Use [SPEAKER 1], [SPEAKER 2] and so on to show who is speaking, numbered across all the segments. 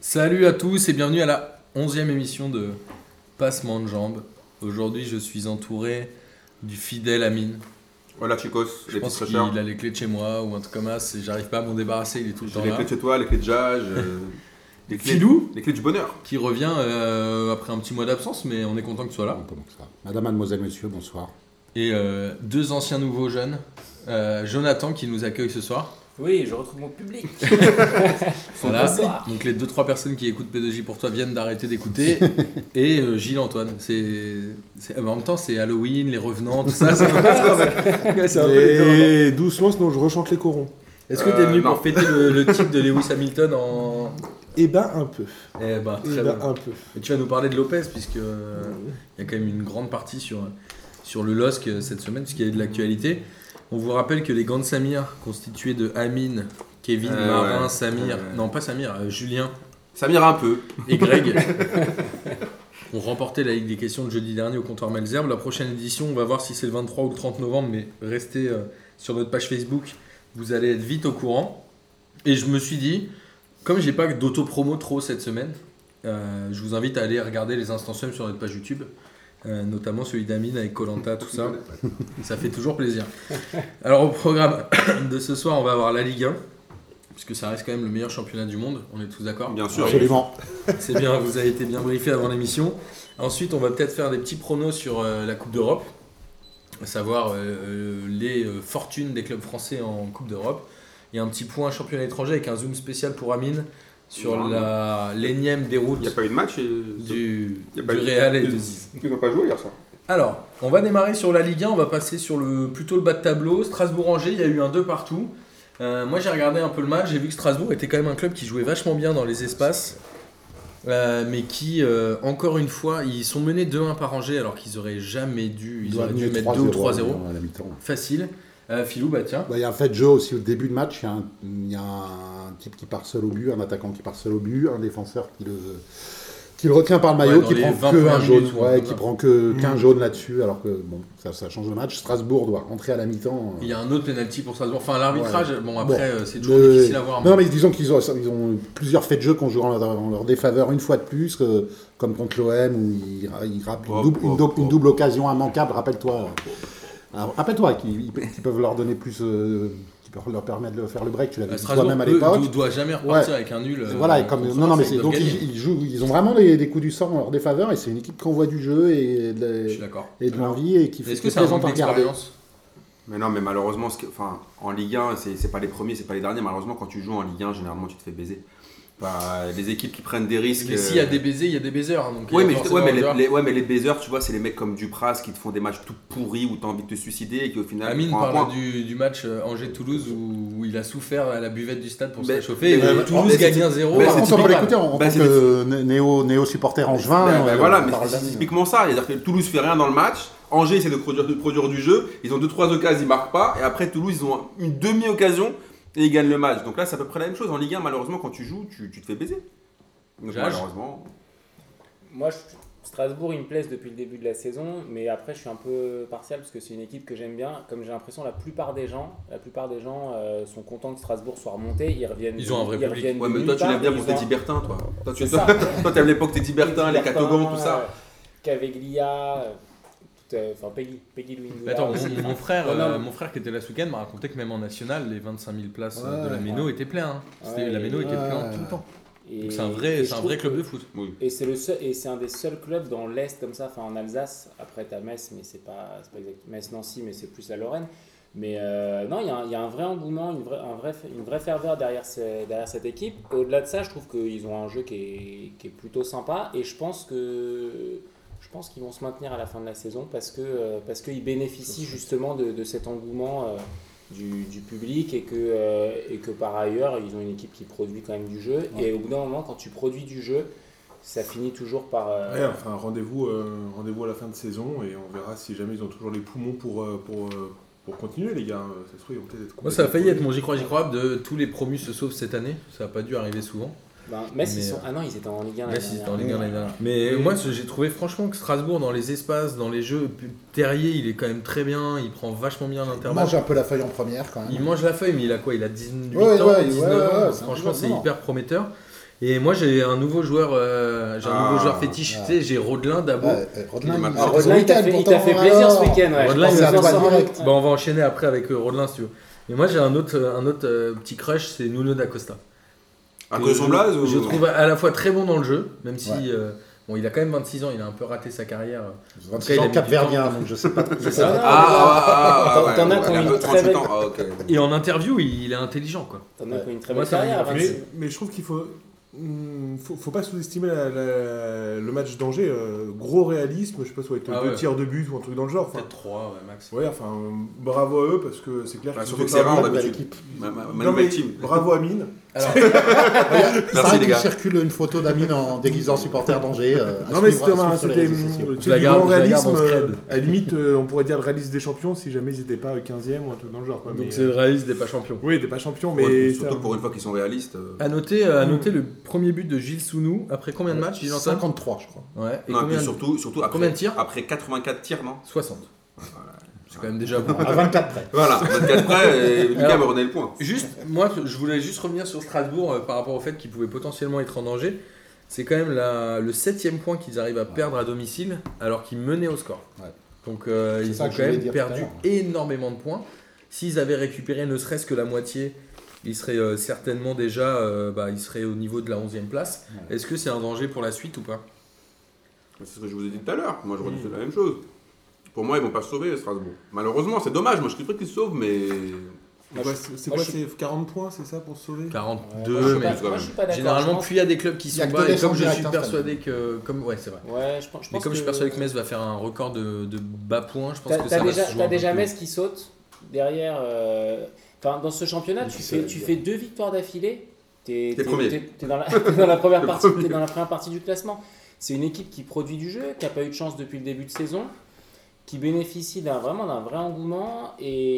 [SPEAKER 1] Salut à tous et bienvenue à la 11e émission de Passement de Jambes. Aujourd'hui, je suis entouré du fidèle Amine.
[SPEAKER 2] Voilà, Chicos,
[SPEAKER 1] Je
[SPEAKER 2] les
[SPEAKER 1] pense
[SPEAKER 2] petits
[SPEAKER 1] qu'il
[SPEAKER 2] fraîcheurs.
[SPEAKER 1] a les clés de chez moi ou un truc comme ça. c'est- J'arrive pas à m'en débarrasser, il est tout le
[SPEAKER 2] J'ai
[SPEAKER 1] temps
[SPEAKER 2] les
[SPEAKER 1] là.
[SPEAKER 2] clés de chez toi, les clés de Jage, euh, les, clés,
[SPEAKER 1] Filou
[SPEAKER 2] les clés du bonheur.
[SPEAKER 1] qui revient euh, après un petit mois d'absence, mais on est content que tu sois là.
[SPEAKER 3] Ah, On commence là. Madame, mademoiselle, monsieur, bonsoir.
[SPEAKER 1] Et euh, deux anciens nouveaux jeunes. Euh, Jonathan qui nous accueille ce soir.
[SPEAKER 4] Oui, je retrouve mon public.
[SPEAKER 1] Voilà.
[SPEAKER 4] Bonsoir.
[SPEAKER 1] Donc les deux trois personnes qui écoutent P2J pour toi viennent d'arrêter d'écouter. et euh, Gilles Antoine. C'est, c'est- en même temps c'est Halloween, les revenants, tout ça. c'est-
[SPEAKER 5] Et doucement, sinon je rechante les corons.
[SPEAKER 1] Est-ce que t'es
[SPEAKER 2] Euh,
[SPEAKER 1] venu
[SPEAKER 2] non.
[SPEAKER 1] pour fêter le, le titre de Lewis Hamilton en.
[SPEAKER 5] Eh ben un peu.
[SPEAKER 1] Eh ben,
[SPEAKER 5] Eh
[SPEAKER 1] très
[SPEAKER 5] ben
[SPEAKER 1] bien.
[SPEAKER 5] un
[SPEAKER 3] Ah,
[SPEAKER 5] peu.
[SPEAKER 1] Et tu vas nous parler de Lopez, puisque euh, il y a quand même une grande partie sur, sur le LOSC euh, cette semaine, puisqu'il y a eu de l'actualité. On vous rappelle que les grandes Samir, constituées de Amine, Kevin,
[SPEAKER 2] Euh,
[SPEAKER 1] Marin,
[SPEAKER 2] ouais.
[SPEAKER 1] Samir,
[SPEAKER 2] Euh.
[SPEAKER 1] non pas Samir, euh, Julien
[SPEAKER 2] Ça m'ira un peu.
[SPEAKER 1] et Greg, ont remporté la Ligue des questions le jeudi dernier au comptoir Malzerbe. La prochaine édition, on va voir si c'est le 23 ou le 30 novembre, mais restez euh, sur notre page Facebook, vous allez être vite au courant. Et je me suis dit, comme j'ai pas d'auto-promo trop cette semaine, euh, je vous invite à aller regarder les instants sum sur notre page YouTube, euh, notamment celui d'Amine avec Colanta, tout ça. ça fait toujours plaisir. Alors au programme de ce soir, on va avoir la Ligue 1, puisque ça reste quand même le meilleur championnat du monde, on est tous d'accord
[SPEAKER 2] Bien sûr.
[SPEAKER 3] Absolument.
[SPEAKER 1] c'est bien, vous avez été bien briefé avant l'émission. Ensuite, on va peut-être faire des petits pronos sur euh, la Coupe d'Europe, à savoir euh, euh, les euh, fortunes des clubs français en Coupe d'Europe. Et un petit point championnat étranger avec un zoom spécial pour Amine sur
[SPEAKER 2] Ouais.
[SPEAKER 1] la l'énième déroute
[SPEAKER 2] Il n'y a pas eu de match et...
[SPEAKER 1] du,
[SPEAKER 2] Il y a
[SPEAKER 1] du
[SPEAKER 2] pas eu-
[SPEAKER 1] Real et
[SPEAKER 2] il-
[SPEAKER 1] de Ziz.
[SPEAKER 2] Ils n'ont pas joué hier, ça.
[SPEAKER 1] Alors, on va démarrer sur la Ligue 1, on va passer sur le plutôt le bas de tableau. Strasbourg-Angers, il y a eu un 2 partout. Euh, moi j'ai regardé un peu le match, j'ai vu que Strasbourg était quand même un club qui jouait vachement bien dans les espaces, euh, mais qui, euh, encore une fois, ils sont menés 2-1 par Angers alors qu'ils auraient jamais dû, ils auraient dû mettre 2 ou 3-0,
[SPEAKER 3] euh, à la mi-temps.
[SPEAKER 1] facile. Euh, Philou, bah tiens,
[SPEAKER 3] Bah, il y a en fait Joe aussi au début de match, il y a un- il y, a un type qui part seul au but, un attaquant qui part seul au but, un défenseur qui le, qui le retient par le
[SPEAKER 1] Ouais,
[SPEAKER 3] maillot,
[SPEAKER 1] dans
[SPEAKER 3] qui
[SPEAKER 1] les
[SPEAKER 3] prend
[SPEAKER 1] 20
[SPEAKER 3] que un
[SPEAKER 1] premières
[SPEAKER 3] jaune,
[SPEAKER 1] minutes,
[SPEAKER 3] ouais,
[SPEAKER 1] ouais,
[SPEAKER 3] qui
[SPEAKER 1] voilà.
[SPEAKER 3] prend que qu'un jaune là-dessus, alors que bon, ça, ça change le match. Strasbourg doit rentrer à la mi-temps. euh,
[SPEAKER 1] il y a un autre penalty pour Strasbourg. Enfin, l'arbitrage, bon après,
[SPEAKER 3] Bon.
[SPEAKER 1] euh, c'est toujours
[SPEAKER 3] Le-
[SPEAKER 1] difficile à voir. mais- euh,
[SPEAKER 3] Non, mais disons qu'ils ont, ils ont eu plusieurs faits de jeu qu'on joue en leur, en leur défaveur une fois de plus, que- comme contre l'OM, où ils, ra- ils rappellent
[SPEAKER 2] Oh,
[SPEAKER 3] une, double,
[SPEAKER 2] oh,
[SPEAKER 3] une dou-
[SPEAKER 2] oh.
[SPEAKER 3] une double occasion immanquable. Rappelle-toi Alors, rappelle-toi qu'ils ils pe- qu'ils peuvent leur donner plus, euh, qu'ils peuvent leur permettre de faire le break, tu l'avais
[SPEAKER 1] Euh,
[SPEAKER 3] dit
[SPEAKER 1] Strasbourg
[SPEAKER 3] toi-même à
[SPEAKER 1] eux,
[SPEAKER 3] l'époque.
[SPEAKER 1] doit- doit jamais repartir avec un nul. euh,
[SPEAKER 3] Voilà, et comme,
[SPEAKER 1] contre
[SPEAKER 3] non, non,
[SPEAKER 1] Reims,
[SPEAKER 3] mais
[SPEAKER 1] ils
[SPEAKER 3] c'est-
[SPEAKER 1] doivent
[SPEAKER 3] donc
[SPEAKER 1] gagner.
[SPEAKER 3] ils, ils jouent, ils ont vraiment des, des coups du sang en leur défaveur, et c'est une équipe qui envoie du jeu et de,
[SPEAKER 1] Je suis d'accord.
[SPEAKER 3] et de l'envie et qui
[SPEAKER 1] Est-ce
[SPEAKER 3] qui
[SPEAKER 1] que
[SPEAKER 3] est
[SPEAKER 1] c'est un
[SPEAKER 3] plaisante
[SPEAKER 1] manque
[SPEAKER 3] à regarder.
[SPEAKER 1] d'expérience
[SPEAKER 2] Mais non, mais malheureusement, ce que- enfin, en Ligue 1, c'est c'est pas les premiers, c'est pas les derniers. Malheureusement, quand tu joues en Ligue 1, généralement, tu te fais baiser. Bah, les équipes qui prennent des risques.
[SPEAKER 1] Mais
[SPEAKER 2] euh,
[SPEAKER 1] s'il y a des baisers, il y a des baiseurs. hein, donc il y
[SPEAKER 2] Ouais
[SPEAKER 1] a
[SPEAKER 2] mais,
[SPEAKER 1] forcément
[SPEAKER 2] ouais, mais
[SPEAKER 1] un
[SPEAKER 2] les,
[SPEAKER 1] joueur.
[SPEAKER 2] les- ouais, mais les baiseurs, tu vois, c'est les mecs comme Dupras qui te font des matchs tout pourris où t'as envie de te suicider et qui au final.
[SPEAKER 1] Amine
[SPEAKER 2] prend un point.
[SPEAKER 1] parle du, du match euh, Angers-Toulouse où, où il a souffert à la buvette du stade pour se
[SPEAKER 2] Mais-
[SPEAKER 1] réchauffer. et
[SPEAKER 2] mais-
[SPEAKER 1] où
[SPEAKER 2] mais-
[SPEAKER 1] Toulouse
[SPEAKER 2] mais-
[SPEAKER 1] gagne 1-0.
[SPEAKER 2] mais
[SPEAKER 3] Par
[SPEAKER 2] c'est
[SPEAKER 3] contre, on peut
[SPEAKER 1] normal.
[SPEAKER 3] l'écouter en en
[SPEAKER 2] Bah,
[SPEAKER 3] tant
[SPEAKER 2] c'est-
[SPEAKER 3] que néo, néo supporter angevin.
[SPEAKER 2] Ben, ben
[SPEAKER 3] euh,
[SPEAKER 2] voilà,
[SPEAKER 3] on
[SPEAKER 2] mais
[SPEAKER 3] parle
[SPEAKER 2] c'est
[SPEAKER 3] d'Amine.
[SPEAKER 2] typiquement ça. C'est-à-dire que Toulouse fait rien dans le match. Angers essaie de produire, de produire du jeu. Ils ont deux trois occasions, ils marquent pas. Et après Toulouse, ils ont une demi occasion et ils gagnent le match. Donc là, c'est à peu près la même chose. En Ligue 1, malheureusement, quand tu joues, tu, tu te fais baiser. Donc,
[SPEAKER 1] Jage.
[SPEAKER 2] malheureusement.
[SPEAKER 4] Moi, je- Strasbourg, ils me plaisent depuis le début de la saison, mais après, je suis un peu partial parce que c'est une équipe que j'aime bien. Comme j'ai l'impression, la plupart des gens, la plupart des gens euh, sont contents que Strasbourg soit remonté. Ils reviennent.
[SPEAKER 1] Ils ont un vrai public.
[SPEAKER 4] reviennent
[SPEAKER 2] Ouais,
[SPEAKER 4] de
[SPEAKER 2] mais
[SPEAKER 4] nulle
[SPEAKER 2] toi, tu
[SPEAKER 4] part,
[SPEAKER 2] l'aimes bien
[SPEAKER 4] ils
[SPEAKER 2] pour
[SPEAKER 4] ont
[SPEAKER 2] tes
[SPEAKER 4] un-
[SPEAKER 2] Tibertins, toi. Toi, tu
[SPEAKER 4] C'est
[SPEAKER 2] toi,
[SPEAKER 4] ça.
[SPEAKER 2] toi, t'aimes l'époque des Tibertins, les
[SPEAKER 4] Libertin,
[SPEAKER 2] Catogans, tout ça.
[SPEAKER 4] euh, Caveglia, euh, tout, euh, enfin Peggy, Peggy Louis.
[SPEAKER 1] Mais Attends,
[SPEAKER 4] aussi.
[SPEAKER 1] mon, mon frère,
[SPEAKER 4] Non, non,
[SPEAKER 1] euh,
[SPEAKER 4] mais-
[SPEAKER 1] mon frère qui était là ce week-end m'a raconté que même en national, les 25 000 places euh,
[SPEAKER 3] Ouais.
[SPEAKER 1] de la Méno étaient pleines. hein. C'était-
[SPEAKER 4] Ouais,
[SPEAKER 1] la Méno était
[SPEAKER 3] ouais.
[SPEAKER 1] pleine tout le temps.
[SPEAKER 4] Et-
[SPEAKER 1] Donc c'est un
[SPEAKER 4] et
[SPEAKER 1] vrai,
[SPEAKER 4] je
[SPEAKER 1] c'est un
[SPEAKER 4] trouve
[SPEAKER 1] vrai club
[SPEAKER 4] que-
[SPEAKER 1] de foot.
[SPEAKER 4] Et c'est le seul, et c'est un des seuls clubs dans l'est comme ça, enfin en Alsace. Après t'as Metz, mais c'est pas, c'est pas exact. Metz Nancy, mais c'est plus la Lorraine. Mais euh, non, il y, a un- il y a un vrai engouement, une vraie, un vrai, une vraie ferveur derrière, ce- derrière cette équipe. Au-delà de ça, je trouve qu'ils ont un jeu qui est, qui est plutôt sympa, et je pense que je pense qu'ils vont se maintenir à la fin de la saison parce que euh, parce qu'ils bénéficient justement de, de cet engouement. euh, du, du public et que, euh, et que par ailleurs ils ont une équipe qui produit quand même du jeu et au bout d'un moment quand tu produis du jeu ça finit toujours par. euh,
[SPEAKER 5] Ah Ouais, hein. enfin, rendez-vous euh, rendez-vous à la fin de saison et on verra si jamais ils ont toujours les poumons pour, euh, pour, euh, pour continuer, les gars. Euh, Ça se trouve, ils vont peut-être être
[SPEAKER 1] Moi, ça a failli être
[SPEAKER 5] complètement-
[SPEAKER 1] mon j'y crois, j'y crois de tous les promus se sauvent cette année. Ça n'a pas dû arriver souvent.
[SPEAKER 4] ben, Metz,
[SPEAKER 1] Mais,
[SPEAKER 4] ils sont.
[SPEAKER 1] euh,
[SPEAKER 4] Ah non, ils étaient en Ligue 1
[SPEAKER 1] Là,
[SPEAKER 4] l'année
[SPEAKER 1] si,
[SPEAKER 4] dernière.
[SPEAKER 1] c'était en Ligue 1 l'année dernière. Mais
[SPEAKER 4] Oui.
[SPEAKER 1] moi, ce- j'ai trouvé franchement que Strasbourg, dans les espaces, dans les jeux, Terrier, il est quand même très bien, il prend vachement bien
[SPEAKER 3] On
[SPEAKER 1] l'intervalle.
[SPEAKER 3] mange un peu la feuille en première quand même.
[SPEAKER 1] Il mange la feuille, mais il a quoi Il a 18
[SPEAKER 3] Ouais,
[SPEAKER 1] ans,
[SPEAKER 3] ouais,
[SPEAKER 1] 19
[SPEAKER 3] ouais, ouais,
[SPEAKER 1] ans.
[SPEAKER 3] ouais, c'est
[SPEAKER 1] Franchement, c'est
[SPEAKER 3] complètement.
[SPEAKER 1] hyper prometteur. Et moi, j'ai un nouveau joueur, euh, j'ai un nouveau
[SPEAKER 2] Ah.
[SPEAKER 1] joueur fétiche.
[SPEAKER 3] Ah.
[SPEAKER 1] Tu sais, j'ai Rodelin Dabo.
[SPEAKER 3] Ouais, euh, Rodelin,
[SPEAKER 2] Ah, Rodelin,
[SPEAKER 3] il a raison,
[SPEAKER 4] Rodelin, il
[SPEAKER 3] Ethan,
[SPEAKER 4] t'a fait, il
[SPEAKER 3] pourtant,
[SPEAKER 4] t'a fait
[SPEAKER 3] alors.
[SPEAKER 4] plaisir ce week-end. Ouais.
[SPEAKER 1] Rodelin,
[SPEAKER 4] Je
[SPEAKER 1] il
[SPEAKER 4] pense
[SPEAKER 1] a
[SPEAKER 4] qu'on
[SPEAKER 3] fait
[SPEAKER 4] s'en
[SPEAKER 3] un
[SPEAKER 4] rend
[SPEAKER 3] direct.
[SPEAKER 4] compte.
[SPEAKER 1] Bah, on va enchaîner après avec euh, Rodelin, si tu veux. Et moi, j'ai un autre, un autre euh, petit crush, c'est Nuno da Costa.
[SPEAKER 2] À
[SPEAKER 1] Que
[SPEAKER 2] cause de son
[SPEAKER 1] Euh, je-
[SPEAKER 2] blaze ou...
[SPEAKER 1] Je trouve à la fois très bon dans le jeu, même si
[SPEAKER 3] Ouais.
[SPEAKER 1] euh, bon, il a quand même 26 ans, il a un peu raté sa carrière. En tout cas, il a mis
[SPEAKER 3] 26
[SPEAKER 1] du
[SPEAKER 3] Cap-Verdien, donc je sais pas.
[SPEAKER 1] C'est
[SPEAKER 4] Ah, non,
[SPEAKER 1] ça.
[SPEAKER 2] Ah, ah, ah, ah,
[SPEAKER 4] T'en-
[SPEAKER 2] ouais,
[SPEAKER 4] t'en as
[SPEAKER 2] ouais,
[SPEAKER 4] qui ont
[SPEAKER 2] elle a
[SPEAKER 4] une
[SPEAKER 2] un peu
[SPEAKER 4] très
[SPEAKER 2] 38
[SPEAKER 4] belle-
[SPEAKER 2] ans. Ah, ok.
[SPEAKER 1] Et en interview, il, il est intelligent, quoi.
[SPEAKER 4] T'en as qui ont une très
[SPEAKER 1] ah. Moi,
[SPEAKER 4] belle
[SPEAKER 1] ça
[SPEAKER 4] carrière.
[SPEAKER 1] m'a
[SPEAKER 4] Vinci.
[SPEAKER 5] Mais, mais je trouve qu'il faut, hmm, faut, faut pas sous-estimer la- la- le match d'Angers. euh, gros réalisme, je sais pas si avec
[SPEAKER 1] Ah
[SPEAKER 5] deux
[SPEAKER 1] ouais.
[SPEAKER 5] tirs de but ou un truc dans le genre. Enfin,
[SPEAKER 1] 3, ouais, max.
[SPEAKER 5] ouais, enfin, bravo à eux parce que c'est clair
[SPEAKER 2] Bah,
[SPEAKER 5] qu'ils
[SPEAKER 2] surtout
[SPEAKER 5] ont
[SPEAKER 2] que
[SPEAKER 5] fait
[SPEAKER 2] c'est
[SPEAKER 5] un
[SPEAKER 2] rare,
[SPEAKER 5] bon-
[SPEAKER 2] d'habitude.
[SPEAKER 3] l'équipe.
[SPEAKER 2] Ma- ma-
[SPEAKER 5] Non,
[SPEAKER 2] Manu
[SPEAKER 5] mais
[SPEAKER 2] Team.
[SPEAKER 5] Bravo à Mine.
[SPEAKER 1] Alors,
[SPEAKER 3] C'est vrai
[SPEAKER 2] les
[SPEAKER 3] qu'il
[SPEAKER 2] gars.
[SPEAKER 3] circule une photo d'Amine en déguisant supporter d'Angers. euh, à
[SPEAKER 5] Non mais
[SPEAKER 3] suivre- à suivre
[SPEAKER 5] c'était un-
[SPEAKER 3] sur les
[SPEAKER 5] c'était
[SPEAKER 3] réseaux sociaux.
[SPEAKER 5] mm,
[SPEAKER 1] Je
[SPEAKER 5] tu
[SPEAKER 1] la
[SPEAKER 5] sais, du
[SPEAKER 1] garde-
[SPEAKER 5] grand
[SPEAKER 1] je la
[SPEAKER 5] réalisme.
[SPEAKER 1] garde en
[SPEAKER 5] euh,
[SPEAKER 1] scred.
[SPEAKER 5] À la limite, euh, on pourrait dire le réalisme des champions si jamais ils n'étaient pas 15e ou un truc dans le genre. quoi, mais, euh,
[SPEAKER 1] donc c'est le réaliste des pas champions.
[SPEAKER 5] Oui, t'es pas champion, mais.
[SPEAKER 2] Ouais,
[SPEAKER 5] ça-
[SPEAKER 2] Surtout pour une fois qu'ils sont réalistes. euh,
[SPEAKER 1] À noter, euh, à noter le premier but de Gilles Sounou après combien de matchs, Gilles Antoine
[SPEAKER 3] 53, je crois.
[SPEAKER 1] Ouais. Et
[SPEAKER 2] Non, et
[SPEAKER 1] combien
[SPEAKER 2] puis
[SPEAKER 1] de-
[SPEAKER 2] surtout, surtout après,
[SPEAKER 1] Combien de tirs
[SPEAKER 2] après 84 tirs, non
[SPEAKER 1] 60. C'est quand même déjà bon.
[SPEAKER 3] À 24 près.
[SPEAKER 2] Voilà, 24 près, et Lucas
[SPEAKER 1] Alors-
[SPEAKER 2] me redonnait le point.
[SPEAKER 1] Juste, moi, je voulais juste revenir sur Strasbourg euh, par rapport au fait qu'ils pouvaient potentiellement être en danger. C'est quand même la- le septième point qu'ils arrivent à perdre à domicile alors qu'ils menaient au score.
[SPEAKER 3] Ouais.
[SPEAKER 1] Donc euh,
[SPEAKER 3] C'est
[SPEAKER 1] ils
[SPEAKER 3] ça
[SPEAKER 1] ont
[SPEAKER 3] que je
[SPEAKER 1] quand
[SPEAKER 3] voulais
[SPEAKER 1] même
[SPEAKER 3] dire
[SPEAKER 1] perdu
[SPEAKER 3] tout à l'heure.
[SPEAKER 1] énormément de points. S'ils avaient récupéré ne serait-ce que la moitié, ils seraient euh, certainement déjà euh, bah, ils seraient au niveau de la 11e place.
[SPEAKER 3] Ouais.
[SPEAKER 1] Est-ce que c'est un danger pour la suite ou pas
[SPEAKER 2] C'est ce que je vous ai dit tout à l'heure. Moi, j'aurais
[SPEAKER 1] Mm.
[SPEAKER 2] dû faire la même chose. Pour moi, ils vont pas se sauver, Strasbourg. Malheureusement, c'est dommage. Moi, je kifferais qu'ils se sauvent, mais.
[SPEAKER 5] C'est quoi, c'est- C'est
[SPEAKER 4] moi,
[SPEAKER 5] quoi
[SPEAKER 4] je suis-
[SPEAKER 5] C'est 40 points, c'est ça pour se sauver
[SPEAKER 4] Moi, je
[SPEAKER 1] 42,
[SPEAKER 4] suis
[SPEAKER 1] mais
[SPEAKER 4] pas- moi, je suis pas d'accord.
[SPEAKER 1] généralement,
[SPEAKER 4] Je pense-
[SPEAKER 1] plus il y a des clubs qui
[SPEAKER 3] Il y a
[SPEAKER 1] sont
[SPEAKER 3] que
[SPEAKER 1] bas,
[SPEAKER 3] des
[SPEAKER 1] et comme
[SPEAKER 3] descentes
[SPEAKER 1] je suis
[SPEAKER 3] directes, hein, cette
[SPEAKER 1] persuadé que. Comme, ouais, c'est vrai.
[SPEAKER 4] Ouais, je pense, je
[SPEAKER 1] Mais
[SPEAKER 4] pense
[SPEAKER 1] comme je suis
[SPEAKER 4] que-
[SPEAKER 1] persuadé que Metz va faire un record de, de bas points, je pense
[SPEAKER 4] T'as
[SPEAKER 1] que
[SPEAKER 4] t'as
[SPEAKER 1] ça va
[SPEAKER 4] déjà,
[SPEAKER 1] se jouer
[SPEAKER 4] t'as
[SPEAKER 1] un peu
[SPEAKER 4] déjà
[SPEAKER 1] plus
[SPEAKER 4] Metz qui saute derrière. euh, Enfin, dans ce championnat, tu
[SPEAKER 3] Difficile
[SPEAKER 4] fais,
[SPEAKER 3] à
[SPEAKER 4] tu
[SPEAKER 3] dire.
[SPEAKER 4] fais deux victoires d'affilée. T'es
[SPEAKER 2] T'es premier.
[SPEAKER 4] t'es- t'es dans, la- t'es dans la première
[SPEAKER 2] T'es
[SPEAKER 4] partie,
[SPEAKER 2] premier.
[SPEAKER 4] t'es dans la première partie du classement. C'est une équipe qui produit du jeu, qui n'a pas eu de chance depuis le début de saison, qui bénéficie d'un vraiment d'un vrai engouement.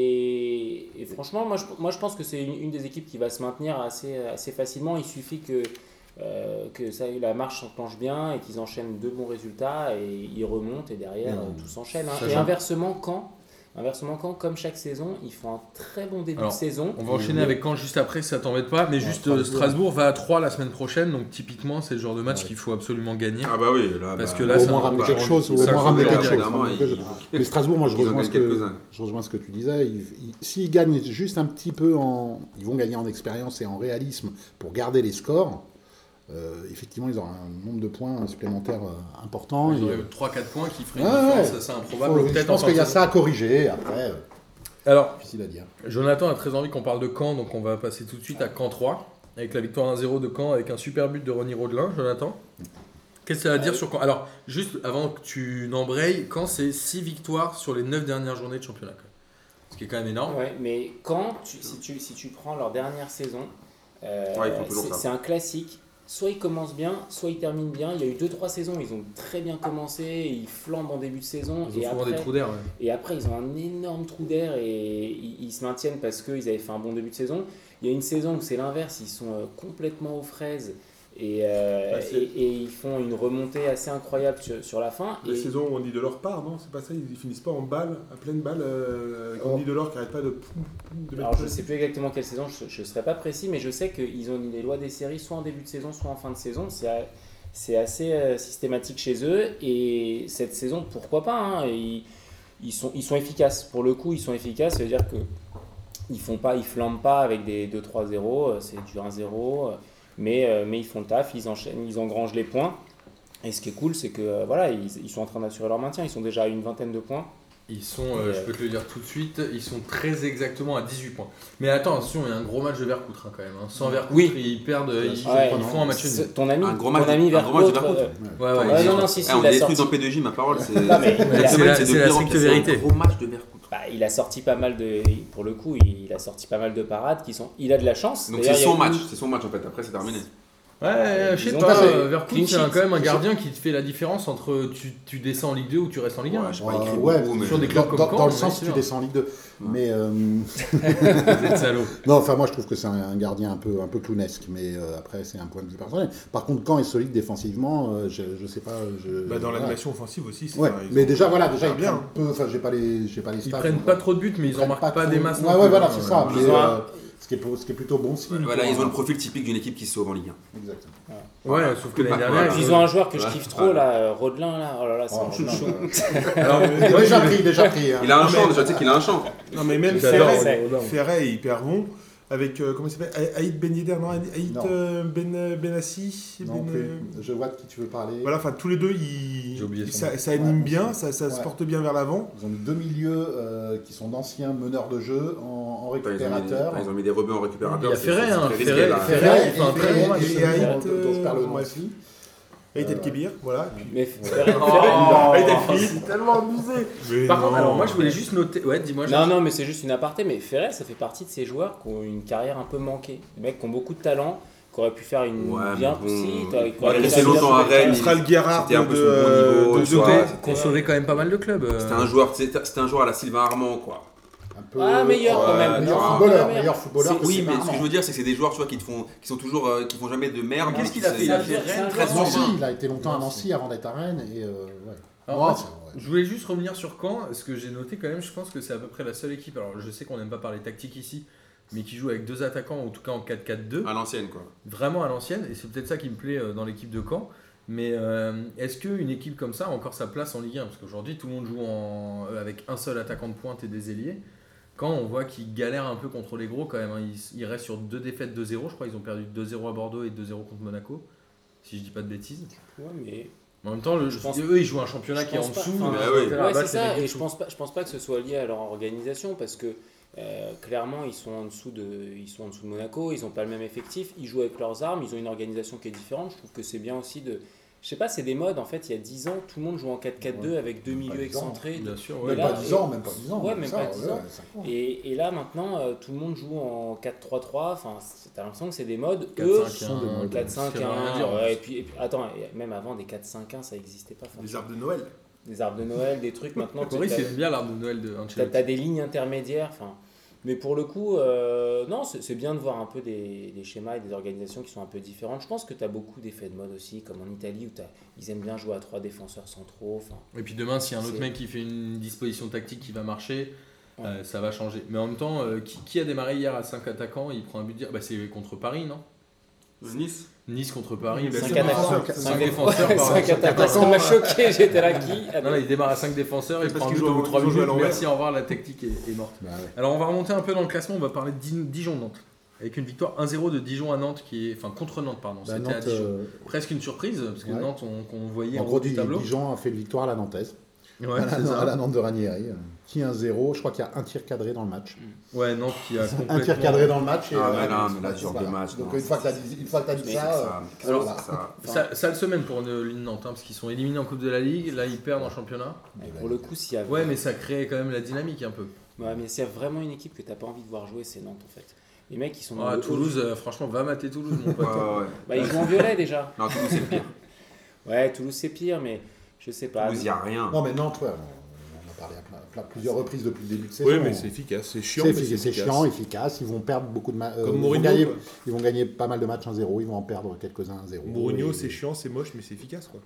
[SPEAKER 4] Et, et franchement, moi je, moi je pense que c'est une, une des équipes qui va se maintenir assez, assez facilement. Il suffit que, euh, que ça, la marche s'enclenche bien et qu'ils enchaînent deux bons résultats et ils remontent et derrière
[SPEAKER 3] Et on-
[SPEAKER 4] euh, tout s'enchaîne. hein.
[SPEAKER 1] Ça
[SPEAKER 4] Et
[SPEAKER 1] joue.
[SPEAKER 4] inversement, quand Inversement, quand, comme chaque saison, ils font un très bon début
[SPEAKER 1] Alors,
[SPEAKER 4] de saison.
[SPEAKER 1] On va enchaîner avec Caen juste après, si ça t'embête pas. Mais juste, euh,
[SPEAKER 3] Strasbourg.
[SPEAKER 1] Strasbourg va à 3 la semaine prochaine, donc typiquement, c'est le genre de match
[SPEAKER 3] Ouais.
[SPEAKER 1] qu'il faut absolument gagner.
[SPEAKER 2] Ah, bah oui, là.
[SPEAKER 1] Parce
[SPEAKER 2] bah,
[SPEAKER 1] que là,
[SPEAKER 3] au
[SPEAKER 1] ça
[SPEAKER 3] moins
[SPEAKER 1] va
[SPEAKER 3] ramener
[SPEAKER 1] pas.
[SPEAKER 3] quelque chose, ou
[SPEAKER 1] Ça,
[SPEAKER 3] au
[SPEAKER 1] ça
[SPEAKER 3] moins ramener
[SPEAKER 1] va
[SPEAKER 3] quelque
[SPEAKER 1] bien,
[SPEAKER 3] chose.
[SPEAKER 2] évidemment,
[SPEAKER 3] Ramener quelque
[SPEAKER 2] il-
[SPEAKER 3] chose. Mais Strasbourg, moi
[SPEAKER 2] Ils
[SPEAKER 3] je
[SPEAKER 2] en
[SPEAKER 3] rejoins ce
[SPEAKER 2] gagnent
[SPEAKER 3] que
[SPEAKER 2] quelques-uns.
[SPEAKER 3] je rejoins ce que tu disais. Ils- ils- S'ils gagnent juste un petit peu en, ils vont gagner en expérience et en réalisme pour garder les scores. euh, effectivement, ils auront un nombre de points supplémentaires euh, important.
[SPEAKER 1] Ils
[SPEAKER 3] Et,
[SPEAKER 1] ont
[SPEAKER 3] euh,
[SPEAKER 1] 3-4 points qui feraient une
[SPEAKER 3] Ouais,
[SPEAKER 1] différence
[SPEAKER 3] ouais.
[SPEAKER 1] assez improbable.
[SPEAKER 3] faut-
[SPEAKER 1] peut-être
[SPEAKER 3] je pense
[SPEAKER 1] en fin
[SPEAKER 3] qu'il y a
[SPEAKER 1] de
[SPEAKER 3] ça à corriger. Après, euh,
[SPEAKER 1] saison. Alors,
[SPEAKER 3] difficile à dire.
[SPEAKER 1] Jonathan a très envie qu'on parle de Caen, donc on va passer tout de suite à Caen 3, avec la victoire 1-0 de Caen, avec un super but de Ronny Rodelin. Jonathan, qu'est-ce que tu as à dire sur Caen Alors, juste avant que tu n'embrayes, Caen, c'est 6 victoires sur les 9 dernières journées de championnat. quoi. Ce qui est quand même énorme.
[SPEAKER 4] Ouais, mais quand, tu- si, tu, si tu prends leur dernière saison, euh,
[SPEAKER 2] Ouais, ils font toujours
[SPEAKER 4] c'est-
[SPEAKER 2] ça.
[SPEAKER 4] c'est un classique. Soit ils commencent bien, soit ils terminent bien. Il y a eu 2-3 saisons, ils ont très bien commencé, ils flambent en début de saison.
[SPEAKER 1] Ils ont
[SPEAKER 4] et,
[SPEAKER 1] souvent
[SPEAKER 4] après,
[SPEAKER 1] des trous d'air. ouais.
[SPEAKER 4] et après, ils ont un énorme trou d'air et ils, ils se maintiennent parce qu'ils avaient fait un bon début de saison. Il y a une saison où c'est l'inverse, ils sont euh, complètement aux fraises et, euh,
[SPEAKER 5] Ouais, c'est-
[SPEAKER 4] et, et ils font une remontée assez incroyable sur, sur la fin.
[SPEAKER 5] Les
[SPEAKER 4] Et-
[SPEAKER 5] saisons où on dit de leur part, non C'est pas ça, ils ils finissent pas en balle, à pleine balle, euh, avec Andy Delors qui arrête pas de, poum, poum, de
[SPEAKER 4] Alors je
[SPEAKER 5] plein-
[SPEAKER 4] sais plus exactement quelle saison, je ne serai pas précis, mais je sais qu'ils ont mis les lois des séries soit en début de saison, soit en fin de saison. C'est a- C'est assez euh, systématique chez eux. Et cette saison, pourquoi pas hein, ils, ils sont, ils sont efficaces. Pour le coup, ils sont efficaces. Ça veut dire que ils font pas, ils flambent pas avec des 2-3-0, euh, c'est du 1-0. euh, Mais, euh, mais ils font le taf, ils, enchaînent, ils engrangent les points. Et ce qui est cool, c'est que euh, voilà, ils, ils sont en train d'assurer leur maintien. Ils sont déjà à une vingtaine de points.
[SPEAKER 1] Ils sont, euh, je peux te le dire tout de suite, ils sont très exactement à 18 points. Mais attends, attention, il y a un gros match de Vercoutre hein, quand même. hein. Sans Vercoutre,
[SPEAKER 4] Oui.
[SPEAKER 1] ils perdent, euh, ils,
[SPEAKER 4] Ouais.
[SPEAKER 1] ils font un match nul.
[SPEAKER 4] Ton ami,
[SPEAKER 2] Un gros
[SPEAKER 4] ton
[SPEAKER 2] match- un
[SPEAKER 4] ami
[SPEAKER 2] gros match de
[SPEAKER 4] Vercoutre,
[SPEAKER 2] Vercoutre.
[SPEAKER 4] euh,
[SPEAKER 1] Ouais, Ah ouais,
[SPEAKER 2] Ouais,
[SPEAKER 1] ils-
[SPEAKER 4] non, non, si, si,
[SPEAKER 2] Eh, on
[SPEAKER 4] il a
[SPEAKER 2] détruit
[SPEAKER 4] sorti.
[SPEAKER 2] dans PDJ, ma parole. C'est
[SPEAKER 4] Non, mais il a-
[SPEAKER 1] C'est la- c'est la
[SPEAKER 2] pire en
[SPEAKER 1] stricte
[SPEAKER 2] pire. C'est
[SPEAKER 1] vérité.
[SPEAKER 2] un gros match de Vercoutre.
[SPEAKER 4] Bah, il a sorti pas mal de. Pour le coup, il a sorti pas mal de parades qui sont. Il a de la chance.
[SPEAKER 2] Donc, c'est
[SPEAKER 4] D'ailleurs, il y a
[SPEAKER 2] son
[SPEAKER 4] eu-
[SPEAKER 2] match. C'est son match, en fait. Après, c'est terminé.
[SPEAKER 1] Ouais, ouais, je
[SPEAKER 4] Ils
[SPEAKER 1] sais
[SPEAKER 4] ont
[SPEAKER 1] pas,
[SPEAKER 4] tapé.
[SPEAKER 1] euh, Vercoute,
[SPEAKER 4] Clean
[SPEAKER 1] c'est un-
[SPEAKER 4] sheet.
[SPEAKER 1] quand même un gardien qui te fait la différence entre tu, tu descends en Ligue 2 ou tu restes en Ligue 1.
[SPEAKER 2] Ouais, je sais pas, il
[SPEAKER 3] Ouais,
[SPEAKER 2] crie
[SPEAKER 3] ouais,
[SPEAKER 2] beaucoup, mais-
[SPEAKER 1] sur des clubs
[SPEAKER 3] dans,
[SPEAKER 1] comme
[SPEAKER 3] dans-
[SPEAKER 1] Caen,
[SPEAKER 3] dans le
[SPEAKER 1] ouais,
[SPEAKER 3] sens
[SPEAKER 1] c'est
[SPEAKER 3] tu
[SPEAKER 1] sûr.
[SPEAKER 3] descends en Ligue 2. Mais euh,
[SPEAKER 1] Vous êtes salaud.
[SPEAKER 3] non, enfin moi je trouve que c'est un, un gardien un peu un peu clownesque, mais euh, après c'est un point de vue personnel. Par contre, Caen est solide défensivement. euh, je, je sais pas. Je,
[SPEAKER 5] Bah, dans
[SPEAKER 3] voilà.
[SPEAKER 5] l'animation offensive aussi, c'est
[SPEAKER 3] Ouais,
[SPEAKER 5] pareil, ils
[SPEAKER 3] mais
[SPEAKER 5] ont-
[SPEAKER 3] déjà voilà, déjà
[SPEAKER 5] Ah,
[SPEAKER 3] ils
[SPEAKER 5] bien.
[SPEAKER 3] prennent peu. Enfin, j'ai pas les j'ai pas les
[SPEAKER 1] Ils
[SPEAKER 3] stats.
[SPEAKER 1] prennent
[SPEAKER 3] donc,
[SPEAKER 1] pas trop de buts, mais ils en
[SPEAKER 3] prennent
[SPEAKER 1] marquent pas,
[SPEAKER 3] trop-
[SPEAKER 1] des masses.
[SPEAKER 3] Ouais,
[SPEAKER 1] non
[SPEAKER 3] ouais,
[SPEAKER 1] plus,
[SPEAKER 3] voilà,
[SPEAKER 1] hein,
[SPEAKER 3] c'est ça.
[SPEAKER 4] Ils
[SPEAKER 3] mais,
[SPEAKER 4] ont
[SPEAKER 3] euh,
[SPEAKER 4] un-
[SPEAKER 3] Ce qui est, pour- ce qui est plutôt bon signe.
[SPEAKER 2] Voilà,
[SPEAKER 3] pour
[SPEAKER 2] ils ont
[SPEAKER 3] un-
[SPEAKER 2] le profil typique d'une équipe qui se sauve en Ligue 1.
[SPEAKER 3] Exactement.
[SPEAKER 2] Voilà.
[SPEAKER 1] sauf que l'année
[SPEAKER 2] Voilà.
[SPEAKER 1] dernière.
[SPEAKER 4] Puis ils ont un joueur que je
[SPEAKER 2] Ouais.
[SPEAKER 4] kiffe trop, là, euh, Rodelin, là. Oh là là, c'est un
[SPEAKER 3] Oh, non,
[SPEAKER 4] chouchou.
[SPEAKER 3] euh,
[SPEAKER 1] Alors,
[SPEAKER 3] déjà pris, déjà pris.
[SPEAKER 1] Ah,
[SPEAKER 3] hein.
[SPEAKER 2] Il a un
[SPEAKER 5] Non,
[SPEAKER 2] champ
[SPEAKER 5] mais-
[SPEAKER 2] déjà, tu sais qu'il a un champ.
[SPEAKER 5] Non, mais même
[SPEAKER 1] J'adore,
[SPEAKER 5] Ferret,
[SPEAKER 4] c'est-
[SPEAKER 1] j'adore.
[SPEAKER 5] Ferret est hyper bon. Avec, euh, comment il s'appelle A- Aïd Ben Yedder, non Aïd
[SPEAKER 3] Non.
[SPEAKER 5] euh, Ben, Benassi
[SPEAKER 3] Non
[SPEAKER 5] Ben,
[SPEAKER 3] plus.
[SPEAKER 5] euh,
[SPEAKER 3] Je vois de qui tu veux parler.
[SPEAKER 5] Voilà, enfin tous les deux, ils,
[SPEAKER 1] J'ai oublié
[SPEAKER 5] ils-
[SPEAKER 1] son
[SPEAKER 5] ça,
[SPEAKER 1] nom.
[SPEAKER 5] ça anime
[SPEAKER 3] Ouais,
[SPEAKER 5] bien,
[SPEAKER 3] ouais.
[SPEAKER 5] ça, ça se
[SPEAKER 3] Ouais.
[SPEAKER 5] porte bien vers l'avant.
[SPEAKER 3] Ils ont mis deux milieux euh, qui sont d'anciens meneurs de jeu en, en
[SPEAKER 2] Enfin, Bah, Ils ont mis des-
[SPEAKER 3] récupérateur.
[SPEAKER 2] enfin, ils ont mis des rebuts en récupérateur.
[SPEAKER 1] Il y a
[SPEAKER 2] c'est-
[SPEAKER 1] Ferret,
[SPEAKER 2] c'est- c'est
[SPEAKER 1] hein,
[SPEAKER 2] très risqué,
[SPEAKER 1] Ferret,
[SPEAKER 3] Ah,
[SPEAKER 2] là.
[SPEAKER 1] Ferret. il fait un très bon match.
[SPEAKER 3] Et, et,
[SPEAKER 5] Et
[SPEAKER 3] dont-
[SPEAKER 5] Haït, euh,
[SPEAKER 3] dont je parle le nom
[SPEAKER 5] bref.
[SPEAKER 3] aussi.
[SPEAKER 5] Aïd
[SPEAKER 3] Euh,
[SPEAKER 5] El Kébir, voilà. et puis-
[SPEAKER 4] Mais Ferrer-
[SPEAKER 2] Oh,
[SPEAKER 5] Aïd El Kébir.
[SPEAKER 2] c'est tellement abusé.
[SPEAKER 5] Mais
[SPEAKER 1] Par
[SPEAKER 5] non.
[SPEAKER 1] contre, alors moi je voulais juste noter. Ouais, dis-moi.
[SPEAKER 4] Non, non, mais c'est juste une aparté. Mais Ferrer, ça fait partie de ces joueurs qui ont une carrière un peu manquée. Des mecs qui ont beaucoup de talent, qui auraient pu faire une
[SPEAKER 2] Ouais, mais
[SPEAKER 4] bien
[SPEAKER 2] bon.
[SPEAKER 4] si, qui auraient- qui
[SPEAKER 2] Il a
[SPEAKER 4] auraient
[SPEAKER 2] resté
[SPEAKER 4] fait la
[SPEAKER 2] longtemps
[SPEAKER 4] meilleure
[SPEAKER 2] à Rennes,
[SPEAKER 5] On
[SPEAKER 4] carrière.
[SPEAKER 5] sera le Guérard
[SPEAKER 2] C'était
[SPEAKER 5] de,
[SPEAKER 2] un peu son bon niveau,
[SPEAKER 5] de- de-
[SPEAKER 2] soit-
[SPEAKER 5] Dopé.
[SPEAKER 1] Qu'on sauvait quand même pas mal de clubs. euh.
[SPEAKER 2] C'était un joueur, c'était c'était un joueur à la Sylvain Armand, quoi.
[SPEAKER 3] Un peu, euh,
[SPEAKER 4] Ah, meilleur,
[SPEAKER 2] quand même.
[SPEAKER 3] Meilleur
[SPEAKER 2] Non,
[SPEAKER 3] footballeur.
[SPEAKER 4] quand même. Ah,
[SPEAKER 3] Meilleur footballeur.
[SPEAKER 4] C'est-
[SPEAKER 2] Oui, mais ce
[SPEAKER 3] Armand.
[SPEAKER 2] que je veux dire, c'est que c'est des joueurs, tu vois, qui te font, qui sont toujours, euh, qui font jamais de merde.
[SPEAKER 1] Qu'est-ce
[SPEAKER 2] mais
[SPEAKER 1] qu'il
[SPEAKER 2] qui
[SPEAKER 1] a
[SPEAKER 2] se-
[SPEAKER 1] fait
[SPEAKER 2] Il a
[SPEAKER 1] à
[SPEAKER 2] fait
[SPEAKER 1] Rennes
[SPEAKER 2] Rennes
[SPEAKER 4] C'est un
[SPEAKER 2] 13
[SPEAKER 4] joueur-
[SPEAKER 3] Nancy, il a été longtemps à Nancy avant d'être à Rennes. Et, euh, ouais.
[SPEAKER 1] Alors,
[SPEAKER 3] Ouais,
[SPEAKER 1] moi,
[SPEAKER 3] c'est- ouais.
[SPEAKER 1] Je voulais juste revenir sur Caen, ce que j'ai noté quand même, je pense que c'est à peu près la seule équipe, alors je sais qu'on n'aime pas parler tactique ici, mais qui joue avec deux attaquants, en tout cas en 4-4-2,
[SPEAKER 2] À l'ancienne, quoi.
[SPEAKER 1] vraiment à l'ancienne, et c'est peut-être ça qui me plaît euh, dans l'équipe de Caen. Mais euh, est-ce qu'une équipe comme ça a encore sa place en Ligue 1 Parce qu'aujourd'hui, tout le monde joue en- euh, avec un seul attaquant de pointe et des ailiers. Quand on voit qu'ils galèrent un peu contre les gros quand même, hein. ils, ils restent sur deux défaites 2-0, je crois, ils ont perdu 2-0 à Bordeaux et 2-0 contre Monaco, si je dis pas de bêtises.
[SPEAKER 4] Ouais, mais
[SPEAKER 1] Mais en même temps, le-
[SPEAKER 4] Je pense-
[SPEAKER 1] eux, ils jouent un championnat
[SPEAKER 4] je
[SPEAKER 1] qui est en
[SPEAKER 4] pense pas.
[SPEAKER 1] dessous.
[SPEAKER 4] Enfin,
[SPEAKER 1] donc,
[SPEAKER 2] ouais,
[SPEAKER 1] etc.
[SPEAKER 4] Ouais,
[SPEAKER 1] Là,
[SPEAKER 4] c'est
[SPEAKER 1] c'est
[SPEAKER 4] ça,
[SPEAKER 1] des
[SPEAKER 4] et
[SPEAKER 1] mecs
[SPEAKER 4] je
[SPEAKER 1] qui
[SPEAKER 4] pense pas, je pense pas que ce soit lié à leur organisation parce que euh, clairement ils sont en dessous de, ils sont en dessous de Monaco, ils ont pas le même effectif, ils jouent avec leurs armes, ils ont une organisation qui est différente. Je trouve que c'est bien aussi de, je sais pas, c'est des modes en fait. Il y a 10 ans, tout le monde jouait en 4-4-2 avec deux
[SPEAKER 3] Pas
[SPEAKER 4] milieux
[SPEAKER 3] 10 ans.
[SPEAKER 4] excentrés.
[SPEAKER 1] Bien sûr,
[SPEAKER 4] Mais
[SPEAKER 1] ouais. Bah,
[SPEAKER 3] Même
[SPEAKER 4] là,
[SPEAKER 3] pas 10 ans, même pas 10 ans.
[SPEAKER 4] Ouais,
[SPEAKER 3] comme
[SPEAKER 4] même
[SPEAKER 3] ça,
[SPEAKER 4] pas 10 ans.
[SPEAKER 3] cinq ans.
[SPEAKER 4] Et, et là maintenant, euh, tout le monde joue en 4-3-3. Enfin, c'est- t'as l'impression que c'est des modes.
[SPEAKER 1] 4-5-1,
[SPEAKER 4] Eux,
[SPEAKER 1] ce qui veut rien
[SPEAKER 4] 4-5-1.
[SPEAKER 1] dire, en
[SPEAKER 4] ouais,
[SPEAKER 1] fait.
[SPEAKER 4] et, puis, et puis- attends, et même avant des 4-5-1, ça n'existait pas. enfin,
[SPEAKER 5] Des arbres de Noël.
[SPEAKER 4] des arbres de Noël, des trucs maintenant. tu-
[SPEAKER 1] Boris
[SPEAKER 4] t'as-
[SPEAKER 1] aime bien l'arbre de Noël de
[SPEAKER 4] T'as,
[SPEAKER 1] Ancelotti.
[SPEAKER 4] t'as des lignes intermédiaires. Enfin, mais pour le coup, euh, non, c'est, c'est bien de voir un peu des, des schémas et des organisations qui sont un peu différentes. Je pense que t'as beaucoup d'effets de mode aussi, comme en Italie où t'as- ils aiment bien jouer à trois défenseurs centraux. Enfin,
[SPEAKER 1] Et puis demain, s'il y a un autre
[SPEAKER 4] C'est-
[SPEAKER 1] mec qui fait une disposition tactique qui va marcher,
[SPEAKER 4] Ouais.
[SPEAKER 1] euh, ça va changer. Mais en même temps, euh, qui, qui a démarré hier à 5 attaquants Il prend un but de... bah, C'est contre Paris, non
[SPEAKER 2] Nice.
[SPEAKER 1] Nice contre Paris. bah,
[SPEAKER 4] cinq
[SPEAKER 1] c'est-
[SPEAKER 5] attaquants.
[SPEAKER 4] attaquants,
[SPEAKER 5] cinq-
[SPEAKER 1] cinq
[SPEAKER 4] cinq
[SPEAKER 1] défenseurs, pardon.
[SPEAKER 4] cinq attaquants. Ça m'a choqué, j'étais là qui Ah,
[SPEAKER 1] Non, là, il démarre à 5 défenseurs, il
[SPEAKER 5] Parce
[SPEAKER 1] prend un
[SPEAKER 5] qu'ils
[SPEAKER 1] but
[SPEAKER 5] jouent
[SPEAKER 1] au bout
[SPEAKER 5] à-
[SPEAKER 1] de 3
[SPEAKER 5] ils jouent à
[SPEAKER 1] minutes.
[SPEAKER 5] l'envers.
[SPEAKER 1] Merci, au revoir, la technique est, est morte.
[SPEAKER 3] Bah ouais.
[SPEAKER 1] Alors on va remonter un peu dans le classement, on va parler de Din- Dijon-Nantes. Avec une victoire 1-0 de Dijon à Nantes, qui est... enfin contre Nantes, pardon.
[SPEAKER 3] Bah,
[SPEAKER 1] C'était à
[SPEAKER 3] Nantes,
[SPEAKER 1] Dijon.
[SPEAKER 3] euh,
[SPEAKER 1] Presque une surprise, parce que
[SPEAKER 3] ouais.
[SPEAKER 1] Nantes, on, qu'on voyait en,
[SPEAKER 3] en gros,
[SPEAKER 1] haut du tableau.
[SPEAKER 3] Dijon a fait une victoire à la Nantaise.
[SPEAKER 1] Ouais,
[SPEAKER 3] à,
[SPEAKER 1] c'est
[SPEAKER 3] la,
[SPEAKER 1] ça.
[SPEAKER 3] à la Nantes de Ranieri. euh, Qui 1-0. Je crois qu'il y a un tir cadré dans le match.
[SPEAKER 1] Ouais, Nantes qui a
[SPEAKER 3] Un tir cadré dans le match. et,
[SPEAKER 2] Ah,
[SPEAKER 3] euh,
[SPEAKER 2] mais non, mais là, tu
[SPEAKER 3] voilà.
[SPEAKER 2] des matchs.
[SPEAKER 3] Donc,
[SPEAKER 2] non.
[SPEAKER 3] une fois que t'as dit une fois que t'as dit
[SPEAKER 2] Mais
[SPEAKER 3] ça.
[SPEAKER 2] c'est
[SPEAKER 3] euh,
[SPEAKER 2] ça, mais qu'est-ce que
[SPEAKER 3] alors-
[SPEAKER 2] c'est ça
[SPEAKER 1] Ça- Sale semaine pour une ligne Nantes, hein, parce qu'ils sont éliminés en Coupe de la Ligue, là ils perdent en championnat.
[SPEAKER 4] et pour le coup, s'il y a,
[SPEAKER 1] Ouais, mais ça crée quand même la dynamique un peu.
[SPEAKER 4] Ouais, mais s'il y a vraiment une équipe que t'as pas envie de voir jouer, c'est Nantes en fait. Les mecs, ils sont. dans
[SPEAKER 1] Ah,
[SPEAKER 4] le haut.
[SPEAKER 1] Toulouse, euh, franchement, va mater Toulouse, mon pote.
[SPEAKER 2] Ouais, ouais, ouais.
[SPEAKER 4] Bah, ils jouent en violet déjà.
[SPEAKER 2] Non, Toulouse, c'est pire.
[SPEAKER 4] Ouais, Toulouse, c'est pire, mais je sais pas.
[SPEAKER 2] Toulouse, il n'y a rien.
[SPEAKER 3] euh, Non, mais Nantes, ouais, on on en a parlé à plein- plein- plusieurs reprises depuis le début de saison.
[SPEAKER 5] Oui, mais c'est efficace, c'est chiant.
[SPEAKER 3] C'est
[SPEAKER 5] mais
[SPEAKER 3] efficace, c'est chiant, efficace. Ils vont perdre beaucoup de matchs.
[SPEAKER 5] Comme
[SPEAKER 3] ils, vont
[SPEAKER 5] Mourinho,
[SPEAKER 3] gagner,
[SPEAKER 5] quoi.
[SPEAKER 3] ils vont gagner pas mal de matchs 1-0. Ils vont en perdre quelques-uns 1-0.
[SPEAKER 5] Mourinho,
[SPEAKER 3] Et-
[SPEAKER 5] c'est chiant, c'est moche, mais c'est efficace. Quoi.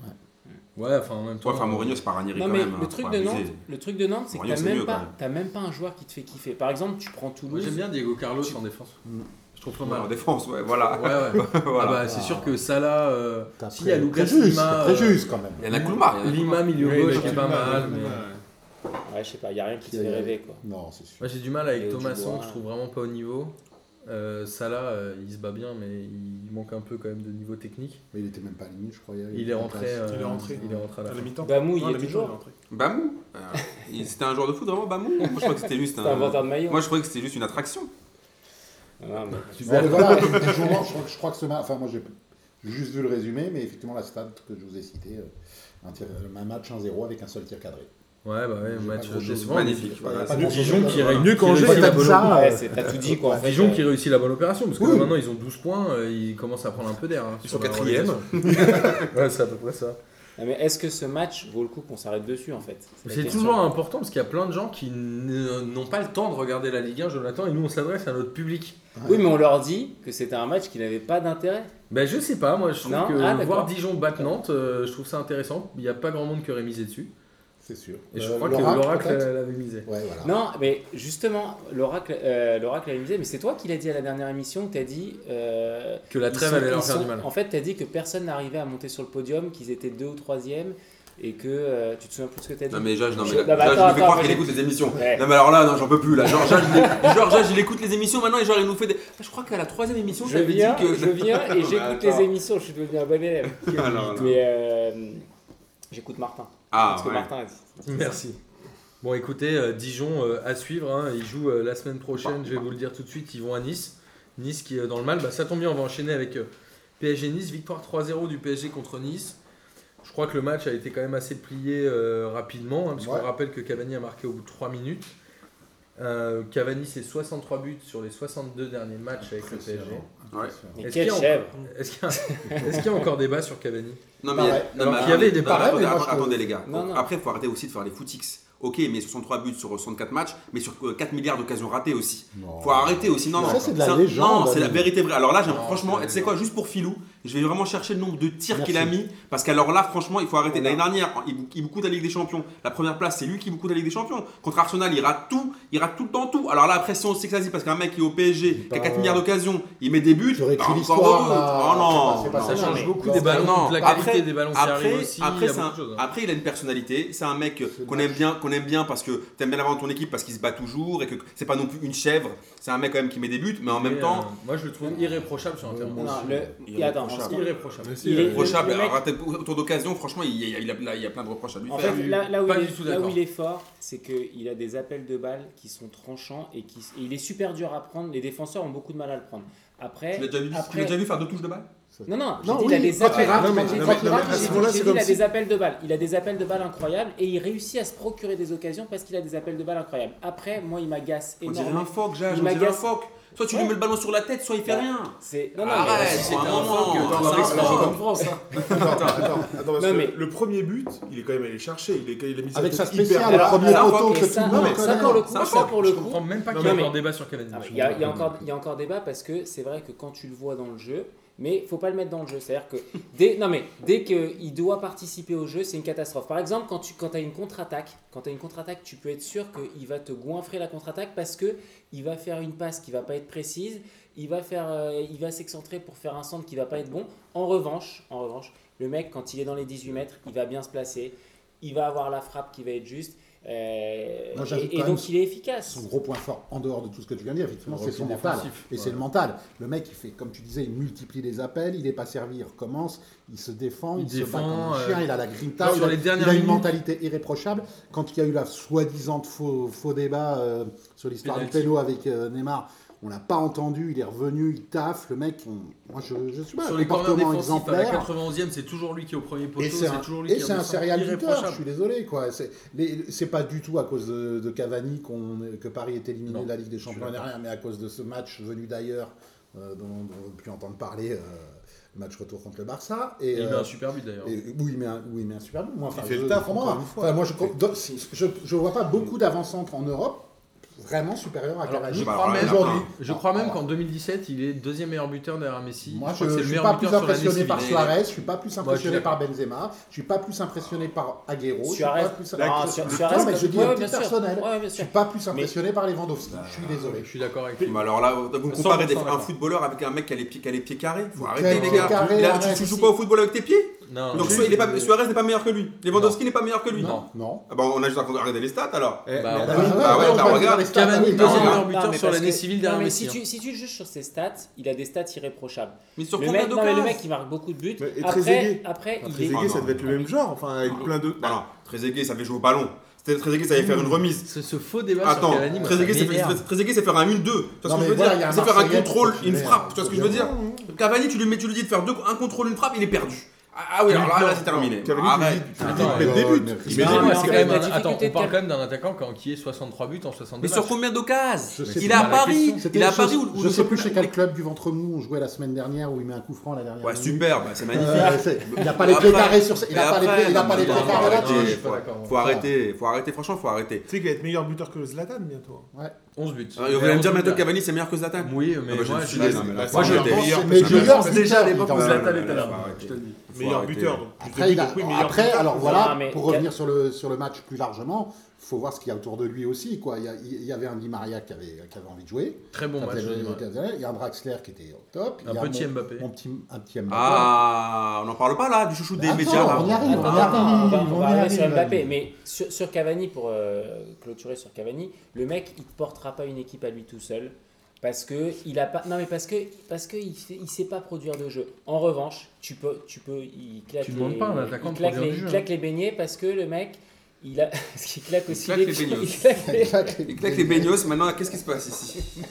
[SPEAKER 1] Ouais, enfin en même temps.
[SPEAKER 2] Toi, enfin, Mourinho, c'est pas Ranieri
[SPEAKER 4] Non
[SPEAKER 2] quand
[SPEAKER 4] mais
[SPEAKER 2] même. hein,
[SPEAKER 4] le,
[SPEAKER 2] faut
[SPEAKER 4] truc
[SPEAKER 2] pas
[SPEAKER 4] de
[SPEAKER 2] abuser.
[SPEAKER 4] Nantes, le truc de Nantes, c'est que
[SPEAKER 2] Mourinho,
[SPEAKER 4] t'as
[SPEAKER 2] c'est
[SPEAKER 4] même,
[SPEAKER 2] mieux,
[SPEAKER 4] pas-
[SPEAKER 2] quand même.
[SPEAKER 4] t'as même pas un joueur qui te fait kiffer. Par exemple, tu prends
[SPEAKER 1] Moi,
[SPEAKER 4] Toulouse.
[SPEAKER 1] j'aime bien Diego Carlos en défense.
[SPEAKER 3] Mm.
[SPEAKER 1] Je trouve pas
[SPEAKER 2] Ouais,
[SPEAKER 1] mal.
[SPEAKER 2] En défense, ouais, voilà.
[SPEAKER 1] Ouais, ouais. Ah
[SPEAKER 2] Voilà.
[SPEAKER 1] bah, c'est sûr que Salah. euh,
[SPEAKER 3] T'as
[SPEAKER 1] Si,
[SPEAKER 3] très-
[SPEAKER 1] il y a Lucas
[SPEAKER 3] très juste,
[SPEAKER 1] Lima,
[SPEAKER 3] très
[SPEAKER 1] euh,
[SPEAKER 3] juste quand même.
[SPEAKER 2] Il y en a Koulmar, il y en a
[SPEAKER 1] Lima,
[SPEAKER 2] Koulmar.
[SPEAKER 1] milieu gauche, qui est pas mal. mais-
[SPEAKER 4] Ouais, je sais pas, y a rien qui te fait rêver quoi.
[SPEAKER 3] Non, c'est sûr.
[SPEAKER 1] Moi, j'ai du mal avec
[SPEAKER 4] Et
[SPEAKER 1] Thomasson,
[SPEAKER 4] Dubois.
[SPEAKER 1] que je trouve vraiment pas au niveau. Euh, Salah, euh, il se bat bien, mais il manque un peu quand même de niveau technique.
[SPEAKER 3] Mais il était même pas aligné, je croyais.
[SPEAKER 1] Il est rentré. euh,
[SPEAKER 5] Il est rentré.
[SPEAKER 1] Il est rentré à la
[SPEAKER 5] À la
[SPEAKER 1] fin.
[SPEAKER 5] mi-temps.
[SPEAKER 4] Bamou, il
[SPEAKER 5] Non, à
[SPEAKER 4] y
[SPEAKER 5] la
[SPEAKER 4] est
[SPEAKER 5] mi-temps,
[SPEAKER 4] toujours.
[SPEAKER 5] il est rentré.
[SPEAKER 2] Bamou Euh, il- C'était un joueur de foot, vraiment Bamou Moi, je crois que c'était juste
[SPEAKER 4] C'est un
[SPEAKER 2] un.
[SPEAKER 4] vendeur de maillot. Ah,
[SPEAKER 2] Moi, je croyais que c'était juste une attraction.
[SPEAKER 4] Non, mais-
[SPEAKER 3] Bon, mais voilà, effectivement, je, crois, je crois que ce match. Enfin, moi, j'ai juste vu le résumé, mais effectivement, la stat que je vous ai citée, euh, un, tir- un match 1-0 avec un seul tir cadré.
[SPEAKER 1] Ouais, bah ouais,
[SPEAKER 3] J'ai
[SPEAKER 1] match
[SPEAKER 3] pas grand-chose.
[SPEAKER 1] décevant.
[SPEAKER 2] Magnifique.
[SPEAKER 3] Il y a
[SPEAKER 2] voilà.
[SPEAKER 3] pas
[SPEAKER 2] C'est-
[SPEAKER 3] grand-chose
[SPEAKER 1] Dijon
[SPEAKER 3] à
[SPEAKER 1] qui
[SPEAKER 3] dire.
[SPEAKER 1] ré- qui
[SPEAKER 3] Une
[SPEAKER 1] réussit
[SPEAKER 3] fois que
[SPEAKER 1] la
[SPEAKER 3] t'as dit
[SPEAKER 1] bonne
[SPEAKER 3] ça,
[SPEAKER 4] Ouais,
[SPEAKER 3] euh,
[SPEAKER 4] Eh, c'est- t'as tout dit quoi. en fait.
[SPEAKER 1] Bah, Dijon qui
[SPEAKER 4] Euh,
[SPEAKER 1] réussit la bonne opération, parce que
[SPEAKER 3] Oui.
[SPEAKER 1] là, maintenant ils ont 12 points, euh, ils commencent à prendre un peu d'air. hein,
[SPEAKER 5] Ils
[SPEAKER 1] sur
[SPEAKER 5] sont
[SPEAKER 1] la
[SPEAKER 5] quatrième.
[SPEAKER 1] relégation. ouais, c'est à peu près ça.
[SPEAKER 4] non, mais est-ce que ce match vaut le coup qu'on s'arrête dessus en fait la
[SPEAKER 1] C'est
[SPEAKER 4] question.
[SPEAKER 1] toujours important parce qu'il y a plein de gens qui ne- n'ont pas le temps de regarder la Ligue 1, Jonathan, et nous on s'adresse à notre public.
[SPEAKER 4] Oui, mais on leur dit que c'était un match qui n'avait pas d'intérêt.
[SPEAKER 1] Ben je sais pas, moi je trouve
[SPEAKER 4] Non
[SPEAKER 1] que
[SPEAKER 4] Ah, d'accord.
[SPEAKER 1] voir Dijon battre Nantes, euh, je trouve ça intéressant. Il n'y a pas grand monde qui aurait misé dessus.
[SPEAKER 3] c'est sûr.
[SPEAKER 1] Et je
[SPEAKER 3] Euh,
[SPEAKER 1] crois que
[SPEAKER 3] l'oracle,
[SPEAKER 1] l'oracle
[SPEAKER 3] peut-être
[SPEAKER 1] l'avait misé.
[SPEAKER 3] Ouais, voilà.
[SPEAKER 4] Non, mais justement, l'oracle euh, l'oracle a misé, mais c'est toi qui l'as dit à la dernière émission, tu as dit... euh,
[SPEAKER 1] Que la
[SPEAKER 4] ils
[SPEAKER 1] trêve
[SPEAKER 4] sont-
[SPEAKER 1] allait leur
[SPEAKER 4] ils
[SPEAKER 1] faire
[SPEAKER 4] sont-
[SPEAKER 1] du mal.
[SPEAKER 4] En fait, tu as dit que personne n'arrivait à monter sur le podium, qu'ils étaient deux ou troisième, et que... euh, tu te souviens plus de ce que tu as dit
[SPEAKER 2] Non mais Jage, non mais
[SPEAKER 4] Je-
[SPEAKER 2] là,
[SPEAKER 4] non, mais
[SPEAKER 2] Jage,
[SPEAKER 4] attends,
[SPEAKER 2] je lui fais croire
[SPEAKER 4] attends,
[SPEAKER 2] qu'il
[SPEAKER 4] j'ai-
[SPEAKER 2] écoute les émissions.
[SPEAKER 4] Ouais.
[SPEAKER 2] Non mais alors là, non, j'en peux plus là. Genre Jage, il, genre, Jage, il écoute les émissions maintenant et genre il nous fait des... Je crois qu'à la troisième émission,
[SPEAKER 4] Je
[SPEAKER 2] j'avais dit
[SPEAKER 4] viens,
[SPEAKER 2] que...
[SPEAKER 4] je viens et
[SPEAKER 2] Non, mais
[SPEAKER 4] j'écoute
[SPEAKER 2] attends.
[SPEAKER 4] les émissions, je suis devenu un bon élève.
[SPEAKER 2] Alors, non.
[SPEAKER 4] Mais euh, j'écoute Martin.
[SPEAKER 2] Ah
[SPEAKER 4] parce que
[SPEAKER 2] ouais.
[SPEAKER 4] Martin a dit.
[SPEAKER 1] Merci. Bon, écoutez, euh, Dijon euh, à suivre. hein. Ils jouent euh, la semaine prochaine, je vais vous le dire tout de suite. Ils vont à Nice. Nice qui est dans le mal. Bah, ça tombe bien, on va enchaîner avec euh, PSG Nice. Victoire 3-0 du PSG contre Nice. Je crois que le match a été quand même assez plié euh, rapidement, hein, puisqu'on
[SPEAKER 3] Ouais.
[SPEAKER 1] rappelle que Cavani a marqué au bout de 3 minutes. Euh, Cavani, c'est 63 buts sur les 62 derniers matchs avec le PSG.
[SPEAKER 2] Ouais.
[SPEAKER 4] Mais
[SPEAKER 1] Est-ce qu'il y
[SPEAKER 4] quelle
[SPEAKER 1] a
[SPEAKER 4] chèvre
[SPEAKER 1] Est-ce qu'il y, a- est-ce qu'il y a encore débat sur Cavani
[SPEAKER 2] Non mais,
[SPEAKER 3] Pareil.
[SPEAKER 2] non,
[SPEAKER 3] Alors
[SPEAKER 2] mais-
[SPEAKER 1] qu'il y avait des
[SPEAKER 2] non, mais
[SPEAKER 1] pareils,
[SPEAKER 2] attendez,
[SPEAKER 3] mais moi, je
[SPEAKER 2] attendez,
[SPEAKER 3] trouve-
[SPEAKER 2] attendez, les gars.
[SPEAKER 4] Non, non.
[SPEAKER 2] Après, faut arrêter aussi de faire les footix. Ok, mais 63 buts sur 64 matchs, mais sur euh, 4 milliards d'occasions ratées aussi.
[SPEAKER 3] Non.
[SPEAKER 2] Faut arrêter aussi. Non,
[SPEAKER 3] Mais
[SPEAKER 2] non.
[SPEAKER 3] ça, c'est de la
[SPEAKER 2] un-
[SPEAKER 3] légende,
[SPEAKER 2] Non, c'est la
[SPEAKER 3] Amine.
[SPEAKER 2] vérité vraie. Alors là, j'aime-
[SPEAKER 1] Non,
[SPEAKER 2] franchement,
[SPEAKER 1] c'est la
[SPEAKER 2] tu sais quoi, juste pour Filou, je vais vraiment chercher le nombre de tirs
[SPEAKER 3] Merci.
[SPEAKER 2] qu'il a mis. Parce qu'alors là, franchement, il faut arrêter.
[SPEAKER 4] Voilà.
[SPEAKER 2] L'année dernière, il, vous- il vous coûte la Ligue des Champions. La première place, c'est lui qui vous coûte la Ligue des Champions. Contre Arsenal, il rate tout. Il rate tout le temps tout. Alors là, après, si on s'extasie parce qu'un mec qui est au PSG, qui a
[SPEAKER 3] pas-
[SPEAKER 2] 4 milliards d'occasions, il met des buts.
[SPEAKER 3] Bah, Tu réécris
[SPEAKER 2] bah, encore
[SPEAKER 3] l'histoire,
[SPEAKER 2] heureux.
[SPEAKER 3] là.
[SPEAKER 2] Oh non,
[SPEAKER 3] C'est pas- c'est pas
[SPEAKER 2] non.
[SPEAKER 1] Ça
[SPEAKER 3] non,
[SPEAKER 1] change
[SPEAKER 4] mais-
[SPEAKER 1] beaucoup
[SPEAKER 3] non,
[SPEAKER 1] des ballons,
[SPEAKER 2] non.
[SPEAKER 1] la qualité
[SPEAKER 2] Après-
[SPEAKER 1] des ballons, c'est
[SPEAKER 2] Après,
[SPEAKER 1] arrivé aussi.
[SPEAKER 2] après,
[SPEAKER 1] il y a
[SPEAKER 2] c'est un-
[SPEAKER 1] beaucoup de choses, hein.
[SPEAKER 2] après, il a une personnalité. C'est un mec
[SPEAKER 3] C'est
[SPEAKER 2] qu'on
[SPEAKER 3] dommage.
[SPEAKER 2] aime bien, qu'on aime bien parce que t'aimes bien l'avoir dans ton équipe parce qu'il se bat toujours et que c'est pas non plus une chèvre. C'est un mec quand même qui met des buts, mais en
[SPEAKER 1] Mais,
[SPEAKER 2] même
[SPEAKER 1] euh,
[SPEAKER 2] temps,
[SPEAKER 1] moi je le trouve irréprochable sur un terrain.
[SPEAKER 4] Euh, Non, non, le-
[SPEAKER 2] Il est
[SPEAKER 4] et attends,
[SPEAKER 2] reprochable.
[SPEAKER 4] on se-
[SPEAKER 1] Irréprochable.
[SPEAKER 5] Merci,
[SPEAKER 4] Il est-
[SPEAKER 5] euh,
[SPEAKER 2] reprochable.
[SPEAKER 4] le mec-
[SPEAKER 2] Alors, raté autour d'occasion, franchement, il y, a, il y a- il y a- il y a plein de reproches à lui
[SPEAKER 4] En
[SPEAKER 2] faire.
[SPEAKER 4] fait, là, là où,
[SPEAKER 1] Pas
[SPEAKER 4] il
[SPEAKER 1] du tout
[SPEAKER 4] est, là où
[SPEAKER 1] d'accord.
[SPEAKER 4] il est fort, c'est qu'il a des appels de balles qui sont tranchants et, qui, et il est super dur à prendre. Les défenseurs ont beaucoup de mal à le prendre. Après,
[SPEAKER 2] Tu l'as déjà vu, tu
[SPEAKER 4] après-
[SPEAKER 2] l'as déjà vu faire deux touches de balle
[SPEAKER 4] Non, non, j'ai
[SPEAKER 3] Non,
[SPEAKER 4] dit,
[SPEAKER 3] oui,
[SPEAKER 4] il a des
[SPEAKER 3] quand il
[SPEAKER 4] appels,
[SPEAKER 3] rate,
[SPEAKER 4] j'ai
[SPEAKER 3] non, mais-
[SPEAKER 4] dit- j'ai
[SPEAKER 5] non, mais-
[SPEAKER 4] dit,
[SPEAKER 5] non, mais à ce
[SPEAKER 4] j'ai dit,
[SPEAKER 5] moment-là, c'est
[SPEAKER 4] il
[SPEAKER 5] comme
[SPEAKER 4] a
[SPEAKER 5] si-
[SPEAKER 4] des appels de balles. Il a des appels de balles incroyables et il réussit à se procurer des occasions parce qu'il a des appels de balles incroyables. Après, moi, il m'agace
[SPEAKER 2] On dirait un
[SPEAKER 4] énormément.
[SPEAKER 2] phoque, Jage.
[SPEAKER 4] Il
[SPEAKER 2] On dirait un
[SPEAKER 4] m'agace.
[SPEAKER 2] phoque. Soit tu lui
[SPEAKER 4] Ouais.
[SPEAKER 2] mets le ballon sur la tête, soit il fait
[SPEAKER 4] Ouais.
[SPEAKER 2] rien.
[SPEAKER 4] C'est non, non, mais-
[SPEAKER 2] Arrête, Ah, c'est un moment. C'est un moment.
[SPEAKER 5] Attends, attends, attends, parce
[SPEAKER 4] Non,
[SPEAKER 5] que
[SPEAKER 4] mais-
[SPEAKER 5] le premier but, il est quand même allé chercher. Il, est, il a mis
[SPEAKER 3] Avec sa
[SPEAKER 5] tête hyper
[SPEAKER 3] spéciale,
[SPEAKER 5] large.
[SPEAKER 3] le premier
[SPEAKER 2] alors,
[SPEAKER 3] poteau
[SPEAKER 4] Et
[SPEAKER 3] que tout
[SPEAKER 4] ça,
[SPEAKER 3] le
[SPEAKER 4] non,
[SPEAKER 3] monde
[SPEAKER 4] mais ça,
[SPEAKER 3] connaît.
[SPEAKER 4] pour le coup,
[SPEAKER 2] Ça,
[SPEAKER 4] ça, pour
[SPEAKER 1] Je
[SPEAKER 4] le coup,
[SPEAKER 1] comprends même pas
[SPEAKER 4] Non,
[SPEAKER 1] qu'il y ait
[SPEAKER 4] mais-
[SPEAKER 1] encore débat sur Cavani.
[SPEAKER 4] Ah,
[SPEAKER 1] Je
[SPEAKER 4] Il y, a-
[SPEAKER 1] comprends
[SPEAKER 4] il y a
[SPEAKER 1] pas.
[SPEAKER 4] encore- il y a encore débat parce que c'est vrai que quand tu le vois dans le jeu, mais faut pas le mettre dans le jeu. C'est-à-dire que dès, non mais dès qu'il doit participer au jeu, c'est une catastrophe. Par exemple, quand tu quand as une contre-attaque, quand as une contre-attaque, tu peux être sûr qu'il va te goinfrer la contre-attaque parce que il va faire une passe qui va pas être précise, il va faire, euh, il va s'excentrer pour faire un centre qui va pas être bon. En revanche, en revanche, le mec quand il est dans les 18 mètres, il va bien se placer, il va avoir la frappe qui va être juste. euh,
[SPEAKER 3] Moi, j'ajoute
[SPEAKER 4] et, et
[SPEAKER 3] quand même
[SPEAKER 4] donc il est efficace.
[SPEAKER 3] Son gros point fort, en dehors de tout ce que tu viens de dire, effectivement,
[SPEAKER 1] Le
[SPEAKER 3] c'est son
[SPEAKER 1] repli
[SPEAKER 3] mental.
[SPEAKER 1] défensif,
[SPEAKER 3] Et
[SPEAKER 1] ouais.
[SPEAKER 3] c'est le mental. Le mec, il fait, comme tu disais, il multiplie les appels, il n'est pas servi, il recommence, il se défend,
[SPEAKER 1] Il
[SPEAKER 3] il, se bat comme
[SPEAKER 1] défend,
[SPEAKER 3] un chien,
[SPEAKER 1] euh,
[SPEAKER 3] il a la grinta,
[SPEAKER 1] sur
[SPEAKER 3] il a,
[SPEAKER 1] les dernières
[SPEAKER 3] il a une
[SPEAKER 1] minutes.
[SPEAKER 3] mentalité irréprochable. Quand il y a eu la soi-disant faux, faux débat euh, sur l'histoire du
[SPEAKER 1] Penalty.
[SPEAKER 3] péno avec euh, Neymar, on l'a pas entendu, il est revenu, il taffe, le mec, on- moi je, je suis pas,
[SPEAKER 1] Sur les corners
[SPEAKER 3] comportement
[SPEAKER 1] défensifs, à la
[SPEAKER 3] exemplaire.
[SPEAKER 1] 91e, c'est toujours lui qui est au premier poteau.
[SPEAKER 3] Et c'est un,
[SPEAKER 1] C'est toujours lui
[SPEAKER 3] et
[SPEAKER 1] qui
[SPEAKER 3] c'est un serial buteur, je suis
[SPEAKER 1] irréprochable.
[SPEAKER 3] désolé. quoi. C'est les- c'est pas du tout à cause de, de Cavani qu'on que Paris est éliminé
[SPEAKER 1] Non,
[SPEAKER 3] de la Ligue des
[SPEAKER 1] suis
[SPEAKER 3] Champions, ni
[SPEAKER 1] d'accord.
[SPEAKER 3] rien, mais à cause de ce match venu d'ailleurs, euh, dont dont on a pu entendre parler, euh, le match retour contre le Barça. Et,
[SPEAKER 1] Et Il met
[SPEAKER 3] euh,
[SPEAKER 1] un super but d'ailleurs.
[SPEAKER 3] et où il met un, où il met un super but. Moi, enfin,
[SPEAKER 5] fait
[SPEAKER 3] je-
[SPEAKER 5] le taf,
[SPEAKER 3] pour moi,
[SPEAKER 5] encore une fois.
[SPEAKER 3] enfin, moi, je, donc, si- je, je vois pas beaucoup d'avant-centres en Europe vraiment supérieurs à
[SPEAKER 1] Alors,
[SPEAKER 3] Cavani
[SPEAKER 1] je
[SPEAKER 2] Bah,
[SPEAKER 1] crois
[SPEAKER 2] alors,
[SPEAKER 1] même-
[SPEAKER 2] il y en a
[SPEAKER 3] aujourd'hui.
[SPEAKER 2] plein.
[SPEAKER 1] Je
[SPEAKER 3] Alors,
[SPEAKER 1] crois même
[SPEAKER 3] alors,
[SPEAKER 1] qu'en 2017, il est deuxième meilleur buteur derrière Messi.
[SPEAKER 3] Ah. Moi, je
[SPEAKER 1] crois que c'est
[SPEAKER 3] ne
[SPEAKER 1] le
[SPEAKER 3] suis
[SPEAKER 1] meilleur
[SPEAKER 3] pas plus
[SPEAKER 1] buteur sur l'année
[SPEAKER 3] impressionné
[SPEAKER 1] civile.
[SPEAKER 3] par Suarez, je suis pas plus
[SPEAKER 1] Moi, je suis
[SPEAKER 3] impressionné par Benzema, je suis pas plus impressionné par Aguero, je suis
[SPEAKER 4] Suarez.
[SPEAKER 3] pas plus
[SPEAKER 4] Ah,
[SPEAKER 3] Non,
[SPEAKER 4] Su-
[SPEAKER 3] mais
[SPEAKER 4] Suarez,
[SPEAKER 3] je dis
[SPEAKER 4] ouais,
[SPEAKER 3] à
[SPEAKER 4] ouais,
[SPEAKER 3] titre
[SPEAKER 4] bien sûr.
[SPEAKER 3] personnel.
[SPEAKER 4] Ouais, ouais,
[SPEAKER 3] Je
[SPEAKER 4] bien
[SPEAKER 3] suis
[SPEAKER 4] sûr.
[SPEAKER 3] pas plus impressionné par Lewandowski, je suis désolé.
[SPEAKER 1] Je suis d'accord avec lui.
[SPEAKER 2] Mais alors là, vous
[SPEAKER 1] Cent
[SPEAKER 2] comparez des-
[SPEAKER 1] pour cent
[SPEAKER 2] un
[SPEAKER 1] d'accord.
[SPEAKER 2] footballeur avec un mec qui a les pieds, qui a les pieds carrés. Faut arrêter
[SPEAKER 3] Quel
[SPEAKER 2] les
[SPEAKER 3] pied
[SPEAKER 2] gars.
[SPEAKER 3] carré,
[SPEAKER 2] Il a-
[SPEAKER 3] arrête,
[SPEAKER 2] tu, tu
[SPEAKER 3] si.
[SPEAKER 2] joues pas au football avec tes pieds.
[SPEAKER 1] Non,
[SPEAKER 2] Donc
[SPEAKER 1] je-
[SPEAKER 2] soit il est pas,
[SPEAKER 1] je-
[SPEAKER 2] Suarez n'est pas meilleur que lui. Lewandowski n'est pas meilleur que lui.
[SPEAKER 1] Non.
[SPEAKER 3] Non.
[SPEAKER 2] Ah bah, on a juste à regarder les stats alors.
[SPEAKER 1] Bah,
[SPEAKER 5] Mais-
[SPEAKER 1] on-
[SPEAKER 3] Ah
[SPEAKER 5] oui,
[SPEAKER 3] ouais,
[SPEAKER 2] bah ouais,
[SPEAKER 3] on
[SPEAKER 2] bah
[SPEAKER 3] peut
[SPEAKER 2] regarde,
[SPEAKER 3] dire les stats,
[SPEAKER 1] Cavani,
[SPEAKER 3] oui,
[SPEAKER 1] deuxième
[SPEAKER 3] non,
[SPEAKER 1] meilleur
[SPEAKER 3] non.
[SPEAKER 1] buteur
[SPEAKER 4] mais
[SPEAKER 1] sur
[SPEAKER 4] parce
[SPEAKER 1] l'année
[SPEAKER 4] que-
[SPEAKER 1] civile
[SPEAKER 4] non,
[SPEAKER 1] derrière
[SPEAKER 4] mais
[SPEAKER 1] Messi,
[SPEAKER 4] si tu, si tu juges sur ses stats, il a des stats irréprochables.
[SPEAKER 2] Mais sur
[SPEAKER 4] Le
[SPEAKER 2] combien
[SPEAKER 4] mec, non, mais le
[SPEAKER 2] d'occasions
[SPEAKER 4] mec, il marque beaucoup de buts.
[SPEAKER 5] Mais- et
[SPEAKER 4] Après,
[SPEAKER 5] Trezeguet.
[SPEAKER 4] après, il est.
[SPEAKER 5] Trezeguet, ça
[SPEAKER 2] non.
[SPEAKER 5] devait être le même genre, enfin, avec plein de.
[SPEAKER 2] Non, non, Trezeguet, ça fait jouer au ballon. C'était Trezeguet, ça allait faire une
[SPEAKER 3] Mmh.
[SPEAKER 2] remise.
[SPEAKER 1] Ce, ce faux débat
[SPEAKER 2] Attends,
[SPEAKER 1] sur Cavani, moi, ça
[SPEAKER 2] Trezeguet, c'est
[SPEAKER 1] m'énerve.
[SPEAKER 2] fait- Trezeguet, c'est faire un 1-2. Tu vois ce
[SPEAKER 3] Non,
[SPEAKER 2] que
[SPEAKER 3] mais
[SPEAKER 2] je veux
[SPEAKER 3] voilà,
[SPEAKER 2] dire
[SPEAKER 3] il y a un
[SPEAKER 2] C'est faire un
[SPEAKER 3] Marseillais
[SPEAKER 2] contrôle,
[SPEAKER 3] qui Mmh,
[SPEAKER 2] une
[SPEAKER 3] merde.
[SPEAKER 2] frappe. Tu vois ce que je veux dire Cavani, tu lui, mets, tu lui dis de faire deux, un contrôle, une frappe, il est perdu. Ah ah oui, alors là, là, c'est terminé.
[SPEAKER 5] Cavani, tu
[SPEAKER 2] Arrête.
[SPEAKER 5] lui dis-
[SPEAKER 1] Arrête.
[SPEAKER 5] tu lui dis de mettre
[SPEAKER 3] Attends,
[SPEAKER 5] des
[SPEAKER 3] ouais,
[SPEAKER 5] buts.
[SPEAKER 3] mais-
[SPEAKER 5] Il met
[SPEAKER 1] Mais
[SPEAKER 5] des
[SPEAKER 1] non,
[SPEAKER 5] buts.
[SPEAKER 1] mais c'est
[SPEAKER 4] en fait,
[SPEAKER 1] quand même
[SPEAKER 4] la
[SPEAKER 1] un-
[SPEAKER 4] difficulté
[SPEAKER 1] Attends, on
[SPEAKER 4] de
[SPEAKER 1] parle
[SPEAKER 4] Cavani-
[SPEAKER 1] quand même d'un attaquant quand- qui est 63 buts en 62
[SPEAKER 2] Mais sur
[SPEAKER 1] matchs.
[SPEAKER 2] combien
[SPEAKER 3] Je
[SPEAKER 2] d'occasions
[SPEAKER 3] sais
[SPEAKER 2] Il est
[SPEAKER 3] pas
[SPEAKER 2] à
[SPEAKER 1] la
[SPEAKER 2] Paris.
[SPEAKER 1] question.
[SPEAKER 3] C'était-
[SPEAKER 2] Il est à
[SPEAKER 3] je-
[SPEAKER 2] Paris ou
[SPEAKER 3] je sais plus chez quel club du ventre mou on jouait la semaine dernière où il met un coup franc à la dernière
[SPEAKER 2] Ouais,
[SPEAKER 3] minute.
[SPEAKER 2] super, bah, c'est magnifique.
[SPEAKER 3] Euh, c'est- il n'a pas les
[SPEAKER 2] Mais
[SPEAKER 3] pieds
[SPEAKER 2] après-
[SPEAKER 3] carrés sur ses- il
[SPEAKER 2] mais
[SPEAKER 3] a pas les
[SPEAKER 2] après,
[SPEAKER 3] pieds- il a
[SPEAKER 2] non,
[SPEAKER 3] pas les
[SPEAKER 2] mais
[SPEAKER 3] pieds
[SPEAKER 2] non,
[SPEAKER 3] carrés
[SPEAKER 2] non,
[SPEAKER 3] là
[SPEAKER 2] non,
[SPEAKER 1] là-dessus.
[SPEAKER 2] non,
[SPEAKER 1] Je suis pas
[SPEAKER 2] faut-
[SPEAKER 1] d'accord.
[SPEAKER 2] Faut arrêter, faut arrêter, franchement, faut arrêter.
[SPEAKER 5] Tu sais qu'il va être meilleur buteur que Zlatan bientôt.
[SPEAKER 3] Ouais.
[SPEAKER 1] 11 buts.
[SPEAKER 2] Ah, Vous allez me dire, maintenant Cavani, c'est meilleur que Zlatan.
[SPEAKER 1] Oui, mais
[SPEAKER 2] Ah bah, je
[SPEAKER 1] moi,
[SPEAKER 2] le
[SPEAKER 1] je
[SPEAKER 2] suis,
[SPEAKER 1] l'ai-
[SPEAKER 2] non, mais là,
[SPEAKER 1] moi,
[SPEAKER 2] c'est
[SPEAKER 1] je
[SPEAKER 2] un
[SPEAKER 1] le pense.
[SPEAKER 2] meilleur
[SPEAKER 1] c'est-
[SPEAKER 3] mais
[SPEAKER 1] je le
[SPEAKER 3] Junior,
[SPEAKER 1] pense
[SPEAKER 3] c'est
[SPEAKER 1] déjà à
[SPEAKER 3] bizarre,
[SPEAKER 1] l'époque
[SPEAKER 3] il
[SPEAKER 1] où
[SPEAKER 3] en-
[SPEAKER 1] Zlatan était là.
[SPEAKER 2] Faut arrêter.
[SPEAKER 1] Je te le dis.
[SPEAKER 2] Faut
[SPEAKER 5] meilleur
[SPEAKER 2] arrêter.
[SPEAKER 5] buteur. Donc, plus de
[SPEAKER 3] Après,
[SPEAKER 5] buts,
[SPEAKER 3] il a-
[SPEAKER 5] donc oui, meilleur
[SPEAKER 3] après,
[SPEAKER 5] buteur.
[SPEAKER 3] alors
[SPEAKER 4] Non,
[SPEAKER 3] voilà,
[SPEAKER 4] mais
[SPEAKER 3] pour
[SPEAKER 4] quel-
[SPEAKER 3] revenir sur le, sur le match plus largement, il faut voir ce qu'il y a autour de lui aussi. Quoi. Il, y a- il y avait un Di Maria qui avait, qui avait envie de jouer.
[SPEAKER 1] Très bon
[SPEAKER 2] Ah,
[SPEAKER 3] Ça
[SPEAKER 1] match.
[SPEAKER 3] faisait-
[SPEAKER 1] je dirais.
[SPEAKER 3] Il y a un Draxler qui était au top.
[SPEAKER 1] Un
[SPEAKER 3] il y a
[SPEAKER 1] petit
[SPEAKER 3] mon-
[SPEAKER 1] Mbappé.
[SPEAKER 3] mon petit- un petit Mbappé.
[SPEAKER 2] Ah, on n'en parle pas là, du chouchou
[SPEAKER 3] Bah,
[SPEAKER 2] des
[SPEAKER 3] attends,
[SPEAKER 2] médias. là.
[SPEAKER 3] on y arrive,
[SPEAKER 4] Attends,
[SPEAKER 3] on y
[SPEAKER 2] Ah.
[SPEAKER 3] arrive.
[SPEAKER 4] attends, on va- on
[SPEAKER 3] on
[SPEAKER 4] va
[SPEAKER 3] y
[SPEAKER 4] arriver sur
[SPEAKER 3] arrive.
[SPEAKER 4] Mbappé, mais sur, sur Cavani, pour euh, clôturer sur Cavani, le mec, il ne portera pas une équipe à lui tout seul. Parce que il a pas non mais parce que parce que il sait, il sait pas produire de jeu. En revanche, tu peux tu peux il claque
[SPEAKER 1] Tu
[SPEAKER 4] les,
[SPEAKER 1] demandes pas à un attaquant
[SPEAKER 4] il
[SPEAKER 1] de
[SPEAKER 4] claque
[SPEAKER 1] produire du
[SPEAKER 4] les, il
[SPEAKER 1] jeu, hein.
[SPEAKER 4] claque les beignets parce que le mec il a parce qu'il claque aussi
[SPEAKER 2] claque les beignets.
[SPEAKER 4] il claque les-
[SPEAKER 2] Il claque les beignos, maintenant qu'est-ce qui se passe ici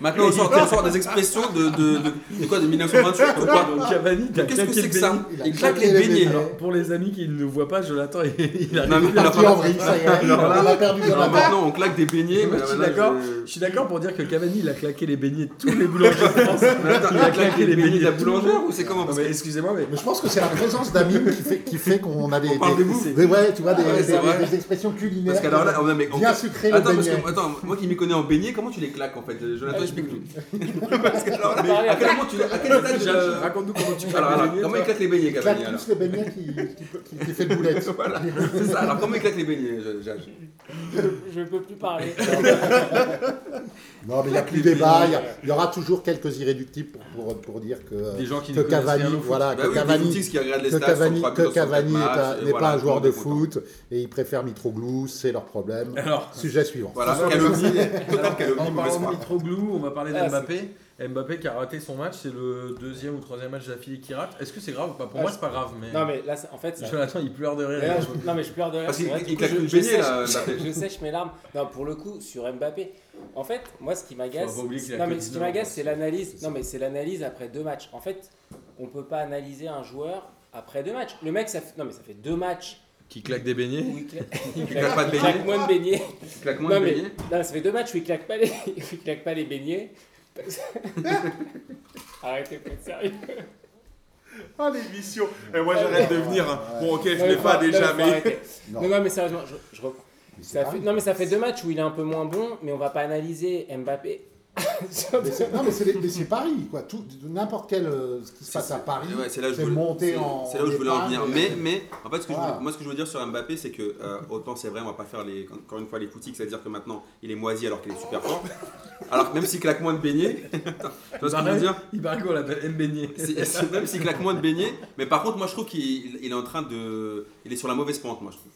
[SPEAKER 2] Maintenant on sort, on sort des expressions de, de, de, de quoi de 1928 ou quoi
[SPEAKER 1] Cavani, t'as
[SPEAKER 2] Qu'est-ce que
[SPEAKER 1] claqué
[SPEAKER 2] c'est
[SPEAKER 1] le
[SPEAKER 2] que ça
[SPEAKER 1] béni.
[SPEAKER 3] Il a
[SPEAKER 2] Il claque
[SPEAKER 3] claqué
[SPEAKER 2] les
[SPEAKER 3] les
[SPEAKER 2] beignets.
[SPEAKER 3] beignets.
[SPEAKER 1] Alors, pour les amis qui ne le voient pas, Jonathan, il
[SPEAKER 2] Non,
[SPEAKER 1] arrive.
[SPEAKER 2] mais
[SPEAKER 3] Il est parti en vrille, ça y est. On a perdu
[SPEAKER 2] Non,
[SPEAKER 3] Jonathan.
[SPEAKER 2] maintenant on claque des beignets.
[SPEAKER 1] Moi, je suis
[SPEAKER 2] mais là,
[SPEAKER 1] d'accord.
[SPEAKER 2] je-
[SPEAKER 1] Je suis d'accord pour dire que Cavani, il a claqué les beignets de tous les boulangers de France.
[SPEAKER 2] Mais attends,
[SPEAKER 1] Il a claqué les beignets
[SPEAKER 2] de la
[SPEAKER 1] de tout le
[SPEAKER 2] boulangère ou c'est comment
[SPEAKER 1] Non,
[SPEAKER 2] Parce
[SPEAKER 1] mais
[SPEAKER 2] que-
[SPEAKER 1] excusez-moi, mais
[SPEAKER 3] Mais je pense que c'est la présence d'un mime qui fait, qui fait qu'on a des,
[SPEAKER 2] On parle
[SPEAKER 3] des-
[SPEAKER 2] de vous.
[SPEAKER 3] des- ouais, tu vois, des,
[SPEAKER 2] Ah ouais, c'est
[SPEAKER 3] des-
[SPEAKER 2] vrai.
[SPEAKER 3] des expressions culinaires
[SPEAKER 2] Parce qu'alors là, on a mais on-
[SPEAKER 3] bien sucrées le
[SPEAKER 2] Attends, parce
[SPEAKER 3] beignet.
[SPEAKER 2] que, attends, moi qui m'y connais en beignet, comment tu les claques en fait Euh, Jonathan,
[SPEAKER 4] Ah,
[SPEAKER 2] explique-nous. Parce que alors là, à quel moment tu les- à quel
[SPEAKER 1] Déjà,
[SPEAKER 2] étage euh,
[SPEAKER 1] raconte-nous comment tu
[SPEAKER 2] Alors, alors,
[SPEAKER 1] claques les
[SPEAKER 2] comment il
[SPEAKER 1] beignets.
[SPEAKER 2] claque les beignets,
[SPEAKER 3] claque
[SPEAKER 2] Cavani alors
[SPEAKER 3] tous les beignets qui, qui, qui- qui fait de boulette.
[SPEAKER 2] Voilà, c'est ça. Alors, comment il claque les euh, beignets, Jage
[SPEAKER 4] je peux plus parler.
[SPEAKER 3] Non, mais il n'y a
[SPEAKER 2] Claque
[SPEAKER 3] plus
[SPEAKER 2] les
[SPEAKER 3] débat.
[SPEAKER 2] beignets.
[SPEAKER 3] Il y, a- il y aura toujours quelques irréductibles pour, pour, pour dire que, euh,
[SPEAKER 1] Des gens qui
[SPEAKER 3] que
[SPEAKER 1] ne connaissent rien
[SPEAKER 3] Cavani,
[SPEAKER 1] au foot.
[SPEAKER 3] voilà,
[SPEAKER 2] Bah
[SPEAKER 3] que
[SPEAKER 2] oui, des
[SPEAKER 3] Ah, Cavani,
[SPEAKER 2] footix qui regardent les
[SPEAKER 3] que
[SPEAKER 2] stats,
[SPEAKER 3] Cavani,
[SPEAKER 2] 103,
[SPEAKER 3] que
[SPEAKER 2] 204
[SPEAKER 3] Cavani est un-
[SPEAKER 2] matchs, et
[SPEAKER 3] n'est
[SPEAKER 2] voilà,
[SPEAKER 3] pas un joueur
[SPEAKER 2] tout le
[SPEAKER 3] de
[SPEAKER 2] monde est content.
[SPEAKER 3] foot et il préfère Mitroglou, c'est leur problème.
[SPEAKER 1] Alors,
[SPEAKER 3] Sujet suivant.
[SPEAKER 2] Voilà,
[SPEAKER 1] Bonsoir,
[SPEAKER 2] calomnie, totale calomnie,
[SPEAKER 1] En
[SPEAKER 2] mauvaise
[SPEAKER 1] parlant de
[SPEAKER 2] foi.
[SPEAKER 1] Mitroglou, on va parler
[SPEAKER 4] Ah,
[SPEAKER 1] d'Mbappé. Mbappé qui a raté son match, c'est le deuxième ou troisième match d'affilée qui rate. Est-ce que c'est grave ou pas Pour
[SPEAKER 4] Ah,
[SPEAKER 1] moi,
[SPEAKER 4] je-
[SPEAKER 1] c'est pas grave, mais.
[SPEAKER 4] non mais là c'est- en fait ça,
[SPEAKER 1] Jonathan, il pleure de
[SPEAKER 4] Mais là,
[SPEAKER 1] rire.
[SPEAKER 4] je- non mais je pleure de rire.
[SPEAKER 2] Parce
[SPEAKER 4] c'est
[SPEAKER 2] qu'il-
[SPEAKER 4] vrai,
[SPEAKER 2] il
[SPEAKER 4] du coup,
[SPEAKER 2] claque
[SPEAKER 4] je-
[SPEAKER 2] le
[SPEAKER 4] je
[SPEAKER 2] beignet,
[SPEAKER 4] sèche-
[SPEAKER 2] là, Mbappé.
[SPEAKER 4] Je sèche mes larmes. Non pour le coup sur Mbappé. En fait moi ce qui m'agace,
[SPEAKER 1] Faut pas oublier qu'il a
[SPEAKER 4] non
[SPEAKER 1] que
[SPEAKER 4] mais ce
[SPEAKER 1] 19
[SPEAKER 4] qui
[SPEAKER 1] ans,
[SPEAKER 4] m'agace
[SPEAKER 1] quoi.
[SPEAKER 4] c'est l'analyse. Non mais c'est l'analyse après deux matchs. En fait on peut pas analyser un joueur après deux matchs. Le mec ça fait- non mais ça fait deux matchs
[SPEAKER 1] Qui claque des beignets
[SPEAKER 4] où il claque, il
[SPEAKER 2] claque pas de
[SPEAKER 4] il
[SPEAKER 2] beignet.
[SPEAKER 4] claque moins de beignets.
[SPEAKER 2] Claque moins
[SPEAKER 4] Non
[SPEAKER 2] de
[SPEAKER 4] mais
[SPEAKER 2] beignets.
[SPEAKER 4] non, ça fait deux matchs où il claque pas les où il claque pas les beignets. Arrêtez faut être sérieux.
[SPEAKER 5] Ah, l'émission Et moi, j'arrête de venir. Bon, ok, je
[SPEAKER 4] Ouais,
[SPEAKER 5] l'ai
[SPEAKER 4] faut-
[SPEAKER 5] pas
[SPEAKER 4] non, mais
[SPEAKER 5] déjà,
[SPEAKER 4] faut
[SPEAKER 5] mais.
[SPEAKER 4] arrêter.
[SPEAKER 3] Non.
[SPEAKER 4] Non, non, mais sérieusement, je, je reprends.
[SPEAKER 3] Mais c'est
[SPEAKER 4] Ça
[SPEAKER 3] pareil.
[SPEAKER 4] fait- non, mais ça fait deux matchs où il est un peu moins bon, mais on va pas analyser Mbappé.
[SPEAKER 3] Mais c'est- non, mais c'est les- mais c'est Paris, quoi. Tout, n'importe quel euh, ce qui se passe à Paris,
[SPEAKER 2] Ah Ouais, c'est là où je
[SPEAKER 3] c'est
[SPEAKER 2] voulais,
[SPEAKER 3] monté
[SPEAKER 2] c'est-
[SPEAKER 3] en.
[SPEAKER 2] c'est là où je voulais en venir.
[SPEAKER 3] épingle.
[SPEAKER 2] Mais, mais en fait, ce que je
[SPEAKER 3] Voilà.
[SPEAKER 2] voulais- moi, ce que je veux dire sur Mbappé, c'est que euh, autant c'est vrai, on va pas faire les, encore une fois les footix, c'est-à-dire que maintenant il est moisi alors qu'il est super fort. Alors que même s'il claque moins de beignets, Attends, tu vois ce que je veux dire
[SPEAKER 1] Il paraît qu'on l'appelle M. Beignet.
[SPEAKER 2] C'est- c'est- Même s'il claque moins de beignets, mais par contre, moi je trouve qu'il il est en train de. Il est sur la mauvaise pente, moi je trouve.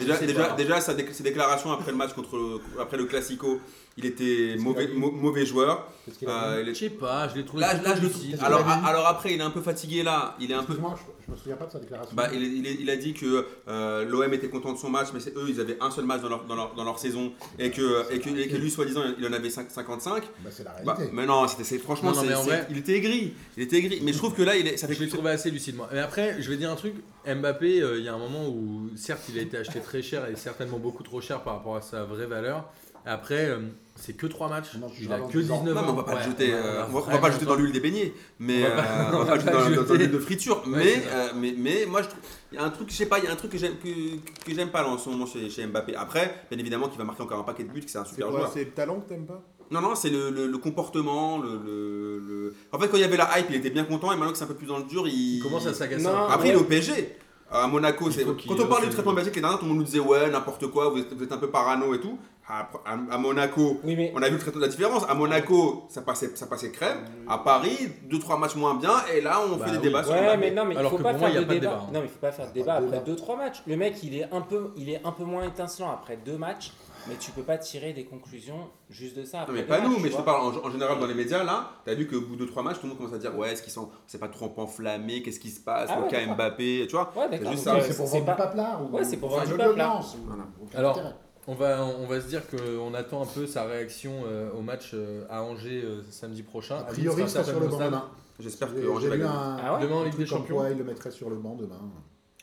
[SPEAKER 2] Déjà,
[SPEAKER 1] Je sais
[SPEAKER 2] déjà,
[SPEAKER 1] pas.
[SPEAKER 2] déjà sa dé- ses déclarations après le match contre. Après le Classico, il était mauvais, mau- mauvais joueur.
[SPEAKER 3] Qu'est-ce qu'il a dit
[SPEAKER 2] Euh, il
[SPEAKER 1] Je
[SPEAKER 2] est-
[SPEAKER 1] sais pas, je l'ai trouvé.
[SPEAKER 2] Là,
[SPEAKER 1] plutôt
[SPEAKER 2] là, je le
[SPEAKER 1] lucide.
[SPEAKER 3] Qu'est-ce qu'il
[SPEAKER 2] Alors,
[SPEAKER 3] a dit
[SPEAKER 2] a- alors après, il est un peu fatigué là. Il est un peu.
[SPEAKER 3] Excuse-moi, je, je me souviens pas de sa déclaration.
[SPEAKER 2] Bah, il, il- il a dit que euh, l'OM était content de son match, mais c'est eux, ils avaient un seul match dans leur, dans leur, dans leur saison et que, et que, et que lui, soi-disant, il en avait cinq- 55.
[SPEAKER 3] Bah, c'est la
[SPEAKER 2] Bah,
[SPEAKER 3] réalité.
[SPEAKER 2] mais non, c'était, c'est- franchement,
[SPEAKER 1] Non, non,
[SPEAKER 2] c'est-
[SPEAKER 1] mais en
[SPEAKER 2] c'est-
[SPEAKER 1] vrai-
[SPEAKER 2] il était aigri. Il était aigri. Mais je trouve que là, il est, ça fait
[SPEAKER 1] Je l'ai
[SPEAKER 2] que-
[SPEAKER 1] trouvé assez lucide, moi. Mais après, je vais dire un truc. Mbappé, euh, il y a un moment où, certes, il a été acheté très cher et certainement beaucoup trop cher par rapport à sa vraie valeur. Après, euh, c'est que 3 matchs.
[SPEAKER 3] Non, je suis
[SPEAKER 1] Il a
[SPEAKER 3] vraiment
[SPEAKER 1] que
[SPEAKER 3] dedans.
[SPEAKER 1] 19
[SPEAKER 2] Ah Non,
[SPEAKER 1] ans.
[SPEAKER 2] mais on va pas le
[SPEAKER 1] Ouais,
[SPEAKER 2] jeter,
[SPEAKER 1] ouais,
[SPEAKER 2] euh,
[SPEAKER 1] ouais,
[SPEAKER 2] on va- on va
[SPEAKER 1] vraiment
[SPEAKER 2] pas le jeter
[SPEAKER 1] pas.
[SPEAKER 2] dans l'huile des beignets, mais
[SPEAKER 1] On va pas-
[SPEAKER 2] euh, on va pas le jeter dans- dans dans l'huile de friture.
[SPEAKER 1] Ouais,
[SPEAKER 2] mais,
[SPEAKER 1] c'est
[SPEAKER 2] euh, mais, mais moi, je trouve, il y a un truc, je sais pas, il y a un truc que j'aime, que, que j'aime pas là, en ce moment chez, chez Mbappé. Après, bien évidemment, qu'il va marquer encore un paquet de buts, que c'est un
[SPEAKER 5] C'est
[SPEAKER 2] super
[SPEAKER 5] quoi
[SPEAKER 2] joueur.
[SPEAKER 5] C'est le talent que t'aimes pas
[SPEAKER 2] Non, non, c'est le, le- le comportement, le, le- le- En fait, quand il y avait la hype, il était bien content, et maintenant que c'est un peu plus dans le dur, il.
[SPEAKER 1] Il commence à s'agacer.
[SPEAKER 4] Non.
[SPEAKER 2] Après, il est au PSG. À Monaco,
[SPEAKER 1] Il
[SPEAKER 2] c'est...
[SPEAKER 1] faut qu'il-
[SPEAKER 2] quand on parlait
[SPEAKER 1] c'est-
[SPEAKER 2] du traitement magique les dernières, tout le monde nous disait ouais, n'importe quoi, vous êtes, vous êtes un peu parano et tout. À, à- à Monaco,
[SPEAKER 4] Oui, mais
[SPEAKER 2] on a vu le traitement de la différence. À Monaco, ça passait, ça passait crème. À Paris, 2-3 matchs moins bien, et là, on
[SPEAKER 1] Bah
[SPEAKER 2] fait des
[SPEAKER 1] oui.
[SPEAKER 2] débats sur
[SPEAKER 4] ouais,
[SPEAKER 2] Mbappé.
[SPEAKER 4] mais non, mais
[SPEAKER 1] Alors
[SPEAKER 4] faut
[SPEAKER 1] que
[SPEAKER 4] pas
[SPEAKER 1] pour moi,
[SPEAKER 4] faire
[SPEAKER 1] il y a
[SPEAKER 4] de
[SPEAKER 1] pas de
[SPEAKER 4] débat.
[SPEAKER 1] débat, hein.
[SPEAKER 4] Non, mais faut pas faire de
[SPEAKER 3] Il y a pas
[SPEAKER 4] débat
[SPEAKER 3] de
[SPEAKER 4] après
[SPEAKER 3] débat.
[SPEAKER 4] deux trois matchs. Le mec, il est un peu, il est un peu moins étincelant après deux matchs, mais tu peux pas tirer des conclusions juste de ça.
[SPEAKER 2] Non,
[SPEAKER 4] après
[SPEAKER 2] mais
[SPEAKER 4] deux
[SPEAKER 2] pas
[SPEAKER 4] matchs,
[SPEAKER 2] nous,
[SPEAKER 4] tu
[SPEAKER 2] mais je te
[SPEAKER 4] vois.
[SPEAKER 2] parle en, en général dans les médias là. T'as vu qu'au bout de 2-3 matchs, tout le monde commence à dire ouais, est-ce qu'ils sont. C'est pas trop enflammé, qu'est-ce qui se passe,
[SPEAKER 4] Ah
[SPEAKER 2] le
[SPEAKER 4] ouais,
[SPEAKER 2] cas
[SPEAKER 4] d'accord.
[SPEAKER 2] Mbappé, tu vois.
[SPEAKER 4] Ouais, d'accord.
[SPEAKER 2] juste
[SPEAKER 4] donc,
[SPEAKER 2] ça,
[SPEAKER 4] euh,
[SPEAKER 3] c'est pour vendre du paplard ou
[SPEAKER 4] Ouais, c'est pour
[SPEAKER 3] enfin,
[SPEAKER 4] vendre du
[SPEAKER 3] je le
[SPEAKER 4] paplard.
[SPEAKER 3] lance, ou-
[SPEAKER 2] Voilà.
[SPEAKER 3] aucun
[SPEAKER 1] Alors,
[SPEAKER 3] intérêt.
[SPEAKER 1] On va, on va se dire qu'on attend un peu sa réaction euh, au match euh, à Angers euh, samedi prochain.
[SPEAKER 3] a
[SPEAKER 1] Alice
[SPEAKER 3] priori, il
[SPEAKER 1] sera
[SPEAKER 3] sera sur
[SPEAKER 1] certainement
[SPEAKER 3] le banc
[SPEAKER 1] au stade.
[SPEAKER 3] demain.
[SPEAKER 2] J'espère que
[SPEAKER 3] J'ai
[SPEAKER 2] Angers
[SPEAKER 3] j'ai
[SPEAKER 2] va
[SPEAKER 3] lu
[SPEAKER 2] gagner.
[SPEAKER 3] un.
[SPEAKER 4] Ah ouais
[SPEAKER 1] Demain en Ligue
[SPEAKER 3] un
[SPEAKER 1] des
[SPEAKER 3] truc comme
[SPEAKER 1] Champions.
[SPEAKER 3] quoi il le mettrait sur le banc demain.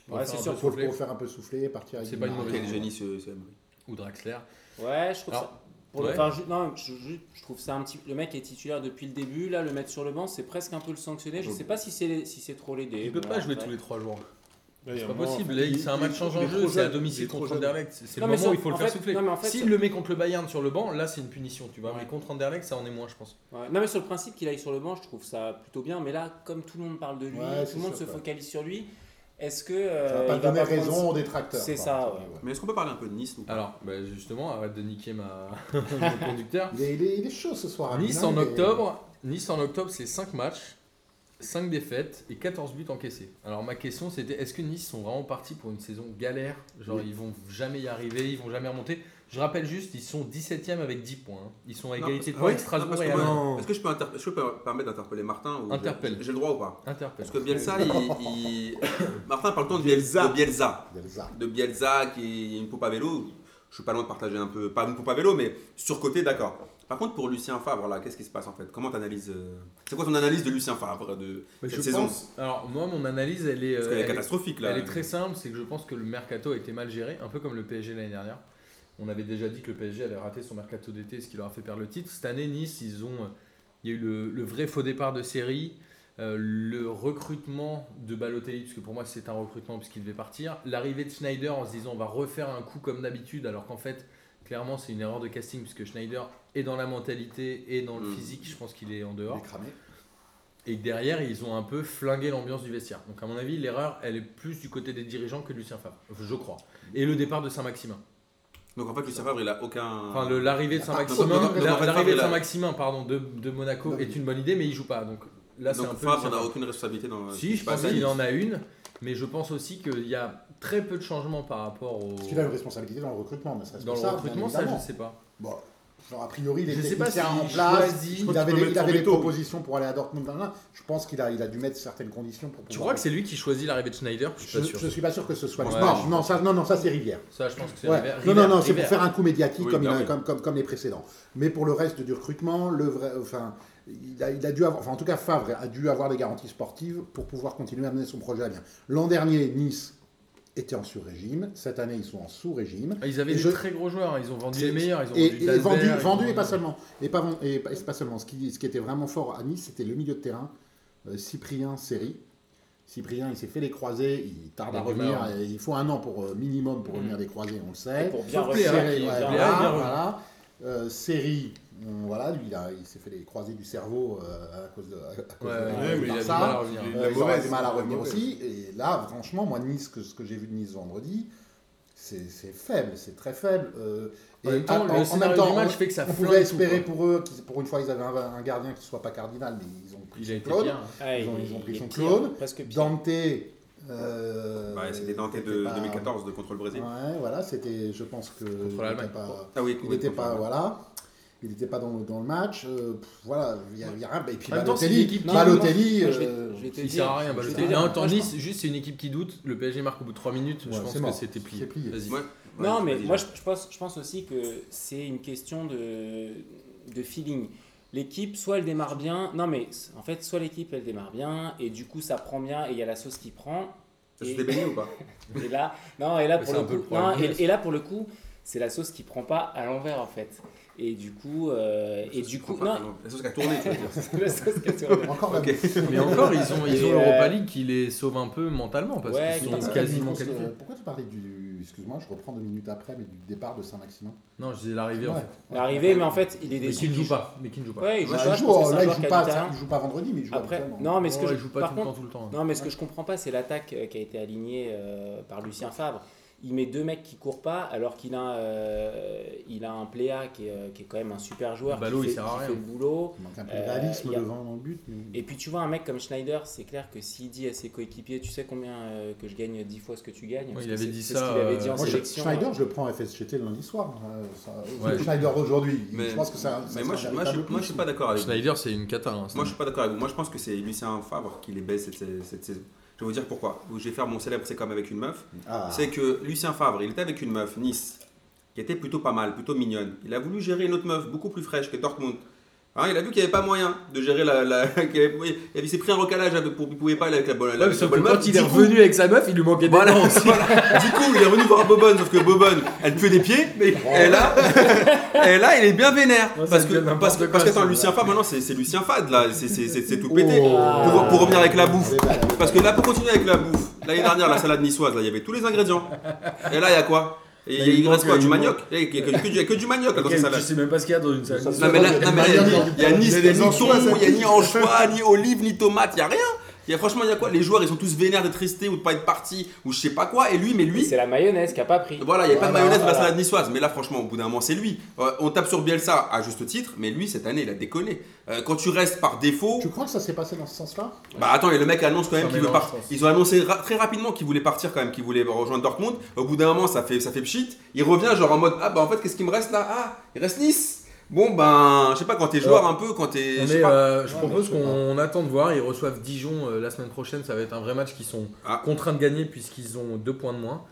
[SPEAKER 1] On va
[SPEAKER 4] Ouais,
[SPEAKER 1] faire
[SPEAKER 4] c'est
[SPEAKER 1] un
[SPEAKER 4] sûr,
[SPEAKER 1] peu
[SPEAKER 3] Pour
[SPEAKER 1] souffler.
[SPEAKER 3] le faire un peu souffler et partir avec
[SPEAKER 1] C'est
[SPEAKER 3] Di
[SPEAKER 1] pas une
[SPEAKER 3] Maria.
[SPEAKER 1] mauvaise
[SPEAKER 2] Quel génie ce, ce Emery.
[SPEAKER 1] Ou Draxler.
[SPEAKER 4] Ouais, je trouve
[SPEAKER 1] Alors,
[SPEAKER 4] ça. Pour le,
[SPEAKER 1] ouais.
[SPEAKER 4] enfin, ju- non, je, ju- je trouve ça un petit. Le mec est titulaire depuis le début. Là, le mettre sur le banc, c'est presque un peu le sanctionner. Je sais pas si c'est si c'est trop l'aider.
[SPEAKER 1] Il peut
[SPEAKER 4] Bon,
[SPEAKER 1] pas jouer
[SPEAKER 4] après.
[SPEAKER 1] tous les 3 jours. C'est pas possible. là, C'est un match change en jeu. C'est à domicile contre Anderlecht. C'est c'est le
[SPEAKER 4] Non, mais
[SPEAKER 1] moment où
[SPEAKER 4] ça-
[SPEAKER 1] il faut le
[SPEAKER 4] en
[SPEAKER 1] faire
[SPEAKER 4] fait-
[SPEAKER 1] souffler.
[SPEAKER 4] non, mais en fait,
[SPEAKER 1] S'il
[SPEAKER 4] ça-
[SPEAKER 1] le met contre le Bayern sur le banc, là, c'est une punition. Tu vois,
[SPEAKER 4] Ouais.
[SPEAKER 1] mais contre Anderlecht, ça en est moins, je pense.
[SPEAKER 4] Ouais. Non, mais sur le principe qu'il aille sur le banc, je trouve ça plutôt bien. Mais là, comme tout le monde parle de lui,
[SPEAKER 3] Ouais,
[SPEAKER 4] tout
[SPEAKER 3] c'est
[SPEAKER 4] le monde
[SPEAKER 3] sûr,
[SPEAKER 4] se
[SPEAKER 3] quoi.
[SPEAKER 4] focalise sur lui, est-ce que.
[SPEAKER 3] Ça
[SPEAKER 4] euh,
[SPEAKER 3] va pas
[SPEAKER 4] il va
[SPEAKER 3] donner
[SPEAKER 4] prendre-
[SPEAKER 3] raison aux détracteurs.
[SPEAKER 4] C'est
[SPEAKER 3] quoi.
[SPEAKER 4] ça, ouais.
[SPEAKER 2] Mais est-ce qu'on peut parler un peu de Nice nous
[SPEAKER 1] Alors, bah, justement, arrête de niquer ma mon conducteur.
[SPEAKER 3] Il, est, il est- il est chaud ce
[SPEAKER 2] Ah,
[SPEAKER 3] soir.
[SPEAKER 1] Nice
[SPEAKER 3] Amine, hein,
[SPEAKER 1] en
[SPEAKER 3] il
[SPEAKER 2] euh,
[SPEAKER 3] est-
[SPEAKER 1] octobre, Nice en octobre, c'est 5 matchs, 5 défaites et 14 buts encaissés. Alors ma question c'était est-ce que Nice sont vraiment partis pour une saison galère Genre ils vont jamais y arriver, ils vont jamais remonter. Je rappelle juste, ils sont 17ème avec 10 points. hein. Ils sont à
[SPEAKER 2] Non,
[SPEAKER 1] égalité de
[SPEAKER 2] parce-
[SPEAKER 1] points
[SPEAKER 2] ouais,
[SPEAKER 1] avec Strasbourg
[SPEAKER 2] non, parce
[SPEAKER 1] et
[SPEAKER 2] que moi-
[SPEAKER 1] Amiens.
[SPEAKER 5] Non.
[SPEAKER 2] Est-ce que je peux, inter- est-ce que je peux me permettre d'interpeller Martin ou j'ai-
[SPEAKER 1] Interpelle.
[SPEAKER 2] J'ai le droit ou pas
[SPEAKER 1] Interpelle.
[SPEAKER 2] Parce que Bielsa, il, il- Martin parle tant de Bielsa. De Bielsa,
[SPEAKER 3] Delza.
[SPEAKER 2] de Bielsa qui est une poupe à vélo. Je suis pas loin de partager un peu, pas une poupe à vélo, mais surcoté, d'accord. Par contre, pour Lucien Favre, là, qu'est-ce qui se passe en fait Comment t'analyses euh, C'est quoi ton analyse de Lucien Favre de
[SPEAKER 1] Mais
[SPEAKER 2] cette
[SPEAKER 1] je
[SPEAKER 2] saison
[SPEAKER 1] pense- alors moi mon analyse elle est, euh,
[SPEAKER 2] Parce qu'elle est
[SPEAKER 1] elle est-
[SPEAKER 2] catastrophique là.
[SPEAKER 1] Elle est très simple, c'est que je pense que le mercato a été mal géré, un peu comme le PSG l'année dernière. On avait déjà dit que le PSG allait rater son mercato d'été, ce qui leur a fait perdre le titre. Cette année, Nice, ils ont, euh, il y a eu le, le vrai faux départ de série, euh, le recrutement de Balotelli, puisque pour moi c'est un recrutement puisqu'il devait partir, l'arrivée de Schneider en se disant on va refaire un coup comme d'habitude, alors qu'en fait, clairement, c'est une erreur de casting, puisque Schneider est dans la mentalité et dans le
[SPEAKER 2] Mm.
[SPEAKER 1] physique, je pense qu'il est en
[SPEAKER 3] Il
[SPEAKER 1] dehors
[SPEAKER 3] est cramé.
[SPEAKER 1] et que derrière ils ont un peu flingué l'ambiance du vestiaire. Donc à mon avis l'erreur elle est plus du côté des dirigeants que de Lucien Favre, je crois. Et le départ de Saint-Maximin.
[SPEAKER 2] Donc en fait, Lucien Favre, il a aucun.
[SPEAKER 1] Enfin le- l'arrivée de
[SPEAKER 3] Ah,
[SPEAKER 2] Non, non,
[SPEAKER 1] Saint-Maximin,
[SPEAKER 2] non, non,
[SPEAKER 1] la-
[SPEAKER 2] Favre,
[SPEAKER 1] l'arrivée de
[SPEAKER 2] il a-
[SPEAKER 1] Saint-Maximin pardon de, de Monaco
[SPEAKER 3] Non.
[SPEAKER 1] est une bonne idée mais il joue pas donc là c'est
[SPEAKER 2] Donc
[SPEAKER 1] un peu.
[SPEAKER 2] Favre
[SPEAKER 1] Lucien
[SPEAKER 2] n'a
[SPEAKER 1] Favre.
[SPEAKER 2] aucune responsabilité dans.
[SPEAKER 1] Si je pense
[SPEAKER 2] passe à
[SPEAKER 1] qu'il
[SPEAKER 2] Nice.
[SPEAKER 1] en a une, mais je pense aussi qu'il y a très peu de changements par rapport au
[SPEAKER 3] Parce qu'il a une responsabilité dans le recrutement, ne serait-ce
[SPEAKER 1] dans
[SPEAKER 3] que
[SPEAKER 1] le
[SPEAKER 3] ça, bien
[SPEAKER 1] recrutement ça je
[SPEAKER 3] évidemment.
[SPEAKER 1] sais pas.
[SPEAKER 3] Bon, genre a priori, les
[SPEAKER 1] Je sais pas
[SPEAKER 3] techniciens
[SPEAKER 1] si
[SPEAKER 3] en
[SPEAKER 1] il
[SPEAKER 3] place,
[SPEAKER 1] choisit-
[SPEAKER 3] il
[SPEAKER 5] Tu
[SPEAKER 3] avait, les-
[SPEAKER 5] peux mettre
[SPEAKER 3] il
[SPEAKER 5] son
[SPEAKER 3] avait les
[SPEAKER 5] veto.
[SPEAKER 3] propositions pour aller à Dortmund. nan, nan. Je pense qu'il a, il a dû mettre certaines conditions pour pouvoir.
[SPEAKER 1] Tu crois que c'est lui qui choisit l'arrivée de Schneider Je suis
[SPEAKER 3] je,
[SPEAKER 1] pas sûr.
[SPEAKER 3] je suis pas sûr que ce soit.
[SPEAKER 1] Ouais,
[SPEAKER 3] lui.
[SPEAKER 1] je
[SPEAKER 3] non, non, ça, non, non, ça c'est Rivière.
[SPEAKER 1] Ça je pense que c'est
[SPEAKER 3] Ouais.
[SPEAKER 1] River-
[SPEAKER 3] Non, non, non,
[SPEAKER 1] River-
[SPEAKER 3] c'est pour
[SPEAKER 1] River.
[SPEAKER 3] faire un coup médiatique
[SPEAKER 2] Oui,
[SPEAKER 3] comme, il a-
[SPEAKER 2] bah oui.
[SPEAKER 3] comme, comme, comme les précédents. Mais pour le reste du recrutement, le vrai, enfin, il a, il a dû avoir, enfin, en tout cas, Favre a dû avoir des garanties sportives pour pouvoir continuer à mener son projet à bien. L'an dernier, Nice était en sur-régime. Cette année, ils sont en sous-régime.
[SPEAKER 1] Ah, Ils avaient
[SPEAKER 3] Et
[SPEAKER 1] des
[SPEAKER 3] je-
[SPEAKER 1] très gros joueurs, hein. ils ont vendu
[SPEAKER 3] C'est-
[SPEAKER 1] les meilleurs, ils ont
[SPEAKER 3] Et,
[SPEAKER 1] vendu
[SPEAKER 3] et
[SPEAKER 1] Dalbert,
[SPEAKER 3] vendu,
[SPEAKER 1] ils ont
[SPEAKER 3] vendu et
[SPEAKER 1] vendu-
[SPEAKER 3] pas seulement. Et pas, ven- et pas, et pas seulement. Ce qui, ce qui était vraiment fort à Nice, c'était le milieu de terrain. euh, Cyprien Série. Cyprien, il s'est fait les croisés, il tarde
[SPEAKER 1] Il hein.
[SPEAKER 3] à
[SPEAKER 1] a du
[SPEAKER 3] revenir.
[SPEAKER 1] mal,
[SPEAKER 3] et il faut un an pour euh, minimum pour
[SPEAKER 4] Mhm.
[SPEAKER 3] revenir des croisés, on le
[SPEAKER 4] Et
[SPEAKER 3] sait.
[SPEAKER 4] Pour bien
[SPEAKER 1] Sauf Pléa,
[SPEAKER 4] resserrer,
[SPEAKER 1] qui-
[SPEAKER 4] bien-
[SPEAKER 1] Pléa,
[SPEAKER 3] voilà,
[SPEAKER 1] hein, il est bien revenu.
[SPEAKER 3] voilà. Euh, Série, on- voilà, lui, il, a- il s'est fait les croisés du cerveau euh, à cause de, à- à
[SPEAKER 1] Ouais,
[SPEAKER 3] cause de-
[SPEAKER 1] ouais,
[SPEAKER 3] du
[SPEAKER 1] ouais, mais il a du
[SPEAKER 3] Barça.
[SPEAKER 1] mal à revenir.
[SPEAKER 5] Il
[SPEAKER 3] Euh,
[SPEAKER 5] a
[SPEAKER 3] ils auraient
[SPEAKER 5] mauvaise,
[SPEAKER 3] du mal à
[SPEAKER 5] il a
[SPEAKER 3] revenir
[SPEAKER 5] mauvaise.
[SPEAKER 3] aussi. Et là, franchement, moi, Nice, que, ce que j'ai vu de Nice vendredi, c'est c'est faible, c'est très faible. Euh,
[SPEAKER 1] En même temps,
[SPEAKER 3] en-
[SPEAKER 1] le
[SPEAKER 3] en
[SPEAKER 1] scénario
[SPEAKER 3] même temps,
[SPEAKER 1] du match
[SPEAKER 3] on-
[SPEAKER 1] fait que ça
[SPEAKER 3] on
[SPEAKER 1] flingue
[SPEAKER 3] pouvait
[SPEAKER 1] tout,
[SPEAKER 3] espérer
[SPEAKER 1] quoi.
[SPEAKER 3] pour eux, qu'ils- pour une fois, ils avaient un, un gardien qui ne soit pas cardinal, mais ils ont pris
[SPEAKER 1] Il a
[SPEAKER 3] son
[SPEAKER 1] été
[SPEAKER 3] clone.
[SPEAKER 1] bien.
[SPEAKER 4] Ah,
[SPEAKER 3] Ils ont-
[SPEAKER 4] il-
[SPEAKER 3] ils ont pris
[SPEAKER 4] il est
[SPEAKER 3] son
[SPEAKER 4] pire,
[SPEAKER 3] clone.
[SPEAKER 4] Presque pire.
[SPEAKER 3] Dante. euh,
[SPEAKER 2] Bah, c'était tenté de
[SPEAKER 3] était pas-
[SPEAKER 2] 2014 de contre le Brésil.
[SPEAKER 3] Ouais, voilà, c'était, je pense que. il
[SPEAKER 1] l'Allemagne.
[SPEAKER 3] était pas-
[SPEAKER 2] Ah oui,
[SPEAKER 3] Il
[SPEAKER 2] oui,
[SPEAKER 3] n'était
[SPEAKER 2] contre
[SPEAKER 3] pas,
[SPEAKER 2] le-
[SPEAKER 3] voilà. Il n'était pas dans, dans le match. euh, pff, voilà, il y a, il y a rien. Et puis
[SPEAKER 1] En même temps, c'est une
[SPEAKER 3] Balotelli,
[SPEAKER 1] équipe-
[SPEAKER 4] Non,
[SPEAKER 3] Balotelli,
[SPEAKER 4] moi, je vais-
[SPEAKER 3] euh,
[SPEAKER 4] je vais te
[SPEAKER 1] Il
[SPEAKER 4] dire-
[SPEAKER 1] sert à rien, bah,
[SPEAKER 4] je vais te
[SPEAKER 1] Balotelli.
[SPEAKER 4] dire,
[SPEAKER 1] Non, tant
[SPEAKER 4] moi, je
[SPEAKER 1] Nice, juste c'est une équipe qui doute. Le PSG marque au bout de 3 minutes.
[SPEAKER 3] Ouais,
[SPEAKER 1] je
[SPEAKER 3] c'est
[SPEAKER 1] pense que
[SPEAKER 3] mort.
[SPEAKER 1] c'était plié.
[SPEAKER 3] C'est plié.
[SPEAKER 1] Vas-y.
[SPEAKER 2] Ouais.
[SPEAKER 4] Non, mais
[SPEAKER 2] vas-y,
[SPEAKER 4] moi,
[SPEAKER 2] Jean.
[SPEAKER 4] je, je pense, je pense aussi que c'est une question de, de feeling. L'équipe, soit elle démarre bien, non mais en fait, soit l'équipe elle démarre bien et du coup ça prend bien et il y a la sauce qui prend.
[SPEAKER 2] Ça se fait baigner ou pas
[SPEAKER 4] Et là, non, et là
[SPEAKER 1] Mais
[SPEAKER 4] pour
[SPEAKER 1] c'est
[SPEAKER 4] le
[SPEAKER 1] un peu le
[SPEAKER 4] coup,
[SPEAKER 1] problème
[SPEAKER 4] non,
[SPEAKER 1] de
[SPEAKER 4] et,
[SPEAKER 1] Metz.
[SPEAKER 4] et là pour le coup, c'est la sauce qui prend pas à l'envers en fait. Et du coup, euh, et du coup, non,
[SPEAKER 2] La sauce qui a tourné, tu veux dire.
[SPEAKER 4] c'est la sauce qui est sur le-
[SPEAKER 3] encore la
[SPEAKER 2] Ok.
[SPEAKER 1] Mais encore, ils ont, ils
[SPEAKER 4] Et,
[SPEAKER 1] ont
[SPEAKER 4] euh,
[SPEAKER 1] l'Europa League qui les sauve un peu mentalement parce
[SPEAKER 4] Ouais,
[SPEAKER 1] qu'ils
[SPEAKER 4] qui
[SPEAKER 1] sont
[SPEAKER 4] est-
[SPEAKER 1] quasiment
[SPEAKER 3] Pourquoi tu-
[SPEAKER 1] qualifiés.
[SPEAKER 3] Euh, Pourquoi tu parlais du. Excuse-moi, je reprends deux minutes après, mais du départ de Saint-Maximin
[SPEAKER 1] Non, je disais l'arrivée en fait.
[SPEAKER 4] l'arrivée, mais en fait, il est
[SPEAKER 1] Mais
[SPEAKER 4] déçu.
[SPEAKER 1] qui ne joue pas. Mais qui ne joue pas.
[SPEAKER 4] Ouais, il joue
[SPEAKER 3] Bah,
[SPEAKER 4] pas,
[SPEAKER 3] il
[SPEAKER 4] je
[SPEAKER 3] joue,
[SPEAKER 4] pense que
[SPEAKER 3] euh,
[SPEAKER 4] c'est un
[SPEAKER 3] là, il
[SPEAKER 4] joueur
[SPEAKER 3] joue, pas,
[SPEAKER 4] qualitarien.
[SPEAKER 3] il joue pas vendredi, mais il joue
[SPEAKER 4] Après,
[SPEAKER 3] habituellement.
[SPEAKER 4] non, mais ce que
[SPEAKER 1] Ouais,
[SPEAKER 4] je
[SPEAKER 1] ils jouent Oh, pas
[SPEAKER 4] par
[SPEAKER 1] tout
[SPEAKER 4] contre,
[SPEAKER 1] le temps, tout le temps. hein.
[SPEAKER 4] Non, mais ce que je comprends pas, c'est l'attaque euh, qui a été alignée euh, par Lucien Favre. Il met deux mecs qui courent pas, alors qu'il a, euh, il a un Pléa qui est, euh, qui est quand même un super joueur,
[SPEAKER 1] Ballot, il
[SPEAKER 4] qui, fait,
[SPEAKER 1] sert à
[SPEAKER 4] qui
[SPEAKER 1] rien.
[SPEAKER 4] fait le boulot.
[SPEAKER 3] Il manque un peu de
[SPEAKER 4] Euh,
[SPEAKER 3] réalisme
[SPEAKER 4] il y a-
[SPEAKER 3] devant dans le but. mais-
[SPEAKER 4] Et puis tu vois un mec comme Schneider, c'est clair que s'il dit à ses coéquipiers, tu sais combien euh, que je gagne 10 fois ce que tu gagnes. parce
[SPEAKER 1] il
[SPEAKER 4] que
[SPEAKER 1] avait
[SPEAKER 4] c'est-
[SPEAKER 1] dit
[SPEAKER 4] c'est
[SPEAKER 1] ça,
[SPEAKER 4] ce qu'il avait dit
[SPEAKER 1] euh,
[SPEAKER 4] en
[SPEAKER 3] Moi, je-
[SPEAKER 4] sélection.
[SPEAKER 3] Schneider, je le prends à FSGT le lundi soir. euh, ça-
[SPEAKER 1] Ouais.
[SPEAKER 3] Schneider aujourd'hui,
[SPEAKER 2] Mais-
[SPEAKER 3] je pense que ça. ça
[SPEAKER 2] Mais moi,
[SPEAKER 3] sera
[SPEAKER 2] je, moi, je-
[SPEAKER 3] véritable
[SPEAKER 2] moi, je suis pas d'accord avec vous.
[SPEAKER 1] Schneider, c'est une cata. hein, ça.
[SPEAKER 2] Moi, je suis pas d'accord avec vous. Moi, je pense que c'est Lucien Favre qui les baisse cette, cette- cette saison. Je vais vous dire pourquoi. Je vais faire mon célèbre c'est comme avec une meuf.
[SPEAKER 3] Ah.
[SPEAKER 2] C'est que Lucien Favre, il était avec une meuf, Nice, qui était plutôt pas mal, plutôt mignonne. Il a voulu gérer une autre meuf, beaucoup plus fraîche que Dortmund. Hein, il a vu qu'il n'y avait pas moyen de gérer la. la- qu'il y avait- oui, il s'est pris un recalage avec- pour qu'il ne pouvait pas aller avec la bonne. la-
[SPEAKER 6] Ouais, mais
[SPEAKER 2] la
[SPEAKER 6] sauf que
[SPEAKER 2] bonne meuf.
[SPEAKER 6] quand il est
[SPEAKER 2] Du coup,
[SPEAKER 6] revenu avec sa meuf, il lui manquait des
[SPEAKER 2] Voilà,
[SPEAKER 6] dents aussi.
[SPEAKER 2] voilà. Du coup, il est revenu voir Bobonne, sauf que Bobonne, elle pue des pieds, mais elle là, elle là, il est bien vénère.
[SPEAKER 6] Non, ça
[SPEAKER 2] parce que,
[SPEAKER 6] devient n'importe
[SPEAKER 2] parce que,
[SPEAKER 6] quoi,
[SPEAKER 2] parce qu'attends,
[SPEAKER 6] ça,
[SPEAKER 2] Lucien Fade, maintenant c'est, c'est Lucien Fade là, c'est, c'est, c'est- c'est tout
[SPEAKER 3] Oh.
[SPEAKER 2] pété. Pour, pour revenir avec la bouffe.
[SPEAKER 3] Elle est belle, elle est
[SPEAKER 2] Parce que là, pour continuer avec la bouffe, l'année dernière, la salade niçoise, là, il y avait tous les ingrédients. Et là, il y a quoi Et
[SPEAKER 1] Mais
[SPEAKER 2] il,
[SPEAKER 1] il
[SPEAKER 2] reste
[SPEAKER 1] manque,
[SPEAKER 2] quoi
[SPEAKER 1] il
[SPEAKER 2] Du
[SPEAKER 1] manque.
[SPEAKER 2] manioc Il y a que, que du, que du manioc là, dans cette
[SPEAKER 1] Je
[SPEAKER 2] salade.
[SPEAKER 1] sais même pas ce qu'il y a dans une salle.
[SPEAKER 2] Non mais là, non, mais là, il y a ni,
[SPEAKER 3] Il y a
[SPEAKER 2] ni
[SPEAKER 3] des
[SPEAKER 2] thon,
[SPEAKER 3] anchois, ça
[SPEAKER 2] il y a ni
[SPEAKER 3] pique.
[SPEAKER 2] anchois, ni olive, ni tomate, il y a rien. Il y a, franchement, il y a quoi Les joueurs, ils sont tous vénères d'être restés ou de pas être partis ou je sais pas quoi. Et lui, mais lui,
[SPEAKER 4] C'est la mayonnaise qui a pas pris.
[SPEAKER 2] voilà, il n'y a pas de
[SPEAKER 4] Voilà,
[SPEAKER 2] mayonnaise dans la
[SPEAKER 4] voilà.
[SPEAKER 2] salade niçoise. Mais là, franchement, au bout d'un moment, c'est lui. Euh, on tape sur Bielsa à juste titre, mais lui, cette année, il a déconné. Euh, quand tu restes par défaut,
[SPEAKER 3] Tu crois que ça s'est passé dans ce sens-là
[SPEAKER 2] bah attends, et le mec annonce quand
[SPEAKER 1] Ça
[SPEAKER 2] même qu'il veut
[SPEAKER 1] mélange,
[SPEAKER 2] partir.
[SPEAKER 1] ça.
[SPEAKER 2] Ils ont annoncé ra- très rapidement qu'il voulait partir quand même, qu'il voulait rejoindre Dortmund. Au bout d'un moment, ça fait, ça fait pchit. Il revient genre en mode Ah bah en fait, qu'est-ce qui me reste là Ah, il reste Nice Bon ben, je sais pas, quand
[SPEAKER 3] Euh,
[SPEAKER 2] t'es joueur un peu, quand t'es.
[SPEAKER 1] On
[SPEAKER 2] je sais
[SPEAKER 1] est,
[SPEAKER 2] pas.
[SPEAKER 1] euh, je
[SPEAKER 3] Ouais,
[SPEAKER 1] propose
[SPEAKER 3] mais je sais
[SPEAKER 1] qu'on attend de voir. Ils reçoivent Dijon euh, la semaine prochaine. Ça va être un vrai match qu'ils sont
[SPEAKER 2] Ah.
[SPEAKER 1] contraints de gagner puisqu'ils ont deux points de moins.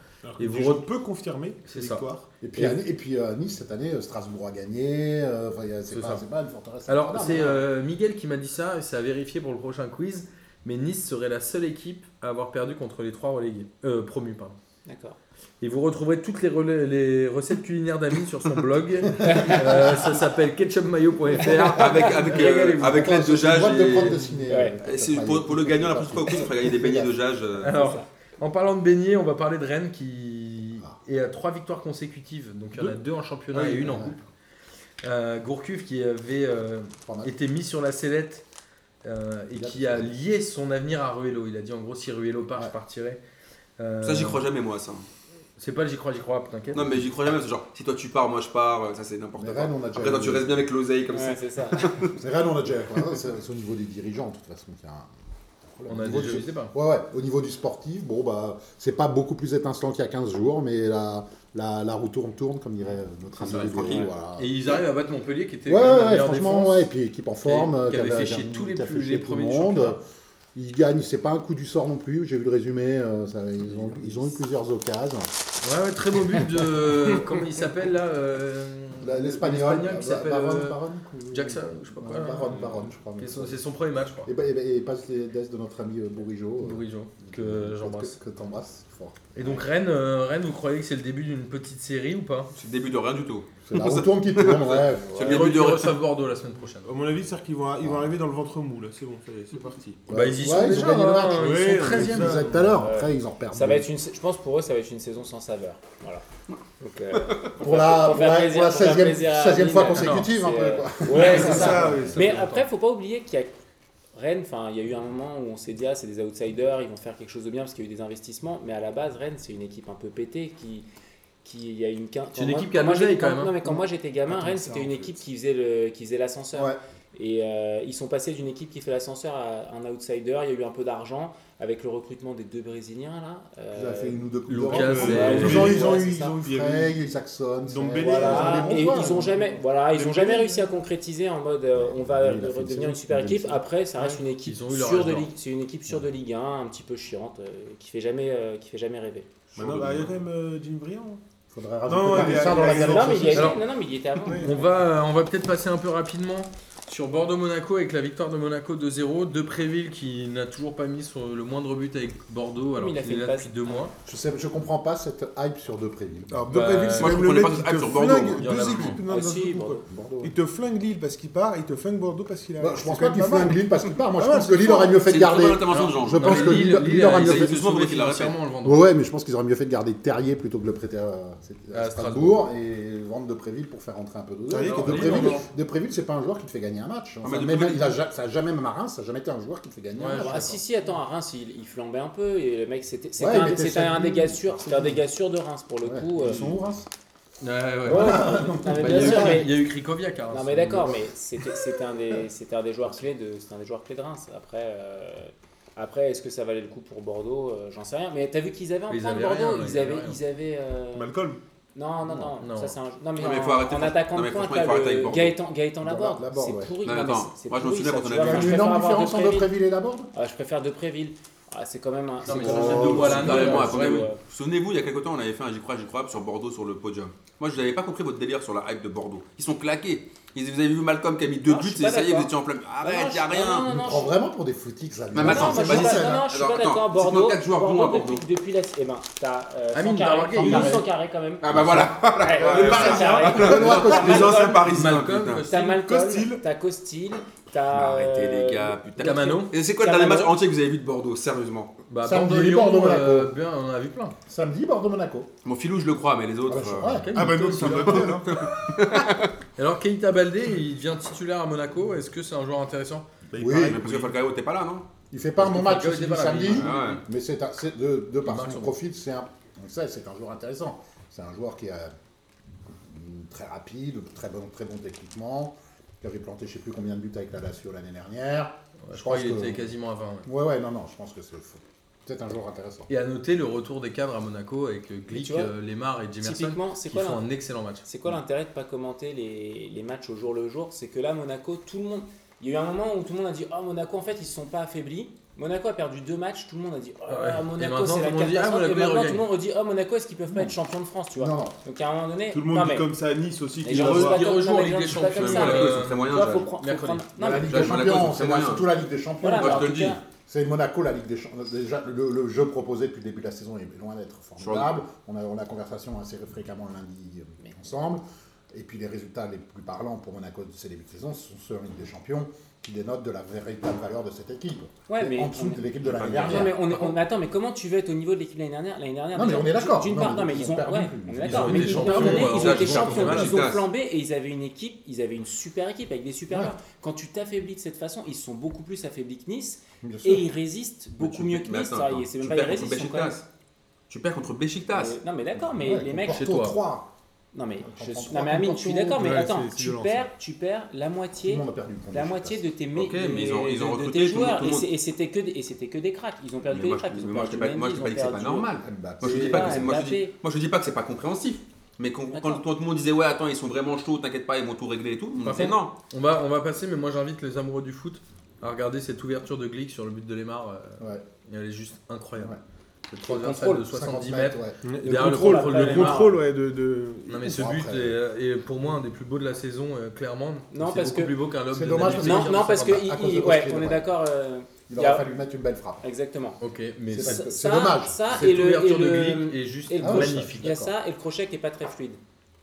[SPEAKER 5] Et
[SPEAKER 1] Et
[SPEAKER 5] vous
[SPEAKER 1] vous
[SPEAKER 5] peut confirmer
[SPEAKER 1] C'est
[SPEAKER 5] ces
[SPEAKER 1] ça.
[SPEAKER 5] victoires.
[SPEAKER 3] Et puis, à- et puis euh, Nice, cette année, euh, Strasbourg a gagné. euh, enfin, y a- c'est
[SPEAKER 1] C'est
[SPEAKER 3] pas,
[SPEAKER 1] ça.
[SPEAKER 3] c'est pas une forteresse.
[SPEAKER 1] Alors,
[SPEAKER 3] Notre-Dame,
[SPEAKER 1] c'est
[SPEAKER 3] hein.
[SPEAKER 1] euh, Miguel qui m'a dit ça et c'est à vérifier pour le prochain quiz. Mais Nice serait la seule équipe à avoir perdu contre les trois relégués. Euh, promus, pardon.
[SPEAKER 4] D'accord.
[SPEAKER 1] Et vous retrouverez toutes les, relais- les recettes culinaires d'amis sur son blog. Euh, ça s'appelle ketchupmayo.fr.
[SPEAKER 2] Avec, avec, euh,
[SPEAKER 1] Régalez-vous.
[SPEAKER 2] avec l'aide de
[SPEAKER 3] J'ai une
[SPEAKER 2] Jage.
[SPEAKER 3] boîte de
[SPEAKER 2] et-
[SPEAKER 3] prod de ciné.
[SPEAKER 4] Ouais.
[SPEAKER 3] euh,
[SPEAKER 2] et c'est pour, pour le gagnant, la prochaine fois au quiz, on fera gagner des beignets de Jage. euh.
[SPEAKER 1] Alors,
[SPEAKER 4] C'est ça.
[SPEAKER 1] en parlant de beignets, on va parler de Rennes qui
[SPEAKER 3] Ah.
[SPEAKER 1] est à trois victoires consécutives. Donc il y en a deux en championnat
[SPEAKER 3] Ah oui,
[SPEAKER 1] et une en
[SPEAKER 3] ouais.
[SPEAKER 1] coupe. Euh, Gourcuff qui avait euh,
[SPEAKER 3] Pas mal.
[SPEAKER 1] été mis sur la sellette euh, et
[SPEAKER 3] Il a-
[SPEAKER 1] qui a lié son avenir à Ruello. Il a dit en gros si Ruello part,
[SPEAKER 3] Ouais.
[SPEAKER 1] je partirai. Euh,
[SPEAKER 2] Ça, j'y crois jamais, moi, ça.
[SPEAKER 1] C'est pas le j'y crois, j'y crois, pas, t'inquiète.
[SPEAKER 2] Non, mais j'y crois jamais. C'est genre, si toi tu pars, moi je pars, euh, ça c'est n'importe
[SPEAKER 3] Mais
[SPEAKER 2] quoi.
[SPEAKER 3] Rennes, on a déjà
[SPEAKER 2] Après, quand
[SPEAKER 3] eu-
[SPEAKER 2] tu restes bien avec l'oseille comme
[SPEAKER 4] Ouais, c'est ça.
[SPEAKER 3] C'est Rennes, on a déjà. enfin, C'est c'est au niveau des dirigeants, de toute façon, qu'il y a un-
[SPEAKER 1] On a
[SPEAKER 3] Au niveau
[SPEAKER 1] déjà, je
[SPEAKER 3] du-
[SPEAKER 1] sais pas.
[SPEAKER 3] Ouais, ouais. Au niveau du sportif, bon, bah, c'est pas beaucoup plus étincelant qu'il y a 15 jours, mais la, la, la roue tourne, tourne, comme dirait notre
[SPEAKER 2] Ça,
[SPEAKER 3] ami
[SPEAKER 2] ça reste
[SPEAKER 3] Libéry,
[SPEAKER 2] tranquille.
[SPEAKER 3] voilà.
[SPEAKER 1] Et ils arrivent à battre Montpellier qui était
[SPEAKER 3] Ah. Ouais,
[SPEAKER 1] quand même
[SPEAKER 3] ouais,
[SPEAKER 1] la meilleure
[SPEAKER 3] franchement,
[SPEAKER 1] défense.
[SPEAKER 3] ouais, et puis équipe en forme, euh,
[SPEAKER 1] qui avait fait chier
[SPEAKER 3] qui
[SPEAKER 1] tous les
[SPEAKER 3] a
[SPEAKER 1] plus-
[SPEAKER 3] fait chier
[SPEAKER 1] les
[SPEAKER 3] tout
[SPEAKER 1] premiers
[SPEAKER 3] le
[SPEAKER 1] du
[SPEAKER 3] monde.
[SPEAKER 1] championnat.
[SPEAKER 3] Ils gagnent, c'est pas un coup du sort non plus, j'ai vu le résumé, euh, ça- ils, ont, ils ont eu plusieurs occasions.
[SPEAKER 1] Ouais, ouais, très beau but de. comment il s'appelle là euh,
[SPEAKER 3] La- L'espagnol, Bah,
[SPEAKER 1] L'Espagnol qui
[SPEAKER 3] Ba-
[SPEAKER 1] s'appelle.
[SPEAKER 3] Baron,
[SPEAKER 1] euh,
[SPEAKER 3] Baron,
[SPEAKER 1] Jackson, je sais pas quoi,
[SPEAKER 3] Ouais,
[SPEAKER 1] là.
[SPEAKER 3] Baron, Baron, je crois.
[SPEAKER 1] qui est son- C'est son premier match, je crois.
[SPEAKER 3] Et, bah, et, bah, et passe les deaths de notre ami euh, Bourigeau. euh,
[SPEAKER 1] Bourigeau, que j'embrasse.
[SPEAKER 3] Que, que t'embrasses fort.
[SPEAKER 1] Et donc Rennes, euh, Rennes, vous croyez que c'est le début d'une petite série ou pas
[SPEAKER 2] ça. C'est le début de rien du tout.
[SPEAKER 3] C'est la roue tourne qui tourne, ouais.
[SPEAKER 2] C'est le
[SPEAKER 1] Ils
[SPEAKER 2] début de rien.
[SPEAKER 1] reçoivent Bordeaux la semaine prochaine.
[SPEAKER 5] À mon avis, c'est-à-dire qu'ils vont, ils vont arriver dans le ventre mou, là. C'est bon, ça y est, c'est parti.
[SPEAKER 1] Bah, ils y sont
[SPEAKER 3] ouais,
[SPEAKER 1] déjà,
[SPEAKER 3] ont gagné le
[SPEAKER 1] hein,
[SPEAKER 3] match.
[SPEAKER 1] ils
[SPEAKER 5] Oui,
[SPEAKER 1] sont
[SPEAKER 5] on
[SPEAKER 1] 13e.
[SPEAKER 5] est
[SPEAKER 3] Vous êtes tout à l'heure, après ils en perdent.
[SPEAKER 4] Ça va être une, sa- je pense pour eux, ça va être une saison sans saveur. Voilà. Donc, euh,
[SPEAKER 3] pour la, pour la,
[SPEAKER 4] pour faire
[SPEAKER 3] pour la
[SPEAKER 4] plaisir- pour faire
[SPEAKER 3] 16e,
[SPEAKER 4] plaisir à
[SPEAKER 3] 16e fois
[SPEAKER 4] Amine.
[SPEAKER 3] consécutive, un
[SPEAKER 4] c'est,
[SPEAKER 3] peu.
[SPEAKER 4] euh,
[SPEAKER 3] quoi.
[SPEAKER 4] Ouais, c'est ça.
[SPEAKER 5] oui, ça
[SPEAKER 4] Mais
[SPEAKER 5] fait
[SPEAKER 4] après,
[SPEAKER 5] longtemps.
[SPEAKER 4] faut pas oublier qu'il y a Rennes, enfin, il y a eu un moment où on s'est dit, ah, c'est des outsiders, ils vont faire quelque chose de bien parce qu'il y a eu des investissements. Mais à la base, Rennes, c'est une équipe un peu pétée qui. qui il y a une quin-
[SPEAKER 1] C'est une
[SPEAKER 4] quand moi-
[SPEAKER 1] équipe qui a
[SPEAKER 4] quand moi
[SPEAKER 1] l'oseille,
[SPEAKER 4] j'étais-
[SPEAKER 1] quand même, hein.
[SPEAKER 4] Non, mais quand moi j'étais gamin,
[SPEAKER 1] Attends,
[SPEAKER 4] Rennes,
[SPEAKER 1] ça,
[SPEAKER 4] c'était
[SPEAKER 1] en
[SPEAKER 4] une
[SPEAKER 1] fait.
[SPEAKER 4] équipe qui faisait le- qui faisait l'ascenseur.
[SPEAKER 3] Ouais.
[SPEAKER 4] Et euh, ils sont passés d'une équipe qui fait l'ascenseur à un outsider. Il y a eu un peu d'argent avec le recrutement des deux Brésiliens là.
[SPEAKER 3] Ils ont
[SPEAKER 4] Euh,
[SPEAKER 3] fait une ou deux coupes
[SPEAKER 1] Lucas,
[SPEAKER 3] d'Europe. euh,
[SPEAKER 1] c'est-
[SPEAKER 3] Ils ont- ils ont
[SPEAKER 4] Ouais,
[SPEAKER 3] eu
[SPEAKER 4] c'est
[SPEAKER 3] ils
[SPEAKER 4] ça.
[SPEAKER 3] ont eu
[SPEAKER 5] Il y a eu- euh,
[SPEAKER 3] Frey, il y a eu Saxon. c'est-
[SPEAKER 5] Dombele.
[SPEAKER 3] voilà,
[SPEAKER 4] Voilà,
[SPEAKER 3] c'est des
[SPEAKER 4] et
[SPEAKER 3] bons
[SPEAKER 4] ils
[SPEAKER 3] joueurs.
[SPEAKER 4] ont jamais, voilà, ils
[SPEAKER 5] Mais
[SPEAKER 4] ont jamais
[SPEAKER 5] oui.
[SPEAKER 4] réussi à concrétiser en mode euh, on va
[SPEAKER 3] Oui, il a fait une
[SPEAKER 4] redevenir
[SPEAKER 3] saison,
[SPEAKER 4] une super
[SPEAKER 3] une
[SPEAKER 4] équipe.
[SPEAKER 3] saison.
[SPEAKER 4] Après, ça reste une équipe
[SPEAKER 1] Ils ont eu leur
[SPEAKER 4] sûre
[SPEAKER 1] âge
[SPEAKER 4] de
[SPEAKER 1] d'or.
[SPEAKER 4] ligue, c'est une équipe sûre de Ligue 1, un petit peu chiante, euh, qui fait jamais, euh, qui fait jamais rêver.
[SPEAKER 5] Maintenant, bah, il y a quand même euh, Jim Briand.
[SPEAKER 3] Faudrait
[SPEAKER 5] Non,
[SPEAKER 3] rajouter
[SPEAKER 5] il y a-
[SPEAKER 3] ça dans
[SPEAKER 5] il y
[SPEAKER 3] la
[SPEAKER 5] a-
[SPEAKER 3] galère.
[SPEAKER 4] Non mais, il y a-
[SPEAKER 1] Alors-
[SPEAKER 4] non, non, mais il y était avant.
[SPEAKER 5] Oui.
[SPEAKER 1] On va, on va peut-être passer un peu rapidement sur Bordeaux-Monaco avec la victoire de Monaco 2-0. De Préville qui n'a toujours pas mis sur le moindre but avec Bordeaux alors
[SPEAKER 4] il a fait
[SPEAKER 1] qu'il est
[SPEAKER 4] une
[SPEAKER 1] là
[SPEAKER 4] passe.
[SPEAKER 1] depuis deux mois.
[SPEAKER 3] Je sais, je comprends pas cette hype sur Depréville.
[SPEAKER 5] Alors,
[SPEAKER 1] Bah,
[SPEAKER 5] Depréville, c'est
[SPEAKER 2] moi,
[SPEAKER 5] même
[SPEAKER 2] je
[SPEAKER 5] le
[SPEAKER 2] comprenais
[SPEAKER 5] mec
[SPEAKER 2] pas
[SPEAKER 5] qui
[SPEAKER 2] cette hype
[SPEAKER 5] te
[SPEAKER 2] sur Bordeaux,
[SPEAKER 5] flingue
[SPEAKER 2] moi.
[SPEAKER 1] Il y en a
[SPEAKER 5] deux équipes
[SPEAKER 1] plein.
[SPEAKER 5] dans
[SPEAKER 4] Ah,
[SPEAKER 5] un
[SPEAKER 4] si,
[SPEAKER 5] seul coup, quoi.
[SPEAKER 4] Bordeaux.
[SPEAKER 3] Bordeaux, ouais.
[SPEAKER 5] Il te flingue Lille parce qu'il part, il te flingue Bordeaux parce qu'il a.
[SPEAKER 3] Bah, je
[SPEAKER 5] c'est
[SPEAKER 3] pense
[SPEAKER 5] quand
[SPEAKER 3] pas
[SPEAKER 5] même
[SPEAKER 3] qu'il
[SPEAKER 5] mal.
[SPEAKER 3] flingue Lille parce qu'il part. Moi, je
[SPEAKER 5] Ah,
[SPEAKER 3] pense que
[SPEAKER 5] c'est
[SPEAKER 3] Lille aurait mieux fait
[SPEAKER 2] C'est
[SPEAKER 3] de
[SPEAKER 2] une très
[SPEAKER 3] garder.
[SPEAKER 2] bonne intervention de Jean.
[SPEAKER 3] Je pense que
[SPEAKER 1] mais
[SPEAKER 3] Lille- Lille aura
[SPEAKER 1] a-
[SPEAKER 3] mieux
[SPEAKER 1] ils
[SPEAKER 3] fait.
[SPEAKER 1] se sont sauvés financièrement, le vendredi.
[SPEAKER 3] Ouais, ouais, mais je pense qu'ils auraient mieux fait de garder Terrier plutôt que de le prêter à, à
[SPEAKER 1] À
[SPEAKER 3] euh, Strasbourg et vendre Depréville pour faire rentrer un peu d'oseille.
[SPEAKER 5] Terrier qui est Ah,
[SPEAKER 1] Non,
[SPEAKER 3] Depréville,
[SPEAKER 1] non, non.
[SPEAKER 3] Depréville, c'est pas un joueur qui te fait gagner un match. Enfin,
[SPEAKER 2] mais
[SPEAKER 3] même-
[SPEAKER 2] Depréville-
[SPEAKER 3] il a ja- ça a jamais même à Reims, ça a jamais été un joueur qui te fait gagner
[SPEAKER 1] Ouais,
[SPEAKER 3] un match.
[SPEAKER 1] je
[SPEAKER 4] Ah si si attends à Reims il, il flambait un peu et le mec c'était c'était
[SPEAKER 3] Ouais, il
[SPEAKER 4] un,
[SPEAKER 3] mettait
[SPEAKER 4] c'était
[SPEAKER 3] sept
[SPEAKER 4] un
[SPEAKER 3] buts.
[SPEAKER 4] des gars sûrs c'était un des gars sûrs de Reims pour le
[SPEAKER 3] Ouais.
[SPEAKER 4] coup. euh,
[SPEAKER 3] Ils sont où Reims
[SPEAKER 1] Ouais, ouais.
[SPEAKER 4] ouais,
[SPEAKER 1] Bah,
[SPEAKER 4] non, mais
[SPEAKER 1] Il
[SPEAKER 4] bien
[SPEAKER 1] y
[SPEAKER 4] sûr,
[SPEAKER 1] a eu-
[SPEAKER 4] mais-
[SPEAKER 1] il y a eu Krikoviak. hein,
[SPEAKER 4] Non
[SPEAKER 1] c'est-
[SPEAKER 4] mais d'accord, mais c'était c'était un des c'était un des joueurs clés de c'était un des joueurs clés de Reims. Après euh, après est-ce que ça valait le coup pour Bordeaux Euh, J'en sais rien. Mais t'as vu qu'ils avaient un
[SPEAKER 1] Ils
[SPEAKER 4] point de
[SPEAKER 1] avaient rien,
[SPEAKER 4] Bordeaux
[SPEAKER 1] ouais,
[SPEAKER 4] Ils
[SPEAKER 1] ils avaient
[SPEAKER 4] avaient
[SPEAKER 1] rien.
[SPEAKER 4] ils avaient euh,
[SPEAKER 5] Malcolm.
[SPEAKER 4] non non non,
[SPEAKER 1] Non.
[SPEAKER 4] ça c'est un non mais,
[SPEAKER 2] Non, mais
[SPEAKER 4] en,
[SPEAKER 2] faut arrêter,
[SPEAKER 4] en
[SPEAKER 2] franchement.
[SPEAKER 4] attaquant
[SPEAKER 2] Non,
[SPEAKER 4] de
[SPEAKER 2] mais
[SPEAKER 4] pointe
[SPEAKER 2] franchement, il
[SPEAKER 4] là,
[SPEAKER 2] faut arrêter
[SPEAKER 4] le
[SPEAKER 2] avec Bordeaux.
[SPEAKER 4] Gaëtan Gaëtan Laborde,
[SPEAKER 3] Laborde,
[SPEAKER 4] c'est
[SPEAKER 3] ouais.
[SPEAKER 2] Non,
[SPEAKER 4] pourri.
[SPEAKER 2] mais
[SPEAKER 4] mais
[SPEAKER 2] attends,
[SPEAKER 4] c'est
[SPEAKER 2] moi, je me
[SPEAKER 4] pourri,
[SPEAKER 2] souviens
[SPEAKER 4] ça,
[SPEAKER 2] quand on
[SPEAKER 4] tu
[SPEAKER 2] a
[SPEAKER 4] vois,
[SPEAKER 2] vu
[SPEAKER 3] Il y
[SPEAKER 4] moi,
[SPEAKER 3] a
[SPEAKER 4] je
[SPEAKER 3] une énorme
[SPEAKER 4] préfère avoir
[SPEAKER 3] différence entre
[SPEAKER 4] Depréville.
[SPEAKER 3] Préville et Laborde
[SPEAKER 4] Ah, je préfère de Préville. Ah, c'est quand même un.
[SPEAKER 1] Non, mais
[SPEAKER 4] c'est
[SPEAKER 1] ça
[SPEAKER 4] quand
[SPEAKER 1] fait
[SPEAKER 4] même un-
[SPEAKER 1] deux mois
[SPEAKER 4] c'est
[SPEAKER 1] l'année,
[SPEAKER 4] quand même
[SPEAKER 1] ouais,
[SPEAKER 4] un-
[SPEAKER 1] c'est vrai,
[SPEAKER 4] ouais.
[SPEAKER 1] ouais.
[SPEAKER 2] Souvenez-vous, il y a quelques temps, on avait fait un J'y crois, j'y crois sur Bordeaux sur le podium. Moi, je n'avais pas compris votre délire sur la hype de Bordeaux. Ils sont claqués. Ils- vous avez vu Malcolm qui a mis deux
[SPEAKER 4] Non, je
[SPEAKER 2] buts,
[SPEAKER 4] suis
[SPEAKER 2] et
[SPEAKER 4] pas
[SPEAKER 2] ça y est, vous
[SPEAKER 4] d'accord.
[SPEAKER 2] étiez en plein.
[SPEAKER 4] Non,
[SPEAKER 2] Arrête,
[SPEAKER 4] je-
[SPEAKER 2] y a
[SPEAKER 4] non,
[SPEAKER 2] rien.
[SPEAKER 4] non, non,
[SPEAKER 3] On
[SPEAKER 4] je-
[SPEAKER 3] prend vraiment pour des footix là.
[SPEAKER 2] Ah, Mais attends,
[SPEAKER 4] non, moi,
[SPEAKER 2] c'est
[SPEAKER 4] je
[SPEAKER 2] pas
[SPEAKER 4] suis
[SPEAKER 2] ça,
[SPEAKER 4] Non,
[SPEAKER 2] là.
[SPEAKER 4] non, je suis
[SPEAKER 2] Alors, attends,
[SPEAKER 4] pas hein. d'accord.
[SPEAKER 2] dites-moi
[SPEAKER 4] Bordeaux,
[SPEAKER 2] quatre joueurs bons à
[SPEAKER 4] Bordeaux,
[SPEAKER 2] Bordeaux.
[SPEAKER 4] depuis, depuis la. Eh ben, t'as euh,
[SPEAKER 1] Amine
[SPEAKER 4] 100 carrés,
[SPEAKER 1] Barguet,
[SPEAKER 4] 100
[SPEAKER 1] il
[SPEAKER 4] carrés,
[SPEAKER 1] est-
[SPEAKER 4] 100 carrés quand même.
[SPEAKER 2] Ah bah voilà.
[SPEAKER 4] Ouais,
[SPEAKER 2] Le hein.
[SPEAKER 4] 100
[SPEAKER 2] Parisien.
[SPEAKER 4] carrés.
[SPEAKER 2] Les anciens parisiens.
[SPEAKER 1] Malcolm,
[SPEAKER 2] putain.
[SPEAKER 4] T'as Malcolm,
[SPEAKER 5] Costil.
[SPEAKER 4] t'as Costil, t'as.
[SPEAKER 2] Arrêtez
[SPEAKER 4] euh,
[SPEAKER 2] les gars, putain.
[SPEAKER 1] Camano.
[SPEAKER 2] Et c'est quoi le dernier
[SPEAKER 4] Camano.
[SPEAKER 2] match entier que vous avez vu de Bordeaux, sérieusement
[SPEAKER 1] Bah,
[SPEAKER 3] Samedi,
[SPEAKER 1] Bordeaux-Lyon,
[SPEAKER 3] Bordeaux,
[SPEAKER 1] euh,
[SPEAKER 3] Monaco.
[SPEAKER 1] bien, on en a vu plein.
[SPEAKER 3] Samedi, Ah, Bordeaux-Monaco.
[SPEAKER 2] Mon filou, je le crois, mais les autres.
[SPEAKER 3] Ah, je sais
[SPEAKER 2] euh,
[SPEAKER 3] pas.
[SPEAKER 1] Quel
[SPEAKER 6] Ah bah
[SPEAKER 1] mytho,
[SPEAKER 6] non, c'est un
[SPEAKER 1] celui-là.
[SPEAKER 6] peu non.
[SPEAKER 1] Alors Keita Baldé, il devient titulaire à Monaco. Est-ce que c'est un joueur intéressant
[SPEAKER 6] Bah, il
[SPEAKER 3] Oui.
[SPEAKER 6] paraît
[SPEAKER 2] mais parce que Falcao, t'es pas là, non
[SPEAKER 3] Il fait pas un
[SPEAKER 1] Parce
[SPEAKER 3] bon
[SPEAKER 1] que
[SPEAKER 3] match
[SPEAKER 1] Falcao
[SPEAKER 3] aussi
[SPEAKER 1] était pas là,
[SPEAKER 3] samedi,
[SPEAKER 1] mais-
[SPEAKER 2] Ah ouais.
[SPEAKER 3] mais c'est un- c'est de, de par
[SPEAKER 1] marque
[SPEAKER 3] son
[SPEAKER 1] son-
[SPEAKER 3] profil, c'est un, ça, c'est un joueur intéressant. C'est un joueur qui est très rapide, très bon, très bon techniquement, qui avait planté je sais plus combien de buts avec la Lazio l'année dernière.
[SPEAKER 1] Je crois qu'il
[SPEAKER 3] que-
[SPEAKER 1] était quasiment à 20. ouais.
[SPEAKER 3] Ouais, ouais, non, non, je pense que c'est peut-être un joueur intéressant.
[SPEAKER 1] Et à noter le retour des cadres à Monaco avec euh, Glick,
[SPEAKER 4] tu vois,
[SPEAKER 1] euh, Lemar et Jimerson
[SPEAKER 4] Typiquement, c'est
[SPEAKER 1] qui
[SPEAKER 4] quoi
[SPEAKER 1] font
[SPEAKER 4] l'un-
[SPEAKER 1] un excellent match.
[SPEAKER 4] C'est quoi l'intérêt de pas commenter les, les matchs au jour le jour C'est que là, Monaco, tout le monde. Il y a eu un moment où tout le monde a dit Oh, Monaco, en fait, ils se sont pas affaiblis. Monaco a perdu deux matchs, tout le monde a dit Oh,
[SPEAKER 1] Ouais. Et
[SPEAKER 4] Monaco,
[SPEAKER 1] maintenant,
[SPEAKER 4] c'est
[SPEAKER 1] tout
[SPEAKER 4] la
[SPEAKER 1] le monde dit, Ah,
[SPEAKER 4] catastrophe.
[SPEAKER 1] Monaco,
[SPEAKER 4] Et maintenant,
[SPEAKER 1] ils
[SPEAKER 4] tout le monde redit Oh, Monaco, est-ce qu'ils peuvent pas être champions de France tu vois
[SPEAKER 3] Non, non.
[SPEAKER 4] Donc, à un moment donné,
[SPEAKER 5] Tout le monde
[SPEAKER 4] non,
[SPEAKER 5] dit
[SPEAKER 4] mais-
[SPEAKER 5] comme ça à Nice aussi.
[SPEAKER 4] Mais
[SPEAKER 5] qu'il
[SPEAKER 4] je
[SPEAKER 5] va
[SPEAKER 4] rejoue
[SPEAKER 5] voir.
[SPEAKER 4] pas
[SPEAKER 1] Ils
[SPEAKER 4] comme-
[SPEAKER 1] rejouent
[SPEAKER 4] non,
[SPEAKER 1] en
[SPEAKER 4] mais
[SPEAKER 1] Ligue
[SPEAKER 4] je
[SPEAKER 1] des
[SPEAKER 4] suis pas comme
[SPEAKER 1] Champions.
[SPEAKER 4] ça,
[SPEAKER 2] Monaco,
[SPEAKER 1] euh,
[SPEAKER 2] ils sont très moyens.
[SPEAKER 4] Tu vois,
[SPEAKER 2] je-
[SPEAKER 4] faut prendre- faut
[SPEAKER 1] mercredi.
[SPEAKER 4] prendre- non,
[SPEAKER 3] Non, la
[SPEAKER 4] mais-
[SPEAKER 3] Ligue
[SPEAKER 2] Là,
[SPEAKER 3] des
[SPEAKER 2] je vois la cause,
[SPEAKER 3] Champions,
[SPEAKER 2] c'est
[SPEAKER 3] c'est
[SPEAKER 2] moyen.
[SPEAKER 3] surtout la Ligue des Champions.
[SPEAKER 4] Voilà,
[SPEAKER 2] Moi, je te
[SPEAKER 4] alors,
[SPEAKER 2] le
[SPEAKER 4] en
[SPEAKER 2] dis.
[SPEAKER 4] tout cas,
[SPEAKER 3] C'est Monaco, la Ligue des Champions. Déjà, le, le jeu proposé depuis le début de la saison est loin d'être formidable. On a, on a conversation assez fréquemment le lundi euh, ensemble. Et puis les résultats les plus parlants pour Monaco de ces débuts de saison sont ceux en Ligue des Champions qui dénotent de la véritable valeur de cette équipe.
[SPEAKER 4] Ouais,
[SPEAKER 3] Et
[SPEAKER 4] mais-
[SPEAKER 3] en dessous de l'équipe de l'année
[SPEAKER 2] Non,
[SPEAKER 4] Non,
[SPEAKER 3] dernière.
[SPEAKER 4] mais on est- on- mais attends, mais comment tu veux être au niveau de l'équipe l'année dernière L'année dernière,
[SPEAKER 3] Non, mais
[SPEAKER 4] déjà,
[SPEAKER 3] on est d'accord.
[SPEAKER 4] D'une
[SPEAKER 3] Non,
[SPEAKER 4] part,
[SPEAKER 3] mais
[SPEAKER 4] non, mais
[SPEAKER 3] ils
[SPEAKER 4] ils
[SPEAKER 3] ont
[SPEAKER 4] ont,
[SPEAKER 3] perdu.
[SPEAKER 4] ouais,
[SPEAKER 3] Ils
[SPEAKER 4] on est
[SPEAKER 3] ont
[SPEAKER 4] d'accord.
[SPEAKER 1] été
[SPEAKER 4] Mais d'une part,
[SPEAKER 1] champions,
[SPEAKER 4] ils
[SPEAKER 1] euh,
[SPEAKER 4] ont été
[SPEAKER 1] ils ont
[SPEAKER 4] champions,
[SPEAKER 1] perdu.
[SPEAKER 4] ils ont flambé et ils avaient une équipe, ils avaient une super équipe avec des super
[SPEAKER 3] Ouais.
[SPEAKER 4] joueurs. Quand tu t'affaiblis de cette façon, ils sont beaucoup plus affaiblis que Nice
[SPEAKER 3] Bien sûr.
[SPEAKER 4] et ils résistent beaucoup
[SPEAKER 2] tu-
[SPEAKER 4] mieux que
[SPEAKER 2] mais
[SPEAKER 4] Nice.
[SPEAKER 2] attends,
[SPEAKER 4] ça,
[SPEAKER 2] attends,
[SPEAKER 4] ils- C'est
[SPEAKER 2] tu
[SPEAKER 4] même pas ils
[SPEAKER 2] perds contre
[SPEAKER 4] résistent. ils sont quand même-
[SPEAKER 2] Beşiktaş. Tu perds contre Beşiktaş.
[SPEAKER 4] Euh, Non, mais d'accord, mais
[SPEAKER 3] Ouais,
[SPEAKER 4] les mecs.
[SPEAKER 1] chez
[SPEAKER 3] Porto
[SPEAKER 1] toi.
[SPEAKER 3] 3.
[SPEAKER 4] Non, mais
[SPEAKER 3] on
[SPEAKER 4] je
[SPEAKER 3] prend
[SPEAKER 4] suis-
[SPEAKER 3] trois
[SPEAKER 4] non, mais Amine,
[SPEAKER 3] contre
[SPEAKER 4] je suis
[SPEAKER 3] Porto.
[SPEAKER 4] d'accord, mais
[SPEAKER 5] Ouais,
[SPEAKER 4] attends,
[SPEAKER 5] c'est- c'est
[SPEAKER 4] tu
[SPEAKER 5] violent, ça.
[SPEAKER 4] perds tu perds la
[SPEAKER 3] Tout le
[SPEAKER 4] moitié
[SPEAKER 3] monde a perdu
[SPEAKER 4] la moitié de tes
[SPEAKER 2] Ok, mais ils ont- ils ont
[SPEAKER 4] meilleurs de
[SPEAKER 2] recruté
[SPEAKER 4] tes
[SPEAKER 2] tout le monde,
[SPEAKER 4] joueurs
[SPEAKER 2] tout le
[SPEAKER 4] et
[SPEAKER 2] monde.
[SPEAKER 4] c'est- et c'était que des- et c'était que des cracks. Ils ont perdu
[SPEAKER 2] Mais
[SPEAKER 4] que des
[SPEAKER 2] moi, je-
[SPEAKER 4] cracks. Ils ont
[SPEAKER 2] mais moi, je
[SPEAKER 4] perdu
[SPEAKER 2] te pas- moi, je
[SPEAKER 4] Mendy,
[SPEAKER 2] te
[SPEAKER 4] ils
[SPEAKER 2] pas
[SPEAKER 4] ont
[SPEAKER 2] dit que c'est pas
[SPEAKER 4] perdu.
[SPEAKER 2] normal. Moi je,
[SPEAKER 3] Mbappé.
[SPEAKER 2] te dis pas que c'est-
[SPEAKER 4] Ouais,
[SPEAKER 2] moi, je te dis-
[SPEAKER 4] Mbappé.
[SPEAKER 2] moi, je te dis pas que c'est pas compréhensif, mais quand, quand-
[SPEAKER 4] D'accord.
[SPEAKER 2] quand tout le monde disait ouais attends ils sont vraiment chauds, t'inquiète pas ils vont tout régler et tout, on
[SPEAKER 1] Par
[SPEAKER 2] disait
[SPEAKER 1] contre-
[SPEAKER 2] non.
[SPEAKER 1] On va, on va passer, mais moi j'invite les amoureux du foot à regarder cette ouverture de Glick sur le but de Lemar. euh,
[SPEAKER 3] Ouais.
[SPEAKER 1] Elle est juste incroyable.
[SPEAKER 3] Ouais.
[SPEAKER 1] Cette transversale
[SPEAKER 4] Contrôle,
[SPEAKER 1] de 70
[SPEAKER 3] 50
[SPEAKER 1] mètres.
[SPEAKER 3] ouais.
[SPEAKER 5] Le
[SPEAKER 1] Derrière le
[SPEAKER 5] contrôle,
[SPEAKER 4] contrôle,
[SPEAKER 5] le
[SPEAKER 4] après,
[SPEAKER 5] contrôle, ouais, de. de-
[SPEAKER 1] Non mais ce
[SPEAKER 3] Bon,
[SPEAKER 1] but
[SPEAKER 3] après-
[SPEAKER 1] est, euh, est pour moi un des plus beaux de la saison, euh, clairement.
[SPEAKER 4] Non,
[SPEAKER 1] C'est
[SPEAKER 4] parce
[SPEAKER 1] beaucoup
[SPEAKER 4] que-
[SPEAKER 1] plus beau qu'un lob
[SPEAKER 3] c'est
[SPEAKER 1] de
[SPEAKER 3] dommage
[SPEAKER 1] David
[SPEAKER 3] parce
[SPEAKER 1] Beckham
[SPEAKER 4] Non, non,
[SPEAKER 1] sur
[SPEAKER 4] parce que,
[SPEAKER 1] Samba.
[SPEAKER 4] il-
[SPEAKER 3] à cause de
[SPEAKER 4] il- ouais,
[SPEAKER 3] Costil,
[SPEAKER 4] on est
[SPEAKER 3] ouais.
[SPEAKER 4] d'accord, euh,
[SPEAKER 3] Il aurait
[SPEAKER 4] y a-
[SPEAKER 3] fallu mettre une belle frappe.
[SPEAKER 4] exactement.
[SPEAKER 1] Ok, mais
[SPEAKER 3] C'est-
[SPEAKER 1] cette
[SPEAKER 4] Ça-
[SPEAKER 3] c'est
[SPEAKER 4] ça-
[SPEAKER 3] dommage.
[SPEAKER 4] Ça
[SPEAKER 1] cette
[SPEAKER 4] et le, et
[SPEAKER 1] ouverture de
[SPEAKER 4] le,
[SPEAKER 1] Glick est juste
[SPEAKER 4] et le
[SPEAKER 3] Ah ouais,
[SPEAKER 4] crochet.
[SPEAKER 1] magnifique.
[SPEAKER 4] Il y a ça et le crochet qui est pas très fluide.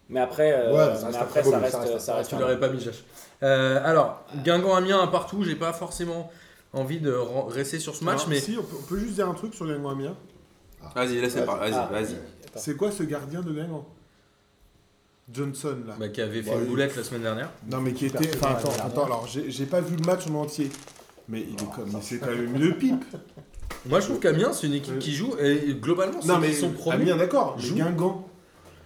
[SPEAKER 4] Mais après, euh,
[SPEAKER 3] Ouais, ça reste
[SPEAKER 4] mais
[SPEAKER 3] un
[SPEAKER 4] après
[SPEAKER 3] très beau
[SPEAKER 4] ça
[SPEAKER 3] but,
[SPEAKER 4] reste,
[SPEAKER 3] ça reste
[SPEAKER 4] ça
[SPEAKER 3] un
[SPEAKER 4] reste
[SPEAKER 1] Tu
[SPEAKER 4] un-
[SPEAKER 1] l'aurais pas mis, Jach. Euh, alors, Guingamp Amiens un partout, j'ai pas forcément envie de ren- rester sur ce match,
[SPEAKER 5] Alors,
[SPEAKER 1] mais
[SPEAKER 5] Si, on peut, on peut juste dire un truc sur Guingamp Amiens.
[SPEAKER 2] Vas-y laisse-les
[SPEAKER 3] Ouais.
[SPEAKER 2] parler,
[SPEAKER 4] Ah.
[SPEAKER 2] vas-y, vas-y.
[SPEAKER 4] Attends.
[SPEAKER 5] C'est quoi ce gardien de Guingamp Johnson, là.
[SPEAKER 1] bah, qui avait fait
[SPEAKER 3] Bah,
[SPEAKER 5] euh,
[SPEAKER 1] une
[SPEAKER 3] il-
[SPEAKER 1] boulette la semaine dernière.
[SPEAKER 5] Non, mais qui
[SPEAKER 3] Super,
[SPEAKER 5] était. Enfin,
[SPEAKER 3] super,
[SPEAKER 5] attends,
[SPEAKER 3] super.
[SPEAKER 5] attends, alors j'ai j'ai pas vu le match en entier. Mais il est comme. C'est quand même une pipe.
[SPEAKER 1] Moi je trouve qu'Amiens c'est une équipe qui joue et globalement
[SPEAKER 5] Euh, Non,
[SPEAKER 1] c'est
[SPEAKER 5] mais.
[SPEAKER 1] ils sont promus.
[SPEAKER 5] Amiens, d'accord. Mais
[SPEAKER 1] Joue.
[SPEAKER 5] Guingamp.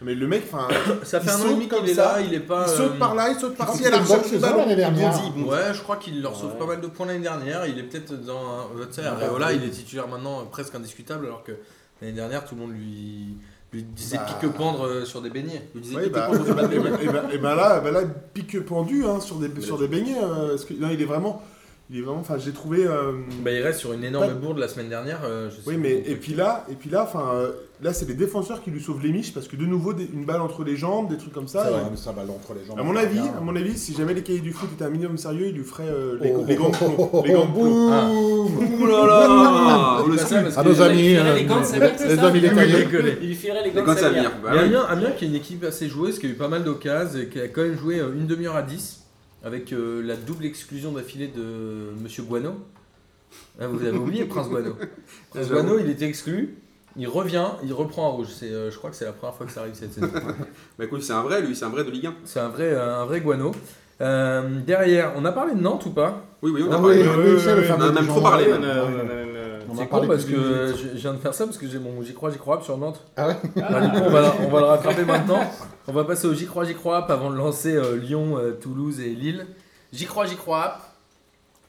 [SPEAKER 5] Mais le mec, enfin.
[SPEAKER 1] Ça fait
[SPEAKER 5] ils
[SPEAKER 1] un an et
[SPEAKER 5] sautent
[SPEAKER 1] demi
[SPEAKER 5] comme
[SPEAKER 1] qu'il est
[SPEAKER 5] ça,
[SPEAKER 1] là, il est pas.
[SPEAKER 5] Il
[SPEAKER 1] euh,
[SPEAKER 5] saute par là, il saute par ci, à la
[SPEAKER 3] C'était une bonne
[SPEAKER 5] recherche du
[SPEAKER 3] saison
[SPEAKER 5] ballon.
[SPEAKER 3] l'année dernière.
[SPEAKER 1] Ouais, je crois qu'il leur sauve
[SPEAKER 4] Ouais.
[SPEAKER 1] pas mal de points l'année dernière. Il est peut-être dans. un- euh, Tu sais, Areola, il est titulaire maintenant euh, presque indiscutable, alors que l'année dernière, tout le monde lui, lui disait
[SPEAKER 5] Bah.
[SPEAKER 1] pique-pendre euh, sur des beignets.
[SPEAKER 2] Je disais
[SPEAKER 5] Ouais,
[SPEAKER 2] pique
[SPEAKER 5] bah,
[SPEAKER 2] pour
[SPEAKER 5] et, ben, et ben- et ben là, ben là, pique pendu hein, sur des sur des beignets. euh, parce que- non, il est vraiment, il est vraiment. Enfin, j'ai trouvé. euh,
[SPEAKER 1] Bah, il reste sur une énorme
[SPEAKER 5] Pas-
[SPEAKER 1] bourde la semaine dernière. euh, je sais
[SPEAKER 5] oui,
[SPEAKER 1] plus
[SPEAKER 5] mais
[SPEAKER 1] contre
[SPEAKER 5] et
[SPEAKER 1] qui.
[SPEAKER 5] puis là, et puis là, enfin, euh, là, c'est les défenseurs qui lui sauvent les miches parce que de nouveau des- une balle entre les jambes, des trucs comme ça.
[SPEAKER 3] Ça,
[SPEAKER 5] et-
[SPEAKER 3] ça hein. balle entre les jambes.
[SPEAKER 5] à mon avis, à mon avis, si jamais les cahiers du foot étaient un minimum sérieux, ils lui feraient euh, les,
[SPEAKER 2] Oh.
[SPEAKER 5] les gants de plomb. Les gants de plomb.
[SPEAKER 2] Ah. Ouh là là
[SPEAKER 1] Ah,
[SPEAKER 2] on le
[SPEAKER 1] ça,
[SPEAKER 2] scoop.
[SPEAKER 1] parce
[SPEAKER 3] À
[SPEAKER 1] que-
[SPEAKER 3] nos amis,
[SPEAKER 4] il ferait
[SPEAKER 3] euh,
[SPEAKER 4] les gants de Samir, c'est
[SPEAKER 3] les
[SPEAKER 4] ça
[SPEAKER 3] amis
[SPEAKER 1] Il a
[SPEAKER 3] détaillés.
[SPEAKER 1] dégueulé.
[SPEAKER 4] Il lui ferait les
[SPEAKER 2] Les
[SPEAKER 4] gants
[SPEAKER 2] gants
[SPEAKER 4] de
[SPEAKER 2] de
[SPEAKER 4] sa
[SPEAKER 2] Samir.
[SPEAKER 4] mère.
[SPEAKER 2] Bah
[SPEAKER 1] Mais
[SPEAKER 2] oui.
[SPEAKER 1] Amiens, Amiens, qui est une équipe assez joueuse, qui a eu pas mal d'occasions et qui a quand même joué euh, une demi-heure à 10 avec euh, la double exclusion d'affilée de Monsieur Guano. Ah, vous avez oublié Prince Guano. Prince
[SPEAKER 2] Ah, J'avoue.
[SPEAKER 1] Guano, il était exclu. Il revient, il reprend un rouge. C'est, euh, je crois que c'est la première fois que ça arrive cette saison.
[SPEAKER 2] Bah écoute c'est un vrai lui, c'est un vrai de Ligue 1.
[SPEAKER 1] C'est un vrai, un vrai Guano. Euh, derrière, on a parlé de Nantes ou pas
[SPEAKER 2] Oui oui on a
[SPEAKER 3] Ah
[SPEAKER 2] parlé.
[SPEAKER 3] oui, oui, c'est le
[SPEAKER 5] On en a
[SPEAKER 3] fameux
[SPEAKER 2] même
[SPEAKER 3] Jean
[SPEAKER 2] trop parlé,
[SPEAKER 3] Morin.
[SPEAKER 2] on
[SPEAKER 3] On
[SPEAKER 1] C'est
[SPEAKER 3] en
[SPEAKER 1] con
[SPEAKER 3] parlait
[SPEAKER 1] parce
[SPEAKER 3] depuis
[SPEAKER 1] que
[SPEAKER 3] 10 minutes.
[SPEAKER 1] je je viens de faire ça parce que j'ai mon j'y crois, j'y crois up sur Nantes.
[SPEAKER 3] Ah ouais
[SPEAKER 1] Bah, du coup, on va, le- on va le rattraper maintenant. On va passer au j'y crois, j'y crois up avant de lancer euh, Lyon, euh, Toulouse et Lille. J'y crois, j'y crois up.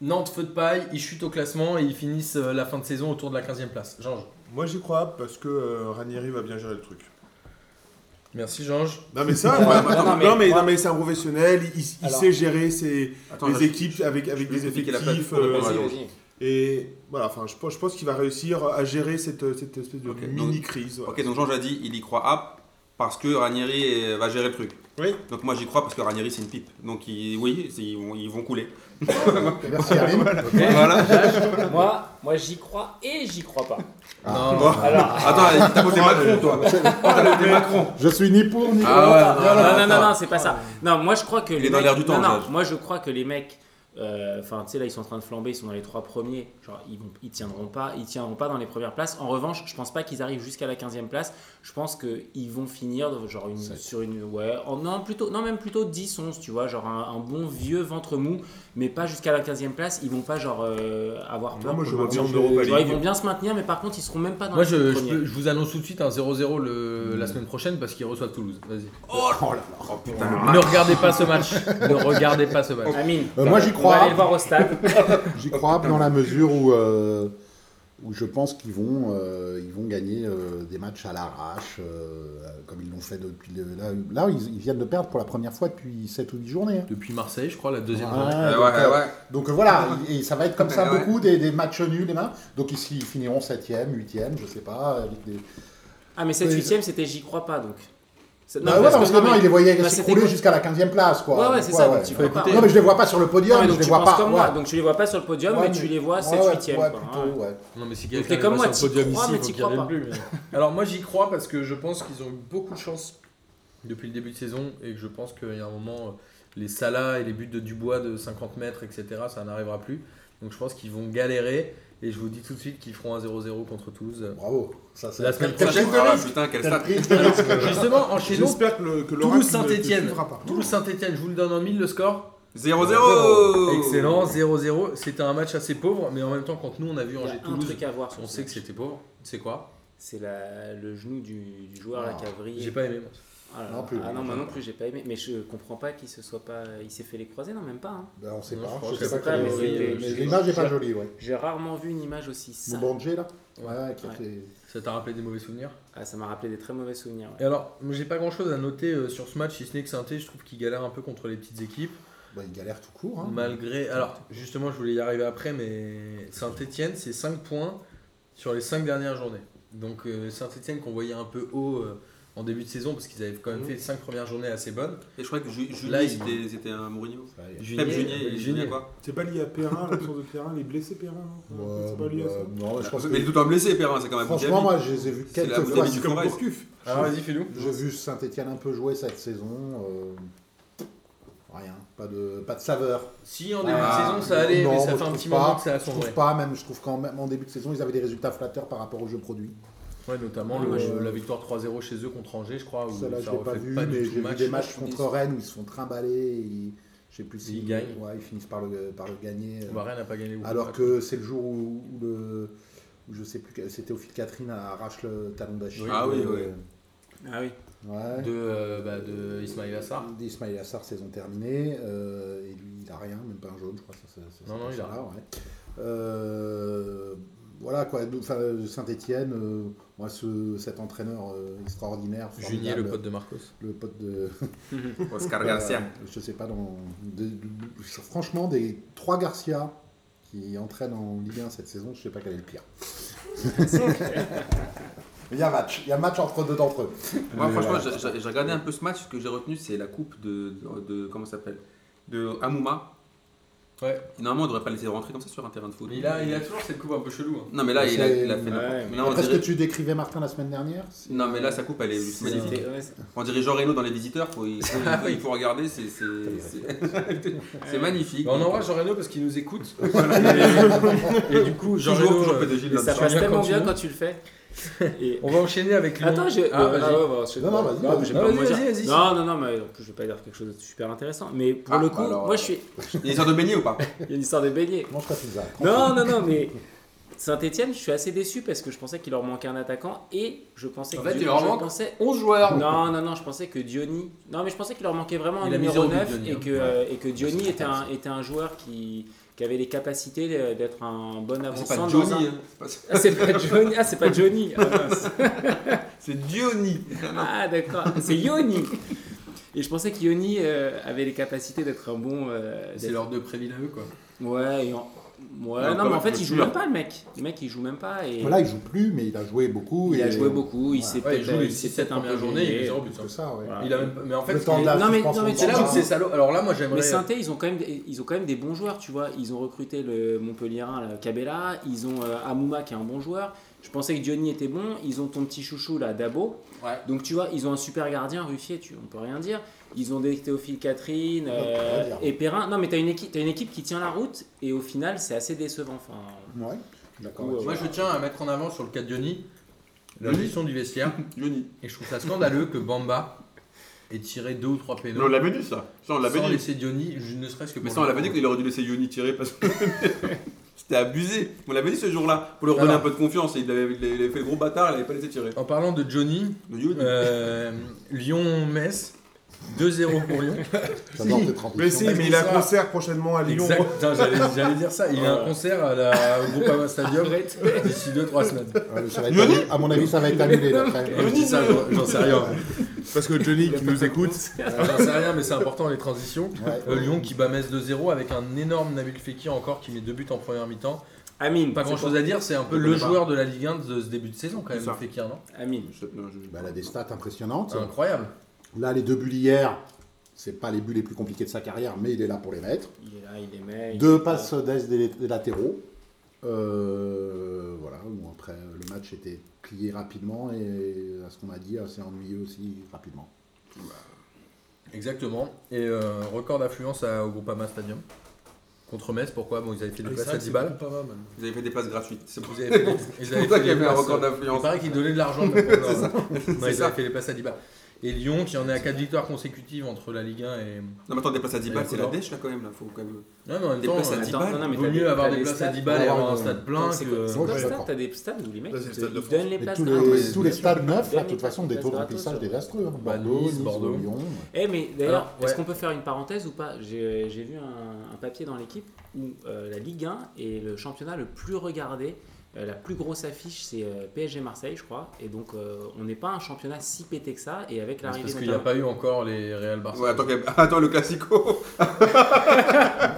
[SPEAKER 1] Nantes, feu de paille, ils chutent au classement et ils finissent euh, la fin de saison autour de la 15e place. Georges.
[SPEAKER 5] Moi, j'y crois parce que euh, Ranieri va bien gérer le truc.
[SPEAKER 1] Merci Georges.
[SPEAKER 5] Non mais ça, ouais,
[SPEAKER 4] non,
[SPEAKER 5] non,
[SPEAKER 4] mais-
[SPEAKER 5] mais,
[SPEAKER 4] moi-
[SPEAKER 5] non, mais c'est un professionnel, il, il
[SPEAKER 4] Alors-
[SPEAKER 5] sait gérer ses
[SPEAKER 2] Attends,
[SPEAKER 5] les
[SPEAKER 2] je-
[SPEAKER 5] équipes avec, avec
[SPEAKER 2] je vais
[SPEAKER 5] des
[SPEAKER 2] expliquer la
[SPEAKER 5] effectifs.
[SPEAKER 2] plateforme.
[SPEAKER 5] euh,
[SPEAKER 2] Vas-y.
[SPEAKER 5] Et voilà, enfin, je pense, je pense qu'il va réussir à gérer cette, euh, cette espèce de
[SPEAKER 2] Ok, donc-
[SPEAKER 5] mini-crise. ouais.
[SPEAKER 2] Ok, donc Jean a dit il y croit app parce que Ranieri euh, va gérer le truc.
[SPEAKER 5] Oui.
[SPEAKER 2] Donc moi j'y crois parce que Ranieri c'est une pipe. Donc il- oui, c'est- ils vont, ils vont couler.
[SPEAKER 3] Merci Aline.
[SPEAKER 2] voilà.
[SPEAKER 4] moi, moi j'y crois et j'y crois pas.
[SPEAKER 1] Non,
[SPEAKER 2] Bon.
[SPEAKER 4] Alors,
[SPEAKER 2] Attends, t'as voté Macron toi. T'as voté Macron.
[SPEAKER 3] Je suis ni pour ni contre.
[SPEAKER 2] Ah ouais,
[SPEAKER 4] non, non, non,
[SPEAKER 2] attends.
[SPEAKER 4] non, c'est pas ça. Non, moi je crois que les
[SPEAKER 2] est dans
[SPEAKER 4] mecs-
[SPEAKER 2] l'air du temps,
[SPEAKER 4] non, non,
[SPEAKER 2] Jacques.
[SPEAKER 4] moi je crois que les mecs, euh, enfin tu sais là ils sont en train de flamber, ils sont dans les trois premiers, genre ils, vont, ils tiendront pas, ils tiendront pas dans les premières places. En revanche, je pense pas qu'ils arrivent jusqu'à la 15e place. Je pense que ils vont finir de- genre une,
[SPEAKER 1] Sept.
[SPEAKER 4] sur une ouais, en- non plutôt non même plutôt 10 11, tu vois, genre un, un bon vieux ventre mou, mais pas jusqu'à la 15e place, ils vont pas genre euh, avoir peur.
[SPEAKER 5] moi, je
[SPEAKER 4] pour
[SPEAKER 5] vois
[SPEAKER 4] le maintien.
[SPEAKER 5] bien en Europa
[SPEAKER 4] Tu vois, ils
[SPEAKER 5] League.
[SPEAKER 4] vont bien se maintenir, mais par contre ils seront même pas dans
[SPEAKER 1] Moi,
[SPEAKER 4] les
[SPEAKER 1] je, je
[SPEAKER 4] premiers.
[SPEAKER 1] peux- je vous annonce tout de suite un 0-0 le- la semaine prochaine parce qu'ils reçoivent Toulouse. Vas-y.
[SPEAKER 2] Oh putain le
[SPEAKER 1] Ne regardez pas ce match. ne regardez pas ce match.
[SPEAKER 4] Amine,
[SPEAKER 3] Euh, moi, j'y
[SPEAKER 4] on va
[SPEAKER 3] crois.
[SPEAKER 4] aller le voir au stade.
[SPEAKER 3] J'y crois dans la mesure où, euh, où je pense qu'ils vont, euh, ils vont gagner euh, des matchs à l'arrache, euh, comme ils l'ont fait depuis. le- là, là, ils, ils viennent de perdre pour la première fois depuis 7 ou 10 journées. hein.
[SPEAKER 1] Depuis Marseille, je crois, la deuxième
[SPEAKER 3] Ouais,
[SPEAKER 1] journée.
[SPEAKER 2] Ouais,
[SPEAKER 3] donc,
[SPEAKER 2] ouais,
[SPEAKER 3] euh,
[SPEAKER 2] ouais.
[SPEAKER 3] donc, euh, voilà, et et ça va être comme ça
[SPEAKER 2] Ouais, ouais.
[SPEAKER 3] beaucoup, des, des matchs nuls, les mains. Donc ici, ils finiront 7e, 8e, je sais pas. avec des-
[SPEAKER 4] Ah, mais 7
[SPEAKER 3] Oui.
[SPEAKER 4] 8 c'était J'y crois pas donc. C'est-
[SPEAKER 3] Bah ouais, parce, que, non,
[SPEAKER 4] mais-
[SPEAKER 3] ils les voyaient
[SPEAKER 4] bah,
[SPEAKER 3] s'écrouler
[SPEAKER 4] c'était-
[SPEAKER 3] jusqu'à la 15e place, quoi.
[SPEAKER 4] Ouais, ouais,
[SPEAKER 3] Donc,
[SPEAKER 4] c'est ça, donc tu
[SPEAKER 3] Faut
[SPEAKER 4] crois
[SPEAKER 3] écouter.
[SPEAKER 4] pas.
[SPEAKER 3] Non, mais je les vois pas sur le
[SPEAKER 4] Non,
[SPEAKER 3] podium,
[SPEAKER 4] mais
[SPEAKER 3] je
[SPEAKER 4] donc
[SPEAKER 3] les
[SPEAKER 4] tu
[SPEAKER 3] vois
[SPEAKER 4] penses
[SPEAKER 3] pas.
[SPEAKER 4] comme
[SPEAKER 3] ouais.
[SPEAKER 4] moi, donc tu les vois pas sur le podium,
[SPEAKER 3] Ouais,
[SPEAKER 4] mais tu les vois
[SPEAKER 3] ouais,
[SPEAKER 4] 7
[SPEAKER 3] ouais,
[SPEAKER 4] 8
[SPEAKER 3] ouais, plutôt, ouais.
[SPEAKER 1] Non, mais si
[SPEAKER 4] Ah, Donc,
[SPEAKER 1] quelqu'un
[SPEAKER 4] t'es comme
[SPEAKER 1] est
[SPEAKER 4] moi,
[SPEAKER 1] pas sur le
[SPEAKER 4] t'y
[SPEAKER 1] podium
[SPEAKER 4] crois,
[SPEAKER 1] ici,
[SPEAKER 4] mais
[SPEAKER 1] faut
[SPEAKER 4] t'y
[SPEAKER 1] qu'il
[SPEAKER 4] crois
[SPEAKER 1] revienne
[SPEAKER 4] pas.
[SPEAKER 1] plus. mais- Alors, moi, j'y crois parce que je pense qu'ils ont eu beaucoup de chance depuis le début de saison et que je pense qu'il y a un moment, euh, les Salas et les buts de Dubois de 50 mètres, etc., ça n'arrivera plus. Donc, je pense qu'ils vont galérer et je vous dis tout de suite qu'ils feront un 0-0 contre Toulouse.
[SPEAKER 3] Bravo. Ça, c'est
[SPEAKER 1] La semaine
[SPEAKER 3] Quelle
[SPEAKER 1] prochaine,
[SPEAKER 3] prise de
[SPEAKER 2] Ah ouais,
[SPEAKER 3] risque.
[SPEAKER 2] putain, quel
[SPEAKER 3] Quelle
[SPEAKER 2] stade.
[SPEAKER 3] prise de risque.
[SPEAKER 1] Justement, enchaînons.
[SPEAKER 5] J'espère que le que l'oracle
[SPEAKER 1] Toulouse
[SPEAKER 5] ne- ne
[SPEAKER 1] Saint-Etienne.
[SPEAKER 5] suivra pas.
[SPEAKER 1] Toulouse Saint-Etienne, je vous le donne en mille le score.
[SPEAKER 2] 0-0
[SPEAKER 4] Oh.
[SPEAKER 1] Excellent, 0-0. C'était un match assez pauvre, mais en même temps, quand nous on a vu
[SPEAKER 4] Il y a
[SPEAKER 1] Angers
[SPEAKER 4] un
[SPEAKER 1] Toulouse,
[SPEAKER 4] truc à voir. sur
[SPEAKER 1] on
[SPEAKER 4] ce
[SPEAKER 1] sait que
[SPEAKER 4] match.
[SPEAKER 1] c'était pauvre. C'est quoi
[SPEAKER 4] C'est la- le genou du, du joueur, la
[SPEAKER 3] Ah,
[SPEAKER 4] cavrie.
[SPEAKER 1] J'ai pas aimé. moi.
[SPEAKER 4] Ah, là,
[SPEAKER 3] Non plus.
[SPEAKER 4] ah non, moi non plus, j'ai pas aimé. Mais je comprends pas qu'il se soit pas. Il s'est fait les croiser, non, même pas. hein.
[SPEAKER 3] Ben, on sait
[SPEAKER 1] Non,
[SPEAKER 3] pas.
[SPEAKER 1] je crois
[SPEAKER 3] Je
[SPEAKER 1] que
[SPEAKER 3] sais
[SPEAKER 1] c'est
[SPEAKER 3] pas.
[SPEAKER 1] pas,
[SPEAKER 3] comment-
[SPEAKER 1] mais c'est-
[SPEAKER 3] mais
[SPEAKER 1] c'est-
[SPEAKER 3] L'image est pas jolie, ouais.
[SPEAKER 4] J'ai rarement vu une image aussi
[SPEAKER 3] Mon
[SPEAKER 4] sale.
[SPEAKER 3] Banjé, là Ouais, qui a
[SPEAKER 4] Ouais.
[SPEAKER 3] fait-
[SPEAKER 1] Ça t'a rappelé des mauvais souvenirs
[SPEAKER 4] Ah, ça m'a rappelé des très mauvais souvenirs.
[SPEAKER 1] Et
[SPEAKER 4] ouais.
[SPEAKER 1] alors, moi, j'ai pas grand chose à noter euh, sur ce match, si ce n'est que Saint-Étienne, je trouve qu'il galère un peu contre les petites équipes.
[SPEAKER 3] bah, il galère tout court. Hein.
[SPEAKER 1] Malgré. Alors, justement, je voulais y arriver après, mais Saint-Etienne, c'est 5 points sur les 5 dernières journées. Donc, Saint-Etienne qu'on voyait un peu haut euh, en début de saison, parce qu'ils avaient quand
[SPEAKER 3] Mm.
[SPEAKER 1] même fait 5 premières journées assez bonnes.
[SPEAKER 2] Et je crois que Ju-
[SPEAKER 1] Là,
[SPEAKER 2] Julien
[SPEAKER 1] il-
[SPEAKER 2] c'était c'était un Mourinho.
[SPEAKER 3] Ouais,
[SPEAKER 2] Pep Julien, il- Julien
[SPEAKER 1] Junier.
[SPEAKER 2] quoi
[SPEAKER 5] C'est pas lié à Perrin, l'absence de Perrin, les blessés Perrin hein
[SPEAKER 3] Ouais,
[SPEAKER 5] C'est pas lié à ça
[SPEAKER 3] bah, non, je pense que-
[SPEAKER 2] Mais tout un blessé Perrin, c'est quand même
[SPEAKER 3] Franchement, moi, je les ai vus
[SPEAKER 2] C'est la
[SPEAKER 3] quelques
[SPEAKER 2] Abu
[SPEAKER 3] fois.
[SPEAKER 2] Dhabi du
[SPEAKER 5] Comme
[SPEAKER 2] Forest.
[SPEAKER 5] Gourcuff.
[SPEAKER 1] Alors, vas-y, fais-nous.
[SPEAKER 3] J'ai vu Saint-Etienne un peu jouer cette saison. euh, Rien, pas de, pas de saveur.
[SPEAKER 1] Si, en début
[SPEAKER 2] Ah,
[SPEAKER 1] de saison, ça allait,
[SPEAKER 3] non,
[SPEAKER 1] mais
[SPEAKER 3] moi,
[SPEAKER 1] ça
[SPEAKER 3] je
[SPEAKER 1] fait un
[SPEAKER 3] trouve
[SPEAKER 1] petit
[SPEAKER 3] pas.
[SPEAKER 1] moment que ça a
[SPEAKER 3] Je trouve
[SPEAKER 1] sombré.
[SPEAKER 3] pas, même, je trouve qu'en même en début de saison, ils avaient des résultats flatteurs par rapport au jeu produit.
[SPEAKER 1] Ouais, notamment
[SPEAKER 4] Ouais,
[SPEAKER 1] le-
[SPEAKER 4] moi, je-
[SPEAKER 1] la victoire 3-0 chez eux contre Angers, je crois. Où
[SPEAKER 3] ça, là, je
[SPEAKER 1] Oh, ça
[SPEAKER 3] l'ai pas
[SPEAKER 1] reflète
[SPEAKER 3] vu,
[SPEAKER 1] du
[SPEAKER 3] mais
[SPEAKER 1] tout
[SPEAKER 3] j'ai
[SPEAKER 1] le
[SPEAKER 3] vu des
[SPEAKER 1] match.
[SPEAKER 3] matchs contre Rennes où ils se font trimballer. et ils- Je sais plus
[SPEAKER 1] Ils
[SPEAKER 3] s'ils
[SPEAKER 1] gagnent.
[SPEAKER 3] ouais, ils finissent par le, par le gagner. euh,
[SPEAKER 1] Bah, Rennes n'a pas gagné. beaucoup.
[SPEAKER 3] Alors que c'est le jour où, où le. où je sais plus, que- c'était au fil Catherine arrache le talon d'Achille.
[SPEAKER 2] Ah oui,
[SPEAKER 3] euh,
[SPEAKER 4] Ah oui.
[SPEAKER 3] Ouais.
[SPEAKER 1] de, euh, bah, de Ismail Assar.
[SPEAKER 3] D'Ismail Assar, saison terminée. euh, et lui, il a rien, même pas un jaune, je crois. Ça, ça- ça-
[SPEAKER 1] Non,
[SPEAKER 3] ça-
[SPEAKER 1] non,
[SPEAKER 3] ça-
[SPEAKER 1] il a
[SPEAKER 3] ça-
[SPEAKER 1] rien.
[SPEAKER 3] ouais. Euh, voilà, quoi. Donc, enfin, Saint-Etienne, moi, ce, cet entraîneur euh, extraordinaire.
[SPEAKER 1] Junier,
[SPEAKER 3] formidable,
[SPEAKER 1] le pote de Marcos.
[SPEAKER 3] le pote de.
[SPEAKER 2] Oscar
[SPEAKER 3] euh,
[SPEAKER 2] Garcia.
[SPEAKER 3] je sais pas, dans. de- de- de- franchement, des trois Garcia qui entraînent en Ligue 1 cette saison, je sais pas quel est le pire. Mais il y a match, il y a match entre deux d'entre eux.
[SPEAKER 2] Moi,
[SPEAKER 3] Mais
[SPEAKER 2] franchement,
[SPEAKER 3] voilà.
[SPEAKER 2] j'ai- j'ai j'ai regardé un peu ce match. Ce que j'ai retenu, c'est la coupe de. de, de- comment ça s'appelle De Amouma.
[SPEAKER 1] Ouais.
[SPEAKER 2] Normalement, on devrait pas laisser rentrer comme ça sur un terrain de foot.
[SPEAKER 1] Mais il a, il a toujours cette coupe un peu chelou. hein.
[SPEAKER 2] Non, mais là, il a, il a fait.
[SPEAKER 4] Ouais,
[SPEAKER 2] Là, on
[SPEAKER 3] Après ce que
[SPEAKER 2] dirait-
[SPEAKER 3] tu décrivais, Martin, la semaine dernière, c'est-
[SPEAKER 2] Non, mais là, sa coupe, elle est juste magnifique.
[SPEAKER 4] C'était- ouais, c'est-
[SPEAKER 2] On dirait Jean Reno dans Les Visiteurs. Faut, il, faut, il faut- il faut regarder, c'est. c'est- C'est c'est magnifique.
[SPEAKER 1] Bah, on envoie Jean Reno parce qu'il nous écoute. et, du coup, Jean
[SPEAKER 2] Toujours,
[SPEAKER 1] Reno,
[SPEAKER 2] toujours
[SPEAKER 1] euh,
[SPEAKER 2] PDG de
[SPEAKER 4] Et ça
[SPEAKER 1] Julien,
[SPEAKER 2] là-dessus.
[SPEAKER 4] passe tellement
[SPEAKER 1] continue.
[SPEAKER 4] bien quand tu le fais. Et-
[SPEAKER 1] on va enchaîner avec lui.
[SPEAKER 4] Attends, j'ai.
[SPEAKER 1] Ah,
[SPEAKER 4] euh,
[SPEAKER 1] vas-y.
[SPEAKER 4] ah ouais, bah, je sais
[SPEAKER 3] Non,
[SPEAKER 4] pas.
[SPEAKER 3] non, vas-y,
[SPEAKER 4] Non,
[SPEAKER 3] vas-y.
[SPEAKER 4] mais j'ai
[SPEAKER 1] Non,
[SPEAKER 4] pas de
[SPEAKER 1] vas-y,
[SPEAKER 4] mots à dire.
[SPEAKER 1] vas-y, vas-y.
[SPEAKER 4] Non, non, non, mais donc, je vais pas dire quelque chose de super intéressant. Mais pour
[SPEAKER 2] Ah,
[SPEAKER 1] bah
[SPEAKER 4] le coup,
[SPEAKER 2] alors,
[SPEAKER 1] euh.
[SPEAKER 4] moi, je suis.
[SPEAKER 2] Il est histoire de beignet ou pas
[SPEAKER 4] Il y a une histoire de bélier.
[SPEAKER 3] mange ta pizza.
[SPEAKER 4] Non, non, non, mais. Saint-Etienne, je suis assez déçu parce que je pensais qu'il leur manquait un attaquant et je pensais
[SPEAKER 1] En
[SPEAKER 4] que
[SPEAKER 1] fait, il
[SPEAKER 4] Diony-
[SPEAKER 1] leur
[SPEAKER 4] je
[SPEAKER 1] manque
[SPEAKER 4] pensais-
[SPEAKER 1] 11 joueurs.
[SPEAKER 4] Non, non, non, je pensais que Diony. Non, mais je pensais qu'il leur manquait vraiment un
[SPEAKER 1] Il a mis
[SPEAKER 4] numéro
[SPEAKER 1] zéro but,
[SPEAKER 4] 9
[SPEAKER 1] Diony,
[SPEAKER 4] et
[SPEAKER 1] hein.
[SPEAKER 4] que, euh, et que Diony était un, était un joueur qui, qui avait les capacités euh, d'être un bon
[SPEAKER 1] Ah,
[SPEAKER 2] C'est
[SPEAKER 4] avançant.
[SPEAKER 2] pas
[SPEAKER 4] dans un-
[SPEAKER 2] Johnny. hein. C'est pas-
[SPEAKER 4] Ah, c'est pas Johnny. Ah, c'est pas Johnny. Ah, mince.
[SPEAKER 2] C'est Diony.
[SPEAKER 4] Ah d'accord, c'est Yoni. Et je pensais que Yoni euh, avait les capacités d'être un bon. euh,
[SPEAKER 1] C'est
[SPEAKER 4] d'être-
[SPEAKER 1] leur deux préville à eux, quoi.
[SPEAKER 4] Ouais, et en- Ouais,
[SPEAKER 2] Non,
[SPEAKER 4] non, mais en
[SPEAKER 2] pas-
[SPEAKER 4] fait, il joue
[SPEAKER 2] Là.
[SPEAKER 4] même pas, le mec. Le mec, il joue même pas. Et
[SPEAKER 3] Voilà, il joue plus, mais il a joué beaucoup.
[SPEAKER 4] il a
[SPEAKER 3] et-
[SPEAKER 4] joué beaucoup. Il
[SPEAKER 1] Ouais,
[SPEAKER 4] s'est
[SPEAKER 1] il
[SPEAKER 4] peut-être
[SPEAKER 1] joue les
[SPEAKER 4] bah, il s'est
[SPEAKER 1] 6-7
[SPEAKER 4] peut-être un peu
[SPEAKER 1] premières journées, il
[SPEAKER 4] gêné.
[SPEAKER 1] met 0 but. hein.
[SPEAKER 3] C'est ça, ouais.
[SPEAKER 4] Voilà.
[SPEAKER 1] Il a même... Mais en fait,
[SPEAKER 3] Le
[SPEAKER 1] ce
[SPEAKER 3] temps
[SPEAKER 1] qui
[SPEAKER 3] de
[SPEAKER 1] est-
[SPEAKER 3] la
[SPEAKER 4] Non, mais-
[SPEAKER 3] suspension
[SPEAKER 4] non, mais
[SPEAKER 3] de
[SPEAKER 1] c'est là où
[SPEAKER 3] Bamba.
[SPEAKER 1] c'est salaud. Alors là, moi
[SPEAKER 4] Mais
[SPEAKER 1] j'aimerais. euh,
[SPEAKER 4] Saint-Étienne, ils ont quand même, des- ils ont quand même des bons joueurs, tu vois. Ils ont recruté le Montpellierin, là, Cabella. Ils ont euh, Amouma qui est un bon joueur. Je pensais que Johnny était bon. Ils ont ton petit chouchou là, Dabo.
[SPEAKER 1] Ouais.
[SPEAKER 4] Donc tu vois, ils ont un super gardien, Ruffier, tu, on peut rien dire. Ils ont des Théophile Catherine euh,
[SPEAKER 3] on peut rien dire.
[SPEAKER 4] et Perrin. Non, mais t'as une équipe, t'as une équipe qui tient la route et au final, c'est assez décevant. Enfin,
[SPEAKER 3] Ouais, d'accord.
[SPEAKER 4] Ou, euh,
[SPEAKER 1] Moi je tiens à mettre en avant sur le cas de Diony la
[SPEAKER 2] Diony.
[SPEAKER 1] gestion du vestiaire.
[SPEAKER 2] Johnny.
[SPEAKER 1] Et je trouve ça scandaleux que Bamba ait tiré deux ou trois
[SPEAKER 2] Mais on
[SPEAKER 1] pénaux.
[SPEAKER 2] l'avait dit ça. Ça, on l'avait
[SPEAKER 1] Sans
[SPEAKER 2] dit.
[SPEAKER 1] laisser Diony, je- ne serait-ce que
[SPEAKER 2] Mais
[SPEAKER 1] pour
[SPEAKER 2] ça, on
[SPEAKER 1] le-
[SPEAKER 2] l'avait dit qu'il aurait dû laisser Yoni tirer parce que c'était abusé. On l'avait dit ce jour-là pour lui redonner
[SPEAKER 1] Alors.
[SPEAKER 2] un peu de confiance. Et il avait, il avait fait le gros bâtard, il l'avait pas laissé tirer.
[SPEAKER 1] En parlant de Johnny,
[SPEAKER 2] Le Yoni.
[SPEAKER 1] euh, Lyon-Metz, 2-0 pour Lyon.
[SPEAKER 3] J'adore cette ambition.
[SPEAKER 5] Mais si,
[SPEAKER 1] Ah,
[SPEAKER 5] mais
[SPEAKER 1] mais
[SPEAKER 5] il a un
[SPEAKER 1] ça-
[SPEAKER 5] concert prochainement à Lyon.
[SPEAKER 1] Exact. Putain, J'allais j'allais dire ça. Il y a un
[SPEAKER 4] Ouais.
[SPEAKER 1] concert à la, au Groupama Stadium d'ici 2-3 semaines.
[SPEAKER 3] Ouais, Euh, ça va être
[SPEAKER 2] Yoni
[SPEAKER 3] annulé. À mon avis, ça va être annulé
[SPEAKER 1] Et
[SPEAKER 3] d'après.
[SPEAKER 1] je dis ça, j'en- j'en sais rien.
[SPEAKER 5] Parce que Johnny qui nous écoute.
[SPEAKER 1] J'en sais rien, mais c'est important les transitions.
[SPEAKER 3] Ouais.
[SPEAKER 1] Euh, Lyon qui bat Metz 2-0 avec un énorme Nabil Fekir encore qui met deux buts en première mi-temps.
[SPEAKER 4] Amine,
[SPEAKER 1] Pas
[SPEAKER 4] c'est
[SPEAKER 1] grand chose
[SPEAKER 4] pour-
[SPEAKER 1] à dire, c'est un peu
[SPEAKER 2] Je
[SPEAKER 1] le
[SPEAKER 2] connais pas.
[SPEAKER 1] joueur de la Ligue 1 de ce début de saison quand même,
[SPEAKER 2] C'est ça.
[SPEAKER 1] Fekir, non
[SPEAKER 4] Amine.
[SPEAKER 2] Je sais pas, je-
[SPEAKER 3] Bah, elle a des stats impressionnantes.
[SPEAKER 1] C'est incroyable.
[SPEAKER 3] Là, les deux buts d'hier, c'est pas les buts les plus compliqués de sa carrière, mais il est là pour les mettre.
[SPEAKER 4] Il est là, il est mec.
[SPEAKER 3] Deux passes d'aise des des latéraux. Euh, voilà, où après le match était plié rapidement et euh, à ce qu'on m'a dit, assez ennuyé aussi rapidement.
[SPEAKER 1] Exactement. Et euh, record d'affluence à- au Groupama Stadium. Contre Metz, pourquoi Bon, ils avaient fait des places à 10 balles.
[SPEAKER 2] Ils avaient fait des places gratuites. C'est pour
[SPEAKER 1] Vous avez fait- ils
[SPEAKER 2] c'est
[SPEAKER 1] avaient
[SPEAKER 2] pour
[SPEAKER 1] fait
[SPEAKER 2] ça qu'il y
[SPEAKER 1] des
[SPEAKER 2] avait un
[SPEAKER 1] places- euh,
[SPEAKER 2] record
[SPEAKER 1] Il
[SPEAKER 2] d'influence.
[SPEAKER 1] paraît qu'ils donnaient de l'argent. mais pour leur- Non, ils
[SPEAKER 2] ça.
[SPEAKER 1] avaient fait les places à 10 balles. Et Lyon, qui en est à 4 victoires consécutives entre la Ligue 1 et.
[SPEAKER 2] Non, mais attends, des places à 10
[SPEAKER 1] Et
[SPEAKER 2] balles, c'est la
[SPEAKER 1] Ecuador.
[SPEAKER 2] dèche là quand même. Là. Faut quand même...
[SPEAKER 1] Non, mais en même
[SPEAKER 2] Des
[SPEAKER 1] temps,
[SPEAKER 2] places à
[SPEAKER 1] euh,
[SPEAKER 2] 10
[SPEAKER 1] vaut
[SPEAKER 2] balles,
[SPEAKER 4] non, mais t'as
[SPEAKER 1] mieux
[SPEAKER 4] des-
[SPEAKER 1] avoir
[SPEAKER 4] t'as
[SPEAKER 1] des
[SPEAKER 4] des
[SPEAKER 1] places à
[SPEAKER 4] stats. euh,
[SPEAKER 1] 10 balles et
[SPEAKER 3] Ouais,
[SPEAKER 1] avoir un
[SPEAKER 3] ouais,
[SPEAKER 1] stade plein
[SPEAKER 4] C'est
[SPEAKER 1] que.
[SPEAKER 3] quoi
[SPEAKER 4] quoi le
[SPEAKER 3] je suis
[SPEAKER 4] stade
[SPEAKER 3] d'accord.
[SPEAKER 4] T'as des stades où les mecs
[SPEAKER 5] Là, c'est le stade
[SPEAKER 4] ils
[SPEAKER 5] de France.
[SPEAKER 4] donnent les
[SPEAKER 3] Et
[SPEAKER 4] places
[SPEAKER 3] tous
[SPEAKER 4] gratuites.
[SPEAKER 3] les, tous les stades neufs, là, de toute façon, des taux de
[SPEAKER 4] Gratos,
[SPEAKER 3] remplissage
[SPEAKER 4] ouais.
[SPEAKER 3] désastreux. hein.
[SPEAKER 1] Bah,
[SPEAKER 3] Bordeaux,
[SPEAKER 1] Nice,
[SPEAKER 3] Nice,
[SPEAKER 1] Bordeaux.
[SPEAKER 3] Lyon.
[SPEAKER 4] Eh mais d'ailleurs,
[SPEAKER 1] Alors, ouais.
[SPEAKER 4] est-ce qu'on peut faire une parenthèse ou pas J'ai j'ai vu un, un papier dans l'équipe où euh, la Ligue 1 est le championnat le plus regardé. Euh, la plus grosse affiche, c'est euh, PSG Marseille, je crois. Et donc, euh, on n'est pas un championnat si pété que ça. Et avec
[SPEAKER 1] C'est
[SPEAKER 4] l'arrivée
[SPEAKER 1] parce qu'il n'y a
[SPEAKER 4] notamment-
[SPEAKER 1] pas eu encore les Real Barça.
[SPEAKER 2] Ouais, attends, quand même- attends, le classico.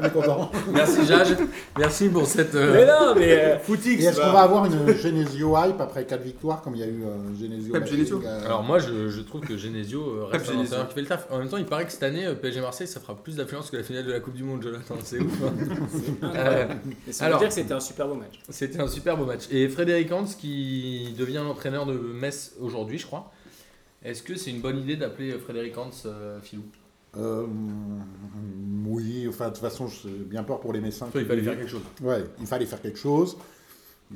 [SPEAKER 3] On est content.
[SPEAKER 1] Merci Jage, merci pour cette. euh,
[SPEAKER 4] Mais non, mais euh,
[SPEAKER 3] Et est-ce qu'on va avoir une Genesio hype après 4 victoires, comme il y a eu euh, Genesio
[SPEAKER 2] Pep
[SPEAKER 3] Racing,
[SPEAKER 2] Genesio.
[SPEAKER 3] euh,
[SPEAKER 1] Alors moi je, je trouve que Genesio euh, reste
[SPEAKER 2] Pep
[SPEAKER 1] un
[SPEAKER 2] Genesio.
[SPEAKER 1] entraîneur qui fait le taf. En même temps il paraît que cette année euh, PSG Marseille ça fera plus d'affluence que la finale de la Coupe du Monde Jonathan, c'est ouf. hein. Euh,
[SPEAKER 4] ça
[SPEAKER 1] Alors.
[SPEAKER 4] veut dire que c'était un super beau match.
[SPEAKER 1] C'était un super beau match. Et Frédéric Hans qui devient l'entraîneur de Metz aujourd'hui je crois. Est-ce que c'est une bonne idée d'appeler euh, Frédéric Hans euh, Filou
[SPEAKER 3] Euh, mm, oui, enfin, de toute façon, j'ai bien peur pour les Messins.
[SPEAKER 1] Toi il fallait faire quelque chose.
[SPEAKER 3] Ouais, il fallait faire quelque chose.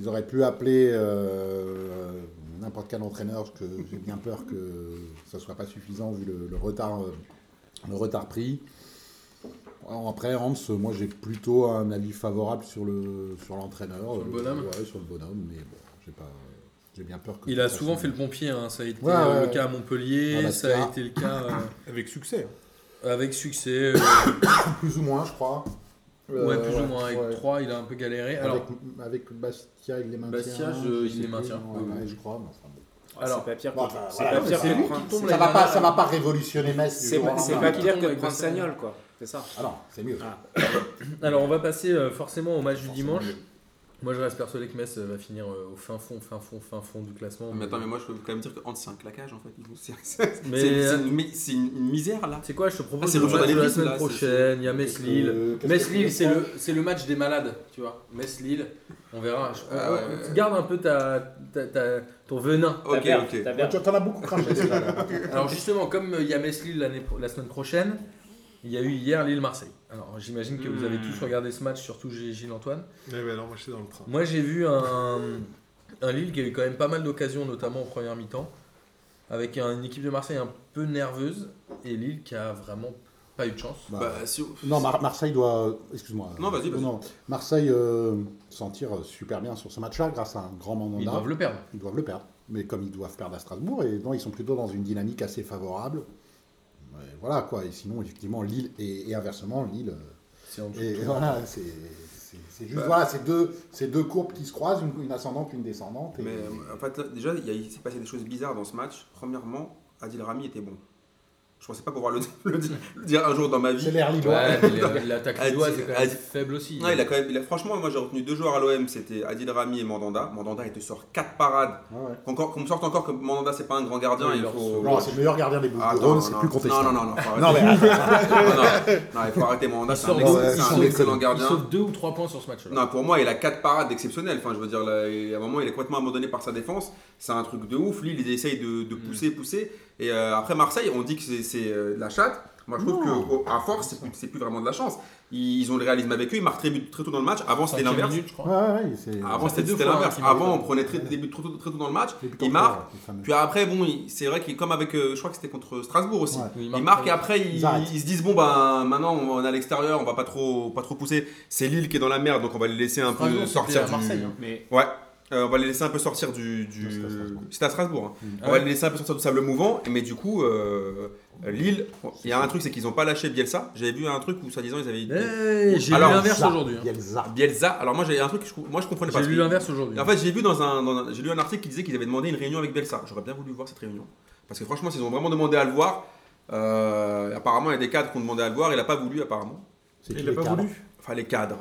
[SPEAKER 3] Ils auraient pu appeler euh, n'importe quel entraîneur, parce que j'ai bien peur que ça soit pas suffisant vu le, le retard, euh, le retard pris. Alors après, Hans, moi j'ai plutôt un avis favorable sur le sur l'entraîneur,
[SPEAKER 1] Sur le bonhomme.
[SPEAKER 3] Ouais, sur le bonhomme, mais bon, j'ai pas, j'ai bien peur que.
[SPEAKER 1] Il a
[SPEAKER 3] ça
[SPEAKER 1] souvent
[SPEAKER 3] se-
[SPEAKER 1] fait le pompier, hein. ça a été
[SPEAKER 3] Ouais,
[SPEAKER 1] euh,
[SPEAKER 3] ouais,
[SPEAKER 1] le
[SPEAKER 3] ouais.
[SPEAKER 1] cas à Montpellier,
[SPEAKER 3] Ah, bah,
[SPEAKER 1] ça a
[SPEAKER 3] ça.
[SPEAKER 1] été le cas euh,
[SPEAKER 5] Avec succès.
[SPEAKER 1] avec succès, euh,
[SPEAKER 3] plus ou moins, je crois.
[SPEAKER 1] ouais,
[SPEAKER 3] Euh,
[SPEAKER 1] plus ou moins avec
[SPEAKER 3] ouais.
[SPEAKER 1] 3 il a un peu galéré. Alors,
[SPEAKER 3] avec, avec Bastia, il les maintient.
[SPEAKER 1] Bastia, je- il
[SPEAKER 3] sais
[SPEAKER 1] les
[SPEAKER 3] plus,
[SPEAKER 1] maintient,
[SPEAKER 3] ouais,
[SPEAKER 1] oui,
[SPEAKER 3] ouais,
[SPEAKER 1] oui.
[SPEAKER 3] je crois. mais enfin, bon.
[SPEAKER 4] Ah,
[SPEAKER 1] Alors.
[SPEAKER 4] c'est pas pire que,
[SPEAKER 3] Bon, enfin,
[SPEAKER 4] c'est
[SPEAKER 3] voilà,
[SPEAKER 4] pas
[SPEAKER 1] c'est
[SPEAKER 4] pire que
[SPEAKER 1] lui
[SPEAKER 4] prendre-
[SPEAKER 1] qui tombe
[SPEAKER 4] c'est-
[SPEAKER 1] là.
[SPEAKER 3] ça va pas, ça va pas révolutionner Metz. du
[SPEAKER 4] c'est
[SPEAKER 3] jour
[SPEAKER 4] pas-
[SPEAKER 3] au
[SPEAKER 4] C'est
[SPEAKER 3] lendemain.
[SPEAKER 4] pas pire
[SPEAKER 1] Tombe
[SPEAKER 4] que de
[SPEAKER 1] avec
[SPEAKER 4] prendre
[SPEAKER 1] Barcelone.
[SPEAKER 4] Sagnol, quoi. C'est ça.
[SPEAKER 3] Ah non, c'est mieux.
[SPEAKER 4] Ah.
[SPEAKER 1] Alors on va passer euh, forcément au match du dimanche.
[SPEAKER 3] mieux.
[SPEAKER 1] Moi je reste persuadé que Metz euh, va finir euh, au fin fond, fin fond, fin fond du classement.
[SPEAKER 2] Mais attends, mais moi je peux quand même dire que Hans, c'est un claquage en fait. Ils ont- c'est- C'est
[SPEAKER 1] Mais- euh,
[SPEAKER 2] c'est- c'est une, mi- c'est une- une misère là.
[SPEAKER 1] C'est quoi Je te propose
[SPEAKER 2] Ah, c'est
[SPEAKER 1] le
[SPEAKER 2] retour
[SPEAKER 1] match de la
[SPEAKER 2] d'Alexis,
[SPEAKER 1] semaine
[SPEAKER 2] là, c'est-
[SPEAKER 1] prochaine. Il y a Metz Lille.
[SPEAKER 3] Euh, qu'est-ce
[SPEAKER 1] Metz
[SPEAKER 3] que-
[SPEAKER 1] Lille, c'est le c'est le match des malades, tu vois. Metz Lille, on verra. Je-
[SPEAKER 2] Ah
[SPEAKER 1] on-
[SPEAKER 2] ouais,
[SPEAKER 1] on-
[SPEAKER 2] ouais.
[SPEAKER 1] Garde un peu ta, ta- ta- ton venin.
[SPEAKER 4] Ta
[SPEAKER 2] Ok,
[SPEAKER 4] merde,
[SPEAKER 2] ok.
[SPEAKER 4] ta
[SPEAKER 3] Bah,
[SPEAKER 4] merde.
[SPEAKER 3] tu en as beaucoup craché déjà. là.
[SPEAKER 1] Alors justement, comme euh, il y a Metz Lille l'année pro- la semaine prochaine, il y a eu hier Lille Marseille. Alors j'imagine que vous avez
[SPEAKER 4] Hmm.
[SPEAKER 1] tous regardé ce match, surtout G- Gilles Antoine.
[SPEAKER 5] Ouais, mais alors moi j'étais dans le train.
[SPEAKER 1] Moi j'ai vu un, un Lille qui a eu quand même pas mal d'occasions, notamment en première mi-temps, avec un- une équipe de Marseille un peu nerveuse et Lille qui a vraiment pas eu de chance.
[SPEAKER 3] Bah,
[SPEAKER 2] Bah, si on-
[SPEAKER 3] non, Mar- Marseille doit. Excuse-moi.
[SPEAKER 2] Non, vas-y, vas-y.
[SPEAKER 3] Non, Marseille euh, s'en tire super bien sur ce match-là grâce à un grand
[SPEAKER 1] Ils
[SPEAKER 3] mandat.
[SPEAKER 1] doivent le perdre.
[SPEAKER 3] Ils doivent le perdre. Mais comme ils doivent perdre à Strasbourg, et non, ils sont plutôt dans une dynamique assez favorable. Mais voilà quoi. Et sinon, effectivement, Lille et, et inversement, Lille. euh,
[SPEAKER 1] C'est en dessous de
[SPEAKER 3] Et
[SPEAKER 1] tout.
[SPEAKER 3] voilà, c'est c'est- c'est juste
[SPEAKER 2] Bah.
[SPEAKER 3] voilà, c'est deux, c'est deux courbes qui se croisent, une, une ascendante, une descendante. Et,
[SPEAKER 2] Mais euh, en fait, là, déjà, il y a- il s'est passé des choses bizarres dans ce match. Premièrement, Adil Rami était bon. Je pensais pas pouvoir le, le dire, le dire un jour dans ma vie.
[SPEAKER 3] C'est l'air libre.
[SPEAKER 1] Ouais, mais la- l'attaque
[SPEAKER 2] Ah,
[SPEAKER 1] lilloise
[SPEAKER 2] c'est-
[SPEAKER 1] est quand
[SPEAKER 2] ah,
[SPEAKER 1] même
[SPEAKER 2] c'est-
[SPEAKER 1] faible aussi.
[SPEAKER 2] Non, il a quand même, il a- franchement, moi j'ai retenu deux joueurs à l'OM, c'était Adil Rami et Mandanda. Mandanda, il te sort quatre parades.
[SPEAKER 3] Ouais, ouais.
[SPEAKER 2] Qu'on encore- qu'on me sorte encore que Mandanda, c'est pas un grand gardien.
[SPEAKER 1] Ouais,
[SPEAKER 2] il
[SPEAKER 1] il leur
[SPEAKER 2] faut...
[SPEAKER 1] sort.
[SPEAKER 3] Non, c'est le meilleur gardien des bouches
[SPEAKER 2] Euh, Ah,
[SPEAKER 3] du
[SPEAKER 2] non,
[SPEAKER 3] Rhône,
[SPEAKER 2] non,
[SPEAKER 3] c'est
[SPEAKER 2] non.
[SPEAKER 3] plus contestable.
[SPEAKER 2] Non, non, non, non, faut arrêter.
[SPEAKER 3] Non, mais attends,
[SPEAKER 2] non, non, il faut arrêter Mandanda,
[SPEAKER 1] Il
[SPEAKER 2] c'est un,
[SPEAKER 1] sort
[SPEAKER 2] excellent-
[SPEAKER 1] deux-
[SPEAKER 2] c'est
[SPEAKER 1] il
[SPEAKER 2] un
[SPEAKER 1] sort-
[SPEAKER 2] excellent
[SPEAKER 1] Il
[SPEAKER 2] gardien.
[SPEAKER 1] sauve deux ou trois points sur ce match-là.
[SPEAKER 2] Non, pour moi, il a quatre parades exceptionnelles. Enfin, je veux dire, là, il- à un moment, il est complètement abandonné par sa défense. C'est un truc de ouf. Lille, il essaye de,
[SPEAKER 1] Mm.
[SPEAKER 2] de pousser, pousser. Et euh, après Marseille, on dit que c'est- c'est euh, de la chatte. Moi, je trouve qu'à force, c'est plus, c'est plus vraiment de la chance. Ils, ils ont le réalisme avec eux. Ils marquent très, but- très tôt dans le match. Avant, c'était
[SPEAKER 1] Cinquième
[SPEAKER 2] l'inverse.
[SPEAKER 1] minute, je crois.
[SPEAKER 3] Ouais, ouais, ouais, c'est. euh,
[SPEAKER 2] Avant,
[SPEAKER 1] Ça fait
[SPEAKER 2] c'était
[SPEAKER 1] deux
[SPEAKER 2] c'était
[SPEAKER 1] fois, hein,
[SPEAKER 2] l'inverse.
[SPEAKER 1] qu'ils marquent.
[SPEAKER 2] Avant, on prenait très, des buts trop tôt, très tôt dans le match.
[SPEAKER 3] les buts en
[SPEAKER 2] Ils
[SPEAKER 3] retard,
[SPEAKER 2] marquent.
[SPEAKER 3] les fameux.
[SPEAKER 2] Puis après, bon, il- c'est vrai qu'il comme avec, euh, je crois que c'était contre Strasbourg aussi.
[SPEAKER 3] Ouais.
[SPEAKER 1] Oui,
[SPEAKER 2] Ils marquent et
[SPEAKER 1] euh,
[SPEAKER 2] après ils,
[SPEAKER 3] Ils arrêtent.
[SPEAKER 2] ils se disent bon ben maintenant on est à l'extérieur, on va pas trop pas trop pousser. C'est Lille qui est dans la merde donc on va les laisser un peu
[SPEAKER 1] Strasbourg,
[SPEAKER 2] sortir
[SPEAKER 1] c'était à Marseille,
[SPEAKER 2] du.
[SPEAKER 1] hein.
[SPEAKER 4] Mais
[SPEAKER 2] Ouais. Euh, on va les laisser un peu sortir du.
[SPEAKER 3] Non,
[SPEAKER 2] du...
[SPEAKER 3] c'était à Strasbourg.
[SPEAKER 2] C'était à Strasbourg. hein.
[SPEAKER 3] Mm.
[SPEAKER 1] Ah
[SPEAKER 2] On va les laisser un peu sortir du sable mouvant. Mais du coup, euh, Lille, il y a un truc, c'est qu'ils ont pas lâché Bielsa. J'avais vu un truc où soi-disant ils avaient.
[SPEAKER 1] Eh, J'ai lu
[SPEAKER 2] Alors,
[SPEAKER 1] l'inverse
[SPEAKER 3] Ça,
[SPEAKER 1] aujourd'hui. hein.
[SPEAKER 3] Bielsa.
[SPEAKER 2] Bielsa. Alors moi j'ai un truc, que je... moi je comprenais pas.
[SPEAKER 1] J'ai
[SPEAKER 2] parce
[SPEAKER 1] lu
[SPEAKER 2] que-
[SPEAKER 1] l'inverse aujourd'hui.
[SPEAKER 2] en fait, j'ai vu dans un, dans un- j'ai lu un article qui disait qu'ils avaient demandé une réunion avec Belsa. J'aurais bien voulu voir cette réunion. Parce que franchement, s'ils ont vraiment demandé à le voir, euh, apparemment, il y a des cadres qui ont demandé à le voir, il n'a pas voulu apparemment.
[SPEAKER 3] C'est qui
[SPEAKER 5] Il
[SPEAKER 3] les
[SPEAKER 5] l'a pas
[SPEAKER 3] cadres
[SPEAKER 5] voulu.
[SPEAKER 2] Enfin, les cadres.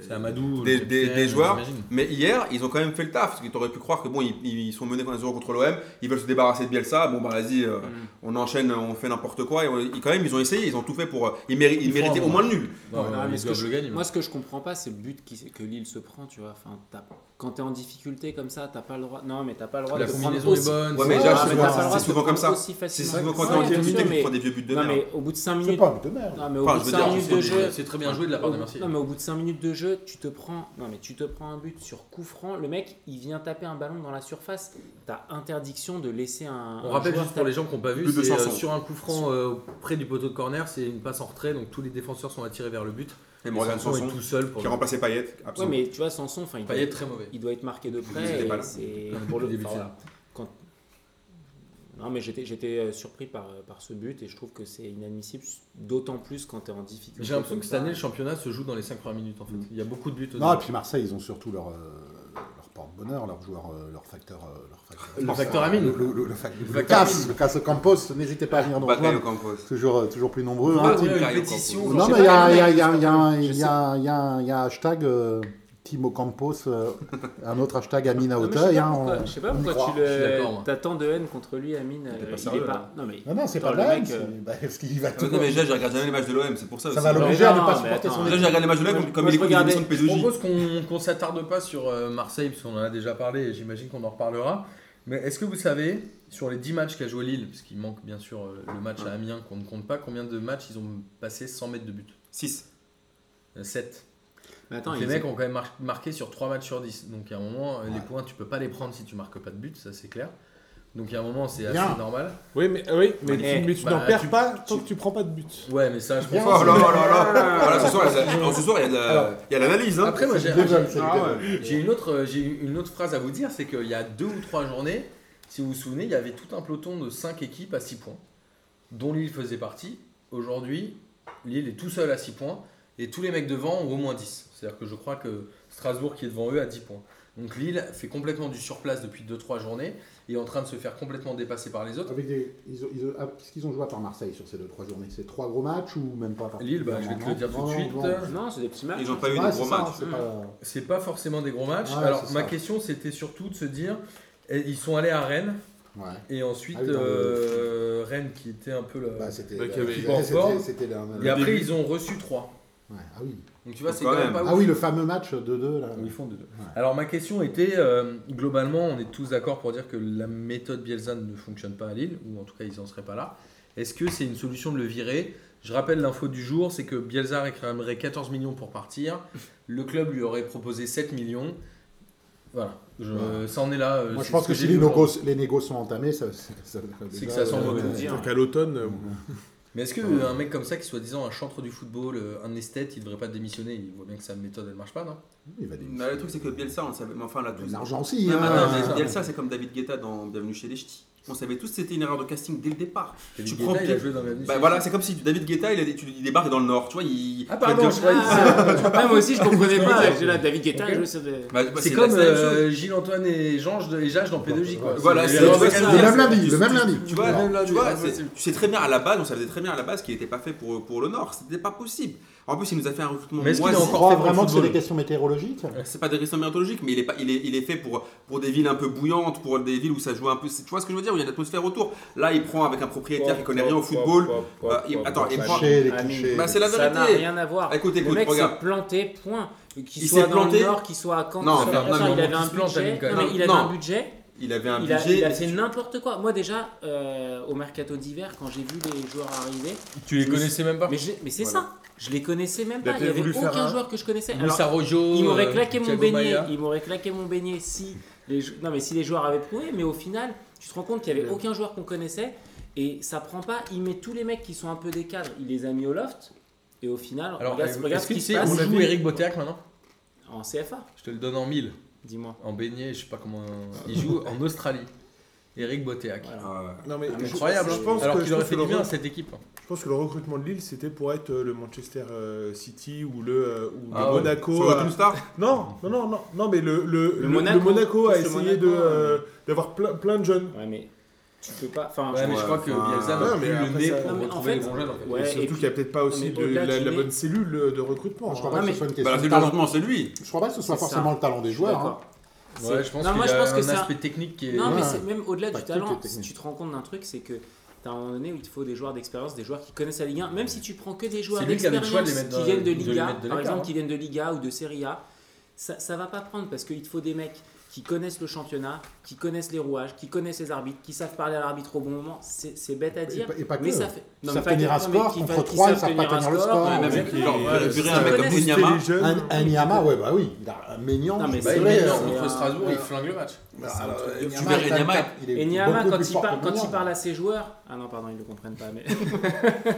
[SPEAKER 1] C'est Amadou.
[SPEAKER 2] Des-
[SPEAKER 1] le
[SPEAKER 2] des-
[SPEAKER 1] capitaine,
[SPEAKER 2] des joueurs.
[SPEAKER 1] j'imagine.
[SPEAKER 2] Mais hier, ils ont quand même fait le taf. Parce que t'aurais pu croire que bon, ils, ils sont menés 1-0 contre l'OM, ils veulent se débarrasser de Bielsa. Bon, bah vas-y, euh,
[SPEAKER 1] Mm.
[SPEAKER 2] on enchaîne, on fait n'importe quoi. Et on- ils- quand même, ils ont essayé, ils ont tout fait pour. euh, Ils, méri- ils
[SPEAKER 1] Ils font
[SPEAKER 2] méritaient
[SPEAKER 1] un
[SPEAKER 2] au moins le nul.
[SPEAKER 1] Non,
[SPEAKER 4] Ouais,
[SPEAKER 1] non,
[SPEAKER 4] mais
[SPEAKER 1] ils
[SPEAKER 4] ce que
[SPEAKER 1] doivent
[SPEAKER 4] je-
[SPEAKER 1] le
[SPEAKER 2] hein.
[SPEAKER 1] gagner. hein.
[SPEAKER 4] moi, ce que je comprends pas, c'est le but qui- que Lille se prend, tu vois. Enfin, t'as- quand t'es en difficulté comme ça, t'as pas le droit. Non, mais t'as pas le droit
[SPEAKER 1] La
[SPEAKER 4] de te prendre
[SPEAKER 1] combinaison est
[SPEAKER 4] aussi.
[SPEAKER 1] bonne.
[SPEAKER 2] Ouais,
[SPEAKER 1] c'est- Ah,
[SPEAKER 2] mais
[SPEAKER 3] Ouais,
[SPEAKER 2] déjà,
[SPEAKER 3] ouais,
[SPEAKER 2] c'est
[SPEAKER 3] mais
[SPEAKER 2] souvent-
[SPEAKER 3] t'as pas le droit
[SPEAKER 2] c'est souvent comme ça. C'est
[SPEAKER 4] C'est
[SPEAKER 2] souvent quand
[SPEAKER 3] Ouais,
[SPEAKER 2] t'es en
[SPEAKER 3] bien
[SPEAKER 2] difficulté
[SPEAKER 3] sûr,
[SPEAKER 2] que tu prends des vieux buts de
[SPEAKER 4] Non,
[SPEAKER 2] merde.
[SPEAKER 4] mais au bout de 5
[SPEAKER 3] C'est
[SPEAKER 4] minutes.
[SPEAKER 3] pas un but de merde.
[SPEAKER 4] Non, mais au
[SPEAKER 2] Enfin,
[SPEAKER 4] bout
[SPEAKER 2] je
[SPEAKER 4] de
[SPEAKER 2] veux
[SPEAKER 4] 5
[SPEAKER 2] dire,
[SPEAKER 4] minutes
[SPEAKER 2] c'est
[SPEAKER 4] de
[SPEAKER 2] des-
[SPEAKER 4] jeu.
[SPEAKER 1] C'est très bien joué de la part
[SPEAKER 4] au
[SPEAKER 1] de
[SPEAKER 4] bout-
[SPEAKER 1] Marseille.
[SPEAKER 4] Non, mais au bout de 5 minutes de jeu, tu te prends, non, mais tu te prends un but sur coup franc. Le mec, il vient taper un ballon dans la surface. T'as interdiction de laisser un.
[SPEAKER 1] On
[SPEAKER 4] un
[SPEAKER 1] rappelle
[SPEAKER 4] joueur
[SPEAKER 1] juste pour les gens qui n'ont pas vu,
[SPEAKER 2] Plus de
[SPEAKER 1] c'est euh,
[SPEAKER 2] 500.
[SPEAKER 1] sur un coup franc euh, près du poteau de corner, c'est une passe en retrait, donc tous les défenseurs sont attirés vers le but.
[SPEAKER 2] Et Morgan
[SPEAKER 1] Sanson
[SPEAKER 2] Sanson,
[SPEAKER 1] est tout seul pour
[SPEAKER 2] qui a
[SPEAKER 1] le
[SPEAKER 2] remplacé Payet,
[SPEAKER 4] Ouais,
[SPEAKER 2] absolument.
[SPEAKER 4] mais tu vois, Sanson, enfin, il, doit-
[SPEAKER 1] Payet est très mauvais.
[SPEAKER 4] il doit être marqué de
[SPEAKER 2] Vous
[SPEAKER 4] près.
[SPEAKER 2] étiez pas
[SPEAKER 4] et
[SPEAKER 2] là.
[SPEAKER 4] c'est
[SPEAKER 1] Non, mais
[SPEAKER 4] pour le
[SPEAKER 1] depuis le début de
[SPEAKER 4] enfin, voilà. Quand- Non, mais j'étais j'étais euh, surpris par, euh, par ce but et je trouve que c'est inadmissible, d'autant plus quand t'es en difficulté.
[SPEAKER 1] J'ai l'impression
[SPEAKER 4] comme
[SPEAKER 1] que cette
[SPEAKER 4] ça.
[SPEAKER 1] année, le championnat se joue dans les 5 premières minutes en fait. Il y a beaucoup de buts
[SPEAKER 3] Non, et
[SPEAKER 1] aussi.
[SPEAKER 3] puis Marseille, ils ont surtout leur, euh, leur porte-bonheur, leur joueur, euh, leur facteur. euh, Leur facteur,
[SPEAKER 1] Le facteur Amine.
[SPEAKER 3] Le, le, le, le fac- le
[SPEAKER 1] facteur
[SPEAKER 3] casse,
[SPEAKER 1] Amine.
[SPEAKER 3] le casse Campos, n'hésitez pas à venir nous
[SPEAKER 2] Bataille
[SPEAKER 3] rejoindre.
[SPEAKER 2] au Campos.
[SPEAKER 3] Toujours, euh, toujours plus nombreux.
[SPEAKER 1] Ah,
[SPEAKER 3] hein,
[SPEAKER 1] ouais,
[SPEAKER 3] type.
[SPEAKER 1] une
[SPEAKER 2] Caillou,
[SPEAKER 1] pétition,
[SPEAKER 2] Campos.
[SPEAKER 1] genre,
[SPEAKER 3] Non,
[SPEAKER 1] je
[SPEAKER 3] mais
[SPEAKER 1] sais
[SPEAKER 3] il y
[SPEAKER 1] pas,
[SPEAKER 3] a,
[SPEAKER 1] les
[SPEAKER 3] il y, a,
[SPEAKER 1] mecs,
[SPEAKER 3] il y, a, il y, a un-
[SPEAKER 4] Je
[SPEAKER 3] il y, a un- il y a un- il y a un hashtag euh, Timo Campos, euh, un autre hashtag Amina
[SPEAKER 4] Non, mais
[SPEAKER 3] Auteuil.
[SPEAKER 4] je sais pas
[SPEAKER 3] hein,
[SPEAKER 4] pourquoi-
[SPEAKER 3] on-
[SPEAKER 4] je sais pas
[SPEAKER 3] on y
[SPEAKER 4] pourquoi
[SPEAKER 3] croit.
[SPEAKER 4] tu
[SPEAKER 1] Je suis d'accord, moi.
[SPEAKER 4] le. T'as tant de haine contre lui, Amine. euh,
[SPEAKER 2] est pas
[SPEAKER 4] Il
[SPEAKER 2] sérieux,
[SPEAKER 4] est
[SPEAKER 2] là.
[SPEAKER 4] pas. Non, mais.
[SPEAKER 3] Non, non, c'est pas
[SPEAKER 4] Attends,
[SPEAKER 3] de
[SPEAKER 4] le
[SPEAKER 3] la haine.
[SPEAKER 4] mec, euh,
[SPEAKER 3] c'est- bah, Parce qu'il va tout.
[SPEAKER 2] Non, mais déjà, j'ai regardé jamais les matchs de l'OM, c'est pour ça
[SPEAKER 3] Ça
[SPEAKER 2] aussi.
[SPEAKER 3] va l'obliger à ne
[SPEAKER 4] Non,
[SPEAKER 3] pas
[SPEAKER 4] mais
[SPEAKER 3] supporter
[SPEAKER 4] attends,
[SPEAKER 3] son
[SPEAKER 4] déjà,
[SPEAKER 2] Déjà, j'ai regardé les matchs de l'OM
[SPEAKER 4] Moi,
[SPEAKER 2] comme
[SPEAKER 4] je
[SPEAKER 2] il écoute les
[SPEAKER 4] regardais-
[SPEAKER 2] émissions de
[SPEAKER 1] Je
[SPEAKER 2] PSOJ.
[SPEAKER 1] propose qu'on qu'on s'attarde pas sur euh, Marseille, parce qu'on en a déjà parlé et j'imagine qu'on en reparlera. Mais est-ce que vous savez, sur les 10 matchs qu'a joué Lille, parce qu'il manque bien sûr euh, le match à Amiens qu'on ne compte pas, combien de matchs ils ont passé 100 mètres de but
[SPEAKER 2] 6.
[SPEAKER 1] 7.
[SPEAKER 4] Mais attends,
[SPEAKER 1] Euh, les
[SPEAKER 4] ils-
[SPEAKER 1] mecs ont quand même mar- marqué sur 3 matchs sur 10. Donc à un moment, euh, les
[SPEAKER 3] Ouais.
[SPEAKER 1] points, tu peux pas les prendre si tu marques pas de but, ça c'est clair. Donc à un moment, c'est
[SPEAKER 3] Bien.
[SPEAKER 1] assez normal.
[SPEAKER 5] Oui, mais, oui, mais,
[SPEAKER 4] Eh,
[SPEAKER 5] tu, mais tu
[SPEAKER 1] bah,
[SPEAKER 5] n'en perds
[SPEAKER 1] tu-
[SPEAKER 5] pas tant que tu prends pas de but.
[SPEAKER 1] Ouais, mais ça, je
[SPEAKER 3] Bien.
[SPEAKER 1] pense.
[SPEAKER 2] Oh là là là là Voilà, Ce soir, il y a de la- non, ce soir, il y a de la- il y a l'analyse. hein.
[SPEAKER 1] Après, moi, j'ai
[SPEAKER 3] C'est le devil, c'est le
[SPEAKER 5] Ah,
[SPEAKER 3] devil.
[SPEAKER 1] j'ai une autre, euh, j'ai une autre phrase à vous dire, c'est qu'il y a deux ou trois journées, si vous vous souvenez, il y avait tout un peloton de 5 équipes à 6 points, dont Lille faisait partie. Aujourd'hui, Lille est tout seul à 6 points, et tous les mecs devant ont au moins 10. C'est-à-dire que je crois que Strasbourg qui est devant eux a 10 points. Donc Lille fait complètement du surplace depuis 2-3 journées, et est en train de se faire complètement dépasser par les autres.
[SPEAKER 3] Avec des, ils ont, ils ont- ah, qu'est-ce qu'ils ont joué à part Marseille sur ces deux trois journées C'est trois gros matchs ou même pas
[SPEAKER 1] Lille, bah, je vais te le dire tout de suite.
[SPEAKER 4] Non, c'est des petits matchs.
[SPEAKER 2] Ils n'ont pas eu
[SPEAKER 3] Ouais,
[SPEAKER 2] de
[SPEAKER 3] c'est
[SPEAKER 2] gros
[SPEAKER 3] ça,
[SPEAKER 2] matchs.
[SPEAKER 3] c'est pas-
[SPEAKER 1] C'est pas forcément des gros matchs.
[SPEAKER 3] Ouais,
[SPEAKER 1] Alors
[SPEAKER 3] c'est
[SPEAKER 1] ma
[SPEAKER 3] ça.
[SPEAKER 1] question c'était surtout de se dire, eh, ils sont allés à Rennes,
[SPEAKER 3] Ouais.
[SPEAKER 1] Et ensuite,
[SPEAKER 3] Ah oui, dans le-
[SPEAKER 1] euh, Rennes qui était un peu le.
[SPEAKER 3] Bah, c'était.
[SPEAKER 5] Bah, qu'il y avait-
[SPEAKER 3] c'était-
[SPEAKER 1] Qui est en forme.
[SPEAKER 3] c'était- c'était la- la-
[SPEAKER 1] et après,
[SPEAKER 5] début.
[SPEAKER 1] ils ont reçu 3.
[SPEAKER 3] ouais, Ah oui.
[SPEAKER 1] Donc tu vois,
[SPEAKER 2] Donc,
[SPEAKER 1] c'est
[SPEAKER 2] quand
[SPEAKER 1] quand même
[SPEAKER 2] même.
[SPEAKER 1] pas
[SPEAKER 3] Ah oui, le fameux match 2-2 là.
[SPEAKER 1] Où ils font deux. Alors ma question était, euh, globalement, on est tous d'accord pour dire que la méthode Bielsa ne fonctionne pas à Lille, ou en tout cas ils n'en seraient pas là. Est-ce que c'est une solution de le virer Je rappelle l'info du jour, c'est que Bielsa réclamerait 14 millions pour partir, le club lui aurait proposé 7 millions. Voilà, je,
[SPEAKER 3] Ouais.
[SPEAKER 1] ça en est là. euh,
[SPEAKER 3] Moi,
[SPEAKER 1] c'est
[SPEAKER 3] je
[SPEAKER 1] ce
[SPEAKER 3] pense que, si
[SPEAKER 1] j'ai
[SPEAKER 3] les
[SPEAKER 1] lu aujourd'hui.
[SPEAKER 3] négos, les négos sont entamés, ça, ça, ça-
[SPEAKER 1] C'est que
[SPEAKER 3] déjà,
[SPEAKER 1] ça sent
[SPEAKER 3] euh,
[SPEAKER 1] mauvais.
[SPEAKER 3] euh,
[SPEAKER 4] Dire.
[SPEAKER 5] Donc à l'automne, euh,
[SPEAKER 1] Mais est-ce que
[SPEAKER 3] Ouais.
[SPEAKER 1] un mec comme ça, qui soit disant un chantre du football, euh, un esthète, il devrait pas démissionner Il voit bien que sa méthode, elle marche pas, non
[SPEAKER 3] Il va démissionner.
[SPEAKER 2] Mais Le truc, c'est que Bielsa, on le savait. mais Enfin, là,
[SPEAKER 3] Il y a
[SPEAKER 2] tous.
[SPEAKER 3] de l'argent aussi.
[SPEAKER 2] Ouais, mais
[SPEAKER 3] hein.
[SPEAKER 2] attends, Bielsa, c'est comme David Guetta dans Bienvenue chez les Ch'tis. On savait tous que c'était une erreur de casting dès le départ.
[SPEAKER 1] David
[SPEAKER 2] Tu
[SPEAKER 1] Guetta,
[SPEAKER 2] prends
[SPEAKER 1] il a
[SPEAKER 2] Pierre-
[SPEAKER 1] joué dans Bienvenue
[SPEAKER 2] Bah
[SPEAKER 1] chez
[SPEAKER 2] voilà,
[SPEAKER 1] les
[SPEAKER 2] c'est comme si David Guetta, il, a- tu- il débarque dans le Nord, tu vois, il...
[SPEAKER 1] Ah, pardon, je croyais que c'est-
[SPEAKER 4] Ah, moi aussi, je comprenais pas.
[SPEAKER 1] Ouais.
[SPEAKER 4] J'ai là, David Guetta,
[SPEAKER 1] Ok.
[SPEAKER 4] il joue sur des.
[SPEAKER 2] Bah, bah,
[SPEAKER 1] C'est
[SPEAKER 2] la-
[SPEAKER 1] comme
[SPEAKER 2] la même chose.
[SPEAKER 1] euh, Gilles-Antoine et Jange de- et Jage dans P2J. quoi.
[SPEAKER 2] Voilà,
[SPEAKER 1] C'est-
[SPEAKER 2] c'est-
[SPEAKER 1] c'est-
[SPEAKER 2] tu vois,
[SPEAKER 1] c'est-
[SPEAKER 2] c'est-
[SPEAKER 3] Le même
[SPEAKER 2] c'est-
[SPEAKER 3] lundi, le même lundi.
[SPEAKER 2] Tu vois,
[SPEAKER 1] Ouais, même là,
[SPEAKER 2] tu, vois,
[SPEAKER 1] mais
[SPEAKER 2] c'est-
[SPEAKER 1] impossible.
[SPEAKER 2] tu sais très bien à la base, on savait très bien à la base qu'il n'était pas fait pour, pour le Nord, c'était pas possible. En plus, il nous a fait un recrutement
[SPEAKER 1] Mais est-ce qu'il est
[SPEAKER 2] moisi.
[SPEAKER 1] encore-
[SPEAKER 3] crois
[SPEAKER 1] fait pour le
[SPEAKER 3] vraiment que c'est
[SPEAKER 1] football.
[SPEAKER 3] des questions météorologiques
[SPEAKER 2] C'est pas des raisons météorologiques, mais il est, pas, il, est, il est fait pour, pour des villes un peu bouillantes, pour des villes où ça joue un peu. Tu vois ce que je veux dire Où il y a une atmosphère autour. Là, il prend avec un propriétaire qui connaît rien au football.
[SPEAKER 5] Bah,
[SPEAKER 2] Euh, il- attends, il prend-
[SPEAKER 3] Clichés, les
[SPEAKER 4] Ah, mais-
[SPEAKER 3] clichés.
[SPEAKER 2] Bah, c'est la
[SPEAKER 4] Ça n'a
[SPEAKER 2] vérité.
[SPEAKER 4] rien à voir.
[SPEAKER 2] Écoute,
[SPEAKER 4] le
[SPEAKER 2] écoute,
[SPEAKER 4] mec
[SPEAKER 2] regarde.
[SPEAKER 4] s'est planté, point. Qu'il
[SPEAKER 2] Il
[SPEAKER 4] soit
[SPEAKER 2] s'est
[SPEAKER 4] dans
[SPEAKER 2] planté.
[SPEAKER 4] le Nord, qu'il soit à Caen,
[SPEAKER 2] Non,
[SPEAKER 4] qu'il soit-
[SPEAKER 2] non,
[SPEAKER 4] Attends,
[SPEAKER 2] mais
[SPEAKER 4] il avait
[SPEAKER 1] on
[SPEAKER 4] un
[SPEAKER 1] se plante,
[SPEAKER 4] budget.
[SPEAKER 1] Amine, quand
[SPEAKER 4] Non, mais
[SPEAKER 2] même.
[SPEAKER 4] il avait
[SPEAKER 2] Non.
[SPEAKER 4] un budget.
[SPEAKER 2] Il avait un
[SPEAKER 4] Il a,
[SPEAKER 2] budget.
[SPEAKER 4] il a fait n'importe quoi. Moi déjà, euh, au mercato d'hiver, quand j'ai vu les joueurs arriver,
[SPEAKER 1] Tu les
[SPEAKER 4] Je me suis-
[SPEAKER 1] connaissais même pas
[SPEAKER 4] mais, j'ai- mais c'est
[SPEAKER 5] Voilà.
[SPEAKER 4] ça, je les connaissais même
[SPEAKER 5] Il a
[SPEAKER 4] pas. Il n'y
[SPEAKER 5] peut-être
[SPEAKER 4] avait
[SPEAKER 5] voulu faire
[SPEAKER 4] aucun
[SPEAKER 5] un-
[SPEAKER 4] joueur que je connaissais. Alors,
[SPEAKER 1] Moussa Rojo,
[SPEAKER 4] il m'aurait
[SPEAKER 1] euh,
[SPEAKER 4] claqué mon
[SPEAKER 1] Thiago
[SPEAKER 4] beignet.
[SPEAKER 1] Maia.
[SPEAKER 4] Il m'aurait claqué mon beignet si les jou- non mais si les joueurs avaient prouvé. Mais au final, tu te rends compte qu'il n'y avait aucun joueur qu'on connaissait et ça prend pas. Il met tous les mecs qui sont un peu des cadres. Il les a mis au loft et au final,
[SPEAKER 1] Alors, euh,
[SPEAKER 4] regarde, regarde
[SPEAKER 1] est-ce
[SPEAKER 4] ce
[SPEAKER 1] que
[SPEAKER 4] qui
[SPEAKER 1] tu
[SPEAKER 4] se
[SPEAKER 1] sais, on
[SPEAKER 4] passe
[SPEAKER 1] joue Eric Boteac maintenant
[SPEAKER 4] en CFA.
[SPEAKER 1] Je te le donne en 1000.
[SPEAKER 4] Dis-moi.
[SPEAKER 1] En beignet, je sais pas comment. Il joue en Australie. Eric Boteac.
[SPEAKER 4] Voilà.
[SPEAKER 2] Ah, ouais.
[SPEAKER 5] Non, mais je-
[SPEAKER 1] Incroyable, hein.
[SPEAKER 5] je pense
[SPEAKER 1] alors
[SPEAKER 5] que-
[SPEAKER 1] qu'il
[SPEAKER 5] je
[SPEAKER 1] aurait
[SPEAKER 5] pense
[SPEAKER 1] fait
[SPEAKER 5] que
[SPEAKER 1] du
[SPEAKER 5] le
[SPEAKER 1] bien à
[SPEAKER 5] re-
[SPEAKER 1] cette équipe. hein.
[SPEAKER 5] Je pense que le recrutement de Lille, c'était pour être euh, le Manchester euh, City ou le, euh, ou le
[SPEAKER 1] Ah ouais.
[SPEAKER 2] Sur Bah,
[SPEAKER 5] Monaco.
[SPEAKER 2] le
[SPEAKER 5] à-
[SPEAKER 2] Team Star
[SPEAKER 5] Non, non, non, non, non, mais le, le, le- le Monaco,
[SPEAKER 4] Monaco.
[SPEAKER 5] a
[SPEAKER 4] Parce que
[SPEAKER 5] essayé de,
[SPEAKER 4] Monaco,
[SPEAKER 5] euh, d'avoir plein, plein de jeunes.
[SPEAKER 4] Ouais mais tu peux pas. Enfin,
[SPEAKER 1] Ouais, mais je crois que
[SPEAKER 2] enfin,
[SPEAKER 1] Bielsa
[SPEAKER 5] ouais,
[SPEAKER 1] n'a
[SPEAKER 5] mais
[SPEAKER 1] plus le
[SPEAKER 5] après,
[SPEAKER 1] nez
[SPEAKER 5] ça-
[SPEAKER 1] pour
[SPEAKER 5] Non,
[SPEAKER 4] mais en
[SPEAKER 1] retrouver
[SPEAKER 4] fait-
[SPEAKER 1] les bons jeunes. en fait.
[SPEAKER 4] Ouais,
[SPEAKER 5] et
[SPEAKER 4] et
[SPEAKER 5] surtout
[SPEAKER 4] puis-
[SPEAKER 5] qu'il n'y a peut-être pas aussi
[SPEAKER 4] mais
[SPEAKER 5] de,
[SPEAKER 4] au-delà
[SPEAKER 5] la,
[SPEAKER 4] du
[SPEAKER 5] la
[SPEAKER 4] nez-
[SPEAKER 5] bonne cellule de recrutement. hein.
[SPEAKER 3] Bon, Je
[SPEAKER 5] je
[SPEAKER 3] crois
[SPEAKER 5] crois.
[SPEAKER 3] pas que
[SPEAKER 4] Ouais,
[SPEAKER 3] ce
[SPEAKER 4] mais-
[SPEAKER 3] soit une
[SPEAKER 2] Bah,
[SPEAKER 3] question
[SPEAKER 2] c'est
[SPEAKER 3] de
[SPEAKER 2] le
[SPEAKER 3] talent.
[SPEAKER 2] recrutement, c'est lui.
[SPEAKER 3] Je crois pas que ce soit
[SPEAKER 4] C'est ça.
[SPEAKER 3] forcément le talent des joueurs. hein.
[SPEAKER 4] D'accord.
[SPEAKER 1] Ouais,
[SPEAKER 4] C'est-
[SPEAKER 1] je pense
[SPEAKER 4] Non,
[SPEAKER 1] qu'il
[SPEAKER 4] moi, je
[SPEAKER 1] a
[SPEAKER 4] pense que
[SPEAKER 1] un
[SPEAKER 4] c'est un-
[SPEAKER 1] aspect technique qui est. Bah,
[SPEAKER 4] Non, mais
[SPEAKER 3] Ouais.
[SPEAKER 4] c'est même au-delà du
[SPEAKER 3] Pas tout
[SPEAKER 4] talent,
[SPEAKER 3] est
[SPEAKER 4] si
[SPEAKER 3] technique.
[SPEAKER 4] tu te rends compte d'un truc, c'est que t'as un moment donné où il te faut des joueurs d'expérience, des joueurs qui connaissent la Ligue 1, même si tu prends que des joueurs
[SPEAKER 1] C'est lui qui a le choix de
[SPEAKER 4] d'expérience
[SPEAKER 1] les mettre
[SPEAKER 4] qui
[SPEAKER 1] dans-
[SPEAKER 4] viennent de
[SPEAKER 1] de les
[SPEAKER 4] Liga,
[SPEAKER 1] mettre de
[SPEAKER 4] par
[SPEAKER 1] l'écart,
[SPEAKER 4] exemple,
[SPEAKER 1] hein.
[SPEAKER 4] qui viennent de Liga ou de Serie A, ça, ça va pas prendre parce qu'il te faut des mecs qui connaissent le championnat, qui connaissent les rouages, qui connaissent les arbitres, qui savent parler à l'arbitre au bon moment. C'est c'est bête à dire.
[SPEAKER 3] et pas que.
[SPEAKER 4] mais ça fait.
[SPEAKER 3] Ils savent
[SPEAKER 4] mais pas
[SPEAKER 3] tenir
[SPEAKER 4] que-
[SPEAKER 3] un
[SPEAKER 4] non, mais
[SPEAKER 3] score
[SPEAKER 4] qui
[SPEAKER 3] contre
[SPEAKER 4] fa- qui
[SPEAKER 3] trois, ils
[SPEAKER 4] savent
[SPEAKER 3] savent pas tenir le
[SPEAKER 4] un
[SPEAKER 3] score.
[SPEAKER 2] Ouais,
[SPEAKER 3] Ouais,
[SPEAKER 2] même,
[SPEAKER 4] exactement.
[SPEAKER 2] genre,
[SPEAKER 5] ouais,
[SPEAKER 2] virer
[SPEAKER 5] c'est-
[SPEAKER 2] un mec comme
[SPEAKER 4] connaissent-
[SPEAKER 2] Wanyama.
[SPEAKER 5] les jeunes.
[SPEAKER 3] Un, un Niyama, ouais, bah oui, il a un Maignan.
[SPEAKER 4] Non, mais
[SPEAKER 1] Bah,
[SPEAKER 4] c'est
[SPEAKER 1] il
[SPEAKER 4] vrai,
[SPEAKER 1] met
[SPEAKER 4] euh,
[SPEAKER 1] non,
[SPEAKER 4] c'est
[SPEAKER 1] contre
[SPEAKER 4] un-
[SPEAKER 1] Strasbourg,
[SPEAKER 3] euh,
[SPEAKER 1] il flingue le match.
[SPEAKER 2] Tu verrais Niyama,
[SPEAKER 4] Et Niama, quand, il parle- quand il parle à ses joueurs. Ah non, pardon, ils ne le comprennent pas. Mais...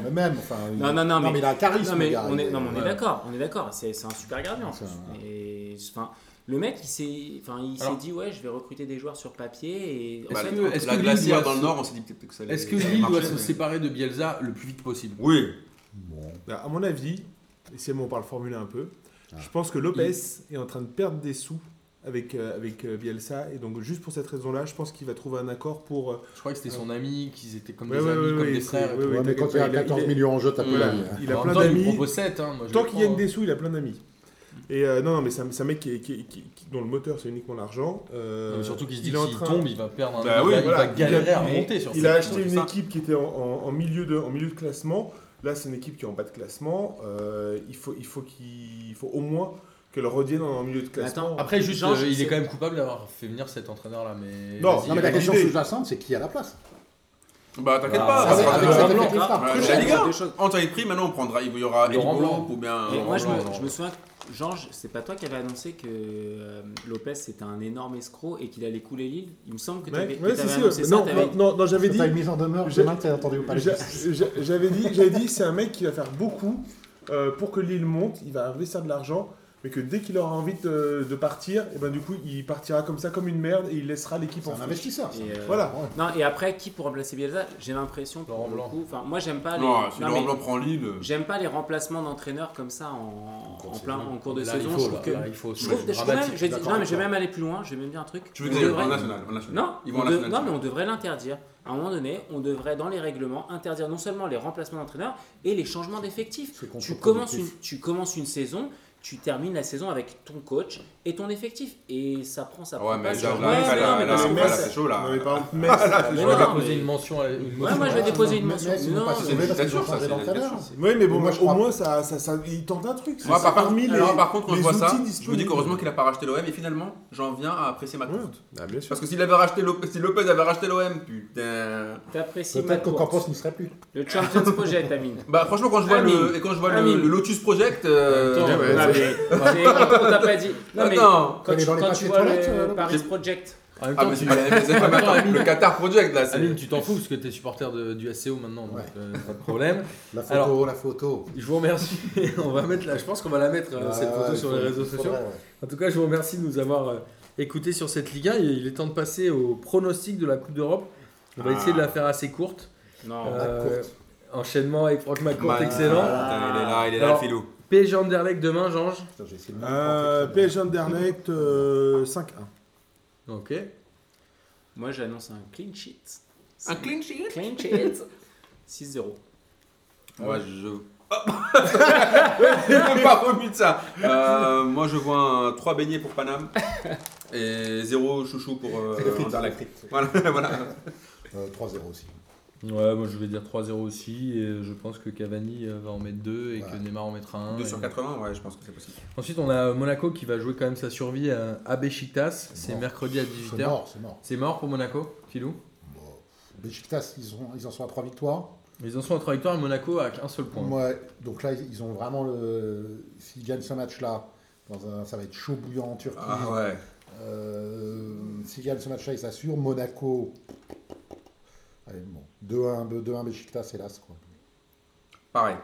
[SPEAKER 3] Mais même, enfin. il-
[SPEAKER 4] Non, non, non, mais-
[SPEAKER 3] mais il a un charisme.
[SPEAKER 4] Non mais
[SPEAKER 3] le gars,
[SPEAKER 4] on est,
[SPEAKER 3] il-
[SPEAKER 4] non, mais on est
[SPEAKER 1] ouais.
[SPEAKER 4] d'accord, on est d'accord. C'est c'est un super gardien. en
[SPEAKER 3] C'est
[SPEAKER 4] plus.
[SPEAKER 3] un-
[SPEAKER 4] Et enfin, le mec, il s'est, enfin, il s'est
[SPEAKER 1] Alors-
[SPEAKER 4] dit ouais, je vais recruter des joueurs sur papier et.
[SPEAKER 1] Est-ce
[SPEAKER 2] Bah,
[SPEAKER 1] que- est-ce
[SPEAKER 2] La
[SPEAKER 1] que
[SPEAKER 2] glacière
[SPEAKER 1] Lille doit
[SPEAKER 2] dans le
[SPEAKER 1] se-
[SPEAKER 2] Nord, on s'est dit peut-être que ça allait-
[SPEAKER 1] Est-ce que
[SPEAKER 2] ça allait
[SPEAKER 1] Lille doit
[SPEAKER 2] Euh, marcher,
[SPEAKER 1] se
[SPEAKER 2] mais-
[SPEAKER 1] séparer de Bielsa le plus vite possible
[SPEAKER 2] Oui,
[SPEAKER 3] Bon.
[SPEAKER 5] Bah, à mon avis, et si on parle Formule 1 un peu,
[SPEAKER 3] Ah.
[SPEAKER 5] je pense que Lopez est en train de perdre des sous avec, euh, avec euh, Bielsa. Et donc, juste pour cette raison-là, je pense qu'il va trouver un accord pour. euh,
[SPEAKER 1] Je crois que c'était son ami, qu'ils étaient comme
[SPEAKER 5] Ouais,
[SPEAKER 1] des
[SPEAKER 5] ouais,
[SPEAKER 1] amis,
[SPEAKER 5] ouais,
[SPEAKER 1] comme
[SPEAKER 5] ouais,
[SPEAKER 1] des
[SPEAKER 5] c'est-
[SPEAKER 1] frères. et
[SPEAKER 5] ouais,
[SPEAKER 1] tout.
[SPEAKER 5] ouais,
[SPEAKER 3] Ouais, mais quand il y a 14 millions en jeu, t'as plus
[SPEAKER 2] Voilà.
[SPEAKER 3] la vie. hein.
[SPEAKER 5] Il a
[SPEAKER 1] En
[SPEAKER 5] plein
[SPEAKER 1] même temps, il me
[SPEAKER 5] d'amis.
[SPEAKER 1] propose 7. Hein, moi, je
[SPEAKER 5] Tant
[SPEAKER 1] le
[SPEAKER 5] qu'il gagne
[SPEAKER 1] prends,
[SPEAKER 5] des sous, il a plein d'amis. Et euh, non, non, mais c'est un, c'est un mec qui, est- qui est- qui- qui- dont le moteur c'est uniquement l'argent. Euh,
[SPEAKER 1] Non, mais surtout qu'il se dit
[SPEAKER 5] il
[SPEAKER 1] que
[SPEAKER 5] est en
[SPEAKER 1] s'il
[SPEAKER 5] train-
[SPEAKER 1] tombe, il va perdre un
[SPEAKER 2] Bah
[SPEAKER 1] il
[SPEAKER 2] oui,
[SPEAKER 1] va- il
[SPEAKER 5] voilà,
[SPEAKER 1] va galérer à
[SPEAKER 5] il a-
[SPEAKER 1] remonter sur
[SPEAKER 5] Il
[SPEAKER 1] cette
[SPEAKER 5] a
[SPEAKER 1] saison,
[SPEAKER 5] acheté
[SPEAKER 1] c'est
[SPEAKER 5] une
[SPEAKER 1] ça.
[SPEAKER 5] équipe qui était en, en- en milieu de, en milieu de classement. Là, c'est une équipe qui est en bas de classement. Euh, il, faut, il, faut qu'il- il faut au moins qu'elle revienne en milieu de classement.
[SPEAKER 1] Après, juste,
[SPEAKER 4] Jean, je
[SPEAKER 1] euh, il
[SPEAKER 4] sais-
[SPEAKER 1] est quand même coupable d'avoir fait venir cet entraîneur-là. Mais
[SPEAKER 5] Non,
[SPEAKER 1] vas-y,
[SPEAKER 3] Non, mais la
[SPEAKER 1] euh,
[SPEAKER 3] question
[SPEAKER 5] idée.
[SPEAKER 3] sous-jacente, c'est qui à la place
[SPEAKER 2] bah t'inquiète
[SPEAKER 1] Bah,
[SPEAKER 2] pas.
[SPEAKER 4] Ah,
[SPEAKER 1] ça,
[SPEAKER 2] ça
[SPEAKER 1] c'est
[SPEAKER 2] sera- Oh,
[SPEAKER 1] avec
[SPEAKER 2] ça sera-
[SPEAKER 1] ça,
[SPEAKER 3] avec
[SPEAKER 4] d'accord.
[SPEAKER 3] Christophe.
[SPEAKER 4] Après,
[SPEAKER 2] Ouais,
[SPEAKER 4] j'ai
[SPEAKER 2] les gars,
[SPEAKER 4] deux choses.
[SPEAKER 2] en tarif prix, maintenant on prendra, il y aura
[SPEAKER 1] Laurent
[SPEAKER 2] Elibo
[SPEAKER 1] Blanc.
[SPEAKER 2] ou bien. euh,
[SPEAKER 4] Et
[SPEAKER 1] Laurent
[SPEAKER 4] moi, je
[SPEAKER 1] Blanc,
[SPEAKER 4] me,
[SPEAKER 1] Laurent
[SPEAKER 4] je me souviens, que, Georges, c'est pas toi qui avais annoncé que euh, Lopez c'était un énorme escroc et qu'il allait couler l'île. Il me semble que tu
[SPEAKER 5] Ouais,
[SPEAKER 4] avais,
[SPEAKER 5] ouais, si, si,
[SPEAKER 4] annoncé
[SPEAKER 5] euh,
[SPEAKER 4] ça.
[SPEAKER 5] non,
[SPEAKER 4] t'avais-
[SPEAKER 5] non, non, non, j'avais dit.
[SPEAKER 3] T'as une mise en demeure,
[SPEAKER 5] J'ai-
[SPEAKER 3] demain, t'as entendu au palais.
[SPEAKER 5] j'a- j'a- J'avais dit, j'avais dit, c'est un mec qui va faire beaucoup euh, pour que l'île monte. Il va investir de l'argent, mais que dès qu'il aura envie de, de partir, et ben du coup, il partira comme ça, comme une merde, et il laissera l'équipe
[SPEAKER 3] C'est
[SPEAKER 5] en
[SPEAKER 3] un
[SPEAKER 5] feu.
[SPEAKER 3] investisseur. ça.
[SPEAKER 4] Et, euh,
[SPEAKER 5] Voilà.
[SPEAKER 3] Ouais.
[SPEAKER 4] Non, et après, qui pour remplacer Bielsa J'ai l'impression pour
[SPEAKER 1] Laurent
[SPEAKER 4] le
[SPEAKER 1] Blanc.
[SPEAKER 4] coup. Enfin, moi, j'aime pas. les-
[SPEAKER 2] Non, si
[SPEAKER 4] non,
[SPEAKER 2] Laurent
[SPEAKER 4] mais
[SPEAKER 2] Blanc prend Lille.
[SPEAKER 4] J'aime pas les remplacements d'entraîneurs comme ça en,
[SPEAKER 3] cours de
[SPEAKER 4] en plein
[SPEAKER 3] saison.
[SPEAKER 4] en cours de
[SPEAKER 1] là,
[SPEAKER 4] saison.
[SPEAKER 1] il
[SPEAKER 4] je
[SPEAKER 1] faut,
[SPEAKER 4] trouve
[SPEAKER 1] là,
[SPEAKER 4] que-
[SPEAKER 1] là, il faut.
[SPEAKER 4] je
[SPEAKER 1] c'est
[SPEAKER 4] trouve- je trouve même-
[SPEAKER 1] dramatique.
[SPEAKER 4] je vais-
[SPEAKER 3] d'accord,
[SPEAKER 4] non, mais je vais
[SPEAKER 3] d'accord.
[SPEAKER 4] même aller plus loin. Je vais même dire un truc.
[SPEAKER 2] Tu veux
[SPEAKER 4] On
[SPEAKER 2] que j'aille
[SPEAKER 4] devrait-
[SPEAKER 2] en national, en national.
[SPEAKER 4] non,
[SPEAKER 2] ils vont
[SPEAKER 4] on
[SPEAKER 2] en
[SPEAKER 4] de-
[SPEAKER 2] national.
[SPEAKER 4] non, mais on devrait l'interdire. À un moment donné, on devrait, dans les règlements, interdire non seulement les remplacements d'entraîneurs et les changements d'effectifs.
[SPEAKER 3] C'est
[SPEAKER 4] Tu
[SPEAKER 3] contre-productif.
[SPEAKER 4] commences, une, tu commences une saison, tu termines la saison avec ton coach et ton effectif. Et ça prend, ça
[SPEAKER 2] Ah
[SPEAKER 4] prend
[SPEAKER 2] ouais, mais
[SPEAKER 4] pas,
[SPEAKER 2] là,
[SPEAKER 4] ça
[SPEAKER 2] là,
[SPEAKER 4] prend
[SPEAKER 2] là,
[SPEAKER 4] pas, ça
[SPEAKER 2] là,
[SPEAKER 4] prend
[SPEAKER 2] là,
[SPEAKER 4] pas,
[SPEAKER 2] là,
[SPEAKER 4] ça prend
[SPEAKER 2] là,
[SPEAKER 4] pas.
[SPEAKER 2] là, c'est chaud là.
[SPEAKER 5] Non, mais par exemple, Metz,
[SPEAKER 1] Je
[SPEAKER 4] Mais
[SPEAKER 1] vais
[SPEAKER 4] non,
[SPEAKER 1] déposer
[SPEAKER 4] mais-
[SPEAKER 1] une mention. à- une
[SPEAKER 4] Ouais,
[SPEAKER 1] motion
[SPEAKER 4] moi, je
[SPEAKER 1] à-
[SPEAKER 4] vais déposer une
[SPEAKER 3] Mais-
[SPEAKER 4] mention.
[SPEAKER 3] mais ils
[SPEAKER 4] Non,
[SPEAKER 3] n'ont pas
[SPEAKER 4] mais-
[SPEAKER 2] C'est une
[SPEAKER 3] sauvé parce qu'ils
[SPEAKER 2] dictature,
[SPEAKER 3] ont
[SPEAKER 2] ça,
[SPEAKER 3] changé
[SPEAKER 2] c'est une
[SPEAKER 3] d'entraîneur.
[SPEAKER 2] dictature.
[SPEAKER 5] Oui, mais bon,
[SPEAKER 3] Mais moi,
[SPEAKER 5] moi,
[SPEAKER 3] je
[SPEAKER 5] au
[SPEAKER 3] crois-
[SPEAKER 5] moins, ça, ça, ça- il tente un
[SPEAKER 2] Moi,
[SPEAKER 5] truc. C'est-
[SPEAKER 2] par
[SPEAKER 5] c'est
[SPEAKER 2] contre,
[SPEAKER 5] parmi les-
[SPEAKER 2] alors, par contre, quand
[SPEAKER 5] les
[SPEAKER 2] je vois ça,
[SPEAKER 5] outils
[SPEAKER 2] je me dis
[SPEAKER 5] disponibles.
[SPEAKER 2] qu'heureusement qu'il a pas racheté l'OM et finalement, j'en viens à apprécier ma
[SPEAKER 5] Ouais.
[SPEAKER 2] courte.
[SPEAKER 5] Ah, bien sûr.
[SPEAKER 2] Parce que s'il avait racheté Lopez, si Lopez avait racheté l'OM, putain.
[SPEAKER 4] T'apprécies ma
[SPEAKER 3] Peut-être que
[SPEAKER 4] course.
[SPEAKER 3] Campos n'y serait plus.
[SPEAKER 4] Le Champions Project, Amine.
[SPEAKER 2] Bah franchement, quand je vois
[SPEAKER 4] Amine.
[SPEAKER 2] le et quand je vois le,
[SPEAKER 4] Amine.
[SPEAKER 2] le Lotus Project, euh,
[SPEAKER 1] Attends,
[SPEAKER 2] ouais,
[SPEAKER 1] ouais,
[SPEAKER 2] ouais,
[SPEAKER 4] Non, mais- c'est- on t'a pas dit. Non, mais
[SPEAKER 2] Attends.
[SPEAKER 4] quand
[SPEAKER 3] Elle est
[SPEAKER 4] tu,
[SPEAKER 3] dans les
[SPEAKER 4] quand
[SPEAKER 3] papiers
[SPEAKER 4] tu vois
[SPEAKER 3] toilettes, euh,
[SPEAKER 4] le
[SPEAKER 3] là-bas
[SPEAKER 4] Paris Project,
[SPEAKER 1] En même
[SPEAKER 2] Ah,
[SPEAKER 1] temps,
[SPEAKER 2] mais c'est
[SPEAKER 1] tu-
[SPEAKER 2] pas la même c'est pas- mais attends,
[SPEAKER 1] Amine.
[SPEAKER 2] le Qatar Project là,
[SPEAKER 1] Amine,
[SPEAKER 2] c'est.
[SPEAKER 1] tu t'en fous parce que t'es supporter de- du SCO maintenant, donc
[SPEAKER 3] Ouais.
[SPEAKER 1] euh, pas de problème.
[SPEAKER 3] La photo,
[SPEAKER 1] Alors-
[SPEAKER 3] la photo.
[SPEAKER 1] Je vous remercie. On va mettre, là, je pense qu'on va la mettre euh, cette
[SPEAKER 3] Ouais,
[SPEAKER 1] photo
[SPEAKER 3] ouais,
[SPEAKER 1] sur
[SPEAKER 3] il
[SPEAKER 1] les
[SPEAKER 3] faut-
[SPEAKER 1] réseaux
[SPEAKER 3] il
[SPEAKER 1] sociaux.
[SPEAKER 3] faudrait, ouais.
[SPEAKER 1] En tout cas, je vous euh, remercie On
[SPEAKER 3] Ah.
[SPEAKER 1] va essayer de la faire assez courte.
[SPEAKER 4] Non.
[SPEAKER 1] Euh,
[SPEAKER 3] courte.
[SPEAKER 1] enchaînement avec Franck Macourt,
[SPEAKER 2] Bah,
[SPEAKER 1] excellent.
[SPEAKER 2] putain, Il est là, il est là,
[SPEAKER 1] Alors-
[SPEAKER 2] le filou.
[SPEAKER 1] PSG Anderlecht demain, Jange.
[SPEAKER 3] Putain, j'ai essayé de me
[SPEAKER 5] Euh,
[SPEAKER 3] concentrer.
[SPEAKER 5] PSG Anderlecht euh, 5-1.
[SPEAKER 1] Ok.
[SPEAKER 4] Moi, j'annonce un clean sheet.
[SPEAKER 2] Un clean sheet
[SPEAKER 4] Clean sheet 6-0.
[SPEAKER 2] Moi, je. Il n'a pas remis de ça. Euh, moi, je vois un 3 beignets pour Paname et 0 chouchou pour euh, Anderlecht. Voilà, voilà.
[SPEAKER 3] Euh, 3-0 aussi.
[SPEAKER 1] Ouais, moi je vais dire 3-0 aussi. Et euh, je pense que Cavani euh, va en mettre 2 et
[SPEAKER 3] Ouais.
[SPEAKER 1] que Neymar en mettra 1.
[SPEAKER 2] 2 sur 80, ouais, je pense que c'est possible.
[SPEAKER 1] Ensuite, on a Monaco qui va jouer quand même sa survie à à Beşiktaş. C'est
[SPEAKER 3] mort.
[SPEAKER 1] mercredi à
[SPEAKER 3] C'est
[SPEAKER 1] 18h.
[SPEAKER 3] mort, c'est mort.
[SPEAKER 1] C'est mort pour Monaco, Filou
[SPEAKER 3] Bon. Beşiktaş, ils, ont- ils en sont à 3 victoires.
[SPEAKER 1] Ils en sont à 3 victoires et Monaco a qu'un seul point.
[SPEAKER 3] Ouais, donc là, ils ont vraiment le. S'ils gagnent ce match-là, dans un- ça va être chaud bouillant en Turquie.
[SPEAKER 2] Ah ouais.
[SPEAKER 3] Euh, S'ils gagnent ce match-là, ils s'assurent. Monaco. Allez, bon. 2-1, 2-1 Beşiktaş, hélas. Quoi.
[SPEAKER 2] Pareil.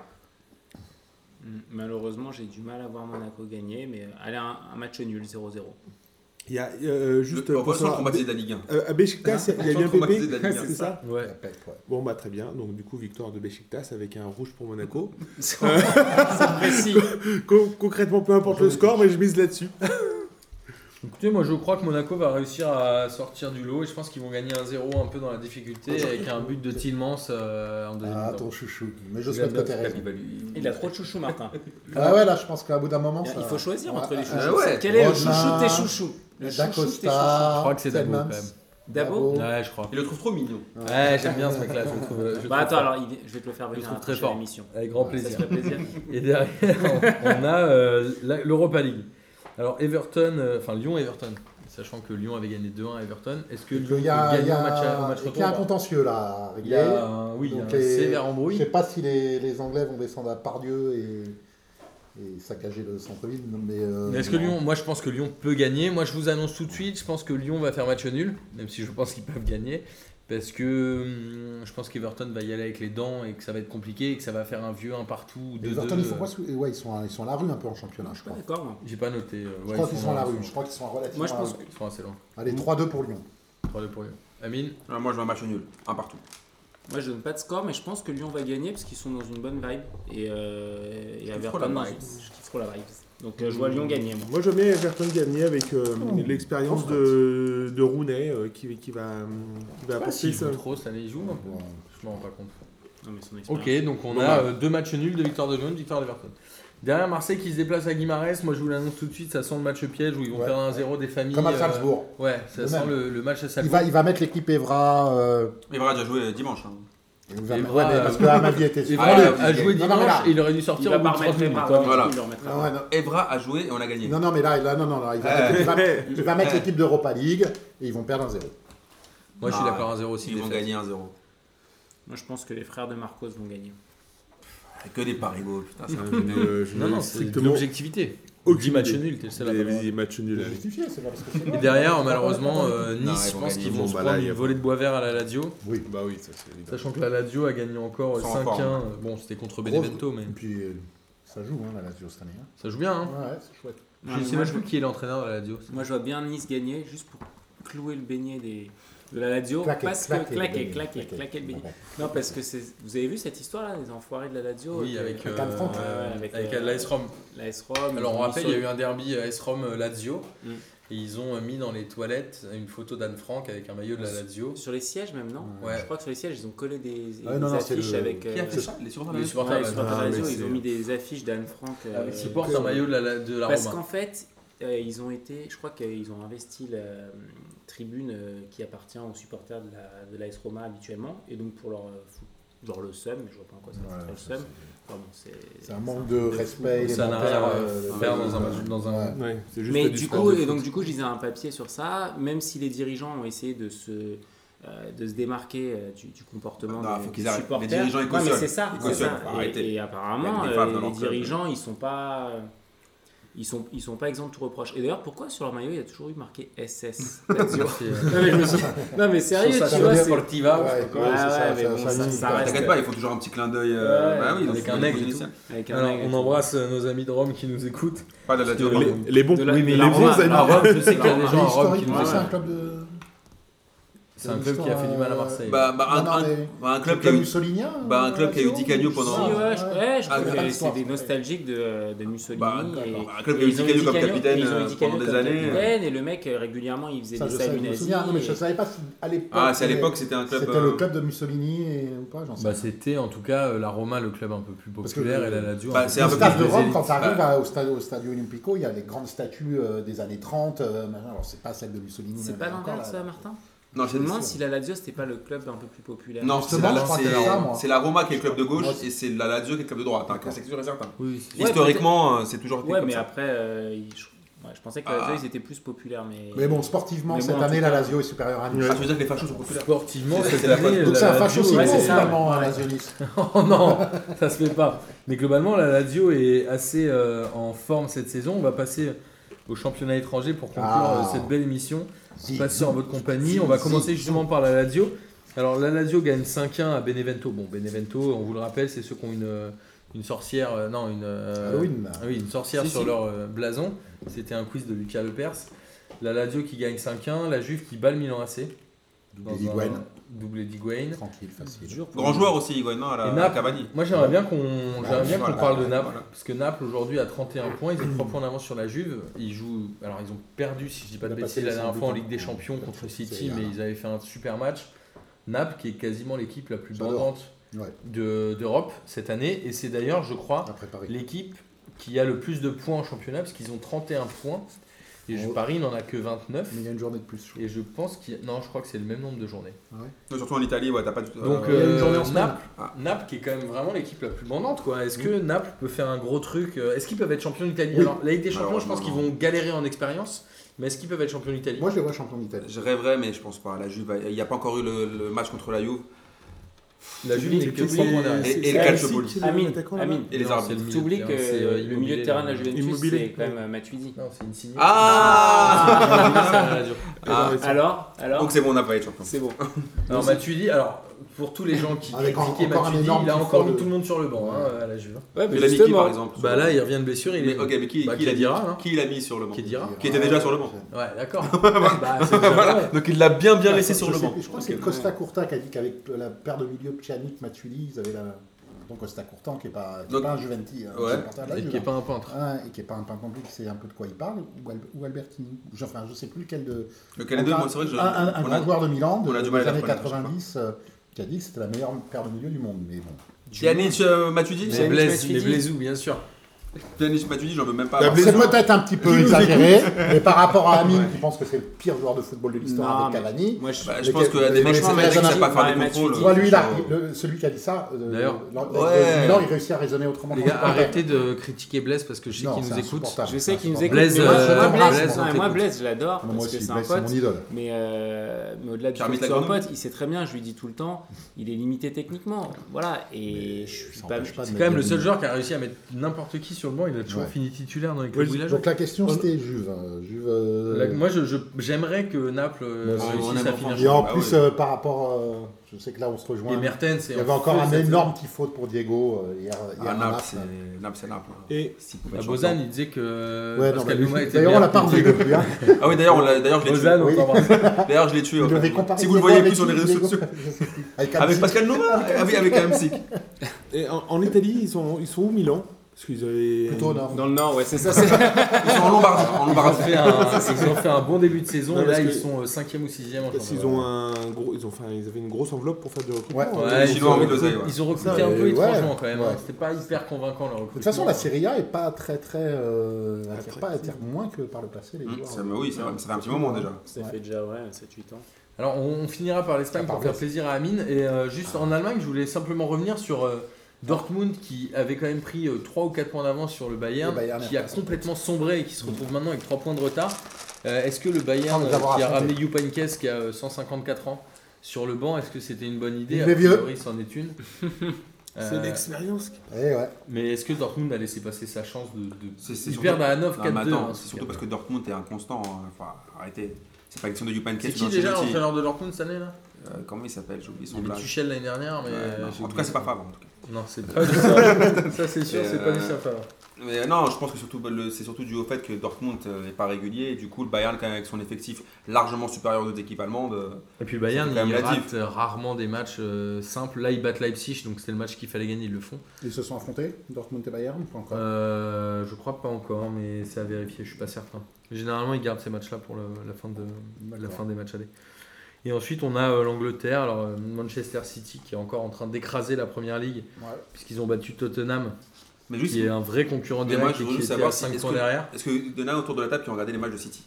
[SPEAKER 4] Mm, Malheureusement, j'ai du mal à voir Monaco gagner, mais euh, allez, un, un match nul 0-0.
[SPEAKER 5] Il y a euh, juste
[SPEAKER 2] Juste le,
[SPEAKER 5] euh, pour
[SPEAKER 2] ressent
[SPEAKER 5] savoir,
[SPEAKER 2] traumatisé de la Ligue 1.
[SPEAKER 5] euh, à Beşiktaş, il y a bien
[SPEAKER 2] Traumatisé
[SPEAKER 5] Pépé,
[SPEAKER 2] de la Ligue un.
[SPEAKER 5] c'est ça
[SPEAKER 1] Ouais.
[SPEAKER 3] La pète, ouais.
[SPEAKER 5] Bon bah très bien, donc du coup victoire de Beşiktaş avec un rouge pour Monaco.
[SPEAKER 4] Précis.
[SPEAKER 5] Con- concrètement peu importe le score, mais je mise là-dessus.
[SPEAKER 1] Écoutez, moi je crois que Monaco va réussir à sortir du lot et je pense qu'ils vont gagner un 0 un peu dans la difficulté avec un but de Tillmans euh, en deuxième
[SPEAKER 3] Ah,
[SPEAKER 1] mi-temps.
[SPEAKER 3] ton chouchou. Mais je
[SPEAKER 1] J'aime
[SPEAKER 3] souhaite que
[SPEAKER 1] bien
[SPEAKER 3] t'aies raison.
[SPEAKER 4] Il a trop de chouchous, Martin.
[SPEAKER 3] Ah ouais, là, je pense qu'à bout d'un moment. ça-
[SPEAKER 4] Il faut choisir
[SPEAKER 3] Ouais,
[SPEAKER 4] entre les
[SPEAKER 3] ouais,
[SPEAKER 4] chouchous.
[SPEAKER 2] Ah ouais.
[SPEAKER 4] Quel est le
[SPEAKER 3] Romain,
[SPEAKER 4] chouchou de tes chouchous Le
[SPEAKER 3] Da
[SPEAKER 4] chouchou de tes
[SPEAKER 3] Costa,
[SPEAKER 1] Je crois que c'est Dabo quand
[SPEAKER 3] Tellmans.
[SPEAKER 1] même.
[SPEAKER 4] Dabo
[SPEAKER 1] Ouais, je crois.
[SPEAKER 2] Il le trouve trop mignon.
[SPEAKER 1] Ouais, j'aime bien ce mec-là. Je le trouve, je le
[SPEAKER 4] chouchous Bah
[SPEAKER 1] trouve
[SPEAKER 4] attends,
[SPEAKER 1] fort.
[SPEAKER 4] alors il- je vais te le faire
[SPEAKER 1] Je
[SPEAKER 4] venir
[SPEAKER 1] trouve
[SPEAKER 4] à la
[SPEAKER 1] très
[SPEAKER 4] prochaine
[SPEAKER 1] fort.
[SPEAKER 4] émission.
[SPEAKER 1] Avec grand
[SPEAKER 4] Ça
[SPEAKER 1] plaisir.
[SPEAKER 4] serait plaisir.
[SPEAKER 1] Et derrière, on a euh, la- l'Europa League. Alors Everton, euh, enfin Lyon-Everton, sachant que Lyon avait gagné 2-1 à Everton, est-ce que Lyon
[SPEAKER 3] Il y
[SPEAKER 1] gagne
[SPEAKER 3] a, il y a-
[SPEAKER 1] au match, à- au match
[SPEAKER 3] il y a un
[SPEAKER 1] retour
[SPEAKER 3] contentieux là à régler.
[SPEAKER 1] Il y a un, oui, il y a
[SPEAKER 3] Donc,
[SPEAKER 1] un
[SPEAKER 3] les-
[SPEAKER 1] sévère embrouille.
[SPEAKER 3] Je sais pas si les, les Anglais vont descendre à Pardieu et, et saccager le centre-ville, mais. euh,
[SPEAKER 1] Mais Est-ce que Lyon, moi je pense que Lyon peut gagner. Moi je vous annonce tout de suite, je pense que Lyon va faire match nul, même si je pense qu'ils peuvent gagner, parce que hum, je pense qu'Everton va y aller avec les dents et que ça va être compliqué et que ça va faire un vieux un partout. Deux,
[SPEAKER 3] Everton,
[SPEAKER 1] deux.
[SPEAKER 3] ils font quoi sous- Ouais, ils sont, à, ils sont à la rue un peu en championnat, je
[SPEAKER 4] Je suis
[SPEAKER 3] crois.
[SPEAKER 4] pas d'accord, moi.
[SPEAKER 1] J'ai pas noté. euh,
[SPEAKER 3] Je
[SPEAKER 1] ouais,
[SPEAKER 3] crois qu'ils sont à la
[SPEAKER 1] ils
[SPEAKER 3] rue. Je crois qu'ils sont à relativement.
[SPEAKER 4] Moi, je
[SPEAKER 3] à la
[SPEAKER 4] pense
[SPEAKER 3] rue.
[SPEAKER 1] Ils sont assez loin.
[SPEAKER 3] Allez, 3-2 pour Lyon.
[SPEAKER 1] 3-2 pour Lyon. Amine
[SPEAKER 2] Ah, moi, je vois un match nul. Un partout.
[SPEAKER 4] Moi, je donne pas de score, mais je pense que Lyon va gagner parce qu'ils sont dans une bonne vibe. Et, euh, et
[SPEAKER 2] kiffe trop
[SPEAKER 4] Everton,
[SPEAKER 2] la
[SPEAKER 4] dans
[SPEAKER 2] vibe.
[SPEAKER 4] une- je kiffe trop la vibe. Donc, euh, je vois Lyon gagner, moi.
[SPEAKER 5] Moi j'aime bien Everton gagner avec euh,
[SPEAKER 3] Oh.
[SPEAKER 5] l'expérience de, de Rooney euh, qui, qui va, euh,
[SPEAKER 1] Je sais
[SPEAKER 5] qui va
[SPEAKER 1] pas
[SPEAKER 5] apporter
[SPEAKER 1] s'il
[SPEAKER 5] ça.
[SPEAKER 1] joue trop cette année, il joue un peu. Je m'en rends pas compte.
[SPEAKER 4] Non, mais son expérience.
[SPEAKER 1] Ok, donc on
[SPEAKER 2] Bon,
[SPEAKER 1] a
[SPEAKER 2] bah.
[SPEAKER 1] euh, deux matchs nuls, deux victoires de Lyon, une victoire d'Everton. Derrière Marseille qui se déplace à Guimarães, moi je vous l'annonce tout de suite, ça sent le match piège où ils vont
[SPEAKER 3] Ouais.
[SPEAKER 1] perdre un 0 des familles.
[SPEAKER 3] Comme à
[SPEAKER 1] euh,
[SPEAKER 3] Salzbourg.
[SPEAKER 1] ouais, ça
[SPEAKER 3] De
[SPEAKER 1] sent
[SPEAKER 3] même.
[SPEAKER 1] le, le match à
[SPEAKER 3] Il
[SPEAKER 1] Salzbourg.
[SPEAKER 3] va, il va mettre l'équipe Evra. Euh,
[SPEAKER 2] Il va déjà jouer dimanche. hein.
[SPEAKER 3] il va-
[SPEAKER 1] Evra,
[SPEAKER 3] ouais, mais parce que
[SPEAKER 1] euh,
[SPEAKER 3] Amavi était
[SPEAKER 1] Et
[SPEAKER 3] sur.
[SPEAKER 2] Ah,
[SPEAKER 1] voilà,
[SPEAKER 2] là,
[SPEAKER 1] a
[SPEAKER 2] vous
[SPEAKER 1] joué
[SPEAKER 2] gagnez.
[SPEAKER 3] Non, non, mais
[SPEAKER 1] dimanche
[SPEAKER 3] là,
[SPEAKER 1] et il aurait dû sortir
[SPEAKER 4] Il
[SPEAKER 1] au
[SPEAKER 4] va
[SPEAKER 1] bout de
[SPEAKER 4] pas
[SPEAKER 1] 30
[SPEAKER 4] remettre
[SPEAKER 1] minutes.
[SPEAKER 4] Evra,
[SPEAKER 1] hein.
[SPEAKER 4] donc,
[SPEAKER 2] Voilà.
[SPEAKER 4] il le remettra
[SPEAKER 3] Non,
[SPEAKER 4] pas.
[SPEAKER 3] Ah ouais, non.
[SPEAKER 2] Evra a joué et on a gagné.
[SPEAKER 3] Non, non, mais là, là, non, non, non, il va,
[SPEAKER 2] Euh.
[SPEAKER 3] il va- il va mettre l'équipe d'Europa League et ils vont perdre un 0.
[SPEAKER 1] Moi je suis
[SPEAKER 2] Ah,
[SPEAKER 1] d'accord, un 0 aussi.
[SPEAKER 2] Ils vont
[SPEAKER 1] défaite.
[SPEAKER 2] gagner 1-0.
[SPEAKER 4] Moi, je pense que les frères de Marcos vont gagner.
[SPEAKER 2] Que des parigots, putain, c'est un
[SPEAKER 5] Je
[SPEAKER 3] Euh,
[SPEAKER 5] ne- je
[SPEAKER 1] Non,
[SPEAKER 5] n'ai
[SPEAKER 1] non, c'est de
[SPEAKER 5] strictement
[SPEAKER 1] l'objectivité.
[SPEAKER 5] aucune
[SPEAKER 1] 10 matchs
[SPEAKER 5] idée.
[SPEAKER 1] nuls, t'es le seul à
[SPEAKER 5] des,
[SPEAKER 1] pas
[SPEAKER 5] des matchs nuls. allez.
[SPEAKER 3] Justifié, c'est pas parce que c'est
[SPEAKER 1] Et
[SPEAKER 3] bon.
[SPEAKER 1] derrière, malheureusement, euh,
[SPEAKER 2] Non,
[SPEAKER 1] Nice,
[SPEAKER 2] ils
[SPEAKER 1] je
[SPEAKER 2] vont
[SPEAKER 1] pense
[SPEAKER 2] gagner.
[SPEAKER 1] qu'ils vont
[SPEAKER 5] Bon,
[SPEAKER 1] se
[SPEAKER 5] bah, là,
[SPEAKER 1] prendre
[SPEAKER 5] il y
[SPEAKER 1] une
[SPEAKER 5] a
[SPEAKER 1] volée de bois vert à la Lazio.
[SPEAKER 3] Oui.
[SPEAKER 5] Bah oui, ça c'est évident.
[SPEAKER 1] Sachant que la Lazio a gagné encore euh,
[SPEAKER 2] Sans forme.
[SPEAKER 1] 5-1. euh, Bon, c'était contre
[SPEAKER 3] Grosse-
[SPEAKER 1] Benevento, mais
[SPEAKER 3] Et puis, euh, ça joue, hein, la Lazio cette année. hein.
[SPEAKER 1] ça joue bien. Hein.
[SPEAKER 3] Ouais, c'est chouette.
[SPEAKER 4] Non,
[SPEAKER 1] je
[SPEAKER 4] mais
[SPEAKER 1] sais
[SPEAKER 4] moi,
[SPEAKER 1] même
[SPEAKER 4] je
[SPEAKER 1] plus qui est l'entraîneur de la Lazio.
[SPEAKER 4] Moi, je vois bien Nice gagner juste pour clouer le beignet des, de la Lazio. parce que claquer, claquer, claquer le beignet. Non, parce que c'est- vous avez vu cette histoire là, les enfoirés de la Lazio
[SPEAKER 1] Oui, avec,
[SPEAKER 3] Avec Anne Frank.
[SPEAKER 1] euh,
[SPEAKER 4] Ouais, avec,
[SPEAKER 1] avec
[SPEAKER 4] euh,
[SPEAKER 1] l'AS Rome.
[SPEAKER 4] la S-Rome.
[SPEAKER 1] Alors on rappelle, il y a eu un derby AS Rome euh, Lazio.
[SPEAKER 4] Mm.
[SPEAKER 1] Et ils ont euh, mis dans les toilettes une photo d'Anne Frank avec un maillot de la Lazio.
[SPEAKER 4] Sur les sièges, même, non
[SPEAKER 1] Ouais.
[SPEAKER 4] Je crois que sur les sièges, ils ont collé des,
[SPEAKER 3] Ouais,
[SPEAKER 4] des
[SPEAKER 3] non, non, c'est
[SPEAKER 4] affiches
[SPEAKER 3] le-
[SPEAKER 4] avec.
[SPEAKER 2] Qui a
[SPEAKER 4] euh,
[SPEAKER 2] fait ça Les supporters de
[SPEAKER 1] les
[SPEAKER 2] la Lazio
[SPEAKER 4] Ouais,
[SPEAKER 1] supporters
[SPEAKER 4] les
[SPEAKER 1] de la
[SPEAKER 4] supporters
[SPEAKER 1] Lazio.
[SPEAKER 4] de la
[SPEAKER 5] Ah, mais
[SPEAKER 4] Lazio,
[SPEAKER 5] c'est-
[SPEAKER 4] ils ont mis des affiches d'Anne Frank. euh,
[SPEAKER 1] Avec- Ils portent un Ah, maillot de la, la- de la
[SPEAKER 4] Parce
[SPEAKER 1] Roma.
[SPEAKER 4] qu'en fait, euh, ils ont été, je crois qu'ils ont investi la euh, tribune euh, qui appartient aux supporters de la de l'AS Roma habituellement, et donc pour leur euh, fou- genre le seum, je vois pas en quoi ça foutrait le seum. Enfin bon,
[SPEAKER 3] C'est un manque de respect
[SPEAKER 1] Ça n'a
[SPEAKER 3] élémentaire.
[SPEAKER 1] rien
[SPEAKER 3] euh,
[SPEAKER 1] à faire
[SPEAKER 3] de-
[SPEAKER 1] dans un match. Dans un...
[SPEAKER 3] Ouais.
[SPEAKER 5] Ouais, c'est juste
[SPEAKER 4] Mais
[SPEAKER 5] que
[SPEAKER 4] du
[SPEAKER 5] sport
[SPEAKER 4] coup,
[SPEAKER 5] de
[SPEAKER 4] et
[SPEAKER 5] foot.
[SPEAKER 4] donc du coup, je lisais un papier sur ça. Même si les dirigeants ont essayé de se euh, de se démarquer euh, du, du comportement
[SPEAKER 2] Non,
[SPEAKER 4] des,
[SPEAKER 2] faut
[SPEAKER 4] des
[SPEAKER 2] qu'ils arrêtent. Les
[SPEAKER 4] supporters.
[SPEAKER 2] dirigeants, ils
[SPEAKER 4] Ouais, mais
[SPEAKER 2] cautionnent.
[SPEAKER 4] c'est ça,
[SPEAKER 2] Ils
[SPEAKER 4] c'est ça.
[SPEAKER 2] cautionnent, faut arrêter.
[SPEAKER 4] Et, et
[SPEAKER 2] Il y
[SPEAKER 4] apparemment,
[SPEAKER 2] a des
[SPEAKER 4] euh,
[SPEAKER 2] femmes dans
[SPEAKER 4] les
[SPEAKER 2] leur club.
[SPEAKER 4] dirigeants, ils sont pas euh, ils sont ils sont pas exempts de tout reproche. Et d'ailleurs, pourquoi sur leur maillot, il y a toujours eu marqué SS Lazio
[SPEAKER 1] C'est, euh,
[SPEAKER 4] non, mais je me suis- non, mais sérieux,
[SPEAKER 1] Sociedad
[SPEAKER 4] tu vois, c'est... Ouais,
[SPEAKER 1] Sportiva.
[SPEAKER 3] Ouais,
[SPEAKER 4] ouais,
[SPEAKER 3] ouais, c'est ça,
[SPEAKER 4] mais
[SPEAKER 3] ça-
[SPEAKER 4] bon,
[SPEAKER 3] ça
[SPEAKER 4] ça,
[SPEAKER 3] limite.
[SPEAKER 4] ça reste
[SPEAKER 2] T'inquiète pas, il faut toujours un petit clin d'œil. euh,
[SPEAKER 4] Ouais,
[SPEAKER 2] bah oui,
[SPEAKER 1] avec
[SPEAKER 2] donc,
[SPEAKER 1] un
[SPEAKER 2] faut
[SPEAKER 1] aigle et
[SPEAKER 2] donner
[SPEAKER 1] tout.
[SPEAKER 2] ça.
[SPEAKER 4] avec un
[SPEAKER 1] Alors,
[SPEAKER 4] aigle et
[SPEAKER 1] on
[SPEAKER 4] tout.
[SPEAKER 1] embrasse euh, nos amis de Rome qui nous écoutent.
[SPEAKER 2] Pas de la Lazio.
[SPEAKER 1] Parce que
[SPEAKER 2] pardon.
[SPEAKER 5] Les bons,
[SPEAKER 4] De la-
[SPEAKER 5] oui, mais
[SPEAKER 4] de
[SPEAKER 5] les
[SPEAKER 4] la
[SPEAKER 5] bons
[SPEAKER 4] Roma.
[SPEAKER 5] amis.
[SPEAKER 1] À Rome, je sais qu'il y a des
[SPEAKER 3] Mais
[SPEAKER 1] gens à Rome qui nous
[SPEAKER 3] historiquement,
[SPEAKER 1] écoutent.
[SPEAKER 3] c'est un club de.
[SPEAKER 1] C'est un club qui a fait du mal à Marseille.
[SPEAKER 2] Bah, bah, un,
[SPEAKER 3] Non, non,
[SPEAKER 2] un-
[SPEAKER 3] mais-
[SPEAKER 2] bah, un club
[SPEAKER 3] Club
[SPEAKER 2] qui a eu.
[SPEAKER 3] Mussolini hein,
[SPEAKER 2] bah, un club qui a eu
[SPEAKER 3] là-dessus,
[SPEAKER 2] Di Canio
[SPEAKER 3] ou-
[SPEAKER 2] pendant-
[SPEAKER 4] Si, ouais, je, ouais, je
[SPEAKER 2] Ah,
[SPEAKER 4] trouve
[SPEAKER 2] d'accord.
[SPEAKER 4] que c'est des nostalgiques de, de Mussolini.
[SPEAKER 2] Bah, un club-
[SPEAKER 4] et-
[SPEAKER 2] un club
[SPEAKER 4] et
[SPEAKER 2] qui a eu
[SPEAKER 4] ils ont
[SPEAKER 2] Di Canio
[SPEAKER 4] Di
[SPEAKER 2] comme
[SPEAKER 4] Canio-
[SPEAKER 2] capitaine,
[SPEAKER 4] ils ont eu
[SPEAKER 2] euh,
[SPEAKER 4] Di Canio
[SPEAKER 2] pendant des
[SPEAKER 4] comme
[SPEAKER 2] années.
[SPEAKER 4] capitaine, et le mec, euh, régulièrement, il faisait
[SPEAKER 3] Ça,
[SPEAKER 4] des
[SPEAKER 3] je sais, je me
[SPEAKER 4] salunations.
[SPEAKER 3] souviens. Non, mais je savais pas si à l'époque.
[SPEAKER 2] Ah, c'est à
[SPEAKER 3] mais
[SPEAKER 2] l'époque, c'était un club.
[SPEAKER 3] C'était
[SPEAKER 2] euh,
[SPEAKER 3] le club de Mussolini et- ou pas, j'en sais
[SPEAKER 1] Bah,
[SPEAKER 3] pas.
[SPEAKER 1] c'était en tout cas euh, la Roma, le club un peu plus
[SPEAKER 3] Parce
[SPEAKER 1] populaire,
[SPEAKER 3] que-
[SPEAKER 1] et la Lazio.
[SPEAKER 2] Bah,
[SPEAKER 1] un peu
[SPEAKER 2] c'est
[SPEAKER 1] plus
[SPEAKER 2] un
[SPEAKER 3] Le
[SPEAKER 2] peu
[SPEAKER 1] des
[SPEAKER 3] stade de
[SPEAKER 2] plus
[SPEAKER 1] élites.
[SPEAKER 3] Rome, quand tu arrives
[SPEAKER 2] Bah.
[SPEAKER 3] au, stade, au Stadio Olimpico, il y a les grandes statues euh, des années 30. euh, machin. alors, c'est pas celle de Mussolini.
[SPEAKER 4] C'est
[SPEAKER 3] mais
[SPEAKER 4] pas
[SPEAKER 3] elle est encore
[SPEAKER 4] l'envers,
[SPEAKER 3] là.
[SPEAKER 4] ça, Martin
[SPEAKER 2] Non,
[SPEAKER 4] Je
[SPEAKER 2] c'est
[SPEAKER 4] me demande si la Lazio, c'était pas le club un peu plus populaire.
[SPEAKER 2] Non, c'est
[SPEAKER 3] Justement,
[SPEAKER 2] la,
[SPEAKER 3] je crois que
[SPEAKER 2] c'est-
[SPEAKER 3] c'est ça, moi.
[SPEAKER 2] c'est la Roma qui est le club de gauche
[SPEAKER 3] Moi,
[SPEAKER 2] et c'est la Lazio qui est le club de droite. hein, C'est sûr et certain.
[SPEAKER 1] Oui, c'est-
[SPEAKER 4] Ouais,
[SPEAKER 2] Historiquement, euh, c'est toujours été
[SPEAKER 4] Ouais,
[SPEAKER 2] comme
[SPEAKER 4] mais
[SPEAKER 2] ça.
[SPEAKER 4] après, euh, ils- je... ouais, je pensais que la
[SPEAKER 2] Ah.
[SPEAKER 4] Lazio, ils étaient plus populaires. Mais,
[SPEAKER 3] Mais bon, sportivement,
[SPEAKER 4] Mais bon,
[SPEAKER 3] cette
[SPEAKER 4] en
[SPEAKER 3] année,
[SPEAKER 4] tout
[SPEAKER 3] la
[SPEAKER 4] cas-
[SPEAKER 3] Lazio est supérieure à Nice.
[SPEAKER 2] Ah, tu veux dire que les fachos sont populaires
[SPEAKER 1] Sportivement,
[SPEAKER 2] C'est-
[SPEAKER 1] cette
[SPEAKER 2] c'est la
[SPEAKER 1] année,
[SPEAKER 3] Donc, c'est un
[SPEAKER 1] la
[SPEAKER 3] facho
[SPEAKER 1] Lazio-
[SPEAKER 4] ouais,
[SPEAKER 3] aussi,
[SPEAKER 4] c'est ça.
[SPEAKER 3] finalement, à
[SPEAKER 4] Ouais.
[SPEAKER 3] Lazio Nice.
[SPEAKER 1] Oh non, ça se fait pas. Mais globalement, la Lazio est assez euh, en forme cette saison. On va passer au championnat étranger pour conclure
[SPEAKER 3] Ah.
[SPEAKER 1] euh, cette belle émission.
[SPEAKER 3] Zizou.
[SPEAKER 1] Passer en votre compagnie.
[SPEAKER 3] Zizou.
[SPEAKER 1] On va commencer justement par la Lazio. Alors, la Lazio gagne 5-1 à Benevento. Bon, Benevento, on vous le rappelle, c'est ceux qui ont une, euh, une sorcière. euh, non, une. euh,
[SPEAKER 3] Halloween.
[SPEAKER 1] ah oui, une sorcière
[SPEAKER 4] Si,
[SPEAKER 1] sur
[SPEAKER 4] si.
[SPEAKER 1] leur euh, blason. C'était un quiz de Lucas Lepers. La Lazio qui gagne 5-1. La Juve qui bat le Milan AC. Dans
[SPEAKER 3] Doublé
[SPEAKER 1] un
[SPEAKER 3] d'Higuaïn.
[SPEAKER 1] Doublé d'Higuaïn.
[SPEAKER 3] Tranquille, facile.
[SPEAKER 4] Dur pour
[SPEAKER 2] Grand
[SPEAKER 4] lui.
[SPEAKER 2] joueur aussi, Higuain, non, à la-
[SPEAKER 1] Et
[SPEAKER 2] à
[SPEAKER 1] Naples.
[SPEAKER 2] Cavani.
[SPEAKER 1] Moi j'aimerais bien qu'on j'aimerais bien
[SPEAKER 2] Voilà,
[SPEAKER 1] qu'on parle de
[SPEAKER 2] voilà.
[SPEAKER 1] Naples parce que Naples aujourd'hui a 31 points, ils ont 3 points d'avance sur la Juve, ils jouent alors ils ont perdu si je dis pas de
[SPEAKER 3] On a passé
[SPEAKER 1] bêtises la
[SPEAKER 3] les
[SPEAKER 1] dernière
[SPEAKER 3] cinq
[SPEAKER 1] fois en
[SPEAKER 3] buts.
[SPEAKER 1] Ligue des Champions contre City
[SPEAKER 3] C'est-
[SPEAKER 1] mais ils avaient fait un super match. Naples qui est quasiment l'équipe la plus
[SPEAKER 3] J'adore.
[SPEAKER 1] bandante
[SPEAKER 3] Ouais, Ah
[SPEAKER 1] de- d'Europe cette année et c'est d'ailleurs je crois
[SPEAKER 3] à préparer.
[SPEAKER 1] l'équipe qui a le plus de points en championnat parce qu'ils ont 31 points et je
[SPEAKER 3] Oh.
[SPEAKER 1] parie n'en a que 29
[SPEAKER 3] Mais il y a une journée de plus. je trouve.
[SPEAKER 1] et je pense qu'il y a- non je crois que c'est le même nombre de journées.
[SPEAKER 2] Non, Surtout en Italie, ouais, t'as pas du tout.
[SPEAKER 1] Donc
[SPEAKER 3] il y a une
[SPEAKER 1] euh,
[SPEAKER 3] journée en semaine.
[SPEAKER 1] Naples,
[SPEAKER 2] Ah.
[SPEAKER 1] Naples qui est quand même vraiment l'équipe la plus bandante quoi. Est-ce que Naples peut faire un gros truc euh, Est-ce qu'ils peuvent être champions d'Italie
[SPEAKER 3] Oui.
[SPEAKER 1] Alors la Ligue des Champions, je
[SPEAKER 2] Malheureusement,
[SPEAKER 1] pense qu'ils
[SPEAKER 2] non.
[SPEAKER 1] vont galérer en expérience, mais est-ce qu'ils peuvent être champions d'Italie
[SPEAKER 3] Moi, je les vois champion d'Italie.
[SPEAKER 2] Je rêverais, mais je pense pas. La Juve, il n'y a pas encore eu le, le match contre la Juve.
[SPEAKER 1] La Juve n'est que
[SPEAKER 5] T'oublies-
[SPEAKER 1] 3 points derrière.
[SPEAKER 2] Et-
[SPEAKER 5] c'est-
[SPEAKER 2] et
[SPEAKER 5] c'est
[SPEAKER 2] le
[SPEAKER 5] Alexis
[SPEAKER 2] Calciopoli.
[SPEAKER 5] qui est
[SPEAKER 4] Amine,
[SPEAKER 5] l'attaquant, là-bas
[SPEAKER 4] Amine.
[SPEAKER 2] Et les
[SPEAKER 1] Non,
[SPEAKER 2] arbitres.
[SPEAKER 1] c'est le
[SPEAKER 4] Tu
[SPEAKER 1] milieu
[SPEAKER 4] oublies
[SPEAKER 1] de
[SPEAKER 4] que
[SPEAKER 1] terrain, c'est, euh,
[SPEAKER 4] le milieu de terrain de la
[SPEAKER 1] Immobilier,
[SPEAKER 4] Juventus,
[SPEAKER 5] Immobilier.
[SPEAKER 4] c'est quand même euh, Matuidi.
[SPEAKER 1] Non, c'est Insigne.
[SPEAKER 2] Ah
[SPEAKER 1] Ah,
[SPEAKER 2] Ah.
[SPEAKER 5] Et dans les-
[SPEAKER 4] Alors Alors
[SPEAKER 2] Donc c'est bon, on n'a pas été champion.
[SPEAKER 4] C'est bon.
[SPEAKER 1] Alors Matuidi, alors pour tous les gens qui
[SPEAKER 3] Avec
[SPEAKER 1] critiquaient
[SPEAKER 3] encore un
[SPEAKER 1] Matuidi,
[SPEAKER 3] énorme
[SPEAKER 1] il a
[SPEAKER 3] coup
[SPEAKER 1] encore
[SPEAKER 3] fort
[SPEAKER 1] mis
[SPEAKER 3] de-
[SPEAKER 1] tout le monde sur le banc hein, à la Juve.
[SPEAKER 4] Ouais,
[SPEAKER 2] Mais la Mickey, par exemple.
[SPEAKER 1] Bah là, il revient de blessure, il est
[SPEAKER 2] Mais ok, mais qui,
[SPEAKER 1] Bah,
[SPEAKER 2] qui l'a mis-
[SPEAKER 1] Khedira, hein.
[SPEAKER 2] Qui l'a mis sur le banc
[SPEAKER 1] Qui dira
[SPEAKER 2] Qui
[SPEAKER 3] Ah,
[SPEAKER 2] était déjà sur le banc.
[SPEAKER 1] Ouais, d'accord. Bah, c'est déjà
[SPEAKER 2] Voilà.
[SPEAKER 1] vrai.
[SPEAKER 2] Donc il l'a bien bien laissé
[SPEAKER 3] Ah, Je
[SPEAKER 2] sur le
[SPEAKER 3] sais
[SPEAKER 2] banc.
[SPEAKER 3] plus, Je crois que c'est
[SPEAKER 2] Ok.
[SPEAKER 3] Costa Curta qui a dit qu'avec la paire de milieu Pjanic, Matuidi, ils avaient la. Donc Costa Curta qui n'est pas, qui est
[SPEAKER 2] Donc-
[SPEAKER 3] pas un Juventi. hein,
[SPEAKER 2] Ouais.
[SPEAKER 3] un supporter de la
[SPEAKER 1] Et
[SPEAKER 3] Juve,
[SPEAKER 1] qui est
[SPEAKER 3] hein.
[SPEAKER 1] pas un peintre.
[SPEAKER 3] Ah, et qui est pas un peintre non plus, qui sait un peu de quoi il parle, ou, Al- ou Albertini. Je- Enfin, je sais plus lequel de.
[SPEAKER 2] Le Canadien,
[SPEAKER 3] un-
[SPEAKER 2] moi, c'est vrai que je.
[SPEAKER 3] Un, un- Ah, un
[SPEAKER 2] on
[SPEAKER 3] grand
[SPEAKER 2] a-
[SPEAKER 3] joueur de Milan, de,
[SPEAKER 2] on a du
[SPEAKER 3] des
[SPEAKER 2] mal à la
[SPEAKER 3] années
[SPEAKER 2] reconnaître, je sais pas.
[SPEAKER 3] 90, euh, qui a dit que c'était la meilleure paire de milieu du monde. Mais bon.
[SPEAKER 2] Pjanic euh, Matuidi
[SPEAKER 1] Mais
[SPEAKER 4] Pjanic,
[SPEAKER 1] Blaise,
[SPEAKER 4] Matuidi.
[SPEAKER 1] mais Blaise où, bien sûr.
[SPEAKER 2] Pjanic Matuidi, j'en veux même pas.
[SPEAKER 5] La
[SPEAKER 2] avoir.
[SPEAKER 5] blessure.
[SPEAKER 2] C'est
[SPEAKER 3] C'est peut-être un petit peu
[SPEAKER 5] Qui nous
[SPEAKER 3] exagéré, mais par rapport à Amine qui pense que c'est le pire joueur de football de l'histoire
[SPEAKER 4] Non,
[SPEAKER 3] avec
[SPEAKER 4] mais-
[SPEAKER 3] Cavani,
[SPEAKER 4] Moi, je
[SPEAKER 2] Bah, je
[SPEAKER 3] Mais
[SPEAKER 2] pense
[SPEAKER 3] quel-
[SPEAKER 2] que des
[SPEAKER 3] mais
[SPEAKER 2] mecs
[SPEAKER 3] c'est
[SPEAKER 2] qui
[SPEAKER 3] raisonnable.
[SPEAKER 2] savent pas faire
[SPEAKER 4] Ouais,
[SPEAKER 2] des
[SPEAKER 3] tu
[SPEAKER 2] contrôles.
[SPEAKER 3] vois, lui, là,
[SPEAKER 2] euh,
[SPEAKER 3] le- celui qui a dit ça, euh,
[SPEAKER 1] D'ailleurs,
[SPEAKER 3] l'an- l'an-
[SPEAKER 2] ouais.
[SPEAKER 3] de Milan, il réussit à raisonner autrement.
[SPEAKER 1] Les gars, arrêtez de critiquer Blaise parce que je sais
[SPEAKER 3] Non,
[SPEAKER 1] qu'il
[SPEAKER 3] c'est
[SPEAKER 1] nous écoute.
[SPEAKER 3] insupportable,
[SPEAKER 4] Je
[SPEAKER 3] c'est
[SPEAKER 4] sais qu'il nous écoute.
[SPEAKER 3] insupportable.
[SPEAKER 1] Blaise,
[SPEAKER 4] mais moi,
[SPEAKER 1] euh,
[SPEAKER 4] moi, Blaise,
[SPEAKER 1] Blaise,
[SPEAKER 4] non,
[SPEAKER 2] hein.
[SPEAKER 1] on
[SPEAKER 4] mais moi,
[SPEAKER 1] t'écoute.
[SPEAKER 4] Blaise, je l'adore
[SPEAKER 3] Moi
[SPEAKER 4] parce que
[SPEAKER 3] aussi,
[SPEAKER 4] c'est un
[SPEAKER 3] Blaise, c'est mon
[SPEAKER 4] pote.
[SPEAKER 3] idole.
[SPEAKER 4] Mais, euh, mais au-delà du fait
[SPEAKER 2] Carmine
[SPEAKER 4] que c'est un
[SPEAKER 2] Lagrange.
[SPEAKER 4] pote, il sait très bien, je lui dis tout le temps, il est limité techniquement. Voilà, et je suis
[SPEAKER 3] ça
[SPEAKER 4] pas.
[SPEAKER 3] empêche pas de
[SPEAKER 1] C'est quand même le
[SPEAKER 3] mettre
[SPEAKER 1] seul
[SPEAKER 3] des-
[SPEAKER 1] joueur qui a réussi à mettre n'importe qui sur le banc. Il a toujours
[SPEAKER 3] Ouais.
[SPEAKER 1] fini titulaire dans les clubs
[SPEAKER 5] Oui,
[SPEAKER 1] où il a joué.
[SPEAKER 3] Donc la question,
[SPEAKER 1] On-
[SPEAKER 3] c'était Juve. hein. Juve euh,
[SPEAKER 1] Là, Moi, je- je- j'aimerais que Naples euh,
[SPEAKER 3] Ouais,
[SPEAKER 2] on
[SPEAKER 1] réussisse
[SPEAKER 2] aime
[SPEAKER 1] à
[SPEAKER 2] en
[SPEAKER 1] finir.
[SPEAKER 2] France.
[SPEAKER 3] Et en
[SPEAKER 2] Ah
[SPEAKER 3] plus,
[SPEAKER 2] ouais.
[SPEAKER 3] euh, par rapport, euh, je sais que là, on se rejoint.
[SPEAKER 1] Et Mertens, et
[SPEAKER 3] Il y avait encore un énorme petit faute pour Diego euh, hier. hier
[SPEAKER 2] Ah,
[SPEAKER 3] à
[SPEAKER 2] Naples,
[SPEAKER 3] Naples.
[SPEAKER 2] c'est Naples. c'est Naples, hein.
[SPEAKER 5] Et
[SPEAKER 2] S'ils pouvaient
[SPEAKER 1] À
[SPEAKER 2] être
[SPEAKER 1] Bah, Bozan, il disait que euh,
[SPEAKER 3] Ouais, non,
[SPEAKER 1] Pascal
[SPEAKER 3] mais-
[SPEAKER 1] Nouma était
[SPEAKER 3] D'ailleurs, on l'a
[SPEAKER 1] meilleur
[SPEAKER 3] pas
[SPEAKER 1] que
[SPEAKER 3] revu
[SPEAKER 1] Diego.
[SPEAKER 3] depuis. hein.
[SPEAKER 2] champions. Ah oui, d'ailleurs, on l'a- d'ailleurs, je l'ai tué.
[SPEAKER 1] Bozan, on
[SPEAKER 3] Oui.
[SPEAKER 1] t'embrasse.
[SPEAKER 2] D'ailleurs, je l'ai tué. en
[SPEAKER 3] Il
[SPEAKER 2] fait.
[SPEAKER 3] devait comparer
[SPEAKER 2] Si vous le
[SPEAKER 3] Diego
[SPEAKER 2] voyez
[SPEAKER 3] avec
[SPEAKER 2] plus sur les
[SPEAKER 3] qui,
[SPEAKER 2] réseaux
[SPEAKER 3] Diego,
[SPEAKER 2] sociaux.
[SPEAKER 3] je sais plus. Avec
[SPEAKER 2] Avec
[SPEAKER 3] Alexis.
[SPEAKER 2] Pascal Nouma Ah oui, avec Amsic.
[SPEAKER 5] et en en Italie, ils sont ils sont où Milan Parce qu'ils avaient.
[SPEAKER 3] Plutôt au nord.
[SPEAKER 4] Dans le Nord, ouais, c'est ça. c'est-
[SPEAKER 2] Ils sont en Lombardie. En
[SPEAKER 1] Ils ont
[SPEAKER 2] Lombardie.
[SPEAKER 1] fait un- ils ont fait un bon début de saison.
[SPEAKER 5] Non,
[SPEAKER 1] et Là,
[SPEAKER 5] parce
[SPEAKER 1] ils
[SPEAKER 5] que-
[SPEAKER 1] sont 5e ou 6e en
[SPEAKER 5] Parce qu'ils
[SPEAKER 1] championnat.
[SPEAKER 5] ont un gros, ils ont, enfin, ils avaient une grosse enveloppe pour faire du recrutement.
[SPEAKER 3] Ouais.
[SPEAKER 1] Ouais,
[SPEAKER 2] Les
[SPEAKER 1] ils
[SPEAKER 2] Chinois
[SPEAKER 1] ont
[SPEAKER 2] ont mis de
[SPEAKER 1] recruté-
[SPEAKER 2] l'oseille, ouais.
[SPEAKER 1] Ils ont recruté un peu
[SPEAKER 3] Ouais,
[SPEAKER 1] étrangement quand même. hein.
[SPEAKER 3] ouais.
[SPEAKER 1] C'était pas hyper convaincant leur recrutement.
[SPEAKER 3] De toute façon, la Serie A est pas très, très. euh, attire
[SPEAKER 5] Attractive.
[SPEAKER 3] pas, attire moins que par le passé les
[SPEAKER 2] Hum,
[SPEAKER 3] joueurs.
[SPEAKER 2] ça- mais Oui, ça va- ça fait un petit moment déjà.
[SPEAKER 4] Ça
[SPEAKER 3] Ouais.
[SPEAKER 4] fait déjà, ouais, 7-8 ans.
[SPEAKER 1] Alors on, on finira par l'Espagne
[SPEAKER 3] Ah,
[SPEAKER 1] pour
[SPEAKER 3] pardon.
[SPEAKER 1] faire plaisir à Amine. Et euh, juste en Allemagne, je voulais simplement revenir sur euh, Dortmund qui avait quand même pris 3 ou 4 points d'avance sur le Bayern,
[SPEAKER 3] Le Bayern
[SPEAKER 1] qui a
[SPEAKER 3] est passé.
[SPEAKER 1] complètement sombré et qui se
[SPEAKER 2] Mm.
[SPEAKER 1] retrouve maintenant avec 3 points de retard. Euh, est-ce que le
[SPEAKER 3] Sans
[SPEAKER 1] Bayern
[SPEAKER 2] Ah,
[SPEAKER 3] les
[SPEAKER 1] euh,
[SPEAKER 3] avoir
[SPEAKER 1] qui a
[SPEAKER 3] affrontés.
[SPEAKER 1] ramené Jupankes qui a euh, 154 ans sur le banc, est-ce que c'était une bonne idée
[SPEAKER 3] Il
[SPEAKER 1] A
[SPEAKER 3] est vieux.
[SPEAKER 1] priori, c'en est une.
[SPEAKER 5] C'est
[SPEAKER 1] Euh,
[SPEAKER 5] l'expérience.
[SPEAKER 3] Eh ouais.
[SPEAKER 1] mais est-ce que Dortmund a laissé passer sa chance de, de...
[SPEAKER 2] C'est- c'est
[SPEAKER 1] Ils
[SPEAKER 2] surtout-
[SPEAKER 1] perdent à Hanovre
[SPEAKER 2] Non, mais
[SPEAKER 1] 4-2
[SPEAKER 2] attends,
[SPEAKER 1] hein,
[SPEAKER 2] c'est
[SPEAKER 1] c'est
[SPEAKER 2] surtout
[SPEAKER 1] clair.
[SPEAKER 2] parce que Dortmund est inconstant. hein. Enfin, arrêtez. C'est pas une question de Jupan
[SPEAKER 1] C'est qui déjà l'entraîneur de Dortmund cette année là
[SPEAKER 2] Euh, Comment il s'appelle J'ai oublié
[SPEAKER 1] Il
[SPEAKER 2] son
[SPEAKER 1] y avait
[SPEAKER 2] blague.
[SPEAKER 1] Tuchel l'année dernière mais
[SPEAKER 2] Ouais,
[SPEAKER 1] euh, j'ai
[SPEAKER 2] non. En tout
[SPEAKER 1] oublié
[SPEAKER 2] cas, c'est pas
[SPEAKER 1] son-
[SPEAKER 2] Favre. en tout cas.
[SPEAKER 1] Non, Ah, c'est pas du ça. ça, c'est sûr,
[SPEAKER 2] Et,
[SPEAKER 1] c'est pas du
[SPEAKER 2] euh,
[SPEAKER 1] ça. Favre.
[SPEAKER 2] Mais euh, non, je pense que surtout, le- c'est surtout dû au fait que Dortmund euh, est pas régulier. Et du coup, le Bayern, quand même, avec son effectif largement supérieur aux équipes allemandes, euh,
[SPEAKER 1] Et puis Bayern,
[SPEAKER 2] C'est quand
[SPEAKER 1] ils
[SPEAKER 2] même relatif.
[SPEAKER 1] ratent euh, rarement des matchs euh, simples. Là, ils battent Leipzig, donc c'était le match qu'il fallait gagner, ils le font.
[SPEAKER 3] Ils se sont affrontés, Dortmund et Bayern, pas encore.
[SPEAKER 1] Euh, je crois pas encore, mais c'est à vérifier, je suis pas certain. Généralement, ils gardent ces matchs-là pour le- la, fin de, la
[SPEAKER 2] Euh,
[SPEAKER 3] D'accord.
[SPEAKER 1] fin des matchs aller. Et ensuite, on a euh, l'Angleterre, alors euh, Manchester City qui est encore en train d'écraser la première ligue,
[SPEAKER 3] Ouais.
[SPEAKER 1] puisqu'ils ont battu Tottenham,
[SPEAKER 2] Mais juste,
[SPEAKER 1] qui est un vrai concurrent
[SPEAKER 2] Mais moi,
[SPEAKER 1] direct
[SPEAKER 2] je
[SPEAKER 1] et
[SPEAKER 2] voulais
[SPEAKER 1] qui était
[SPEAKER 2] savoir
[SPEAKER 1] à
[SPEAKER 2] si-
[SPEAKER 1] 5
[SPEAKER 2] est-ce
[SPEAKER 1] points
[SPEAKER 2] que-
[SPEAKER 1] derrière.
[SPEAKER 2] est-ce qu'il y en a autour de la table qui ont regardé les matchs de City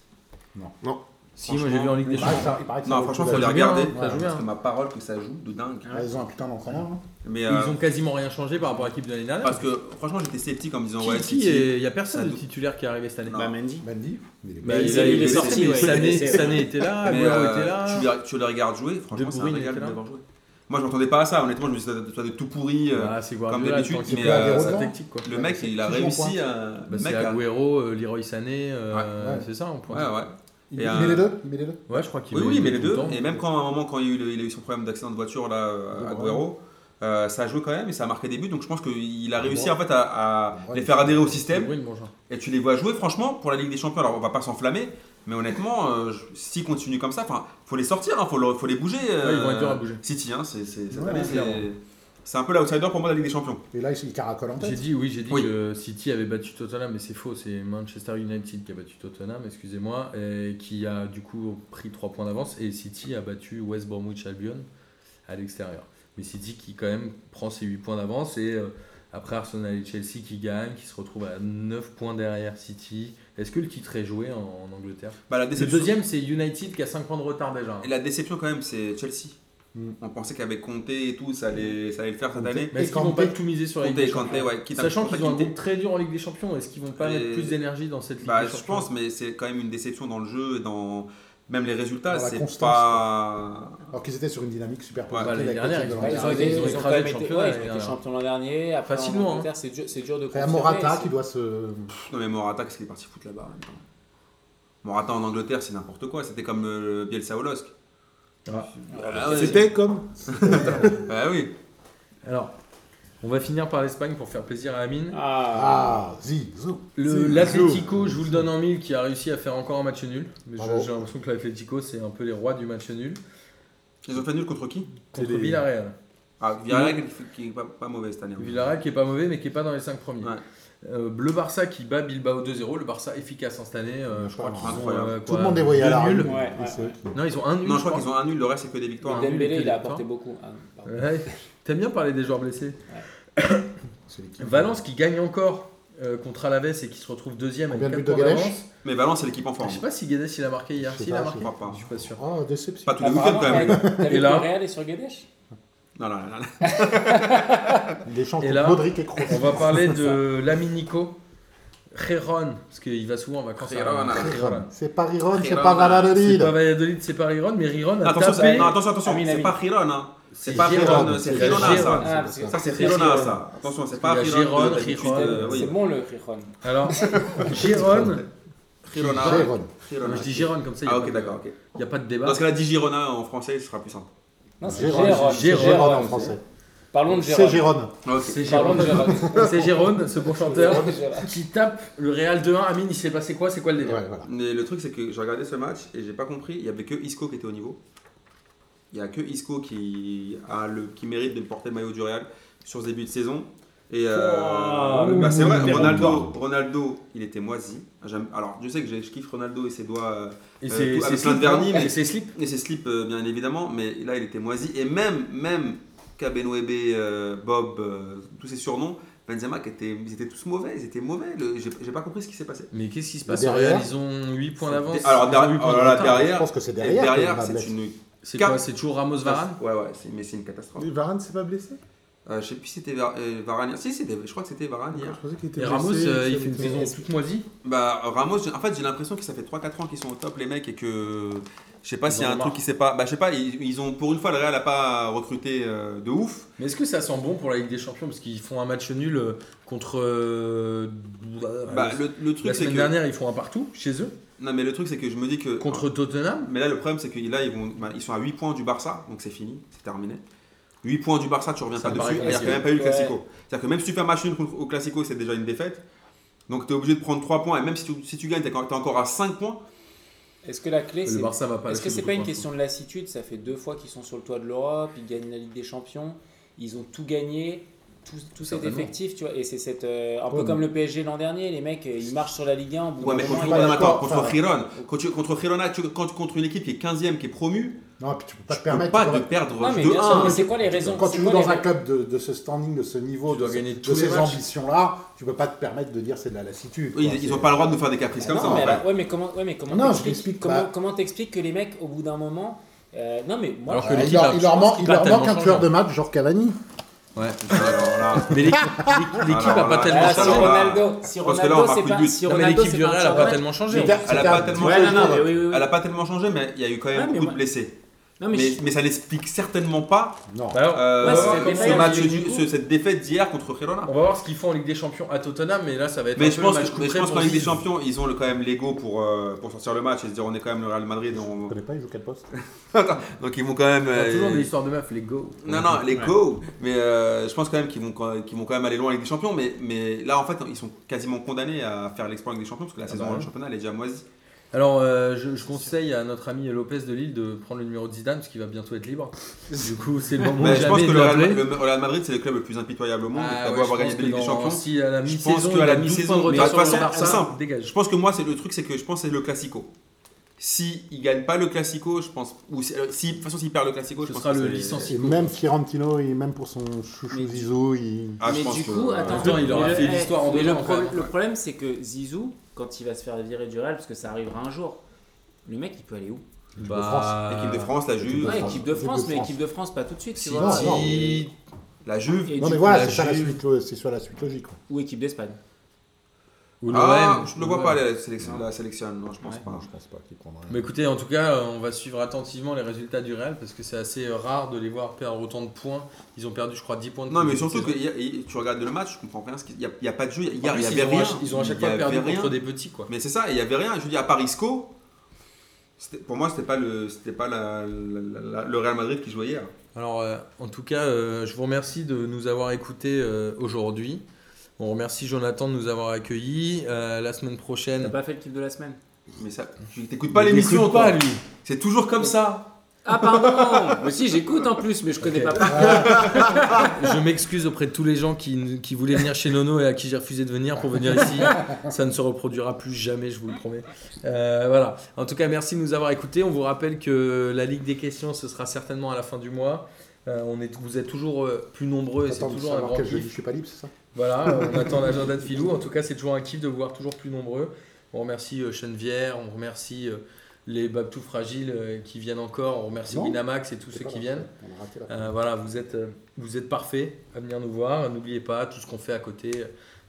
[SPEAKER 1] Si, moi j'ai vu en Ligue des
[SPEAKER 3] Il paraît que
[SPEAKER 1] Champions.
[SPEAKER 3] ça- il paraît que ça
[SPEAKER 2] Non,
[SPEAKER 3] vaut le
[SPEAKER 2] franchement,
[SPEAKER 3] coup
[SPEAKER 2] faut les
[SPEAKER 1] joue
[SPEAKER 3] d'aller.
[SPEAKER 1] bien,
[SPEAKER 2] regarder.
[SPEAKER 1] hein, ça joue bien.
[SPEAKER 2] Parce que ma parole, que ça joue de dingue.
[SPEAKER 3] Ah, Ils ont un putain d'entraîneur. hein.
[SPEAKER 2] Mais euh,
[SPEAKER 1] Ils ont quasiment rien changé par rapport à l'équipe de l'année dernière.
[SPEAKER 2] parce que franchement, j'étais sceptique en me disant
[SPEAKER 1] Qui-
[SPEAKER 2] ouais,
[SPEAKER 1] qui
[SPEAKER 2] City.
[SPEAKER 1] est- Il n'y a personne
[SPEAKER 2] ça
[SPEAKER 1] de
[SPEAKER 2] doit-
[SPEAKER 1] titulaire qui est arrivé cette année.
[SPEAKER 2] Non.
[SPEAKER 4] Bah, Mendy.
[SPEAKER 3] Mendy, mais il est-
[SPEAKER 1] Bah,
[SPEAKER 4] Mais
[SPEAKER 1] il,
[SPEAKER 4] il
[SPEAKER 1] a-
[SPEAKER 4] est-
[SPEAKER 1] il est
[SPEAKER 4] il est
[SPEAKER 1] sorti,
[SPEAKER 4] sorti,
[SPEAKER 1] mais
[SPEAKER 4] ouais.
[SPEAKER 1] Sané,
[SPEAKER 4] C'est-
[SPEAKER 1] Sané était là,
[SPEAKER 2] euh, Mais,
[SPEAKER 1] Agüero
[SPEAKER 2] euh,
[SPEAKER 1] était là.
[SPEAKER 2] Tu, les, tu les regardes jouer, franchement, c'est un
[SPEAKER 1] Bruyne
[SPEAKER 2] régal
[SPEAKER 1] était
[SPEAKER 2] de
[SPEAKER 1] là.
[SPEAKER 2] les voir jouer. Moi, je m'attendais pas à ça. Honnêtement, je me disais ça de tout pourri. euh,
[SPEAKER 1] Voilà, Ah, c'est
[SPEAKER 2] comme
[SPEAKER 1] Guardiola,
[SPEAKER 2] d'habitude,
[SPEAKER 1] tant qu'il
[SPEAKER 2] mais,
[SPEAKER 1] peut,
[SPEAKER 2] euh,
[SPEAKER 1] sa
[SPEAKER 3] ça-
[SPEAKER 1] tactique quoi.
[SPEAKER 2] Le mec, il a
[SPEAKER 3] Qui joue en
[SPEAKER 2] réussi
[SPEAKER 3] pointe
[SPEAKER 2] à.
[SPEAKER 1] Bah,
[SPEAKER 2] le
[SPEAKER 1] c'est
[SPEAKER 2] mec a- Ouais,
[SPEAKER 1] Agüero, euh, Leroy Sané, euh,
[SPEAKER 3] Ouais, ouais.
[SPEAKER 1] c'est ça en point.
[SPEAKER 2] ouais.
[SPEAKER 3] Il,
[SPEAKER 2] Et
[SPEAKER 3] il
[SPEAKER 2] un-
[SPEAKER 3] met les deux, il met les deux.
[SPEAKER 1] Ouais, je crois qu'il
[SPEAKER 2] Oui,
[SPEAKER 1] met
[SPEAKER 2] oui, mais les
[SPEAKER 1] tout le
[SPEAKER 2] deux.
[SPEAKER 1] temps.
[SPEAKER 2] Et même quand à un moment, quand il y a eu, le- il a eu son problème d'accident de voiture là, euh, à Agüero, euh, ça a joué quand même et ça a marqué des buts. Donc je pense qu'il a réussi en fait à, à
[SPEAKER 3] Ouais.
[SPEAKER 2] les faire adhérer au
[SPEAKER 1] De
[SPEAKER 2] système.
[SPEAKER 1] Bruyne, bonjour.
[SPEAKER 2] Et tu les vois jouer, franchement, pour la Ligue des Champions, alors on va pas s'enflammer, mais honnêtement, euh, je- s'ils continuent comme ça, enfin, faut les sortir, hein, faut, leur- faut les bouger. euh,
[SPEAKER 1] Ouais, ils vont être durs à bouger.
[SPEAKER 2] City, hein, c'est, c'est, cette
[SPEAKER 3] Ouais,
[SPEAKER 2] année, c'est-
[SPEAKER 1] clairement.
[SPEAKER 2] c'est un peu l'outsider pour moi de la Ligue des Champions.
[SPEAKER 3] Et là, il caracole en
[SPEAKER 1] J'ai
[SPEAKER 3] tête.
[SPEAKER 1] dit, oui, j'ai dit
[SPEAKER 2] Oui.
[SPEAKER 1] que City avait battu Tottenham, mais c'est faux, c'est Manchester United qui a battu Tottenham, excusez-moi, et qui a du coup pris 3 points d'avance, et City a battu West Bromwich Albion à l'extérieur. Mais City qui quand même prend ses 8 points d'avance, et euh, après Arsenal et Chelsea qui gagnent, qui se retrouvent à 9 points derrière City. Est-ce que le titre est joué en, en Angleterre
[SPEAKER 2] Bah, la
[SPEAKER 1] Le
[SPEAKER 2] déception,
[SPEAKER 1] deuxième, c'est United qui a 5 points de retard déjà. hein.
[SPEAKER 2] Et la déception quand même, c'est Chelsea.
[SPEAKER 3] Mm.
[SPEAKER 2] On pensait qu'avec Conte et tout, ça allait, ça allait le faire cette
[SPEAKER 3] Conte.
[SPEAKER 2] année.
[SPEAKER 1] Mais est-ce
[SPEAKER 3] Et
[SPEAKER 1] qu'ils vont pas
[SPEAKER 3] Kanté-
[SPEAKER 1] tout miser sur la Ligue
[SPEAKER 2] Conte
[SPEAKER 1] des
[SPEAKER 2] et Conte,
[SPEAKER 1] Champions
[SPEAKER 2] ouais. quitte à-
[SPEAKER 1] Sachant
[SPEAKER 2] quitte à
[SPEAKER 1] qu'ils ont un
[SPEAKER 2] quitter.
[SPEAKER 1] groupe très dur en Ligue des Champions, est-ce qu'ils vont pas
[SPEAKER 2] Et-
[SPEAKER 1] mettre plus d'énergie dans cette Ligue
[SPEAKER 2] Bah,
[SPEAKER 1] des
[SPEAKER 2] je
[SPEAKER 1] Champions
[SPEAKER 2] pense, mais c'est quand même une déception dans le jeu et dans même les résultats.
[SPEAKER 3] Dans la
[SPEAKER 2] c'est
[SPEAKER 3] constance,
[SPEAKER 2] pas.
[SPEAKER 3] Alors qu'ils étaient sur une dynamique super
[SPEAKER 2] Ouais,
[SPEAKER 1] bah,
[SPEAKER 3] positive.
[SPEAKER 1] l'année
[SPEAKER 3] avec
[SPEAKER 1] dernière,
[SPEAKER 3] l'équipe de
[SPEAKER 1] ils ont-
[SPEAKER 3] l'an
[SPEAKER 4] Ouais,
[SPEAKER 1] ils
[SPEAKER 4] ils
[SPEAKER 1] ont
[SPEAKER 4] ont,
[SPEAKER 3] dernier.
[SPEAKER 1] été-
[SPEAKER 4] ils ont
[SPEAKER 1] écrasé
[SPEAKER 4] quand
[SPEAKER 1] le
[SPEAKER 4] même été,
[SPEAKER 1] championnat l'année
[SPEAKER 4] ouais, ils ont été
[SPEAKER 1] dernière.
[SPEAKER 4] champions l'an dernier. Après,
[SPEAKER 1] Facilement,
[SPEAKER 4] en Angleterre, c'est dur, c'est dur de
[SPEAKER 3] Après, il y
[SPEAKER 4] confirmer.
[SPEAKER 3] a Morata
[SPEAKER 4] c'est-
[SPEAKER 3] qui doit se.
[SPEAKER 2] Pff, Non mais Morata, qu'est-ce qu'il est parti foutre là-bas en même temps Morata en Angleterre, c'est n'importe quoi. C'était comme euh, Bielsa au LOSC.
[SPEAKER 1] Ah.
[SPEAKER 2] Ah ouais.
[SPEAKER 5] C'était comme.
[SPEAKER 2] Ah oui.
[SPEAKER 1] Alors, on va finir par l'Espagne pour faire plaisir à Amine.
[SPEAKER 4] Ah,
[SPEAKER 3] Ah, Zizou.
[SPEAKER 1] Le- L'Atlético, je vous le donne en mille, qui a réussi à faire encore un match nul. Mais je-
[SPEAKER 3] Bravo.
[SPEAKER 1] j'ai l'impression que l'Atlético, c'est un peu les rois du match nul.
[SPEAKER 2] Ils ont fait nul contre qui
[SPEAKER 1] Contre
[SPEAKER 5] C'est les-
[SPEAKER 1] Villarreal.
[SPEAKER 2] Ah, Villarreal qui- qui est pas, pas mauvais cette année. hein.
[SPEAKER 1] Villarreal qui est pas mauvais, mais qui est pas dans les 5 premiers.
[SPEAKER 2] Ouais.
[SPEAKER 1] Euh, le Barça qui bat Bilbao 2-0. Le Barça efficace hein, cette année. euh, je crois qu'ils ont.
[SPEAKER 2] Incroyable.
[SPEAKER 1] euh,
[SPEAKER 3] Tout
[SPEAKER 1] quoi,
[SPEAKER 3] le monde est voyé à
[SPEAKER 1] deux
[SPEAKER 3] la rue.
[SPEAKER 1] nuls.
[SPEAKER 4] Ouais, ouais,
[SPEAKER 3] Et c'est eux
[SPEAKER 4] ouais.
[SPEAKER 3] qui-
[SPEAKER 1] Non, ils ont un nul.
[SPEAKER 2] Non, je crois qu'ils ont un nul, le reste c'est que des victoires.
[SPEAKER 1] Ouais.
[SPEAKER 2] hein.
[SPEAKER 1] nul,
[SPEAKER 4] Dembélé, il a
[SPEAKER 1] quel
[SPEAKER 4] apporté beaucoup. Ah, pardon.
[SPEAKER 1] Ouais. T'aimes bien parler des joueurs blessés.
[SPEAKER 3] c'est l'équipe.
[SPEAKER 1] Valence qui gagne encore euh, contre Alaves et qui se retrouve deuxième avec
[SPEAKER 3] Combien de
[SPEAKER 1] 4
[SPEAKER 3] buts de
[SPEAKER 1] points
[SPEAKER 3] Guedes
[SPEAKER 1] d'avance.
[SPEAKER 2] hein. Mais Valence c'est l'équipe en forme.
[SPEAKER 1] Je sais pas si Guedes il a marqué hier.
[SPEAKER 3] Je sais
[SPEAKER 1] S'il a
[SPEAKER 3] pas,
[SPEAKER 2] Je
[SPEAKER 1] marqué,
[SPEAKER 2] crois pas.
[SPEAKER 1] Ah, je suis pas sûr.
[SPEAKER 3] Ah, déception.
[SPEAKER 2] Pas tous les week-ends quand même.
[SPEAKER 4] T'as
[SPEAKER 1] Et
[SPEAKER 4] vu
[SPEAKER 1] là-
[SPEAKER 4] le Real est sur Guedes
[SPEAKER 2] Non, non, non, non.
[SPEAKER 3] Des chants
[SPEAKER 1] Et
[SPEAKER 3] contre
[SPEAKER 1] là,
[SPEAKER 3] Modric et Kroos.
[SPEAKER 1] On va parler de Laminico, Reron, parce qu'il va souvent en vacances. à-
[SPEAKER 2] Reron,
[SPEAKER 1] à Reron.
[SPEAKER 3] C'est pas Riron,
[SPEAKER 2] Riron,
[SPEAKER 3] c'est pas
[SPEAKER 1] C'est pas
[SPEAKER 3] Valladolid.
[SPEAKER 1] Valladolid, c'est pas Riron, mais Riron a
[SPEAKER 2] Attention,
[SPEAKER 1] tapé.
[SPEAKER 2] c'est- non, attention, attention,
[SPEAKER 4] Amine,
[SPEAKER 2] c'est
[SPEAKER 4] Amine.
[SPEAKER 2] pas Riron. Hein. C'est
[SPEAKER 1] C'est
[SPEAKER 2] pas
[SPEAKER 1] Giron,
[SPEAKER 2] Riron, c'est
[SPEAKER 1] c'est
[SPEAKER 2] Riron
[SPEAKER 1] Giron.
[SPEAKER 2] ça.
[SPEAKER 4] Ah,
[SPEAKER 3] c'est
[SPEAKER 4] parce
[SPEAKER 2] Ça
[SPEAKER 4] que-
[SPEAKER 2] c'est
[SPEAKER 4] c'est
[SPEAKER 2] Riron
[SPEAKER 4] Giron.
[SPEAKER 2] ça. Attention, c'est
[SPEAKER 1] Il
[SPEAKER 2] pas
[SPEAKER 1] y a Giron,
[SPEAKER 2] Riron. d'habitude,
[SPEAKER 1] Giron.
[SPEAKER 2] euh,
[SPEAKER 4] C'est
[SPEAKER 2] oui.
[SPEAKER 4] bon le Rijon.
[SPEAKER 1] Alors, Giron,
[SPEAKER 2] Girona.
[SPEAKER 3] Riron.
[SPEAKER 2] Girona.
[SPEAKER 1] je dis Giron comme ça, il
[SPEAKER 2] Ah
[SPEAKER 1] n'y
[SPEAKER 2] ok d'accord. ok.
[SPEAKER 1] a pas de débat.
[SPEAKER 2] Dans ce cas-là, dis Girona en français, ce sera plus simple.
[SPEAKER 4] Non, c'est
[SPEAKER 3] Gérone,
[SPEAKER 4] Gérone.
[SPEAKER 3] c'est
[SPEAKER 1] Gérone,
[SPEAKER 3] Gérone en français.
[SPEAKER 4] Parlons de
[SPEAKER 3] C'est
[SPEAKER 4] Gérone.
[SPEAKER 3] Gérone.
[SPEAKER 2] Ok.
[SPEAKER 1] C'est
[SPEAKER 4] Parlons de
[SPEAKER 1] Giron,
[SPEAKER 4] Gérone.
[SPEAKER 1] c'est Giron, ce bon chanteur,
[SPEAKER 4] Parlons de Gérone.
[SPEAKER 1] qui tape le Real 2-1. Amine, il s'est passé quoi C'est quoi le
[SPEAKER 3] Ouais,
[SPEAKER 1] délire
[SPEAKER 3] voilà.
[SPEAKER 2] Mais le truc, c'est que j'ai regardé ce match et j'ai pas compris. Il y avait que Isco qui était au niveau. Il y a que Isco qui, a le, qui mérite de porter le maillot du Real sur ce début de saison. Et euh,
[SPEAKER 4] Ouh,
[SPEAKER 2] bah, c'est vrai,
[SPEAKER 4] mais
[SPEAKER 2] Ronaldo, Ronaldo, il était moisi. J'aime- Alors, je sais que j'ai- je kiffe Ronaldo et ses doigts euh,
[SPEAKER 1] Et c'est
[SPEAKER 2] Euh, tout-
[SPEAKER 1] c'est
[SPEAKER 2] avec plein de
[SPEAKER 1] slip,
[SPEAKER 2] vernis,
[SPEAKER 1] hein,
[SPEAKER 2] mais-
[SPEAKER 1] et c'est slip.
[SPEAKER 2] et ses slips, euh, bien évidemment. Mais là, il était moisi. Et même, même Kabenwebe, euh, Bob, euh, tous ces surnoms, Benzema, qui étaient, ils étaient tous mauvais. Ils étaient mauvais. Le- J'ai j'ai pas compris ce qui s'est passé.
[SPEAKER 1] Mais qu'est-ce qui se
[SPEAKER 3] Mais
[SPEAKER 1] passe au Real
[SPEAKER 3] derrière-
[SPEAKER 1] Ils ont 8 points d'avance.
[SPEAKER 2] Alors,
[SPEAKER 1] ils ont
[SPEAKER 2] derrière-
[SPEAKER 1] huit points de
[SPEAKER 2] oh là là,
[SPEAKER 1] retard.
[SPEAKER 2] derrière-
[SPEAKER 3] Je pense que c'est
[SPEAKER 2] Et
[SPEAKER 3] derrière. que
[SPEAKER 2] derrière,
[SPEAKER 3] Neymar
[SPEAKER 2] c'est
[SPEAKER 3] blesse.
[SPEAKER 2] une
[SPEAKER 1] C'est quoi C'est toujours Ramos-Varane
[SPEAKER 2] Ouais, ouais, c'est- mais c'est une catastrophe.
[SPEAKER 5] Mais Varane, c'est pas blessé
[SPEAKER 2] Euh, je sais plus si c'était Var- euh, Varane. Si, c'était- je crois que c'était Varane
[SPEAKER 5] Je
[SPEAKER 2] hier.
[SPEAKER 5] pensais qu'il était
[SPEAKER 1] Et Ramos,
[SPEAKER 5] blessé,
[SPEAKER 1] euh,
[SPEAKER 5] que
[SPEAKER 1] il
[SPEAKER 5] ça
[SPEAKER 1] fait une
[SPEAKER 5] était-
[SPEAKER 1] saison toute moisie.
[SPEAKER 2] Bah, Ramos, j'ai- en fait, j'ai l'impression que ça fait 3-4 ans qu'ils sont au top, les mecs, et que. Je sais pas
[SPEAKER 1] Ils
[SPEAKER 2] s'il y
[SPEAKER 1] en
[SPEAKER 2] a
[SPEAKER 1] ont
[SPEAKER 2] un
[SPEAKER 1] marre.
[SPEAKER 2] truc qui sait pas. Bah, je sais pas, ils, ils ont. Pour une fois, le Real a pas recruté euh, de ouf.
[SPEAKER 1] Mais est-ce que ça sent bon pour la Ligue des Champions Parce qu'ils font un match nul euh, contre. euh,
[SPEAKER 2] Bah,
[SPEAKER 1] euh,
[SPEAKER 2] le, le
[SPEAKER 1] la
[SPEAKER 2] truc, c'est
[SPEAKER 1] semaine
[SPEAKER 2] que.
[SPEAKER 1] dernière, ils font un partout chez eux.
[SPEAKER 2] Non, mais le truc, c'est que je me dis que. euh,
[SPEAKER 1] Contre Tottenham
[SPEAKER 2] Mais là, le problème, c'est que là, ils, vont, bah, ils sont à 8 points du Barça, donc c'est fini, c'est terminé. 8 points du Barça, tu reviens
[SPEAKER 1] Ça
[SPEAKER 2] pas
[SPEAKER 1] me
[SPEAKER 2] dessus.
[SPEAKER 1] paraît
[SPEAKER 2] C'est-à-dire qu'il n'y a même pas eu le
[SPEAKER 4] compliqué.
[SPEAKER 2] Classico. C'est-à-dire que même si tu fais un match nul contre- au Classico, c'est déjà une défaite. Donc tu es obligé de prendre 3 points. Et même si tu, si tu gagnes, tu es encore à 5 points.
[SPEAKER 4] Est-ce que la clé,
[SPEAKER 1] Le
[SPEAKER 4] c'est
[SPEAKER 1] Barça va pas
[SPEAKER 4] Est-ce que
[SPEAKER 1] lâcher
[SPEAKER 4] c'est
[SPEAKER 1] beaucoup
[SPEAKER 4] pas
[SPEAKER 1] de
[SPEAKER 4] une
[SPEAKER 1] points.
[SPEAKER 4] question de lassitude Ça fait deux fois qu'ils sont sur le toit de l'Europe, ils gagnent la Ligue des Champions, ils ont tout gagné, tout, tout cet
[SPEAKER 1] Certainement.
[SPEAKER 4] effectif, tu vois. Et c'est cette, euh, un peu
[SPEAKER 3] Ouais,
[SPEAKER 4] comme le PSG l'an dernier, les mecs, euh, ils marchent sur la Ligue 1 au bout
[SPEAKER 2] Ouais,
[SPEAKER 4] d'un
[SPEAKER 2] mais
[SPEAKER 4] moment,
[SPEAKER 2] contre,
[SPEAKER 4] ils-
[SPEAKER 3] pas
[SPEAKER 2] non, mais attends,
[SPEAKER 3] d'accord,
[SPEAKER 2] contre
[SPEAKER 3] enfin.
[SPEAKER 2] Giron, quand tu- contre Girona, tu- quand- contre une équipe qui est 15ème, qui est promue,
[SPEAKER 3] Non, et puis tu peux pas
[SPEAKER 2] tu
[SPEAKER 3] te
[SPEAKER 2] peux
[SPEAKER 3] permettre.
[SPEAKER 2] pas
[SPEAKER 3] tu
[SPEAKER 2] de
[SPEAKER 3] dois-
[SPEAKER 2] perdre
[SPEAKER 4] Non, mais bien sûr,
[SPEAKER 2] 2-1.
[SPEAKER 4] mais c'est quoi les raisons
[SPEAKER 3] Quand
[SPEAKER 4] C'est
[SPEAKER 3] tu joues
[SPEAKER 4] quoi
[SPEAKER 3] dans
[SPEAKER 4] les
[SPEAKER 3] un club de, de ce standing, de ce niveau,
[SPEAKER 1] Tu
[SPEAKER 3] de,
[SPEAKER 1] dois gagner
[SPEAKER 3] de
[SPEAKER 1] tous les
[SPEAKER 3] ces
[SPEAKER 1] matchs.
[SPEAKER 3] ambitions-là, tu peux pas te permettre de dire c'est de la lassitude.
[SPEAKER 2] Oui,
[SPEAKER 3] quoi.
[SPEAKER 2] Ils
[SPEAKER 3] C'est-
[SPEAKER 2] n'ont pas le droit de nous faire des caprices comme
[SPEAKER 3] Non,
[SPEAKER 2] ça.
[SPEAKER 4] Non,
[SPEAKER 2] en
[SPEAKER 4] mais,
[SPEAKER 2] fait.
[SPEAKER 4] alors- ouais, mais comment, ouais, mais comment
[SPEAKER 3] Non, je
[SPEAKER 4] t'expliques-
[SPEAKER 3] t'explique
[SPEAKER 4] comment,
[SPEAKER 3] pas.
[SPEAKER 4] comment t'expliques que les mecs, au bout d'un moment, euh, non mais moi,
[SPEAKER 1] Alors
[SPEAKER 4] je-
[SPEAKER 1] que
[SPEAKER 3] Ouais,
[SPEAKER 1] l'équipe
[SPEAKER 3] il, leur,
[SPEAKER 1] a-
[SPEAKER 3] il leur
[SPEAKER 1] je pense
[SPEAKER 3] manque,
[SPEAKER 1] qu'il
[SPEAKER 3] il
[SPEAKER 1] a
[SPEAKER 3] leur
[SPEAKER 1] tellement
[SPEAKER 3] manque un
[SPEAKER 1] changé.
[SPEAKER 3] tueur de match, genre Cavani.
[SPEAKER 2] Ouais. Alors là,
[SPEAKER 1] Mais l'équipe l'équipe a
[SPEAKER 2] Alors
[SPEAKER 1] pas
[SPEAKER 2] là,
[SPEAKER 1] tellement
[SPEAKER 4] Ah,
[SPEAKER 2] là,
[SPEAKER 4] si
[SPEAKER 2] ça,
[SPEAKER 1] changé.
[SPEAKER 2] va.
[SPEAKER 4] Ronaldo, si
[SPEAKER 2] euh, Parce que là,
[SPEAKER 4] Ronaldo,
[SPEAKER 2] on marque
[SPEAKER 4] c'est
[SPEAKER 2] plus
[SPEAKER 4] pas,
[SPEAKER 2] de but.
[SPEAKER 4] si
[SPEAKER 1] Non, mais
[SPEAKER 4] Ronaldo,
[SPEAKER 1] l'équipe
[SPEAKER 4] c'est
[SPEAKER 1] du
[SPEAKER 4] pas un
[SPEAKER 1] Real a pas
[SPEAKER 4] Jordan.
[SPEAKER 1] tellement changé. hein.
[SPEAKER 3] C'était-
[SPEAKER 2] Elle a
[SPEAKER 3] c'était
[SPEAKER 2] pas tellement
[SPEAKER 3] un petit
[SPEAKER 4] Ouais,
[SPEAKER 3] peu
[SPEAKER 4] non, non,
[SPEAKER 3] dur.
[SPEAKER 4] mais oui, oui, oui.
[SPEAKER 2] Elle n'a pas tellement changé, mais il y a eu quand
[SPEAKER 4] Ouais,
[SPEAKER 2] même
[SPEAKER 4] mais
[SPEAKER 2] beaucoup
[SPEAKER 4] moi-
[SPEAKER 2] de blessés.
[SPEAKER 4] Non, mais
[SPEAKER 2] Mais,
[SPEAKER 4] je-
[SPEAKER 2] mais ça n'explique certainement pas
[SPEAKER 3] Non.
[SPEAKER 1] Bah, Alors,
[SPEAKER 2] euh,
[SPEAKER 4] Ouais, c'était
[SPEAKER 2] ce
[SPEAKER 4] défaillance,
[SPEAKER 2] match
[SPEAKER 4] mais
[SPEAKER 2] du-
[SPEAKER 4] du coup-
[SPEAKER 2] ce- cette défaite d'hier contre Girona.
[SPEAKER 1] on va voir ce qu'ils font en Ligue des Champions à Tottenham, mais là ça va être un
[SPEAKER 2] Mais je
[SPEAKER 1] peu
[SPEAKER 2] pense,
[SPEAKER 1] le match
[SPEAKER 2] que-
[SPEAKER 1] coup
[SPEAKER 2] mais je
[SPEAKER 1] près
[SPEAKER 2] pense
[SPEAKER 1] pour
[SPEAKER 2] qu'en Ligue des
[SPEAKER 1] Zidane.
[SPEAKER 2] Champions, ils ont le- quand même l'ego pour, euh, pour sortir le match et se dire on est quand même le Real Madrid. on-
[SPEAKER 3] Je connais pas, il joue quatre postes.
[SPEAKER 2] Donc ils vont quand même.
[SPEAKER 1] Il y a toujours
[SPEAKER 2] euh,
[SPEAKER 1] des histoires de meufs, les go.
[SPEAKER 2] Non, non, les go Mais euh, je pense quand même qu'ils vont, quand- qu'ils vont quand même aller loin en Ligue des Champions. Mais, mais là, en fait, ils sont quasiment condamnés à faire l'exploit en Ligue des Champions parce que la saison
[SPEAKER 1] bah
[SPEAKER 2] en
[SPEAKER 1] ouais.
[SPEAKER 2] championnat, elle est déjà moisie.
[SPEAKER 1] Alors, euh, je, je conseille à notre ami Lopez de Lille de prendre le numéro de Zidane parce qu'il va bientôt être libre. Du coup, c'est le moment de
[SPEAKER 2] Mais je pense
[SPEAKER 1] jamais
[SPEAKER 2] que
[SPEAKER 1] de
[SPEAKER 2] le Real,
[SPEAKER 1] l'appeler.
[SPEAKER 2] le- le Real Madrid, c'est le club le plus impitoyable au monde.
[SPEAKER 1] Ah
[SPEAKER 2] et t'as
[SPEAKER 1] ouais,
[SPEAKER 2] beau
[SPEAKER 1] je
[SPEAKER 2] avoir gagné
[SPEAKER 1] pense
[SPEAKER 2] des
[SPEAKER 1] que
[SPEAKER 2] Ligues
[SPEAKER 1] dans-
[SPEAKER 2] des Champions.
[SPEAKER 1] Si à la
[SPEAKER 2] je
[SPEAKER 1] mi-saison,
[SPEAKER 2] pense que
[SPEAKER 1] il
[SPEAKER 2] à la
[SPEAKER 1] a 12
[SPEAKER 2] mi-saison,
[SPEAKER 1] points de
[SPEAKER 2] mais
[SPEAKER 1] retard
[SPEAKER 2] de
[SPEAKER 1] sur le
[SPEAKER 2] toute façon,
[SPEAKER 1] Barça,
[SPEAKER 2] c'est simple. Je
[SPEAKER 1] dégage.
[SPEAKER 2] pense que moi, c'est le truc, c'est que je pense que c'est le Classico. Si il gagne pas le Classico, je pense, ou si, alors, si- de toute façon s'il perd le Classico, je
[SPEAKER 1] Ce
[SPEAKER 2] pense
[SPEAKER 1] sera
[SPEAKER 2] que
[SPEAKER 1] le
[SPEAKER 2] c'est-
[SPEAKER 1] licencié.
[SPEAKER 3] Et même Firantino, et même pour son chouchou
[SPEAKER 4] Mais-
[SPEAKER 3] Zizou, il.
[SPEAKER 2] Ah, je
[SPEAKER 4] mais
[SPEAKER 2] pense
[SPEAKER 4] du
[SPEAKER 2] que-
[SPEAKER 4] coup,
[SPEAKER 2] euh,
[SPEAKER 4] attends,
[SPEAKER 1] Attends, il
[SPEAKER 4] mais
[SPEAKER 1] aura
[SPEAKER 4] le-
[SPEAKER 1] fait
[SPEAKER 4] eh,
[SPEAKER 1] l'histoire en
[SPEAKER 4] mais
[SPEAKER 1] deux
[SPEAKER 4] le,
[SPEAKER 1] ans,
[SPEAKER 4] problème-
[SPEAKER 1] quand même.
[SPEAKER 4] le problème, c'est que Zizou, quand il va se faire virer du Real, parce que ça arrivera un jour, le mec, il peut aller où
[SPEAKER 1] Bah,
[SPEAKER 2] L'équipe de France, la Juve,
[SPEAKER 4] Ouais,
[SPEAKER 3] France.
[SPEAKER 4] équipe
[SPEAKER 3] Équipe
[SPEAKER 4] de
[SPEAKER 3] de
[SPEAKER 4] France, mais
[SPEAKER 3] France.
[SPEAKER 4] équipe de France, pas tout de suite, tu
[SPEAKER 1] Si,
[SPEAKER 4] vois.
[SPEAKER 3] si. Non, non.
[SPEAKER 2] si- la Juve.
[SPEAKER 4] Et
[SPEAKER 3] Non,
[SPEAKER 4] du
[SPEAKER 3] mais
[SPEAKER 4] coup,
[SPEAKER 3] voilà,
[SPEAKER 1] la
[SPEAKER 3] c'est ça la
[SPEAKER 1] Juve-
[SPEAKER 3] suite, lo- c'est soit la suite logique. quoi.
[SPEAKER 4] Ou équipe d'Espagne.
[SPEAKER 1] Ou
[SPEAKER 2] Ah,
[SPEAKER 1] l'OM,
[SPEAKER 2] je le vois pas la sélection, la sélection, non, je pense
[SPEAKER 4] Ouais.
[SPEAKER 2] pas.
[SPEAKER 3] je pense pas qu'il prendra.
[SPEAKER 1] Mais écoutez, en tout cas, euh, on va suivre attentivement les résultats du Real parce que c'est assez euh, rare de les voir perdre autant de points. Ils ont perdu, je crois, 10 points. de
[SPEAKER 2] Non, mais
[SPEAKER 1] plus
[SPEAKER 2] surtout
[SPEAKER 1] cette
[SPEAKER 2] que
[SPEAKER 1] saison.
[SPEAKER 2] hier- hier- tu regardes le match, je comprends rien. Il n'y a, pas de jeu. Hier, il y
[SPEAKER 1] En plus,
[SPEAKER 2] avait
[SPEAKER 1] ils, ont
[SPEAKER 2] rien.
[SPEAKER 1] à chaque- ils ont à chaque
[SPEAKER 2] Il
[SPEAKER 1] fois
[SPEAKER 2] y
[SPEAKER 1] perdu
[SPEAKER 2] avait rien.
[SPEAKER 1] contre des petits, quoi.
[SPEAKER 2] Mais c'est ça, il y avait rien. Je veux dire, à part Isco, c'était- pour moi, c'était pas le, c'était pas la- la- la- la- le Real Madrid qui jouait hier.
[SPEAKER 1] Alors, euh, en tout cas, euh, je vous remercie de nous avoir écoutés euh, aujourd'hui. On remercie Jonathan de nous avoir accueillis. Euh, la semaine
[SPEAKER 4] T'as
[SPEAKER 1] prochaine.
[SPEAKER 4] pas fait l'équipe de la semaine.
[SPEAKER 2] Mais ça, tu t'écoutes pas
[SPEAKER 1] Il
[SPEAKER 2] l'émission,
[SPEAKER 1] écoute pas,
[SPEAKER 2] toi.
[SPEAKER 1] lui.
[SPEAKER 2] C'est toujours comme ça.
[SPEAKER 4] Ah, pardon Mais si, j'écoute en plus, mais je connais
[SPEAKER 1] Ok.
[SPEAKER 4] pas pas.
[SPEAKER 1] Je m'excuse auprès de tous les gens qui, qui voulaient venir chez Nono et à qui j'ai refusé de venir pour venir ici. Ça ne se reproduira plus jamais, je vous le promets. Euh, voilà. En tout cas, merci de nous avoir écoutés. On vous rappelle que la Ligue des questions, ce sera certainement à la fin du mois. Euh, on est, vous êtes toujours euh, plus nombreux et c'est
[SPEAKER 3] Attends,
[SPEAKER 1] toujours un
[SPEAKER 3] savoir
[SPEAKER 1] grand
[SPEAKER 3] quel jeudi je
[SPEAKER 1] kiff.
[SPEAKER 3] suis pas libre, c'est ça
[SPEAKER 1] Voilà, euh, on attend l'agenda de Philou. En tout cas, c'est toujours un kiff de vous voir toujours plus nombreux. On remercie euh, Chenevière, on remercie euh, les Babtou Fragiles euh, qui viennent encore, on remercie
[SPEAKER 3] Non.
[SPEAKER 1] Winamax et tous
[SPEAKER 3] C'est
[SPEAKER 1] ceux
[SPEAKER 3] pas
[SPEAKER 1] qui
[SPEAKER 3] grave,
[SPEAKER 1] viennent.
[SPEAKER 3] on a raté la-
[SPEAKER 1] Euh, voilà, vous êtes, euh, vous êtes parfait à venir nous voir. N'oubliez pas tout ce qu'on fait à côté, euh,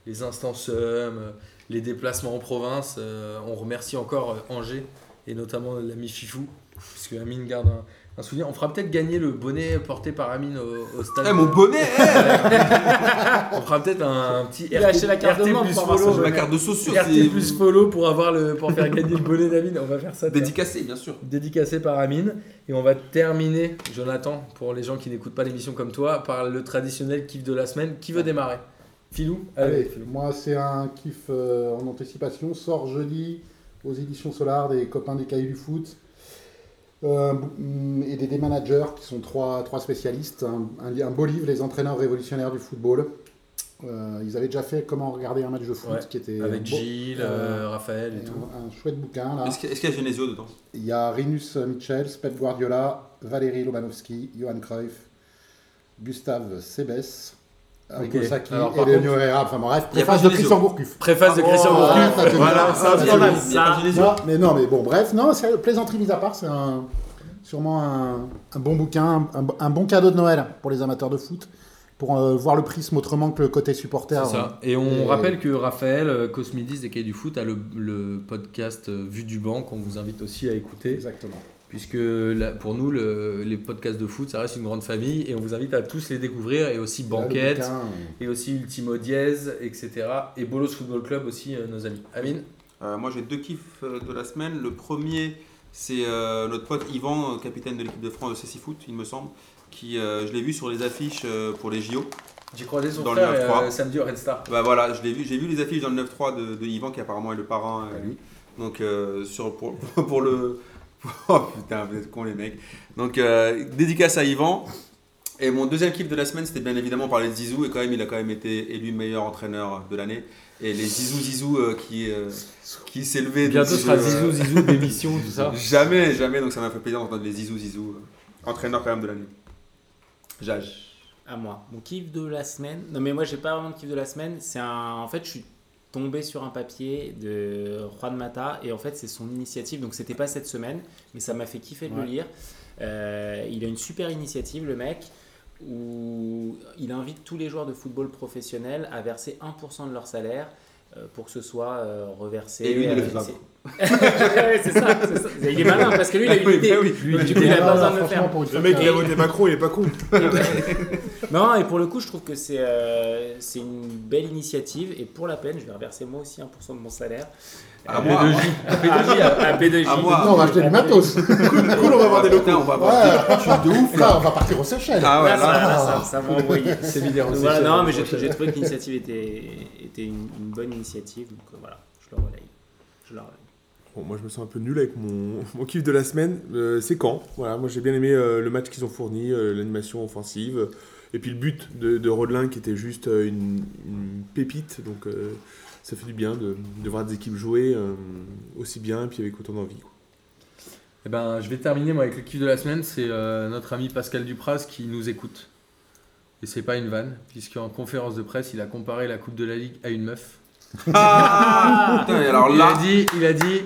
[SPEAKER 1] les instances, euh, les déplacements en province. Euh, on remercie encore euh, Angers et notamment l'ami Fifou, puisque Amine garde un, un souvenir. On fera peut-être gagner le bonnet porté par Amine au, au stade.
[SPEAKER 2] Eh, mon bonnet, eh
[SPEAKER 1] on fera peut-être un, un petit
[SPEAKER 4] Il a acheté la carte de membre
[SPEAKER 1] plus
[SPEAKER 4] pour avoir
[SPEAKER 1] follow,
[SPEAKER 2] J'ai ma
[SPEAKER 1] ouais.
[SPEAKER 2] carte de sociaux.
[SPEAKER 1] RT
[SPEAKER 2] c'est-
[SPEAKER 1] plus follow pour avoir le pour faire gagner le bonnet d'Amine. On va faire ça. tiens.
[SPEAKER 2] Dédicacé, bien sûr.
[SPEAKER 1] dédicacé par Amine. Et on va terminer, Jonathan, pour les gens qui n'écoutent pas l'émission comme toi, par le traditionnel kiff de la semaine. Qui veut démarrer Filou
[SPEAKER 3] Allez,
[SPEAKER 1] Filou.
[SPEAKER 3] moi c'est un kiff euh, en anticipation. Sort jeudi aux éditions Solar des copains des Cahiers du Foot Euh, mm, et des, des managers qui sont trois, trois spécialistes. Un, un li- un beau livre, Les entraîneurs révolutionnaires du football. Euh, ils avaient déjà fait Comment regarder un match de foot
[SPEAKER 1] Ouais,
[SPEAKER 3] qui était
[SPEAKER 1] Avec
[SPEAKER 3] beau.
[SPEAKER 1] Gilles,
[SPEAKER 3] euh,
[SPEAKER 1] euh, Raphaël et
[SPEAKER 3] Et
[SPEAKER 1] tout.
[SPEAKER 3] Un, un chouette bouquin là.
[SPEAKER 2] Est-ce qu'il y a- est-ce qu'il y a Genesio dedans
[SPEAKER 3] Il y a Rinus Michels, Pep Guardiola, Valérie Lobanovski, Johan Cruyff, Gustave Sebes, Arrigo
[SPEAKER 1] Ok.
[SPEAKER 3] Sacchi
[SPEAKER 1] Alors,
[SPEAKER 3] et
[SPEAKER 1] par
[SPEAKER 3] Léonio Herrera. Enfin bref,
[SPEAKER 2] Il y a
[SPEAKER 3] préface
[SPEAKER 2] pas
[SPEAKER 3] de
[SPEAKER 2] Genesio.
[SPEAKER 3] Christian Gourcuff.
[SPEAKER 1] Préface de
[SPEAKER 4] Oh,
[SPEAKER 1] Christian
[SPEAKER 4] ah,
[SPEAKER 1] Gourcuff.
[SPEAKER 3] ça, c'est
[SPEAKER 1] Voilà,
[SPEAKER 3] bien, ça,
[SPEAKER 1] ça,
[SPEAKER 3] c'est
[SPEAKER 1] c'est
[SPEAKER 3] bien.
[SPEAKER 1] bien.
[SPEAKER 2] Il y a pas Genesio.
[SPEAKER 3] Non, mais non, mais bon, bref, non, sérieux, plaisanterie mise à part, c'est un, sûrement un, un bon bouquin, un, un bon cadeau de Noël pour les amateurs de foot, pour euh, voir le prisme autrement que le côté supporter.
[SPEAKER 1] C'est ça. Et on
[SPEAKER 3] Et-
[SPEAKER 1] rappelle que Raphaël, euh, Cosmidis des Cahiers du Foot, a le, le podcast euh, Vue du banc qu'on vous invite aussi à écouter.
[SPEAKER 3] Exactement.
[SPEAKER 1] Puisque là, pour nous, le- les podcasts de foot, ça reste une grande famille et on vous invite à tous les découvrir et aussi
[SPEAKER 3] Et là, le
[SPEAKER 1] Banquette,
[SPEAKER 3] bouquin,
[SPEAKER 1] et aussi Ultimo Diez, etc. Et Bolos Football Club aussi, euh, nos amis. Amine
[SPEAKER 2] Euh, moi j'ai deux kiffs euh, de la semaine. Le premier, C'est euh, notre pote Yvan, euh, capitaine de l'équipe de France de Cécifoot, Foot, il me semble, qui, euh, je l'ai vu sur les affiches euh, pour les JO.
[SPEAKER 1] J'ai croisé son
[SPEAKER 2] Dans le
[SPEAKER 1] frère
[SPEAKER 2] 9-3.
[SPEAKER 1] euh, samedi au Red Star.
[SPEAKER 2] Bah voilà, je l'ai vu, j'ai vu les affiches dans le 9-3 de, de Yvan, qui apparemment est le parrain. euh,
[SPEAKER 3] Ah,
[SPEAKER 2] lui. Donc euh, sur, pour, pour le... Oh putain, vous êtes cons les mecs. Donc euh, dédicace à Yvan. Et mon deuxième clip de la semaine, c'était bien évidemment parler de Zizou. Et quand même, il a quand même été élu meilleur entraîneur de l'année. Et les Zizou Zizou euh, qui, euh, qui s'est levé. de
[SPEAKER 6] Bientôt ce sera
[SPEAKER 2] euh,
[SPEAKER 6] zizou, zizou, démission, tout ça.
[SPEAKER 2] Jamais, jamais, donc ça m'a fait plaisir d'entendre les Zizou Zizou. euh, Entraîneur quand même de l'année. Jage.
[SPEAKER 4] À moi. Mon kiff de la semaine. Non, mais moi, j'ai pas vraiment de kiff de la semaine. C'est un. En fait, je suis tombé sur un papier de Juan Mata et en fait, c'est son initiative. Donc, c'était pas cette semaine, mais ça m'a fait kiffer de le
[SPEAKER 3] Ouais.
[SPEAKER 4] lire. Euh, il a une super initiative, le mec, où il invite tous les joueurs de football professionnel à verser 1% de leur salaire euh, pour que ce soit euh, reversé.
[SPEAKER 2] Et lui, il ne le
[SPEAKER 4] euh,
[SPEAKER 2] fait pas.
[SPEAKER 4] c'est- Ouais, c'est ça, c'est ça. Il est malin parce que lui, il a
[SPEAKER 2] Oui,
[SPEAKER 4] eu
[SPEAKER 2] bah
[SPEAKER 4] l'idée.
[SPEAKER 2] oui,
[SPEAKER 4] Donc, du coup, il a pas besoin de le faire.
[SPEAKER 3] euh, pour une
[SPEAKER 5] Le
[SPEAKER 3] fois
[SPEAKER 5] mec,
[SPEAKER 3] que-
[SPEAKER 5] il a voté Macron, il est pas con.
[SPEAKER 4] Non, et pour le coup, je trouve que c'est euh, c'est une belle initiative. Et pour la peine, je vais reverser moi aussi 1% de mon salaire.
[SPEAKER 2] À Ah, moi, à moi.
[SPEAKER 4] À B2J.
[SPEAKER 1] Ah,
[SPEAKER 4] À B2J.
[SPEAKER 2] À moi.
[SPEAKER 3] Non, on va acheter du matos. Cool,
[SPEAKER 2] Cool, on va avoir des locaux. ah, on va avoir des-
[SPEAKER 3] de ouf là. On va partir aux Seychelles.
[SPEAKER 2] Ah ouais,
[SPEAKER 4] Là, ça,
[SPEAKER 2] là.
[SPEAKER 4] là, ça, ça m'a envoyé.
[SPEAKER 1] C'est vidéo.
[SPEAKER 4] Donc voilà, non, mais j'ai j'ai trouvé que l'initiative était, était une, une bonne initiative. Donc euh, voilà, je le relaye. Je la relaye.
[SPEAKER 5] Bon, moi je me sens un peu nul avec mon, mon kiff de la semaine. Euh, c'est quand Voilà, moi j'ai bien aimé euh, le match qu'ils ont fourni, euh, l'animation offensive, euh, et puis le but de, de Rodelin qui était juste euh, une, une pépite. Donc euh, ça fait du bien de, de voir des équipes jouer euh, aussi bien, et puis avec autant d'envie. quoi.
[SPEAKER 1] Eh ben, je vais terminer moi avec le kiff de la semaine. C'est euh, notre ami Pascal Dupras qui nous écoute. Et c'est pas une vanne, puisqu'en conférence de presse, il a comparé la Coupe de la Ligue à une meuf.
[SPEAKER 2] Ah Putain, et alors
[SPEAKER 1] il
[SPEAKER 2] là.
[SPEAKER 1] a dit, il a dit,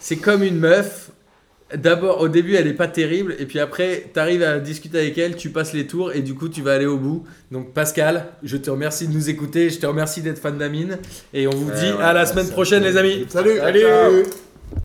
[SPEAKER 1] c'est comme une meuf. D'abord, au début, elle est pas terrible, et puis après, t'arrives à discuter avec elle, tu passes les tours, et du coup, tu vas aller au bout. Donc, Pascal, je te remercie de nous écouter, je te remercie d'être fan d'Amine, et on vous
[SPEAKER 2] Eh
[SPEAKER 1] dit
[SPEAKER 2] ouais,
[SPEAKER 1] à la semaine prochaine, les amis.
[SPEAKER 5] Salut
[SPEAKER 1] Salut